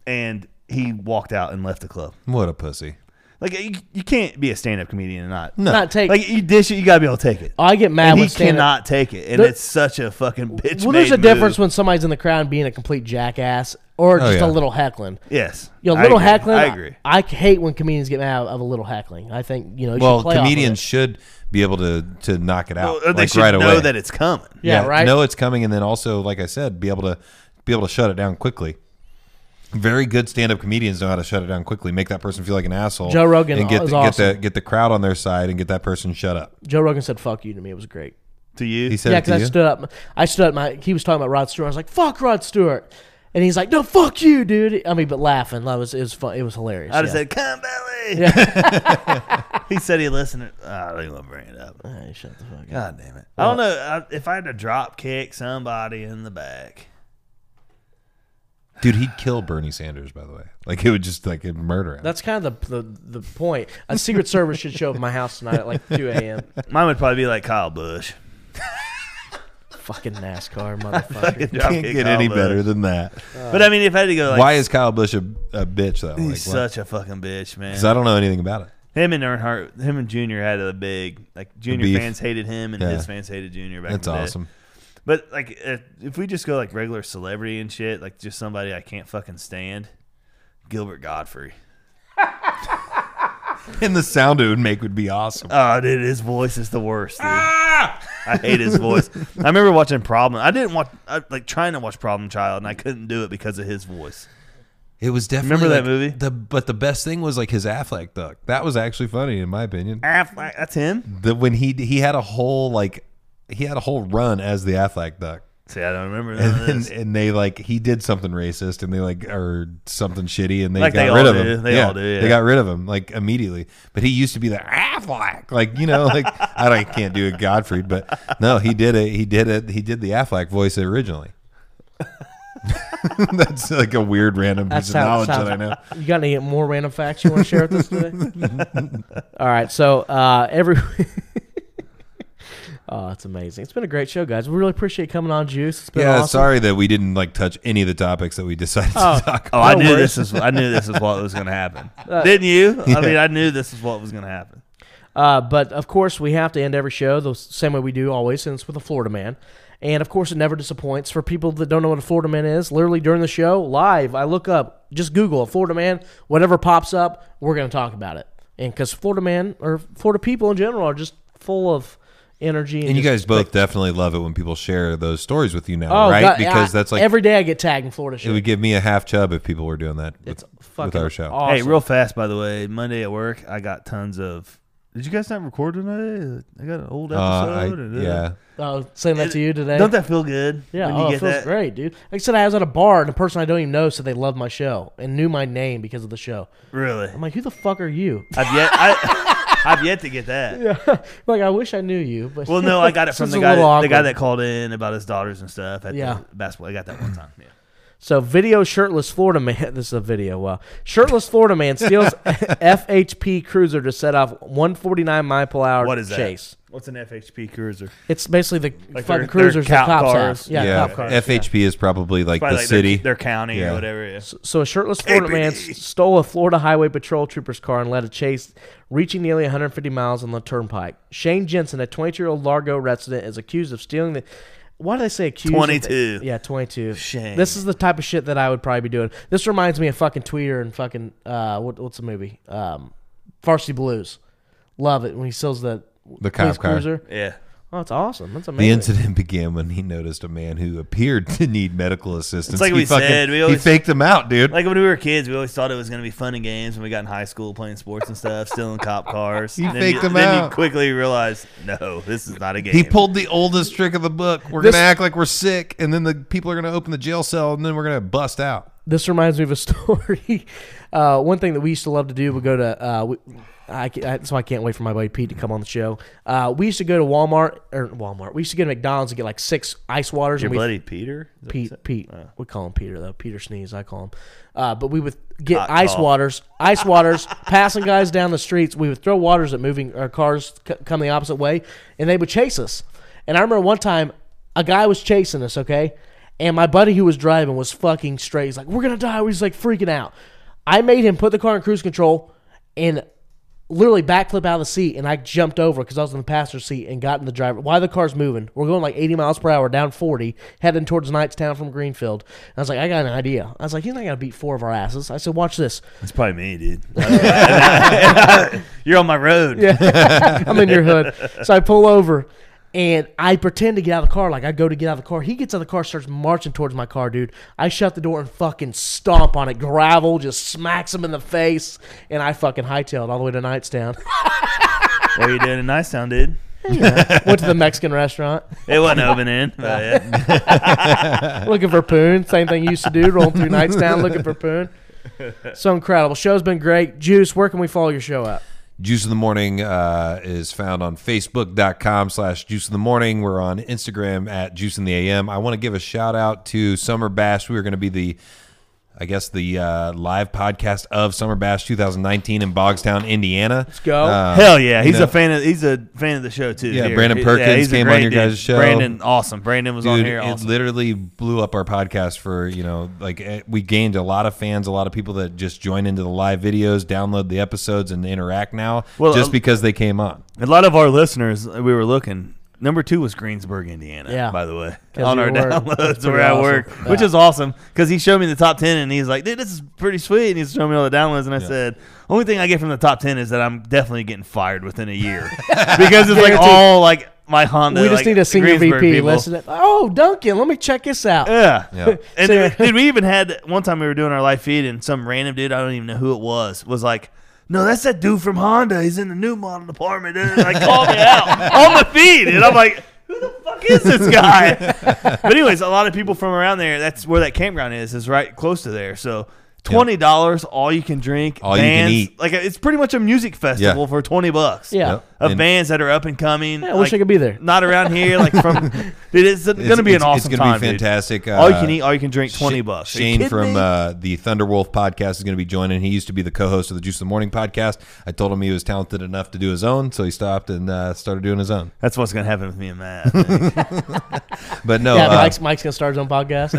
Speaker 4: and he walked out and left the club.
Speaker 1: What a pussy.
Speaker 4: Like you, you can't be a stand up comedian and not
Speaker 1: No.
Speaker 2: Not take.
Speaker 4: like you dish it. You gotta be able to take it.
Speaker 2: I get mad
Speaker 4: And
Speaker 2: when
Speaker 4: he
Speaker 2: stand-up-
Speaker 4: cannot take it, and
Speaker 2: There-
Speaker 4: it's such a fucking bitch.
Speaker 2: well, there's a
Speaker 4: made
Speaker 2: difference
Speaker 4: move.
Speaker 2: when somebody's in the crowd being a complete jackass or
Speaker 1: Oh,
Speaker 2: just
Speaker 1: yeah.
Speaker 2: a little heckling.
Speaker 4: yes,
Speaker 2: You know,
Speaker 4: I
Speaker 2: little
Speaker 4: agree.
Speaker 2: heckling.
Speaker 4: I agree.
Speaker 2: I, hate when comedians get mad of a little heckling. I think you know. You should
Speaker 1: Well,
Speaker 2: play off of
Speaker 1: comedians
Speaker 2: it.
Speaker 1: should be able to to knock it out
Speaker 4: Well, they
Speaker 1: like
Speaker 4: should
Speaker 1: right
Speaker 4: know
Speaker 1: away.
Speaker 4: that it's coming.
Speaker 2: Yeah, right.
Speaker 1: Know it's coming, and then also, like I said, be able to be able to shut it down quickly. Very good stand-up comedians know how to shut it down quickly, make that person feel like an asshole.
Speaker 2: Joe Rogan
Speaker 1: and get
Speaker 2: is
Speaker 1: the, get the
Speaker 2: awesome.
Speaker 1: get the crowd on their side and get that person shut up.
Speaker 2: Joe Rogan said "fuck you" to me. It was great.
Speaker 4: To you,
Speaker 1: He said
Speaker 2: yeah,
Speaker 1: it to
Speaker 2: because I
Speaker 1: you?
Speaker 2: stood up. I stood up. My he was talking about Rod Stewart. I was like, "Fuck Rod Stewart," and he's like, "No, fuck you, dude." I mean, but laughing. That was it was fun. It was hilarious.
Speaker 4: I just
Speaker 2: yeah.
Speaker 4: said, "Come, Billy." he said he listened. To, oh, I don't even want to bring it up.
Speaker 2: Hey, shut the fuck up.
Speaker 4: God damn it! I don't know I, if I had to drop kick somebody in the back.
Speaker 1: Dude, he'd kill Bernie Sanders. By the way, like it would just like it'd murder him.
Speaker 2: That's kind of the the, the point. A Secret Service should show up at my house tonight at like two a.m.
Speaker 4: Mine would probably be like Kyle Bush.
Speaker 2: Fucking NASCAR motherfucker.
Speaker 4: Fucking drop
Speaker 1: can't
Speaker 4: kick
Speaker 1: get
Speaker 4: Kyle
Speaker 1: any
Speaker 4: Busch.
Speaker 1: better than that.
Speaker 4: But I mean, if I had to go, like,
Speaker 1: Why is Kyle Bush a, a bitch though?
Speaker 4: he's
Speaker 1: Like, why-
Speaker 4: such a fucking bitch, man?
Speaker 1: 'cause I don't know anything about it.
Speaker 4: him and Earnhardt, him and Junior had a big like Junior
Speaker 1: beef.
Speaker 4: fans hated him and
Speaker 1: Yeah.
Speaker 4: his fans hated Junior back.
Speaker 1: That's
Speaker 4: in the day.
Speaker 1: awesome.
Speaker 4: But like, if, if we just go like regular celebrity and shit, like just somebody I can't fucking stand, Gilbert Godfrey.
Speaker 1: And the sound it would make would be awesome.
Speaker 4: Oh, dude, his voice is the worst. Dude. I hate his voice. I remember watching Problem. I didn't watch, I, like, trying to watch Problem Child, and I couldn't do it because of his voice.
Speaker 1: It was definitely
Speaker 4: Remember that
Speaker 1: like,
Speaker 4: movie?
Speaker 1: The but the best thing was like his Affleck duck. That was actually funny in my opinion.
Speaker 4: Affleck, Ah, that's him.
Speaker 1: That when he he had a whole like he had a whole run as the Affleck duck.
Speaker 4: See, I don't remember none of
Speaker 1: And,
Speaker 4: this.
Speaker 1: and, and they like he did something racist and they like or something shitty and they
Speaker 4: Like
Speaker 1: got
Speaker 4: they
Speaker 1: rid
Speaker 4: all
Speaker 1: of
Speaker 4: do.
Speaker 1: him.
Speaker 4: They all do, yeah.
Speaker 1: They got rid of him like immediately. But he used to be the Affleck, like you know, like I, don't, I can't do a Godfrey, but no, he did it. He did it. He did the Affleck voice originally. That's like a weird random piece of knowledge that I know.
Speaker 2: You got any more random facts you want to share with us today? All right. So uh, every. oh, it's amazing. It's been a great show, guys. We really appreciate you coming on, Juice. It's been
Speaker 1: Yeah,
Speaker 2: awesome.
Speaker 1: sorry that we didn't like touch any of the topics that we decided to talk
Speaker 4: Oh,
Speaker 1: about.
Speaker 4: I knew this is. I knew this is what was going to happen. Didn't you? I mean, I knew this is what was going to happen.
Speaker 2: Uh, but of course, we have to end every show the same way we do always, since with a Florida man. And of course, it never disappoints. For people that don't know what a Florida man is, literally during the show, live, I look up, just Google a Florida man, whatever pops up, we're going to talk about it. And because Florida man or Florida people in general are just full of energy. And,
Speaker 1: And you
Speaker 2: just-
Speaker 1: guys both definitely love it when people share those stories with you now,
Speaker 2: Oh,
Speaker 1: right?
Speaker 2: God,
Speaker 1: because
Speaker 2: I-
Speaker 1: that's like
Speaker 2: every day I get tagged in Florida shit.
Speaker 1: it would give me a half chub if people were doing that
Speaker 2: it's
Speaker 1: with,
Speaker 2: fucking
Speaker 1: with our show.
Speaker 2: Awesome.
Speaker 4: Hey, real fast, by the way, Monday at work, I got tons of. Did you guys not record today? I got an old
Speaker 1: Uh, I-
Speaker 4: episode. and-
Speaker 1: yeah,
Speaker 2: Oh, saying that to you today.
Speaker 4: Don't that feel good?
Speaker 2: Yeah,
Speaker 4: when you
Speaker 2: oh,
Speaker 4: get
Speaker 2: it feels
Speaker 4: that?
Speaker 2: great, dude. Like I said, I was at a bar and a person I don't even know said they loved my show and knew my name because of the show.
Speaker 4: Really,
Speaker 2: I'm like, who the fuck are you?
Speaker 4: I've yet. I, I've yet to get that.
Speaker 2: like, I wish I knew you, but
Speaker 4: Well, no, I got it from
Speaker 2: It's
Speaker 4: the
Speaker 2: a
Speaker 4: guy.
Speaker 2: little
Speaker 4: That, the guy
Speaker 2: awkward.
Speaker 4: that called in about his daughters and stuff at
Speaker 2: Yeah.
Speaker 4: the basketball. I got that one time. Yeah.
Speaker 2: So, video shirtless Florida man. This is a video. Wow. Shirtless Florida man steals FHP cruiser to set off 149 mile per hour
Speaker 4: What is that?
Speaker 2: chase.
Speaker 4: What's an FHP cruiser?
Speaker 2: It's basically the
Speaker 4: Like
Speaker 2: fucking
Speaker 4: their- their
Speaker 2: cruisers
Speaker 4: cop
Speaker 2: the cops
Speaker 4: cars.
Speaker 2: have. Yeah,
Speaker 4: Yeah.
Speaker 2: cop cars. yeah.
Speaker 1: FHP is probably like
Speaker 4: Probably
Speaker 1: the
Speaker 4: like their-
Speaker 1: city,
Speaker 4: their county or
Speaker 1: Yeah.
Speaker 4: whatever, yeah.
Speaker 2: So a shirtless Florida man s- stole a Florida Highway Patrol trooper's car and led a chase, reaching nearly 150 miles on the turnpike. Shane Jensen, a 22-year-old Largo resident, is accused of stealing the. Why do they say accused? of it?
Speaker 4: 22.
Speaker 2: yeah, 22.
Speaker 4: Shame.
Speaker 2: This is the type of shit that I would probably be doing. This reminds me of fucking Tweeter and fucking uh, what, what's the movie? Um, Varsity Blues. Love it when he steals the
Speaker 1: The
Speaker 2: police
Speaker 1: cop car.
Speaker 2: cruiser.
Speaker 4: Yeah.
Speaker 2: Oh, it's awesome. That's amazing.
Speaker 1: The incident began when he noticed a man who appeared to need medical assistance.
Speaker 4: It's like
Speaker 1: he
Speaker 4: we said, we
Speaker 1: he
Speaker 4: always-
Speaker 1: faked him out, dude.
Speaker 4: Like when we were kids, we always thought it was going to be fun and games when we got in high school playing sports and stuff, stealing cop cars.
Speaker 1: You
Speaker 4: And then
Speaker 1: faked
Speaker 4: you,
Speaker 1: them
Speaker 4: then you
Speaker 1: out.
Speaker 4: quickly realized, no, this is not a game.
Speaker 1: he pulled the oldest trick of the book. We're
Speaker 2: This-
Speaker 1: gonna act like we're sick, and then the people are gonna open the jail cell, and then we're gonna bust out.
Speaker 2: this reminds me of a story. Uh, one thing that we used to love to do, we go to. Uh, we, I, ca- I- that's why I can't wait for my buddy Pete to come on the show. Uh, we used to go to Walmart or Walmart. We used to go to McDonald's and get like six ice waters.
Speaker 4: Your
Speaker 2: and we,
Speaker 4: buddy Peter? Is that what you said?
Speaker 2: Pete, Pete, we call him Peter though. Peter Sneeze, I call him. Uh, but we would get
Speaker 4: Hot
Speaker 2: ice
Speaker 4: call.
Speaker 2: waters, ice waters, passing guys down the streets. We would throw waters at moving or cars c- come the opposite way, and they would chase us. And I remember one time a guy was chasing us, okay, and my buddy who was driving was fucking straight. He's like, "We're gonna die." He's like freaking out. I made him put the car in cruise control, and literally backflip out of the seat and I jumped over because I was in the passenger seat and got in the driver. Why the car's moving? We're going like 80 miles per hour, down 40, heading towards Knightstown from Greenfield. And I was like, I got an idea. I was like, he's not gonna beat four of our asses. I said, watch this.
Speaker 4: It's probably me, dude. You're on my road.
Speaker 2: I'm in your hood. So I pull over and I pretend to get out of the car. Like I go to get out of the car. He gets out of the car, starts marching towards my car, dude. I shut the door and fucking stomp on it. Gravel just smacks him in the face. And I fucking hightailed all the way to Knightstown.
Speaker 4: What are you doing in Nice Town, dude?
Speaker 2: Went to the Mexican restaurant.
Speaker 4: It wasn't opening. But yeah.
Speaker 2: looking for poon. Same thing you used to do, rolling through nights down looking for poon. So incredible. Show's been great. Juice, where can we follow your show at?
Speaker 1: Juice in the Morning uh, is found on Facebook.com slash Juice in the Morning. We're on Instagram at Juice in the AM. I want to give a shout out to Summer Bash. We are going to be the, I guess, the uh, live podcast of Summer Bash 2019 in Bogstown, Indiana. Uh, Let's
Speaker 2: go.
Speaker 4: Hell yeah, he's
Speaker 1: no.
Speaker 4: a fan of he's a fan of the show too.
Speaker 1: Yeah,
Speaker 4: here.
Speaker 1: Brandon
Speaker 4: He-
Speaker 1: Perkins
Speaker 4: he's a
Speaker 1: came on
Speaker 4: great
Speaker 1: your guys'
Speaker 4: dude.
Speaker 1: show.
Speaker 4: Brandon, awesome. Brandon was on
Speaker 1: Dude,
Speaker 4: here.
Speaker 1: it
Speaker 4: Awesome.
Speaker 1: literally blew up our podcast for you know like eh, we gained a lot of fans, a lot of people that just join into the live videos, download the episodes, and interact now
Speaker 4: Well,
Speaker 1: just
Speaker 4: um,
Speaker 1: because they came on.
Speaker 4: A lot of our listeners, we were looking. Number two was Greensburg, Indiana.
Speaker 2: Yeah.
Speaker 4: By the way,
Speaker 2: 'Cause
Speaker 4: on
Speaker 2: you were-
Speaker 4: our
Speaker 2: that's
Speaker 4: downloads
Speaker 2: pretty
Speaker 4: where I
Speaker 2: awesome.
Speaker 4: work,
Speaker 2: Yeah.
Speaker 4: which is awesome because he showed me the top ten and he's like, "Dude, this is pretty sweet." And he's showing me all the downloads, and I said, "Only thing I get from the top ten is that I'm definitely getting fired within a year because it's like
Speaker 2: Guaranteed.
Speaker 4: all like my Honda."
Speaker 2: we just
Speaker 4: like,
Speaker 2: need a senior
Speaker 4: Greensburg
Speaker 2: VP.
Speaker 4: people. Oh.
Speaker 2: Listen, to- oh Duncan, let me check this out.
Speaker 4: Yeah.
Speaker 1: Yeah.
Speaker 4: And
Speaker 2: So-
Speaker 4: dude, dude, we even had one time we were doing our live feed and some random dude, I don't even know who it was, was like, No, that's that dude from Honda. He's in the new model department. dude." And like called me out on the feed. And I'm like, who the fuck is this guy? but anyways, a lot of people from around there, that's where that campground is, is right close to there. So twenty dollars, all you can drink,
Speaker 1: All you can
Speaker 4: bands.
Speaker 1: eat.
Speaker 4: Like it's pretty much a music festival for twenty bucks.
Speaker 2: Yeah.
Speaker 1: Yep.
Speaker 4: Of
Speaker 1: And-
Speaker 4: bands that are up and coming.
Speaker 2: I wish I could be there.
Speaker 4: Not around here, like from. dude, it's, gonna be
Speaker 1: it's-
Speaker 4: an awesome
Speaker 1: it's gonna be
Speaker 4: time. dude.
Speaker 1: fantastic,
Speaker 4: all you
Speaker 1: uh,
Speaker 4: can eat, all you can drink, twenty
Speaker 1: Sh-
Speaker 4: bucks. Are you
Speaker 1: Shane
Speaker 4: kidding
Speaker 1: from
Speaker 4: me?
Speaker 1: uh, the Thunderwolf podcast is going to be joining. He used to be the co-host of the Juice of the Morning podcast. I told him he was talented enough to do his own, so he stopped and uh, started doing his own.
Speaker 4: That's what's gonna happen with me and Matt. I think.
Speaker 1: But no,
Speaker 2: yeah,
Speaker 1: uh,
Speaker 2: Mike's, Mike's gonna start his own podcast.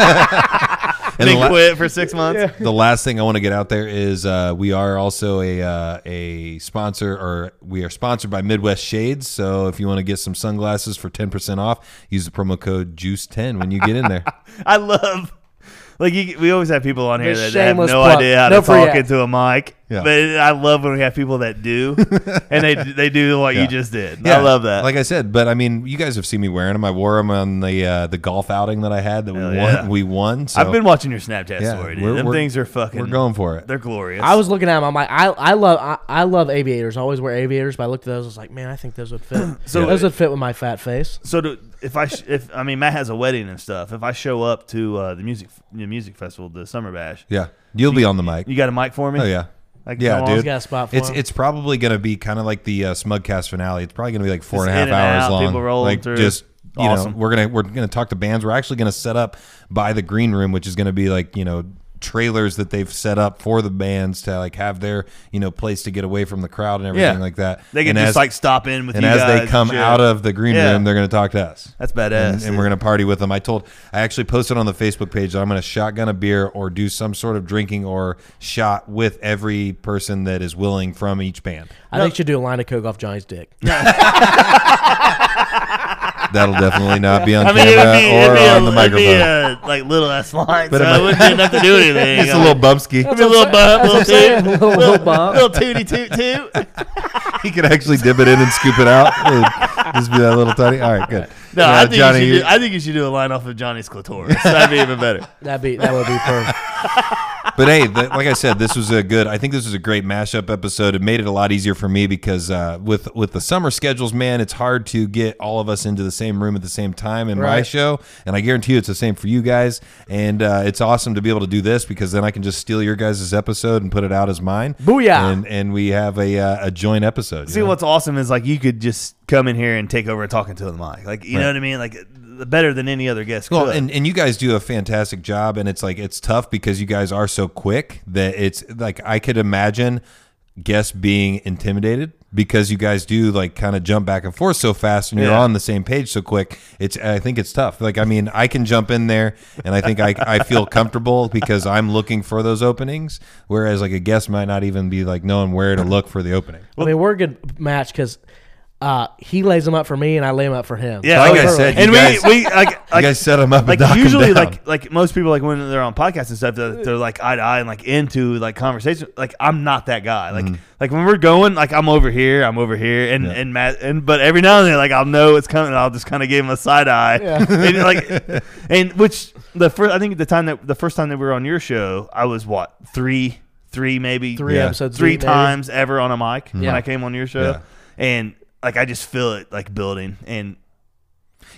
Speaker 1: and the
Speaker 4: Big
Speaker 1: la-
Speaker 4: quit for six months.
Speaker 1: the last thing I want to get out there is uh, we are also a uh, a sponsor, or we are sponsored by Midwest Shades. So if you want to get some sunglasses for ten percent off, use the promo code Juice Ten when you get in there.
Speaker 4: I love. Like you, we always have people on here
Speaker 2: The
Speaker 4: that have no
Speaker 2: shameless plug.
Speaker 4: idea how
Speaker 2: No
Speaker 4: to
Speaker 2: free
Speaker 4: talk
Speaker 2: ad.
Speaker 4: into a mic,
Speaker 1: Yeah.
Speaker 4: but it, I love when we have people that do, and they they do what you
Speaker 1: Yeah.
Speaker 4: just did.
Speaker 1: Yeah,
Speaker 4: I love that.
Speaker 1: Like I said, but I mean, you guys have seen me wearing them. I wore them on the uh, the golf outing that I had that we
Speaker 4: Hell
Speaker 1: won.
Speaker 4: yeah.
Speaker 1: We won. So
Speaker 4: I've been watching your Snapchat
Speaker 1: Yeah,
Speaker 4: story. Dude.
Speaker 1: we're-
Speaker 4: Them
Speaker 1: we're-
Speaker 4: things are fucking.
Speaker 1: we're going for it.
Speaker 4: They're glorious.
Speaker 2: I was looking at him. I'm like, I, I love I, I love aviators. I always wear aviators, but I looked at those. I was like, man, I think those would fit.
Speaker 4: So-
Speaker 2: those would fit with my fat face.
Speaker 4: so do, if I sh- if I mean Matt has a wedding and stuff. If I show up to uh, the music the music festival, the summer bash,
Speaker 1: Yeah, you'll be on the mic.
Speaker 4: you got a mic for me?
Speaker 1: oh yeah,
Speaker 4: Like,
Speaker 1: yeah,
Speaker 4: come on.
Speaker 1: dude.
Speaker 2: Got a spot for
Speaker 1: it's
Speaker 2: 'em.
Speaker 1: it's probably gonna be kind of like the uh, Smugcast finale. It's probably gonna be like four
Speaker 4: Just
Speaker 1: and a
Speaker 4: in
Speaker 1: half
Speaker 4: and
Speaker 1: hours
Speaker 4: out,
Speaker 1: long.
Speaker 4: people rolling
Speaker 1: like
Speaker 4: through.
Speaker 1: just you
Speaker 4: Awesome.
Speaker 1: know, we're gonna we're gonna talk to bands. We're actually gonna set up by the green room, which is gonna be like you know trailers that they've set up for the bands to like have their you know place to get away from the crowd and everything
Speaker 4: Yeah.
Speaker 1: like that.
Speaker 4: They can
Speaker 1: And
Speaker 4: just, like, stop in with
Speaker 1: and
Speaker 4: you
Speaker 1: as
Speaker 4: guys
Speaker 1: they
Speaker 4: and
Speaker 1: come
Speaker 4: shit.
Speaker 1: out of the green
Speaker 4: Yeah.
Speaker 1: room, they're gonna talk to us.
Speaker 4: That's badass,
Speaker 1: And, and we're gonna party with them. I told I actually posted on the Facebook page that I'm gonna shotgun a beer or do some sort of drinking or shot with every person that is willing from each band.
Speaker 2: I think you should do a line of coke off Johnny's dick.
Speaker 1: That'll definitely not be on
Speaker 4: I mean, it'd
Speaker 1: camera
Speaker 4: be, it'd
Speaker 1: or
Speaker 4: be
Speaker 1: on
Speaker 4: a,
Speaker 1: the
Speaker 4: it'd
Speaker 1: microphone.
Speaker 4: be a like little ass line,
Speaker 1: But
Speaker 4: so
Speaker 1: am I-
Speaker 4: it wouldn't do enough to do anything.
Speaker 1: It's a little bumpski.
Speaker 4: It's a little bump,
Speaker 2: That's what I'm
Speaker 4: little toot,
Speaker 2: saying.
Speaker 4: little,
Speaker 2: Little-
Speaker 4: little,
Speaker 2: little bump.
Speaker 4: tooty toot toot.
Speaker 1: He could actually dip it in and scoop it out. It'd just be that little tiny. All right, good.
Speaker 4: No,
Speaker 1: Yeah,
Speaker 4: I think
Speaker 1: Johnny,
Speaker 4: you should do, I think you should do a line off of Johnny's clitoris. That'd be even better.
Speaker 2: That'd be that would be perfect.
Speaker 1: but hey, th- like I said, this was a good. I think this was a great mashup episode. It made it a lot easier for me because uh, with with the summer schedules, man, it's hard to get all of us into the same room at the same time in my
Speaker 2: Right.
Speaker 1: show. And I guarantee you, it's the same for you guys. And uh, it's awesome to be able to do this because then I can just steal your guys' episode and put it out as mine.
Speaker 2: Booyah.
Speaker 1: And and we have a uh, a joint episode. you
Speaker 4: See
Speaker 1: know?
Speaker 4: what's awesome is like you could just come in here and take over talking to the mic. Like you
Speaker 1: Right.
Speaker 4: know what I mean? Like the- better than any other guest.
Speaker 1: Well,
Speaker 4: could.
Speaker 1: and, and you guys do a fantastic job, and it's like it's tough because you guys are so quick that it's like I could imagine guests being intimidated because you guys do like kind of jump back and forth so fast and you're
Speaker 4: Yeah.
Speaker 1: on the same page so quick it's i think it's tough like i mean i can jump in there and i think I, I feel comfortable because i'm looking for those openings whereas like a guest might not even be like knowing where to look for the opening
Speaker 2: I mean, we're a good match because uh, he lays them up for me and I lay them up for him.
Speaker 4: Yeah,
Speaker 1: Like
Speaker 4: okay.
Speaker 1: I said, you
Speaker 4: and
Speaker 1: guys-
Speaker 4: we, we like, like
Speaker 1: guys set 'em up and
Speaker 4: Like
Speaker 1: knock 'em
Speaker 4: usually,
Speaker 1: down.
Speaker 4: like like most people, like when they're on podcasts and stuff,
Speaker 2: Uh,
Speaker 4: they're, they're like eye to eye and like into like conversation. Like I'm not that guy. Like
Speaker 1: Mm-hmm.
Speaker 4: like when we're going, like I'm over here, I'm over here, and and Matt, and but every now and then, like I'll know it's coming, and I'll just kind of give him a side eye, and like and which the first I think the time that the first time that we were on your show, I was what three three maybe
Speaker 2: Three
Speaker 1: Yeah. Mm-hmm.
Speaker 2: episodes.
Speaker 4: three
Speaker 2: deep, maybe.
Speaker 4: times ever on a mic when
Speaker 2: Yeah.
Speaker 4: I came on your show,
Speaker 1: Yeah.
Speaker 4: and like I just feel it like building and.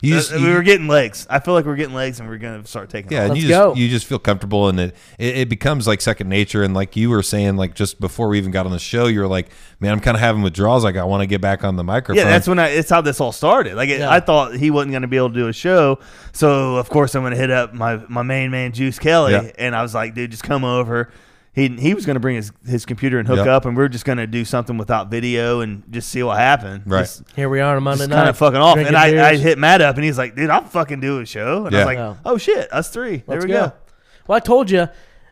Speaker 1: you
Speaker 4: Uh,
Speaker 1: just-
Speaker 4: we were getting legs. I feel like we're getting legs, and we're gonna start taking.
Speaker 1: Yeah,
Speaker 4: off.
Speaker 1: and
Speaker 2: Let's
Speaker 1: you just
Speaker 2: go.
Speaker 1: you just feel comfortable, and it, it it becomes like second nature. And like you were saying, like just before we even got on the show, you were like, "Man, I'm kind of having withdrawals. Like I want to get back on the microphone."
Speaker 4: yeah. That's when I. It's how this all started. Like it,
Speaker 2: Yeah.
Speaker 4: I thought he wasn't gonna be able to do a show, so of course I'm gonna hit up my my main man Juice Kelly,
Speaker 1: Yeah.
Speaker 4: and I was like, dude, just come over. He, he was going to bring his, his computer and hook
Speaker 1: Yep.
Speaker 4: up, and we are just going to do something without video and just see what happened.
Speaker 1: Right.
Speaker 4: Just,
Speaker 2: Here we are on a Monday
Speaker 4: just
Speaker 2: night.
Speaker 4: kind of fucking off.
Speaker 2: drinking
Speaker 4: And I, I
Speaker 2: beers.
Speaker 4: hit Matt up, and he's like, dude, I'll fucking do a show. And I
Speaker 1: Yeah.
Speaker 4: was like,
Speaker 2: Wow.
Speaker 4: oh shit, us three.
Speaker 2: Let's
Speaker 4: there we go.
Speaker 2: Well, I told you,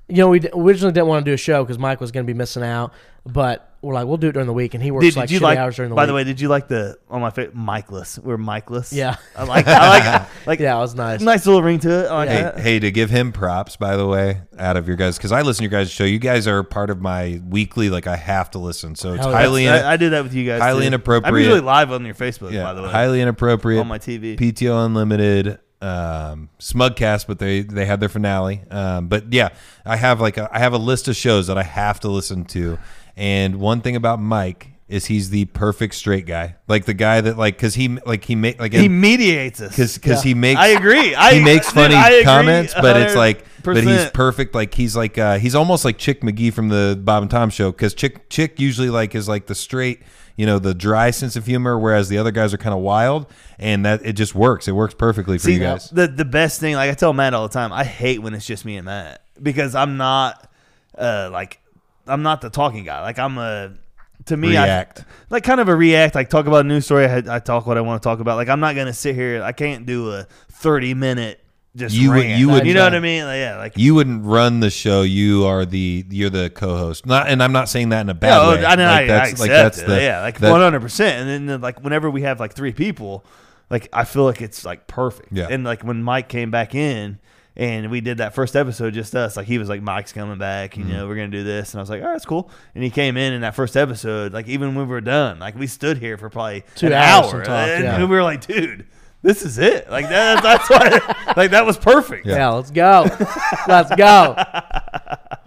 Speaker 2: you know, we d- originally didn't want to do a show because Mike was going to be missing out, but we're like, we'll do it during the week, and he works
Speaker 4: Did,
Speaker 2: like
Speaker 4: did you
Speaker 2: shitty
Speaker 4: like?
Speaker 2: hours during the
Speaker 4: by
Speaker 2: week.
Speaker 4: the way, did you like the on my favorite Mikeless? We're Mikeless.
Speaker 2: Yeah.
Speaker 4: I like. I like. like
Speaker 2: yeah, it was nice.
Speaker 4: nice little ring to it. I like
Speaker 1: Hey,
Speaker 4: that.
Speaker 1: hey, to give him props, by the way, out of your guys, because I listen to your guys' show. You guys are part of my weekly. Like I have to listen, so it's
Speaker 2: Hell yeah.
Speaker 1: highly.
Speaker 4: I, I do that with you guys.
Speaker 1: highly
Speaker 4: too. I'm
Speaker 1: inappropriate.
Speaker 4: usually live on your Facebook,
Speaker 1: yeah,
Speaker 4: by the way.
Speaker 1: highly inappropriate
Speaker 4: On my TV.
Speaker 1: PTO Unlimited, um, Smugcast, but they they had their finale. Um, but yeah, I have like a, I have a list of shows that I have to listen to, and one thing about Mike is he's the perfect straight guy, like the guy that like because he like he make like
Speaker 4: he mediates us.
Speaker 1: because because he makes
Speaker 4: I agree. I,
Speaker 1: he makes
Speaker 4: dude,
Speaker 1: funny
Speaker 4: I agree
Speaker 1: comments, but it's like, but he's
Speaker 4: 100%.
Speaker 1: perfect. Like he's like, uh, he's almost like Chick McGee from the Bob and Tom show. Cause Chick, Chick usually like is like the straight, you know, the dry sense of humor. Whereas the other guys are kind of wild and that it just works. It works perfectly for
Speaker 4: See,
Speaker 1: you guys.
Speaker 4: The the best thing, like I tell Matt all the time, I hate when it's just me and Matt because I'm not uh like I'm not the talking guy. Like I'm a to me
Speaker 1: React.
Speaker 4: I, like kind of a react. Like talk about a news story. I, I talk what I want to talk about. Like I'm not gonna sit here. I can't do a 30 minute just
Speaker 1: You would-
Speaker 4: rant.
Speaker 1: you would-
Speaker 4: you know what I mean? Like, yeah, like
Speaker 1: You wouldn't run the show. You are the, you're the co-host. Not, and I'm not saying that in a bad
Speaker 4: Yeah, oh,
Speaker 1: way.
Speaker 4: I, mean, I, I accept it.
Speaker 1: the-
Speaker 4: yeah, like
Speaker 1: that-
Speaker 4: one hundred percent. And then like whenever we have like three people, like I feel like it's like perfect.
Speaker 1: Yeah.
Speaker 4: And like when Mike came back in and we did that first episode just us, like he was like Mike's coming back,
Speaker 1: Mm-hmm.
Speaker 4: you know, we're gonna do this, and I was like, all right, that's cool. And he came in in that first episode, like even when we were done, like we stood here for probably
Speaker 2: Two
Speaker 4: an
Speaker 2: hours
Speaker 4: hour,
Speaker 2: and talked,
Speaker 4: and
Speaker 2: yeah.
Speaker 4: we were like, dude. This is it. Like that, that's why. Like that was perfect.
Speaker 2: yeah, let's go, let's go.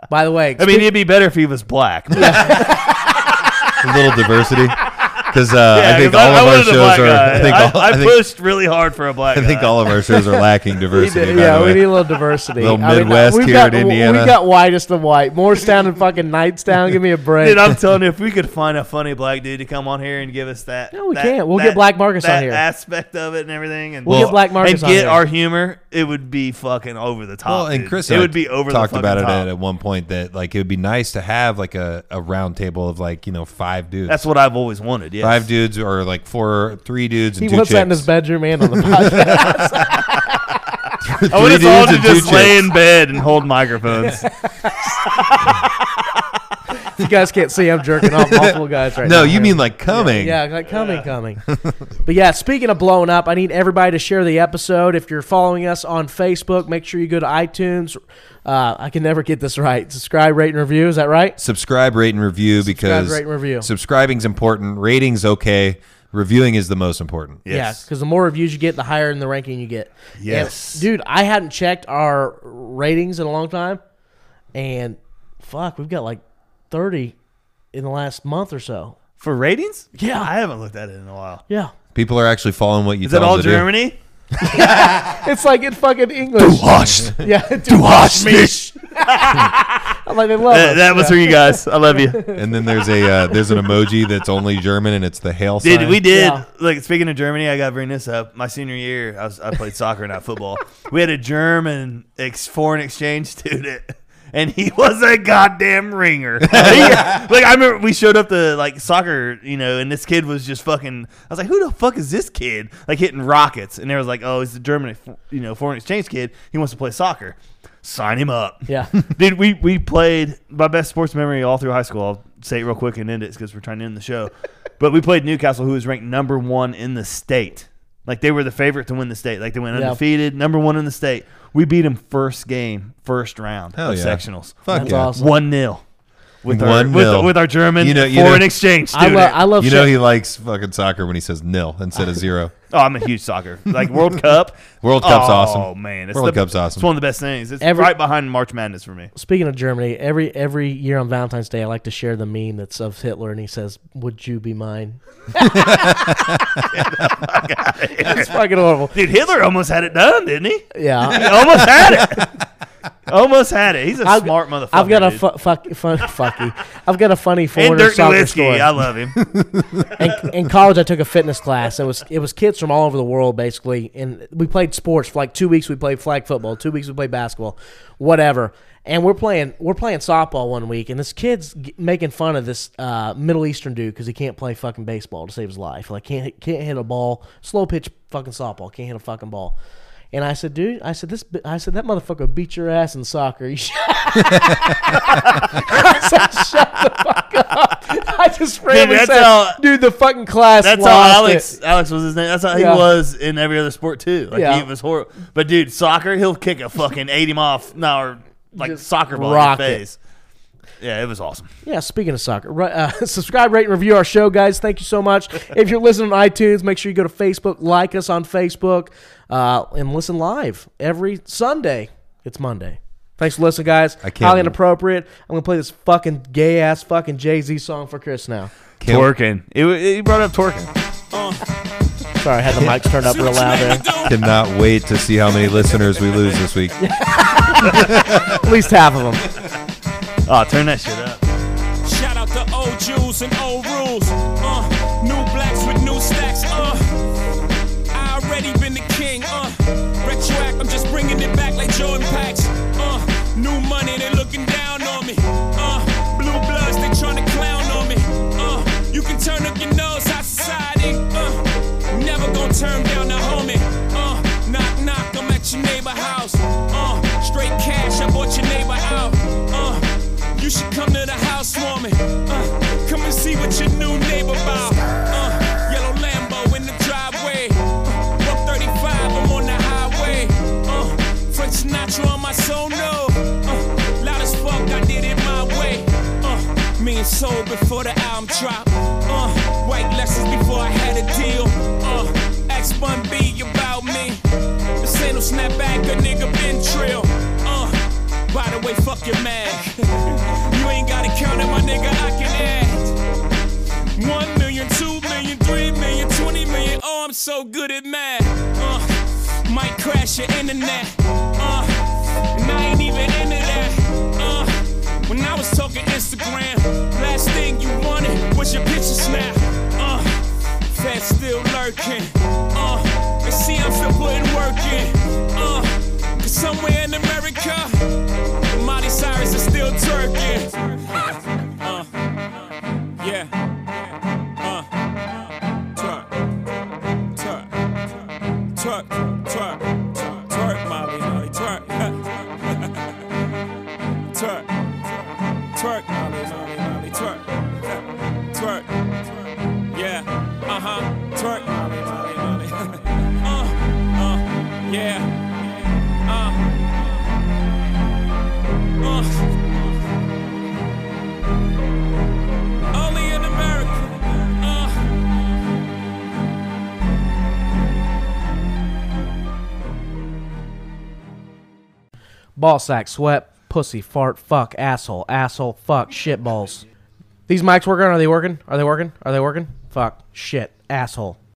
Speaker 2: By the way,
Speaker 4: I mean, it'd be better if he was black. but-
Speaker 1: a little diversity. because uh, I think all of our shows are. I think all,
Speaker 4: I,
Speaker 1: I think-
Speaker 4: pushed really hard for a black
Speaker 1: I think all of our shows are lacking diversity.
Speaker 2: We
Speaker 1: by
Speaker 2: do- yeah,
Speaker 1: the way.
Speaker 2: we need a little diversity.
Speaker 1: Little
Speaker 2: I mean,
Speaker 1: Midwest
Speaker 2: we've
Speaker 1: here
Speaker 2: got,
Speaker 1: in Indiana.
Speaker 2: We got whitest of white, Morristown and fucking Knightstown. Give me a break.
Speaker 4: Dude, I'm telling you, if we could find a funny black dude to come on here and give us that, no,
Speaker 2: we can't. We'll get Black Marcus on here.
Speaker 4: aspect of it and everything, and
Speaker 2: We'll get Black Marcus
Speaker 4: and
Speaker 2: on
Speaker 4: get
Speaker 2: here.
Speaker 4: our humor. It would be fucking over the top.
Speaker 1: Well, and
Speaker 4: dude.
Speaker 1: Chris,
Speaker 4: it
Speaker 1: and I
Speaker 4: would be over
Speaker 1: talked
Speaker 4: the
Speaker 1: about
Speaker 4: fucking
Speaker 1: it
Speaker 4: top.
Speaker 1: at, at one point that like it would be nice to have like a, a round table of like you know five dudes.
Speaker 4: That's what I've always wanted. Yes.
Speaker 1: Five dudes or like four, three dudes
Speaker 2: he
Speaker 1: and two
Speaker 2: wants
Speaker 1: chicks.
Speaker 2: that in his bedroom and on the podcast.
Speaker 4: I want us all to
Speaker 1: dudes and two
Speaker 4: just lay
Speaker 1: chicks.
Speaker 4: in bed and hold microphones.
Speaker 2: If you guys can't see, I'm jerking off multiple guys right now.
Speaker 1: no, Oh, you mean like coming?
Speaker 2: Yeah, like coming, coming. but yeah, speaking of blowing up, I need everybody to share the episode. If you're following us on Facebook, make sure you go to iTunes. Uh, I can never get this right. Subscribe, rate, and review. Is that right?
Speaker 1: Subscribe, rate, and review because
Speaker 2: rate, and review.
Speaker 1: subscribing's important. Rating's okay. Reviewing is the most important.
Speaker 2: Yeah, because the more reviews you get, the higher in the ranking you get. And,
Speaker 4: Yes.
Speaker 2: dude, I hadn't checked our ratings in a long time, and fuck, we've got like thirty in the last month or so.
Speaker 4: For ratings?
Speaker 2: Yeah.
Speaker 4: I haven't looked at it in a while.
Speaker 2: Yeah,
Speaker 1: People are actually following what you.
Speaker 4: Is that
Speaker 1: tell
Speaker 4: all
Speaker 1: them to do.
Speaker 4: Germany?
Speaker 2: it's like in fucking English.
Speaker 4: Washed.
Speaker 2: Yeah, dude, I'm like they love
Speaker 4: That,
Speaker 2: us.
Speaker 4: that was
Speaker 2: Yeah.
Speaker 4: for you guys. I love you.
Speaker 1: And then there's a uh, there's an emoji that's only German and it's the hail sign.
Speaker 4: Dude, we did.
Speaker 2: Yeah.
Speaker 4: Like speaking of Germany, I got to bring this up. My senior year, I, was, I played soccer, not football. We had a German ex foreign exchange student, and he was a goddamn ringer. He- like I remember, we showed up to like soccer, you know, and this kid was just fucking. I was like, who the fuck is this kid? Like hitting rockets, and they was like, oh, he's a German, you know, foreign exchange kid. He wants to play soccer. Sign him up.
Speaker 2: Yeah.
Speaker 4: Dude, we we played my best sports memory all through high school. I'll say it real quick and end it because we're trying to end the show. but we played Newcastle, who was ranked number one in the state. Like they were the favorite to win the state. Like they went
Speaker 2: Yeah.
Speaker 4: undefeated, number one in the state. We beat them first game, first round
Speaker 1: Hell
Speaker 4: of
Speaker 1: yeah.
Speaker 4: sectionals.
Speaker 1: Fuck
Speaker 2: That's
Speaker 1: yeah.
Speaker 2: awesome.
Speaker 4: One nil with our
Speaker 1: 1-0.
Speaker 4: with, with our German
Speaker 1: You know- you
Speaker 4: foreign
Speaker 1: know-
Speaker 4: exchange
Speaker 2: I
Speaker 4: student.
Speaker 2: love. I love.
Speaker 1: You
Speaker 2: shit.
Speaker 1: know he likes fucking soccer when he says nil instead of zero.
Speaker 4: oh, I'm a huge soccer. Like World Cup.
Speaker 1: World Cup's
Speaker 4: oh, Oh
Speaker 1: awesome.
Speaker 4: man,
Speaker 1: World
Speaker 4: the-
Speaker 1: Cup's awesome.
Speaker 4: It's one of the best things. It's
Speaker 2: Every-
Speaker 4: right behind March Madness for me.
Speaker 2: Speaking of Germany, every every year on Valentine's Day, I like to share the meme that's of Hitler, and he says, "Would you be mine?" It's fucking horrible.
Speaker 4: Dude, Hitler almost had it done, didn't he?
Speaker 2: Yeah,
Speaker 4: almost had it. Almost had it. He's a
Speaker 2: I've-
Speaker 4: smart motherfucker.
Speaker 2: I've got a
Speaker 4: dude.
Speaker 2: fu- fuck, fun, fucky. I've got a funny
Speaker 4: and
Speaker 2: foreign
Speaker 4: Dirk
Speaker 2: soccer
Speaker 4: Nowitzki.
Speaker 2: story.
Speaker 4: I love him.
Speaker 2: in, in college, I took a fitness class. It was it was kids from all over the world, basically, and we played sports for like two weeks. We played flag football, two weeks we played basketball, whatever. And we're playing we're playing softball one week, and this kid's g- making fun of this uh, Middle Eastern dude because he can't play fucking baseball to save his life. Like can't can't hit a ball, slow pitch fucking softball, can't hit a fucking ball. And I said, dude, I said this, bi- I said that motherfucker beat your ass in soccer. You should- I said, shut the fuck up. I just randomly
Speaker 4: that's
Speaker 2: said,
Speaker 4: how-
Speaker 2: dude, the fucking class.
Speaker 4: That's how
Speaker 2: lost
Speaker 4: Alex
Speaker 2: it.
Speaker 4: Alex was his name. That's how
Speaker 2: Yeah.
Speaker 4: he was in every other sport too. Like
Speaker 2: Yeah.
Speaker 4: he was horrible. But dude, soccer, he'll kick a fucking eight him off now or like
Speaker 2: Just
Speaker 4: soccer ball
Speaker 2: rock
Speaker 4: in
Speaker 2: it.
Speaker 4: your face. Yeah, it was awesome.
Speaker 2: Yeah, speaking of soccer, right, uh, subscribe, rate, and review our show, guys. Thank you so much. if you're listening on iTunes, make sure you go to Facebook, like us on Facebook, uh, and listen live every Sunday. It's Monday. Thanks for listening, guys. I
Speaker 1: can't-
Speaker 2: Highly inappropriate. I'm gonna play this fucking gay ass fucking Jay Z song for Chris now.
Speaker 1: Can't-
Speaker 4: Twerking. It, it, he brought up twerking.
Speaker 2: Sorry, I had the mics turned up real loud there.
Speaker 1: Cannot wait to see how many listeners we lose this week.
Speaker 2: At least half of them.
Speaker 4: Oh, turn that shit up.
Speaker 6: Shout out the old Jews and old rules. Uh, new blacks with new stacks. Uh, I already been the king. Uh, retroact, I'm just bringing it back like Jordan Packs. Uh, new money, they looking down on me. Uh, blue bloods, they tryna clown on me. Uh, you can turn up your nose at society. Uh, never gonna turn down the homie. Uh, knock knock, I'm at your neighbor house. Uh, straight cash, I bought your neighbor out. Uh, you should come to the housewarming. Uh, come and see what your new neighbor about. Uh, yellow Lambo in the driveway. Uh, 135, I'm on the highway. Uh, Frank Sinatra on my sono. Uh, loud as fuck, I did it my way. Uh, me and Soul before the album drop. Uh, white lessons before I had a deal. Uh, X Bun B about me. This ain't no snapback, a nigga been trill. Uh, by the way, fuck your man. you ain't gotta count it, my nigga, I can add. One million, two million, so good at math. Uh, might crash your internet. Uh, and I ain't even into that. Uh, when I was talking Instagram, last thing you wanted was your picture snap. Uh, fat still lurking. Uh, and see, I'm still putting work in. Uh, 'cause somewhere in America, Miley Cyrus is still twerking. Uh, yeah. Uh, twerk, twerk, twerk, twerk, twerk, twerk, Molly, Molly, twerk, twerk, twerk, Molly, Molly, Molly, twerk, twerk, yeah, uh huh, twerk, Molly, Molly, Molly, uh, uh, yeah, uh, uh, only in America, uh.
Speaker 2: Ball sack, sweat, pussy, fart, fuck, asshole, asshole, fuck, shit balls. These mics working? Are they working? Are they working? Are they working? Fuck, shit, asshole.